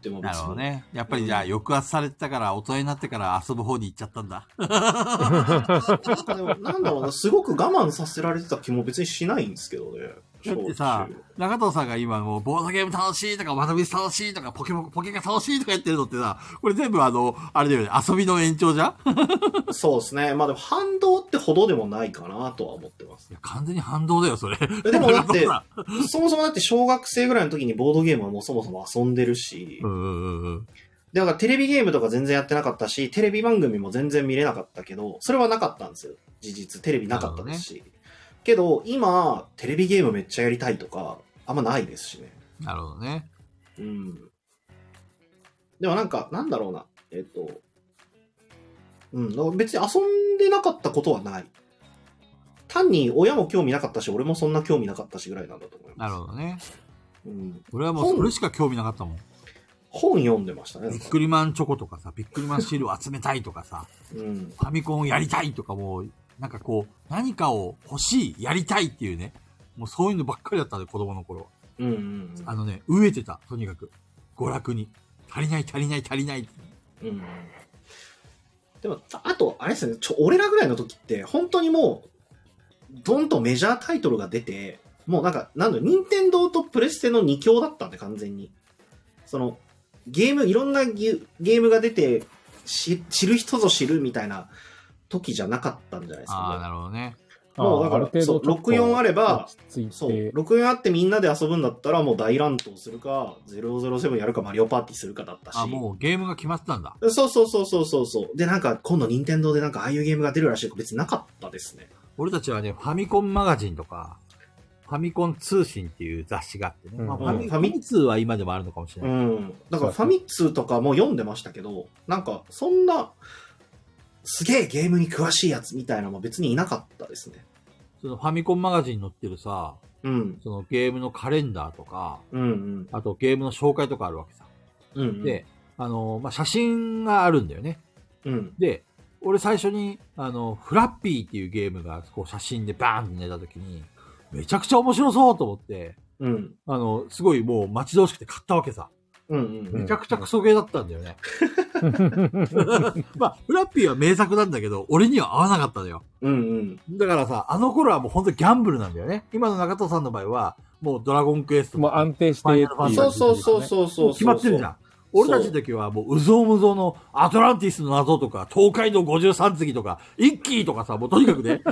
[SPEAKER 3] っても
[SPEAKER 1] な
[SPEAKER 3] 別
[SPEAKER 1] るほど
[SPEAKER 3] に。
[SPEAKER 1] ね。やっぱりじゃあ、抑圧されてたから、大人になってから遊ぶ方に行っちゃったんだ。
[SPEAKER 3] なんかでもなんだろうな、すごく我慢させられてた気も別にしないんですけどね。
[SPEAKER 1] だってさ
[SPEAKER 3] 小中、
[SPEAKER 1] 中藤さんが今もう、ボードゲーム楽しいとか、ワタミス楽しいとか、ポケモン、ポケが楽しいとか言ってるのってさ、これ全部あの、あれだよね、遊びの延長じゃん
[SPEAKER 3] そうですね。まあでも反動ってほどでもないかなとは思ってま す
[SPEAKER 1] い。や完全に反動だよ、それ。
[SPEAKER 3] えでもだっ
[SPEAKER 1] 中藤
[SPEAKER 3] て、
[SPEAKER 1] さ
[SPEAKER 3] そもそもだって小学生ぐらいの時にボードゲームはもうそもそも遊んでるし
[SPEAKER 1] んう、んうんうんうん。
[SPEAKER 3] でだからテレビゲームとか全然やってなかったし、テレビ番組も全然見れなかったけど、それはなかったんですよ。事実、テレビなかったですし。けど、今、テレビゲームめっちゃやりたいとか、あんまないですしね。
[SPEAKER 1] なるほどね。
[SPEAKER 3] うん。でもなんか、なんだろうな。えっと、うん、だから別に遊んでなかったことはない。単に親も興味なかったし、俺もそんな興味なかったしぐらいなんだと思い
[SPEAKER 1] な
[SPEAKER 3] ます。
[SPEAKER 1] るほどね。
[SPEAKER 3] うん、
[SPEAKER 1] 俺はもう、それしか興味なかったもん。
[SPEAKER 3] 本読んでましたね。
[SPEAKER 1] ビ
[SPEAKER 3] なん
[SPEAKER 1] ッ
[SPEAKER 3] か
[SPEAKER 1] クリマンチョコとかさ、ビックリマンシールを集めたいとかさ、
[SPEAKER 3] うん、
[SPEAKER 1] ファミコンをやりたいとかもう、なんかこう、何かを欲しい、やりたいっていうね。もうそういうのばっかりだったんで、子供の頃は。
[SPEAKER 3] うん、うん
[SPEAKER 1] あのね、飢えてた、とにかく。娯楽に。足りない、足りない、足りない。
[SPEAKER 3] うん、うん。でも、あと、あれですね、ちょ、俺らぐらいの時って、本当にもう、どんとメジャータイトルが出て、もうなんか、なんだろう、任天堂とプレステの2強だったんで、完全に。その、ゲーム、いろんなゲーゲームが出て、し知る人ぞ知るみたいな時じゃなかったんじゃないです
[SPEAKER 1] ああ、
[SPEAKER 3] か、
[SPEAKER 1] なるほどね。
[SPEAKER 3] もうだからそう64あれば、
[SPEAKER 2] つい
[SPEAKER 3] そう、
[SPEAKER 2] て、
[SPEAKER 3] 64あってみんなで遊ぶんだったら、もう大乱闘するか、007やるか、マリオパーティーするかだったし。
[SPEAKER 1] あもうゲームが決まってたんだ。
[SPEAKER 3] そうそうそうそうそうそう。で、なんか、今度、任天堂でなんか、ああいうゲームが出るらしいけど別になかったですね。
[SPEAKER 1] 俺たちはね、ファミコンマガジンとか、ファミコン通信っていう雑誌があってね。
[SPEAKER 2] うん
[SPEAKER 1] まあ、ファミ
[SPEAKER 3] うん
[SPEAKER 1] ファミ通は今でもあるのかもしれ
[SPEAKER 3] う
[SPEAKER 1] ない。
[SPEAKER 3] ん。だから、ファミ通とかも読んでましたけど、なんか、そんな、すげえゲームに詳しいやつみたいなのも別にいなかったですね。
[SPEAKER 1] そのファミコンマガジンに載ってるさ、
[SPEAKER 3] うん。
[SPEAKER 1] そのゲームのカレンダーとか、
[SPEAKER 3] うんうん。
[SPEAKER 1] あとゲームの紹介とかあるわけさ。
[SPEAKER 3] うん、うん。、
[SPEAKER 1] で、あの、まあ、写真があるんだよね。
[SPEAKER 3] うん。
[SPEAKER 1] で、俺最初に、あの、フラッピーっていうゲームが、こう写真でバーンって寝た時に、めちゃくちゃ面白そうと思って、
[SPEAKER 3] うん。
[SPEAKER 1] あの、すごいもう待ち遠しくて買ったわけさ。
[SPEAKER 3] うんう
[SPEAKER 1] め
[SPEAKER 3] ん。
[SPEAKER 1] ちゃくちゃクソゲーだったんだ よね。 まあ、フラッピーは名作なんだけど、俺には合わなかったのよ。
[SPEAKER 3] うんうん。
[SPEAKER 1] だからさ、あの頃はもう本当ギャンブルなんだよね。今の中藤さんの場合は、もうドラゴンクエストと
[SPEAKER 2] ま
[SPEAKER 1] か
[SPEAKER 2] あ安定してってい
[SPEAKER 1] ファイナルファンタジー
[SPEAKER 3] そうそうそうそうそうそう。
[SPEAKER 1] 決まってるじゃん。。俺たちの時はもう、うぞうむぞうのアトランティスの謎とか、東海道53次とか、一気とかさ、もうとにかくね、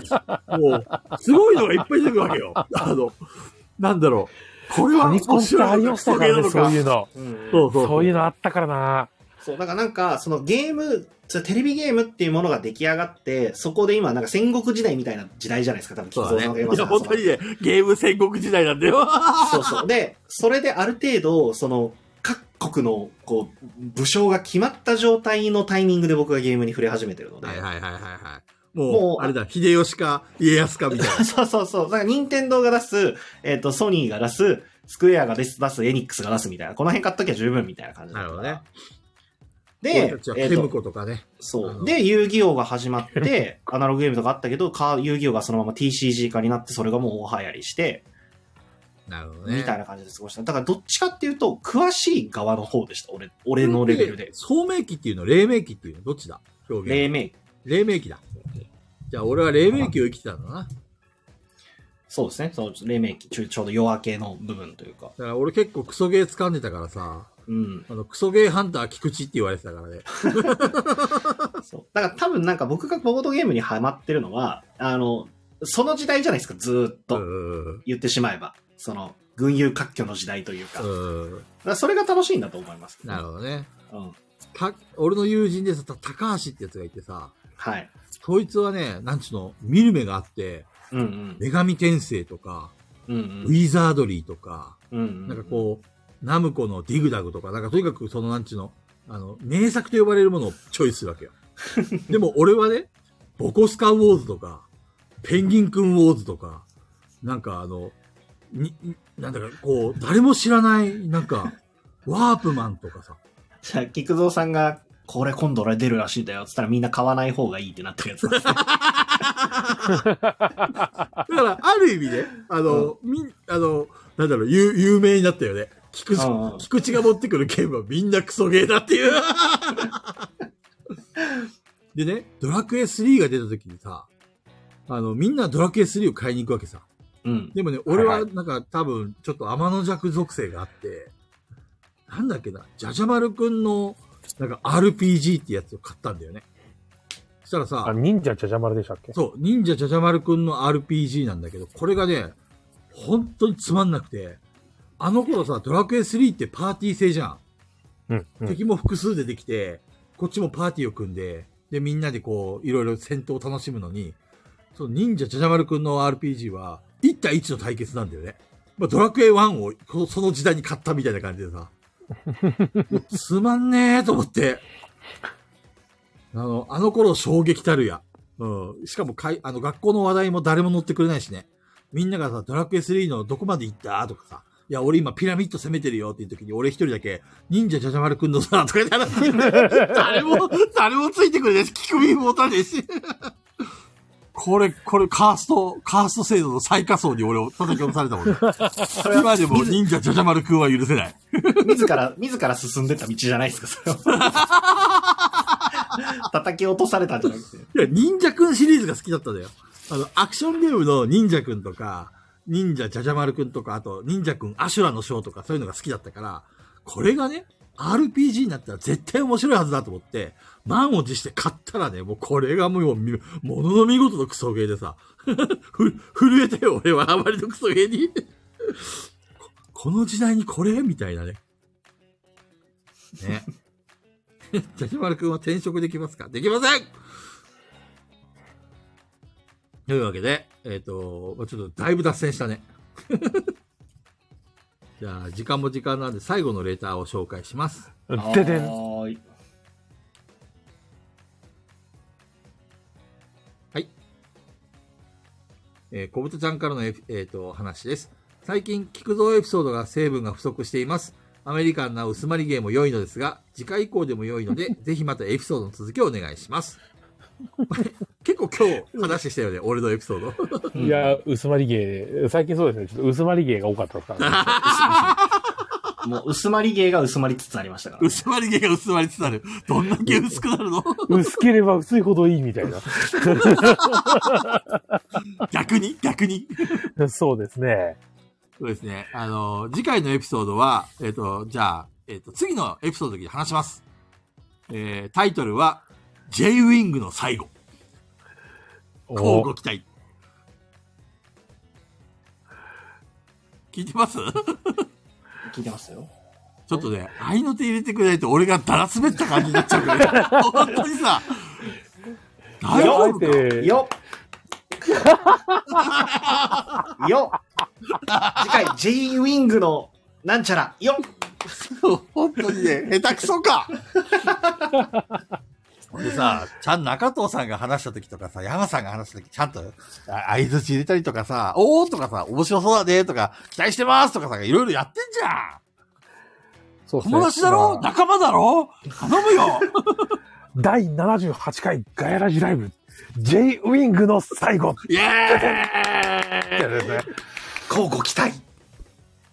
[SPEAKER 1] もう、すごいのがいっぱい出てくるわけよ。あの、なんだろう。これは
[SPEAKER 8] ファミコンっ
[SPEAKER 1] 面
[SPEAKER 8] て
[SPEAKER 1] 白
[SPEAKER 8] あ
[SPEAKER 1] い
[SPEAKER 8] り
[SPEAKER 1] の
[SPEAKER 8] ま
[SPEAKER 1] か
[SPEAKER 8] したからね、
[SPEAKER 1] クソゲー
[SPEAKER 8] そう
[SPEAKER 1] なのか
[SPEAKER 8] いうの。
[SPEAKER 3] うんうん。
[SPEAKER 1] そうそう
[SPEAKER 8] そういうのあったからな。
[SPEAKER 3] そう、だからなんか、そのゲーム、そうテレビゲームっていうものが出来上がって、そこで今、なんか戦国時代みたいな時代じゃないですか、多分、
[SPEAKER 1] そうだ
[SPEAKER 3] の
[SPEAKER 1] ね。
[SPEAKER 3] ゲー
[SPEAKER 1] い
[SPEAKER 3] ム
[SPEAKER 1] や、本当にね、ゲーム戦国時代なんだよ。
[SPEAKER 3] そうそう。で、それである程度、その、各国の、こう、武将が決まった状態のタイミングで僕がゲームに触れ始めてるので。
[SPEAKER 1] はいはいはいはいはい。
[SPEAKER 3] も
[SPEAKER 1] も
[SPEAKER 3] う
[SPEAKER 1] う、あれだ、秀吉か家康かみたいな。
[SPEAKER 3] そうそうそう。だから、任天堂が出す、えっ、と、ソニーが出す、スクエアが出す、出すエニックスが出すみたいな。この辺買っときゃ十分みたいな感じだったから
[SPEAKER 1] なるほ。俺
[SPEAKER 3] で
[SPEAKER 1] たちは、
[SPEAKER 3] えっ
[SPEAKER 1] ケム
[SPEAKER 3] と
[SPEAKER 1] コとかね。あ
[SPEAKER 3] そ
[SPEAKER 1] の
[SPEAKER 3] う。で、遊戯王が始まって、 アナログゲームとかあったけど、か遊戯王がそのまま TCG 化になって、それがもう大流行りして、
[SPEAKER 1] なるほどね。
[SPEAKER 3] みたいな感じで過ごした。だから、どっちかっていうと、詳しい側の方でした。俺、俺のレベルで。
[SPEAKER 1] 聡明期っていうの、黎明期っていうの、どっちだ表現。
[SPEAKER 3] 黎明期。
[SPEAKER 1] 黎明期だ。じゃあ俺は黎明期を生きてたんだな。
[SPEAKER 3] そうですね。その、黎明期、ちょちょうど夜明けの部分というか。
[SPEAKER 1] だから俺結構クソゲー掴んでたからさ、
[SPEAKER 3] うん。
[SPEAKER 1] あの、クソゲーハンター菊池って言われてたからね。
[SPEAKER 3] そう。だから多分なんか僕がボードゲームにハマってるのは、あの、その時代じゃないですか、ずーっ
[SPEAKER 1] う
[SPEAKER 3] と。
[SPEAKER 1] ん。
[SPEAKER 3] 言ってしまえば。その、群雄割拠の時代というか。だか
[SPEAKER 1] うん。
[SPEAKER 3] らそれが楽しいんだと思います。
[SPEAKER 1] なる
[SPEAKER 3] ほ
[SPEAKER 1] ほどね。
[SPEAKER 3] ど。うん。
[SPEAKER 1] た、俺の友人でさ、た高橋ってやつがいてさ、
[SPEAKER 3] はい。
[SPEAKER 1] そいつはね、なんちゅうの、見る目があって、
[SPEAKER 3] うんうん。
[SPEAKER 1] 女神転生とか、
[SPEAKER 3] うんう
[SPEAKER 1] ウ
[SPEAKER 3] ん。
[SPEAKER 1] ィザードリーとか、
[SPEAKER 3] うんうん。
[SPEAKER 1] なんかこう、ナムコのディグダグとか、なんかとにかくそのなんちゅうの、あの、 名作と呼ばれるものをチョイスするわけよ。でも俺はね、ボコスカウォーズとか、ペンギンくんウォーズとか、なんかあの、に、になんだか、こう、誰も知らない、なんか、ワープマンとかさ。
[SPEAKER 3] じゃあ、菊蔵さんが、これ今度俺出るらしいんだよ。つったらみんな買わない方がいいってなったやつなんですね
[SPEAKER 1] だから、ある意味ね、あの、みん、あの、なんだろう、有有名になったよね。菊 池
[SPEAKER 3] うんうん
[SPEAKER 1] 菊池が持ってくるゲームはみんなクソゲーだっ ていう。でね、ドラクエ3が出た時にさ、あの、みんなドラクエ3を買いに行くわけさ。
[SPEAKER 3] うん。
[SPEAKER 1] でもね、俺
[SPEAKER 8] はい
[SPEAKER 1] はなんか多分ちょっと天の弱属性があって、なんだっけな、じゃじゃ丸くんのなんか RPG ってやつを買ったんだよね。そしたら
[SPEAKER 2] あ、
[SPEAKER 1] さ、
[SPEAKER 2] 忍者じゃじゃ丸でしたっけ
[SPEAKER 1] そう、忍者じゃじゃ丸くんの RPG なんだけど、これがね、本当につまんなくて、あの頃さ、ドラクエ3ってパーティー制じゃん。
[SPEAKER 2] うん。うん
[SPEAKER 1] 敵も複数でできて、こっちもパーティーを組んで、で、みんなでこう、いろいろ戦闘を楽しむのに、その忍者じゃじゃ丸くんの RPG は、1対1の対決なんだよね。まあ、ドラクエ1をこその時代に買ったみたいな感じで さ。もうつまんねえと思って。あの、あの頃衝撃たるや。うん。しかもかい、あの、学校の話題も誰も乗ってくれないしね。みんながさ、ドラクエ3のどこまで行ったとかさ、いや、俺今ピラミッド攻めてるよっていう時に、俺一人だけ、忍者じゃじゃ丸くんのさ、とか言ったら、誰も、誰もついてくれないし、聞く耳も持たねえし。これ、これ、カースト、カースト制度の最下層に俺を叩き落とされたもんね。今でも忍者じゃじゃ丸くんは許せない。
[SPEAKER 3] 自ら、自ら進んでた道じゃないですか、そ れは叩き落とされたんじゃなくて。
[SPEAKER 1] いや、忍者くんシリーズが好きだったんだよ。あの、アクションゲームの忍者くんとか、忍者じゃじゃ丸くんとか、あと、忍者くんアシュラのショーとか、そういうのが好きだったから、これがね、RPG になったら絶対面白いはずだと思って、満を持して買ったらね、もうこれがもうみ、ものの見事のクソゲーでさ、 ふ、震えたよ、俺はあまりのクソゲーに。ここの時代にこれみたいなね。ね。 じゃじゃ丸くんは転職できますかできませんというわけで、えっ、と、ちょっとだいぶ脱線したね。 じゃあ、時間も時間なんで最後のレターを紹介します。
[SPEAKER 2] ででん。
[SPEAKER 3] はーい
[SPEAKER 1] えー、小豚ちゃんからのエピ、えっ、と、話です。最近、菊蔵エピソードが成分が不足しています。アメリカンな薄まり芸も良いのですが、次回以降でも良いの で、ぜひまたエピソードの続きをお願いします。 結構今日話したよね、俺のエピソード。
[SPEAKER 3] うん
[SPEAKER 2] いや、薄まり芸、最近そうですね、ちょっと薄まり芸が多かったですから、 ね。
[SPEAKER 3] もう薄まり芸が薄まりつつありましたから、ね。
[SPEAKER 1] 薄まり芸が薄まりつつある。どんだけ薄くなるの
[SPEAKER 2] 薄ければ薄いほどいいみたいな。
[SPEAKER 1] 逆に逆に
[SPEAKER 2] そうです ね。
[SPEAKER 1] そうですね。あの、次回のエピソードは、えっ、と、じゃあ、えっ、と、次のエピソードの時に話します。えー、タイトルは、J ウィングの最後。交互期待。聞いてますち
[SPEAKER 3] 聞いてますよ。
[SPEAKER 1] ょっとね、愛の手入れてくれないと俺がだら滑った感じになっちゃうから、ね、本当にさ、大丈
[SPEAKER 2] あえ
[SPEAKER 1] 夫か
[SPEAKER 2] て、
[SPEAKER 3] よっよっ次回 J ウィングのなんちゃらよっ
[SPEAKER 1] 本当にね、下手くそ か俺さ、ちゃん中藤さんが話した時とかさ、山さんが話した時、ちゃんと合図入れたりとかさ、おーとかさ、面白そうだねとか、期待してますとかさ、いろいろやってんじゃ
[SPEAKER 2] そうん
[SPEAKER 1] 友達だろ仲間だろ頼むよ
[SPEAKER 2] 第78回ガヤラジライブ、J ウィングの最後。
[SPEAKER 1] イエーイ
[SPEAKER 3] 交互期待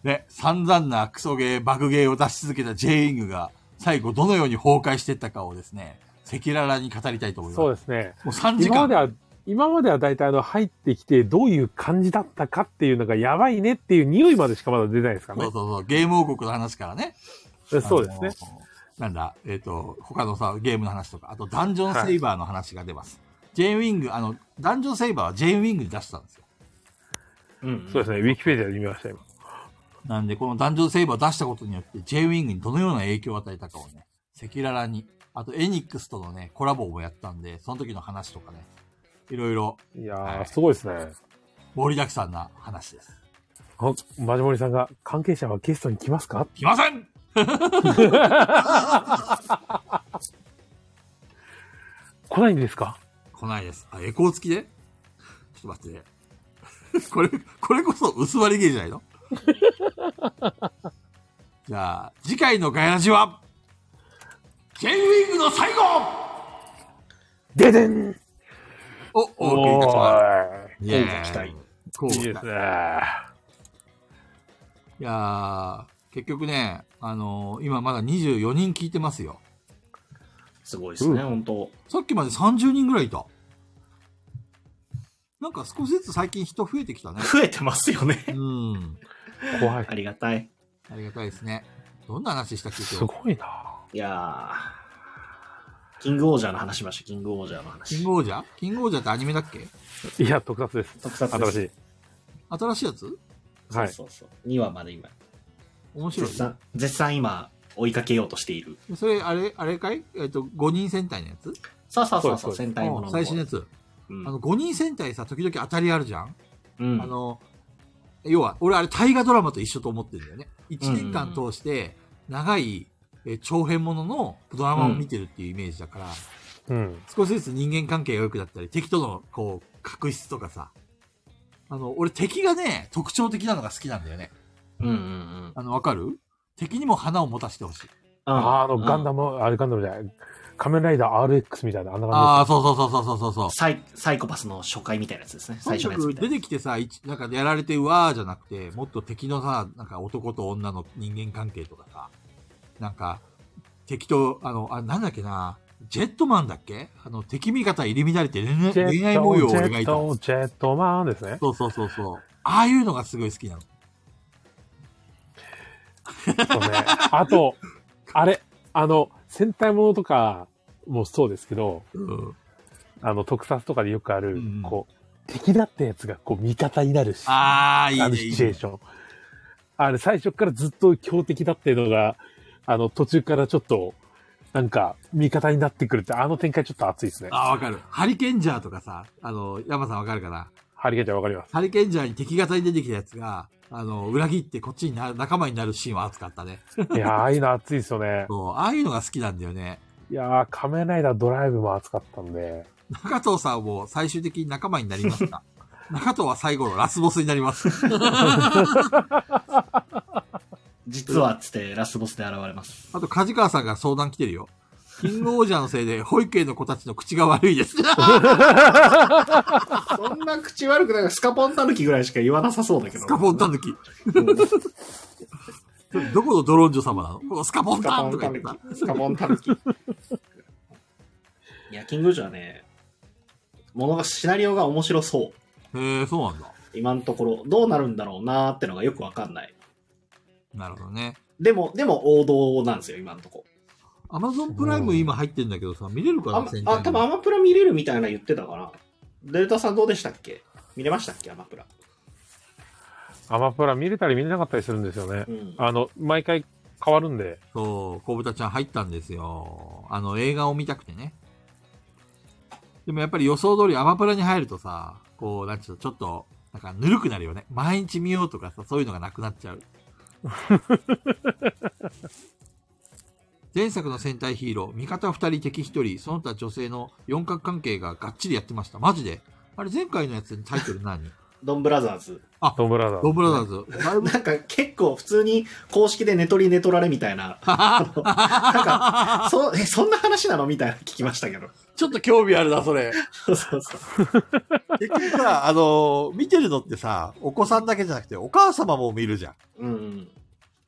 [SPEAKER 1] ね、散々なクソゲー、バグゲーを出し続けた J イングが、最後どのように崩壊していったかをですね、赤裸々に語りたいと思います。
[SPEAKER 2] そうですね。
[SPEAKER 1] もう3時
[SPEAKER 2] 今ま
[SPEAKER 1] 間
[SPEAKER 2] で。は、今までは大体あの、入ってきてどういう感じだったかっていうのがやばいねっていう匂いまでしかまだ出ないですから
[SPEAKER 1] そう
[SPEAKER 2] ね。
[SPEAKER 1] そうそう、ゲーム王国の話からね。
[SPEAKER 2] そうですね。
[SPEAKER 1] あの。なんだ、えっ、と、他のさ、ゲームの話とか、あと、ダンジョンセイバーの話が出ます。ジェーンウィング、あの、ダンジョンセイバーはジェーンウィングに出してたんですよ。
[SPEAKER 3] うん
[SPEAKER 8] そうですね、ウィキペディアで見ました、今。
[SPEAKER 1] なんで、このダンジョンセイバーを出したことによって、ジェーンウィングにどのような影響を与えたかをね、赤裸々に、あと、エニックスとのね、コラボもやったんで、その時の話とかね、いろいろ
[SPEAKER 2] いやー、すごいですね。
[SPEAKER 1] 盛りだくさんな話です。
[SPEAKER 2] あマジモリさんが、関係者はゲストに来ますか
[SPEAKER 1] 来ません
[SPEAKER 2] 来ないんですか
[SPEAKER 1] 来ないです。あ、エコー付きでちょっちょっと待ってね。 これ、これこそ薄割り芸じゃないの じゃあ、次回のガヤラジは、J ウィングの最後
[SPEAKER 2] ででん
[SPEAKER 1] をお送りいたしま
[SPEAKER 2] ー
[SPEAKER 1] す。イエーイ
[SPEAKER 3] 乞うご期待。
[SPEAKER 1] こう
[SPEAKER 2] いいですね。
[SPEAKER 1] いやー、結局ね、あのー今まだ24人聞いてますよ。
[SPEAKER 3] すごいですね、本当
[SPEAKER 1] さっきまで30人ぐらいいた。なんか少しずつ最近人増えてきた ね。
[SPEAKER 3] 増えてますよね。
[SPEAKER 1] うん。
[SPEAKER 2] 怖い。
[SPEAKER 3] ありがたい。
[SPEAKER 1] ありがたいですね。どんな話したっけ
[SPEAKER 2] す
[SPEAKER 1] 今日
[SPEAKER 2] ごいな。
[SPEAKER 3] いやー。キングオージャーの話しました、キングオージャーの
[SPEAKER 1] キン
[SPEAKER 3] 話。
[SPEAKER 1] グオージャーキングオージャーってアニメだっけ
[SPEAKER 2] いや、特撮です。
[SPEAKER 3] 特撮で
[SPEAKER 2] 新し
[SPEAKER 3] す。
[SPEAKER 2] い。
[SPEAKER 1] 新しいやつ
[SPEAKER 2] はい
[SPEAKER 3] そうそうそう。2話まで今、
[SPEAKER 1] 面白い
[SPEAKER 3] 絶。賛、絶賛今、追いかけようとしている。
[SPEAKER 1] それ、あれ、あれかいえっ、と、5人戦隊のやつ
[SPEAKER 3] そうそうそう、そ
[SPEAKER 2] そう
[SPEAKER 3] う
[SPEAKER 2] です
[SPEAKER 3] 戦隊もの
[SPEAKER 1] うん
[SPEAKER 3] の
[SPEAKER 1] 最新のやつ。
[SPEAKER 3] うん
[SPEAKER 1] あの、5人戦隊さ、時々当たりあるじゃん、
[SPEAKER 3] うん
[SPEAKER 1] あの、要は、俺あれ大河ドラマと一緒と思ってるんだよね。1年間通して、長い、えー長編もののドラマを見てるっていうイメージだから、
[SPEAKER 2] うん。
[SPEAKER 1] 少しずつ人間関係が良くなったり、敵との、こう、確執とかさ。あの、俺敵がね、特徴的なのが好きなんだよね。
[SPEAKER 3] うんうんうん。
[SPEAKER 1] あの、わかる敵にも花を持たせてほしい。
[SPEAKER 3] あ
[SPEAKER 2] ああの、ガンダム、あれガンダムじゃない。仮面ライダー RX みたいな、あんな
[SPEAKER 1] あ
[SPEAKER 2] 感
[SPEAKER 1] あ、そうそうそうそうそうそう。
[SPEAKER 3] サイサイコパスの初回みたいなやつですね。最初のやつ
[SPEAKER 1] と
[SPEAKER 3] み
[SPEAKER 1] にか
[SPEAKER 3] た
[SPEAKER 1] く
[SPEAKER 3] いな。
[SPEAKER 1] 出てきてさ、一なんかやられてうわーじゃなくて、もっと敵のさ、なんか男と女の人間関係とかさ、なんか、敵と、あの、あ、なんだっけな、ジェットマンだっけあの、敵味方入り乱れて恋愛
[SPEAKER 2] じです。
[SPEAKER 1] 恋愛模様を
[SPEAKER 2] ジェ
[SPEAKER 1] 描
[SPEAKER 2] ッ
[SPEAKER 1] いた。
[SPEAKER 2] ト、ジェットマンですね。
[SPEAKER 1] そうそうそうそう。ああいうのがすごい好きなの。
[SPEAKER 2] そうね。あと、あれ、あの、戦隊ものとかもそうですけど、
[SPEAKER 1] うん、
[SPEAKER 2] あの、特撮とかでよくある、
[SPEAKER 1] うん
[SPEAKER 2] こう、敵だったやつが、こう、味方になるし、
[SPEAKER 1] ああ、いい
[SPEAKER 2] あの
[SPEAKER 1] ね、
[SPEAKER 2] シ
[SPEAKER 1] いい
[SPEAKER 2] チュエ
[SPEAKER 1] ね
[SPEAKER 2] ー。ション。あれ、最初からずっと強敵だっていうのが、あの、途中からちょっと、なんか、味方になってくるって、あの展開ちょっと熱いですね。
[SPEAKER 1] ああ、わかる。ハリケンジャーとかさ、あの、山さんわかるかな
[SPEAKER 2] ハリケーンちゃんわか ります。
[SPEAKER 1] ハリケンジャーに敵方に出てきたやつが、あの、裏切ってこっちにな仲間になるシーンは熱かったね。
[SPEAKER 2] いやー、ああいうの熱いですよね。
[SPEAKER 1] そう、ああいうのが好きなんだよね。
[SPEAKER 2] いやー、仮面ライダードライブも熱かったんで、
[SPEAKER 1] 中藤さんも最終的に仲間になりま した。中藤は最後のラスボスになります。
[SPEAKER 3] 実はっつってラスボスで現れます。
[SPEAKER 1] あと、梶川さんが相談来てるよ。キングオージャーのせいで保育園の子たちの口が悪い です。
[SPEAKER 3] そんな口悪くないスカポンタヌキぐらいしか言わなさそうだけど。
[SPEAKER 1] スカポンタヌキ。どこのドロンジョ様なのこのスカポンタンとか言ってた。
[SPEAKER 3] スカポンタヌキ。いや、キングオージャーね、ものが、シナリオが面白そう。
[SPEAKER 1] へえ、そうなんだ。
[SPEAKER 3] 今のところ、どうなるんだろうなーってのがよくわかんない。
[SPEAKER 1] なるほどね。
[SPEAKER 3] でも、でも王道なんですよ、今のとこ。
[SPEAKER 1] アマゾンプライム今入ってんだけどさ、見れるか
[SPEAKER 3] あ
[SPEAKER 1] な、先
[SPEAKER 3] あ、多分アマプラ見れるみたいな言ってたから。デルタさんどうでしたっけ見れましたっけアマプラ。
[SPEAKER 2] アマプラ見れたり見れなかったりするんですよね
[SPEAKER 3] う。ん。
[SPEAKER 2] あの、毎回変わるんで、
[SPEAKER 1] そう、小豚ちゃん入ったんですよ。あの、映画を見たくてね。でもやっぱり予想通りアマプラに入るとさ、こう、なんちゅうの、ちょっと、なんかぬるくなるよね。毎日見ようとかさ、そういうのがなくなっちゃう。前作の戦隊ヒーロー、味方2人敵1人、その他女性の四角関係ががっちりやってました。マジで。あれ前回のやつにタイトル 何
[SPEAKER 3] ドンブラザーズ。
[SPEAKER 2] ドンブラザー
[SPEAKER 1] ド
[SPEAKER 2] ズ。
[SPEAKER 1] ブラザーズ。だいぶ
[SPEAKER 3] なんか結構普通に公式で寝取り寝取られみたいな。 なんか、そ、え、そんな話なのみたいな聞きましたけど。
[SPEAKER 1] ちょっと興味あるな、それ。
[SPEAKER 3] そうそうそう。
[SPEAKER 1] 結局さ、あのー見てるのってさ、お子さんだけじゃなくて、お母様も見るじゃん。
[SPEAKER 3] うん。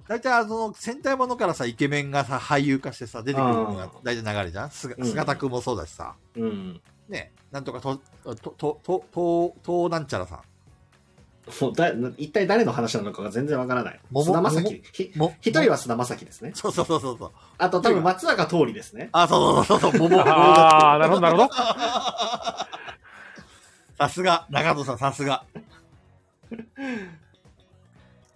[SPEAKER 1] 大体、あの、戦隊ものからさ、イケメンがさ、俳優化してさ、出てくるのが大体流れじゃんすが
[SPEAKER 3] うん
[SPEAKER 1] 姿くんもそうだしさ、
[SPEAKER 3] うん。
[SPEAKER 1] ね、なんとかと、と、と、と、と、となんちゃらさん。
[SPEAKER 3] もうだ、一体誰の話なのかが全然わからない。
[SPEAKER 1] 桃
[SPEAKER 3] 菅田将暉。ひ
[SPEAKER 1] も、
[SPEAKER 3] 一人は菅田将暉ですね。
[SPEAKER 1] そうそうそうそうそう。
[SPEAKER 3] あと多分松坂桃李ですね。
[SPEAKER 1] あ、そうそうそうそう、桃、桃
[SPEAKER 2] ああ、なるほど、なるほど。
[SPEAKER 1] さすが、中野さん、さすが。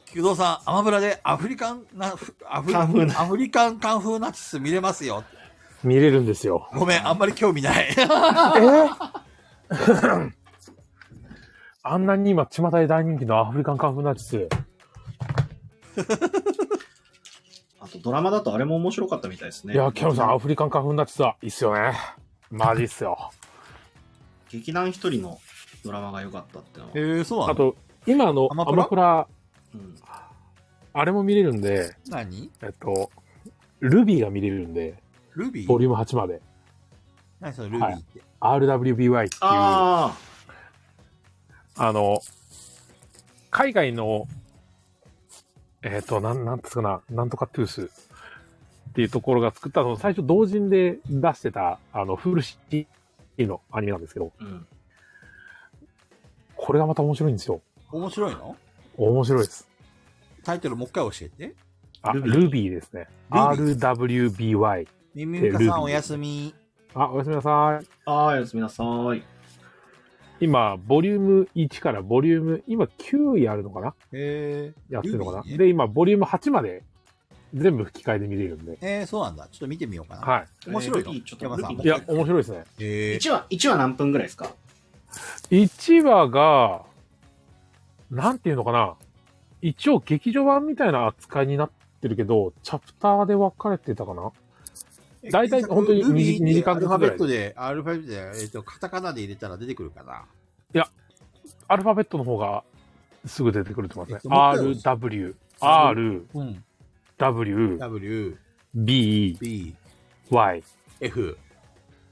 [SPEAKER 1] 菊蔵さん、アマブラでアフリカンな、アフリ
[SPEAKER 3] カンフー
[SPEAKER 1] アフリカンカンフーナチス見れますよ。
[SPEAKER 2] 見れるんですよ。
[SPEAKER 1] ごめん、あんまり興味ない。
[SPEAKER 2] あんなに今、巷で大人気のアフリカンカンフーナチス。
[SPEAKER 3] あとドラマだとあれも面白かったみたいですね。
[SPEAKER 2] いや、キャムさん、アフリカンカンフーナチスはいいっすよね。マジっすよ。
[SPEAKER 3] 劇団一人のドラマが良かったっていうのは。
[SPEAKER 1] えー、そうな
[SPEAKER 2] あ
[SPEAKER 1] の
[SPEAKER 2] と、今あの
[SPEAKER 1] ア
[SPEAKER 2] ア
[SPEAKER 1] マ
[SPEAKER 2] マ
[SPEAKER 1] プラ
[SPEAKER 2] プラ、
[SPEAKER 3] うん。
[SPEAKER 2] あれも見れるんで、
[SPEAKER 1] 何
[SPEAKER 2] えっと、ルビーが見れるんで、
[SPEAKER 1] ルビ
[SPEAKER 2] ボ
[SPEAKER 1] ー
[SPEAKER 2] リューム8まで。
[SPEAKER 1] 何そのルビーって。
[SPEAKER 2] RWBY っていう、あ
[SPEAKER 3] あ
[SPEAKER 2] の、海外の、えっ、と、なん、なんつうかな、なんとかトゥースっていうところが作った、その最初同人で出してた、あの、フルシティのアニメなんですけど、
[SPEAKER 3] あ、うん。
[SPEAKER 2] これがまた面白いんですよ。
[SPEAKER 1] 面白いの
[SPEAKER 2] 面白いです。
[SPEAKER 1] タイトルもう一回教えて。
[SPEAKER 2] あ、
[SPEAKER 3] ル
[SPEAKER 2] ル
[SPEAKER 3] ビ
[SPEAKER 2] ビ
[SPEAKER 3] ー
[SPEAKER 2] ーですね。
[SPEAKER 1] ルビー
[SPEAKER 2] RWBY。
[SPEAKER 1] ミミミカ
[SPEAKER 2] ルビ
[SPEAKER 1] さ
[SPEAKER 2] ー
[SPEAKER 1] んおやすみ。
[SPEAKER 2] あ、おやすみなさい。
[SPEAKER 3] ああ、おやすみなさーい。
[SPEAKER 2] 今、ボリューム1からボリューム、今9位あるのかな
[SPEAKER 1] えー、
[SPEAKER 2] やってるのかな、
[SPEAKER 1] ルビーね
[SPEAKER 2] で、今、ボリューム8まで全部吹き替えで見れるんで。
[SPEAKER 1] えー、そうなんだ。ちょっと見てみようかな。
[SPEAKER 2] は
[SPEAKER 1] 面白いの
[SPEAKER 3] えールビーちょっと
[SPEAKER 1] 山さん
[SPEAKER 3] ルビ
[SPEAKER 2] い。い
[SPEAKER 3] ー
[SPEAKER 2] や、面白いですね。
[SPEAKER 1] えー、
[SPEAKER 3] 1話、一話何分ぐらいですか
[SPEAKER 2] 1話が、なんていうのかな一応劇場版みたいな扱いになってるけど、チャプターで分かれてたかな大体本当に
[SPEAKER 1] ルビーって
[SPEAKER 2] 2時間
[SPEAKER 1] ア
[SPEAKER 2] ず
[SPEAKER 1] ル
[SPEAKER 2] つ
[SPEAKER 1] ファ
[SPEAKER 2] ぐ
[SPEAKER 1] ベ
[SPEAKER 2] らい
[SPEAKER 1] ットで、アルファベットで、えっ、と、カタカナで入れたら出てくるかな。
[SPEAKER 2] アルファベットの方がすぐ出てくると思います
[SPEAKER 1] え
[SPEAKER 2] ね。
[SPEAKER 1] っともう
[SPEAKER 2] R, W, R,
[SPEAKER 1] うん。
[SPEAKER 2] W,
[SPEAKER 1] W,
[SPEAKER 2] B,
[SPEAKER 1] B,
[SPEAKER 2] Y,
[SPEAKER 1] F,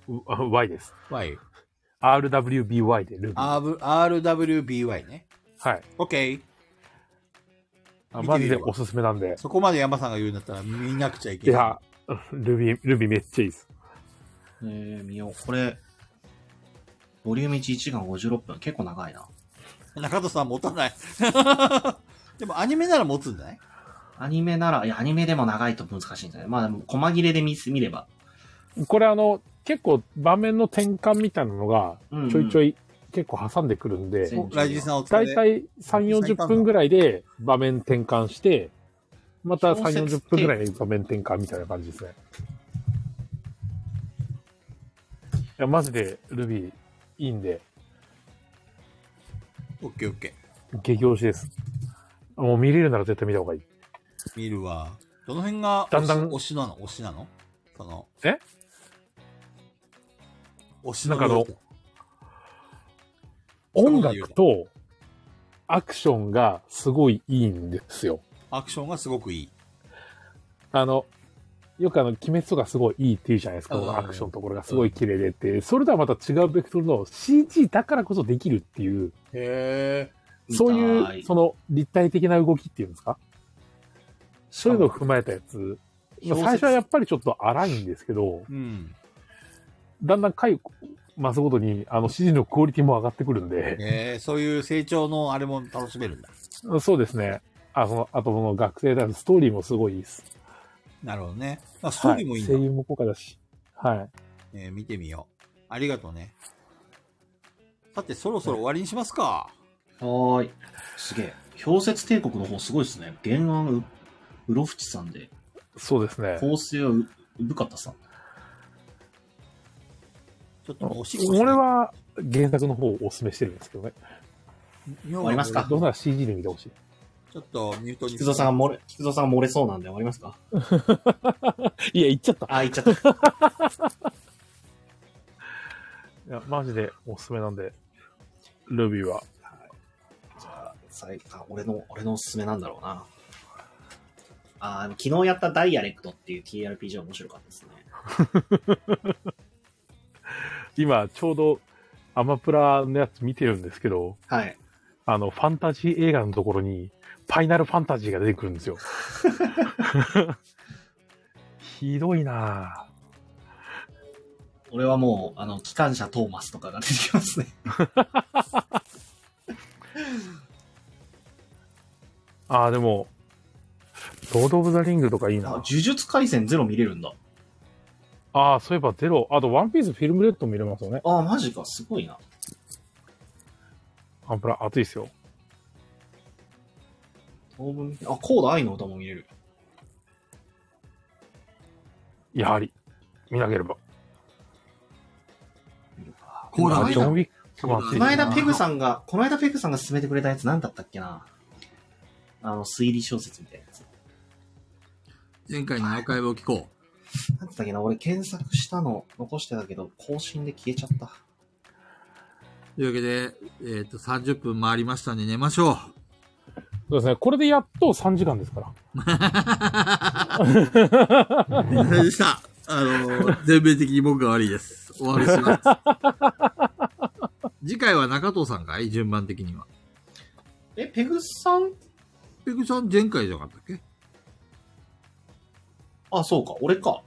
[SPEAKER 2] W- Y です。
[SPEAKER 1] Y,
[SPEAKER 2] R, W, B, Y でルビー。
[SPEAKER 1] R, R, W, B, Y ね。
[SPEAKER 2] はい。
[SPEAKER 1] OK。
[SPEAKER 2] あ
[SPEAKER 1] 見てみるわ
[SPEAKER 2] マジでおすすめなんで。
[SPEAKER 1] そこまで山さんが言うんだったら見なくちゃい
[SPEAKER 2] い
[SPEAKER 1] けない。
[SPEAKER 2] や、ルビー、ルビーめっちゃいいです。
[SPEAKER 3] えー、見よう。これ、ボリューム1、1時間56分。結構長いな。
[SPEAKER 1] 中戸さん持たない。でもアニメなら持つんじゃない
[SPEAKER 3] アニメなら、いや、アニメでも長いと難しいんじゃないまあでも、細切れで見す見れば。
[SPEAKER 2] これあの、結構場面の転換みたいなのが
[SPEAKER 3] うんうん
[SPEAKER 2] ちょいちょい結構挟んでくるんで、
[SPEAKER 3] そう
[SPEAKER 1] ライジンさんお疲
[SPEAKER 2] だ
[SPEAKER 1] れ。
[SPEAKER 2] いたい3、40分ぐらいで場面転換して、また
[SPEAKER 3] 小説
[SPEAKER 2] 3、
[SPEAKER 3] って
[SPEAKER 2] 40分ぐらいで場面転換みたいな感じですね。いや、マジで Ruby いいんで、
[SPEAKER 1] オッケーオッケ
[SPEAKER 2] 激推しです。もう見れるなら絶対見た方がいい。
[SPEAKER 1] ー。見るわ。どの辺が
[SPEAKER 2] だんだん
[SPEAKER 1] 推し推しなの推しなのその。
[SPEAKER 2] え
[SPEAKER 1] 推しの
[SPEAKER 2] なんかあの
[SPEAKER 1] 部分
[SPEAKER 2] 音楽とアクションがすごいいいんですよ。
[SPEAKER 1] アクションがすごくいい。
[SPEAKER 2] あの、よくあの、鬼滅とかすごいいいって言うじゃないですか、
[SPEAKER 1] うん
[SPEAKER 2] このアクションのところがすごい綺麗でって、それとはまた違うベクトルの CG だからこそできるっていう、
[SPEAKER 1] へ
[SPEAKER 2] そう
[SPEAKER 3] 見た
[SPEAKER 2] い、
[SPEAKER 3] いう
[SPEAKER 2] その立体的な動きっていうんですかそういうのを踏まえたやつ。まあ最初はやっぱりちょっと荒いんですけど、
[SPEAKER 1] え。うん。
[SPEAKER 2] だんだん回を増すごとに、あの、指示のクオリティも上がってくるんで、
[SPEAKER 1] えー、そういう成長のあれも楽しめるんだ。
[SPEAKER 2] そうですね。あ、その、あとその学生だとストーリーもすごいいいです。
[SPEAKER 1] なるほどね。あストーリーもいいんだ。
[SPEAKER 2] はい、声優も豪華だし。はい。
[SPEAKER 1] えー見てみよう。ありがとうね。さて、そろそろ終わりにしますか。
[SPEAKER 3] はーい。すげえ。氷雪帝国の方すごいですね。原案う、うろふちさんで、
[SPEAKER 2] そうですね。
[SPEAKER 3] 構成はう、うぶかたさん。
[SPEAKER 1] ちょっとおしっこ
[SPEAKER 2] 俺は原作の方をお勧めしてるんですけどね。
[SPEAKER 1] 終
[SPEAKER 3] わりますか
[SPEAKER 2] どうなら CG で見てほしい。
[SPEAKER 1] ちょっとミュートに。
[SPEAKER 3] 菊蔵さんが漏れ、菊蔵さんが漏れそうなんで終わりますか
[SPEAKER 2] いや、言っちゃった。
[SPEAKER 3] あ、言っちゃった。
[SPEAKER 2] いや、マジでおすすめなんで、ルビーは。
[SPEAKER 3] じゃあ、最後、あ俺の、俺のおすすめなんだろうな。あー昨日やったダイアレクトっていう TRPG 面白かったですね。
[SPEAKER 2] 今、ちょうどアマプラのやつ見てるんですけど、
[SPEAKER 3] はい。
[SPEAKER 2] あの、ファンタジー映画のところに、ファイナルファンタジーが出てくるんですよ。ひどいなぁ。
[SPEAKER 3] 俺はもう、あの、機関車トーマスとかが出てきますね。
[SPEAKER 2] ああ、でも、ロード・オブ・ザ・リングとかいい
[SPEAKER 3] あ
[SPEAKER 2] な
[SPEAKER 3] 呪。術廻戦ゼロ見れるんだ。
[SPEAKER 2] ああ、そういえばゼロ。あと、ワンピースフィルムレッドも見れますよね。
[SPEAKER 3] ああ、マジか、すごいな。
[SPEAKER 2] アマプラ、熱いっすよ。
[SPEAKER 3] 当分、あ、コーダ愛の歌も見れる。
[SPEAKER 2] やはり、見なければ。
[SPEAKER 3] 見るか
[SPEAKER 9] コーダ
[SPEAKER 2] あ
[SPEAKER 9] 愛
[SPEAKER 2] ジョン・ウィックも
[SPEAKER 3] こ
[SPEAKER 2] 熱い
[SPEAKER 3] の
[SPEAKER 2] し
[SPEAKER 3] 間ペグさんが、この間ペグさんが勧めてくれたやつ何だったっけなあの、推理小説みたいなやつ。
[SPEAKER 9] 前回のアーカイブを聞こう。
[SPEAKER 3] なんだったっけな俺検索したの残してたけど、更新で消えちゃった。
[SPEAKER 1] というわけで、えっ、と、30分回りましたんで寝ましょう。
[SPEAKER 2] そうですね。これでやっと3時間ですから。
[SPEAKER 1] あれでした。あの、全面的に僕が悪いです。終わりします。次回は中藤さんかい順番的には。
[SPEAKER 3] え、ペグさん
[SPEAKER 1] ペグさん前回じゃなかったっけ
[SPEAKER 3] あ、そうか、俺か。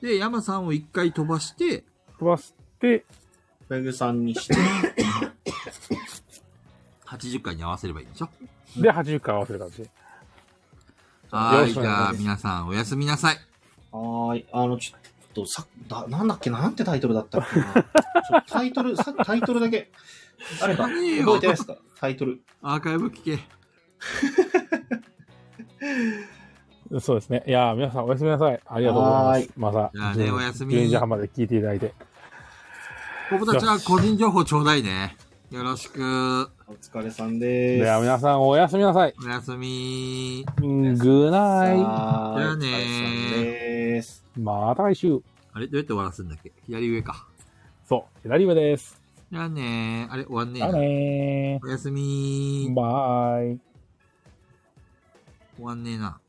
[SPEAKER 1] で、山さんを一回飛ばして、
[SPEAKER 2] 飛ばして、
[SPEAKER 3] ペグさんにして。
[SPEAKER 1] 80回に合わせればいいんでしょ
[SPEAKER 2] で、80回合わせる感じ。
[SPEAKER 1] は
[SPEAKER 2] よろ
[SPEAKER 1] い、
[SPEAKER 2] し
[SPEAKER 1] じ
[SPEAKER 2] くお願いします
[SPEAKER 1] ゃあ皆さんおやすみなさい。
[SPEAKER 3] はーい。あの、ちょっと、さ、だ、なんだっけな、なんてタイトルだったっけな。ちょっとタイトル、さ、タイトルだけ。誰か、覚
[SPEAKER 1] いい
[SPEAKER 3] え
[SPEAKER 1] よ
[SPEAKER 3] てないですかタイトル。
[SPEAKER 1] アーカイブ聞け。
[SPEAKER 2] そうですね。いやー、皆さんおやすみなさい。ありがとうございます。ま
[SPEAKER 1] じゃあ
[SPEAKER 2] た、
[SPEAKER 1] ねおやすみ
[SPEAKER 2] 12時半まで聞いていただいて。
[SPEAKER 1] 僕たちは個人情報ちょうだいね。よろしく。
[SPEAKER 3] お疲れさんでーす。
[SPEAKER 2] では、皆さんおやすみなさい。
[SPEAKER 1] おやすみ。
[SPEAKER 2] グーナ
[SPEAKER 3] はーい。
[SPEAKER 1] じゃあねー
[SPEAKER 3] お疲れさんでーす。
[SPEAKER 2] イ。また来週。
[SPEAKER 1] あれどうやって終わらすんだっけ左上か。
[SPEAKER 2] そう、左上です。
[SPEAKER 1] じゃあねー。あれ終わんねえ
[SPEAKER 2] じゃあ
[SPEAKER 1] な。
[SPEAKER 2] ね
[SPEAKER 1] おやすみ
[SPEAKER 2] ー。バイ。
[SPEAKER 1] 終わんねえな。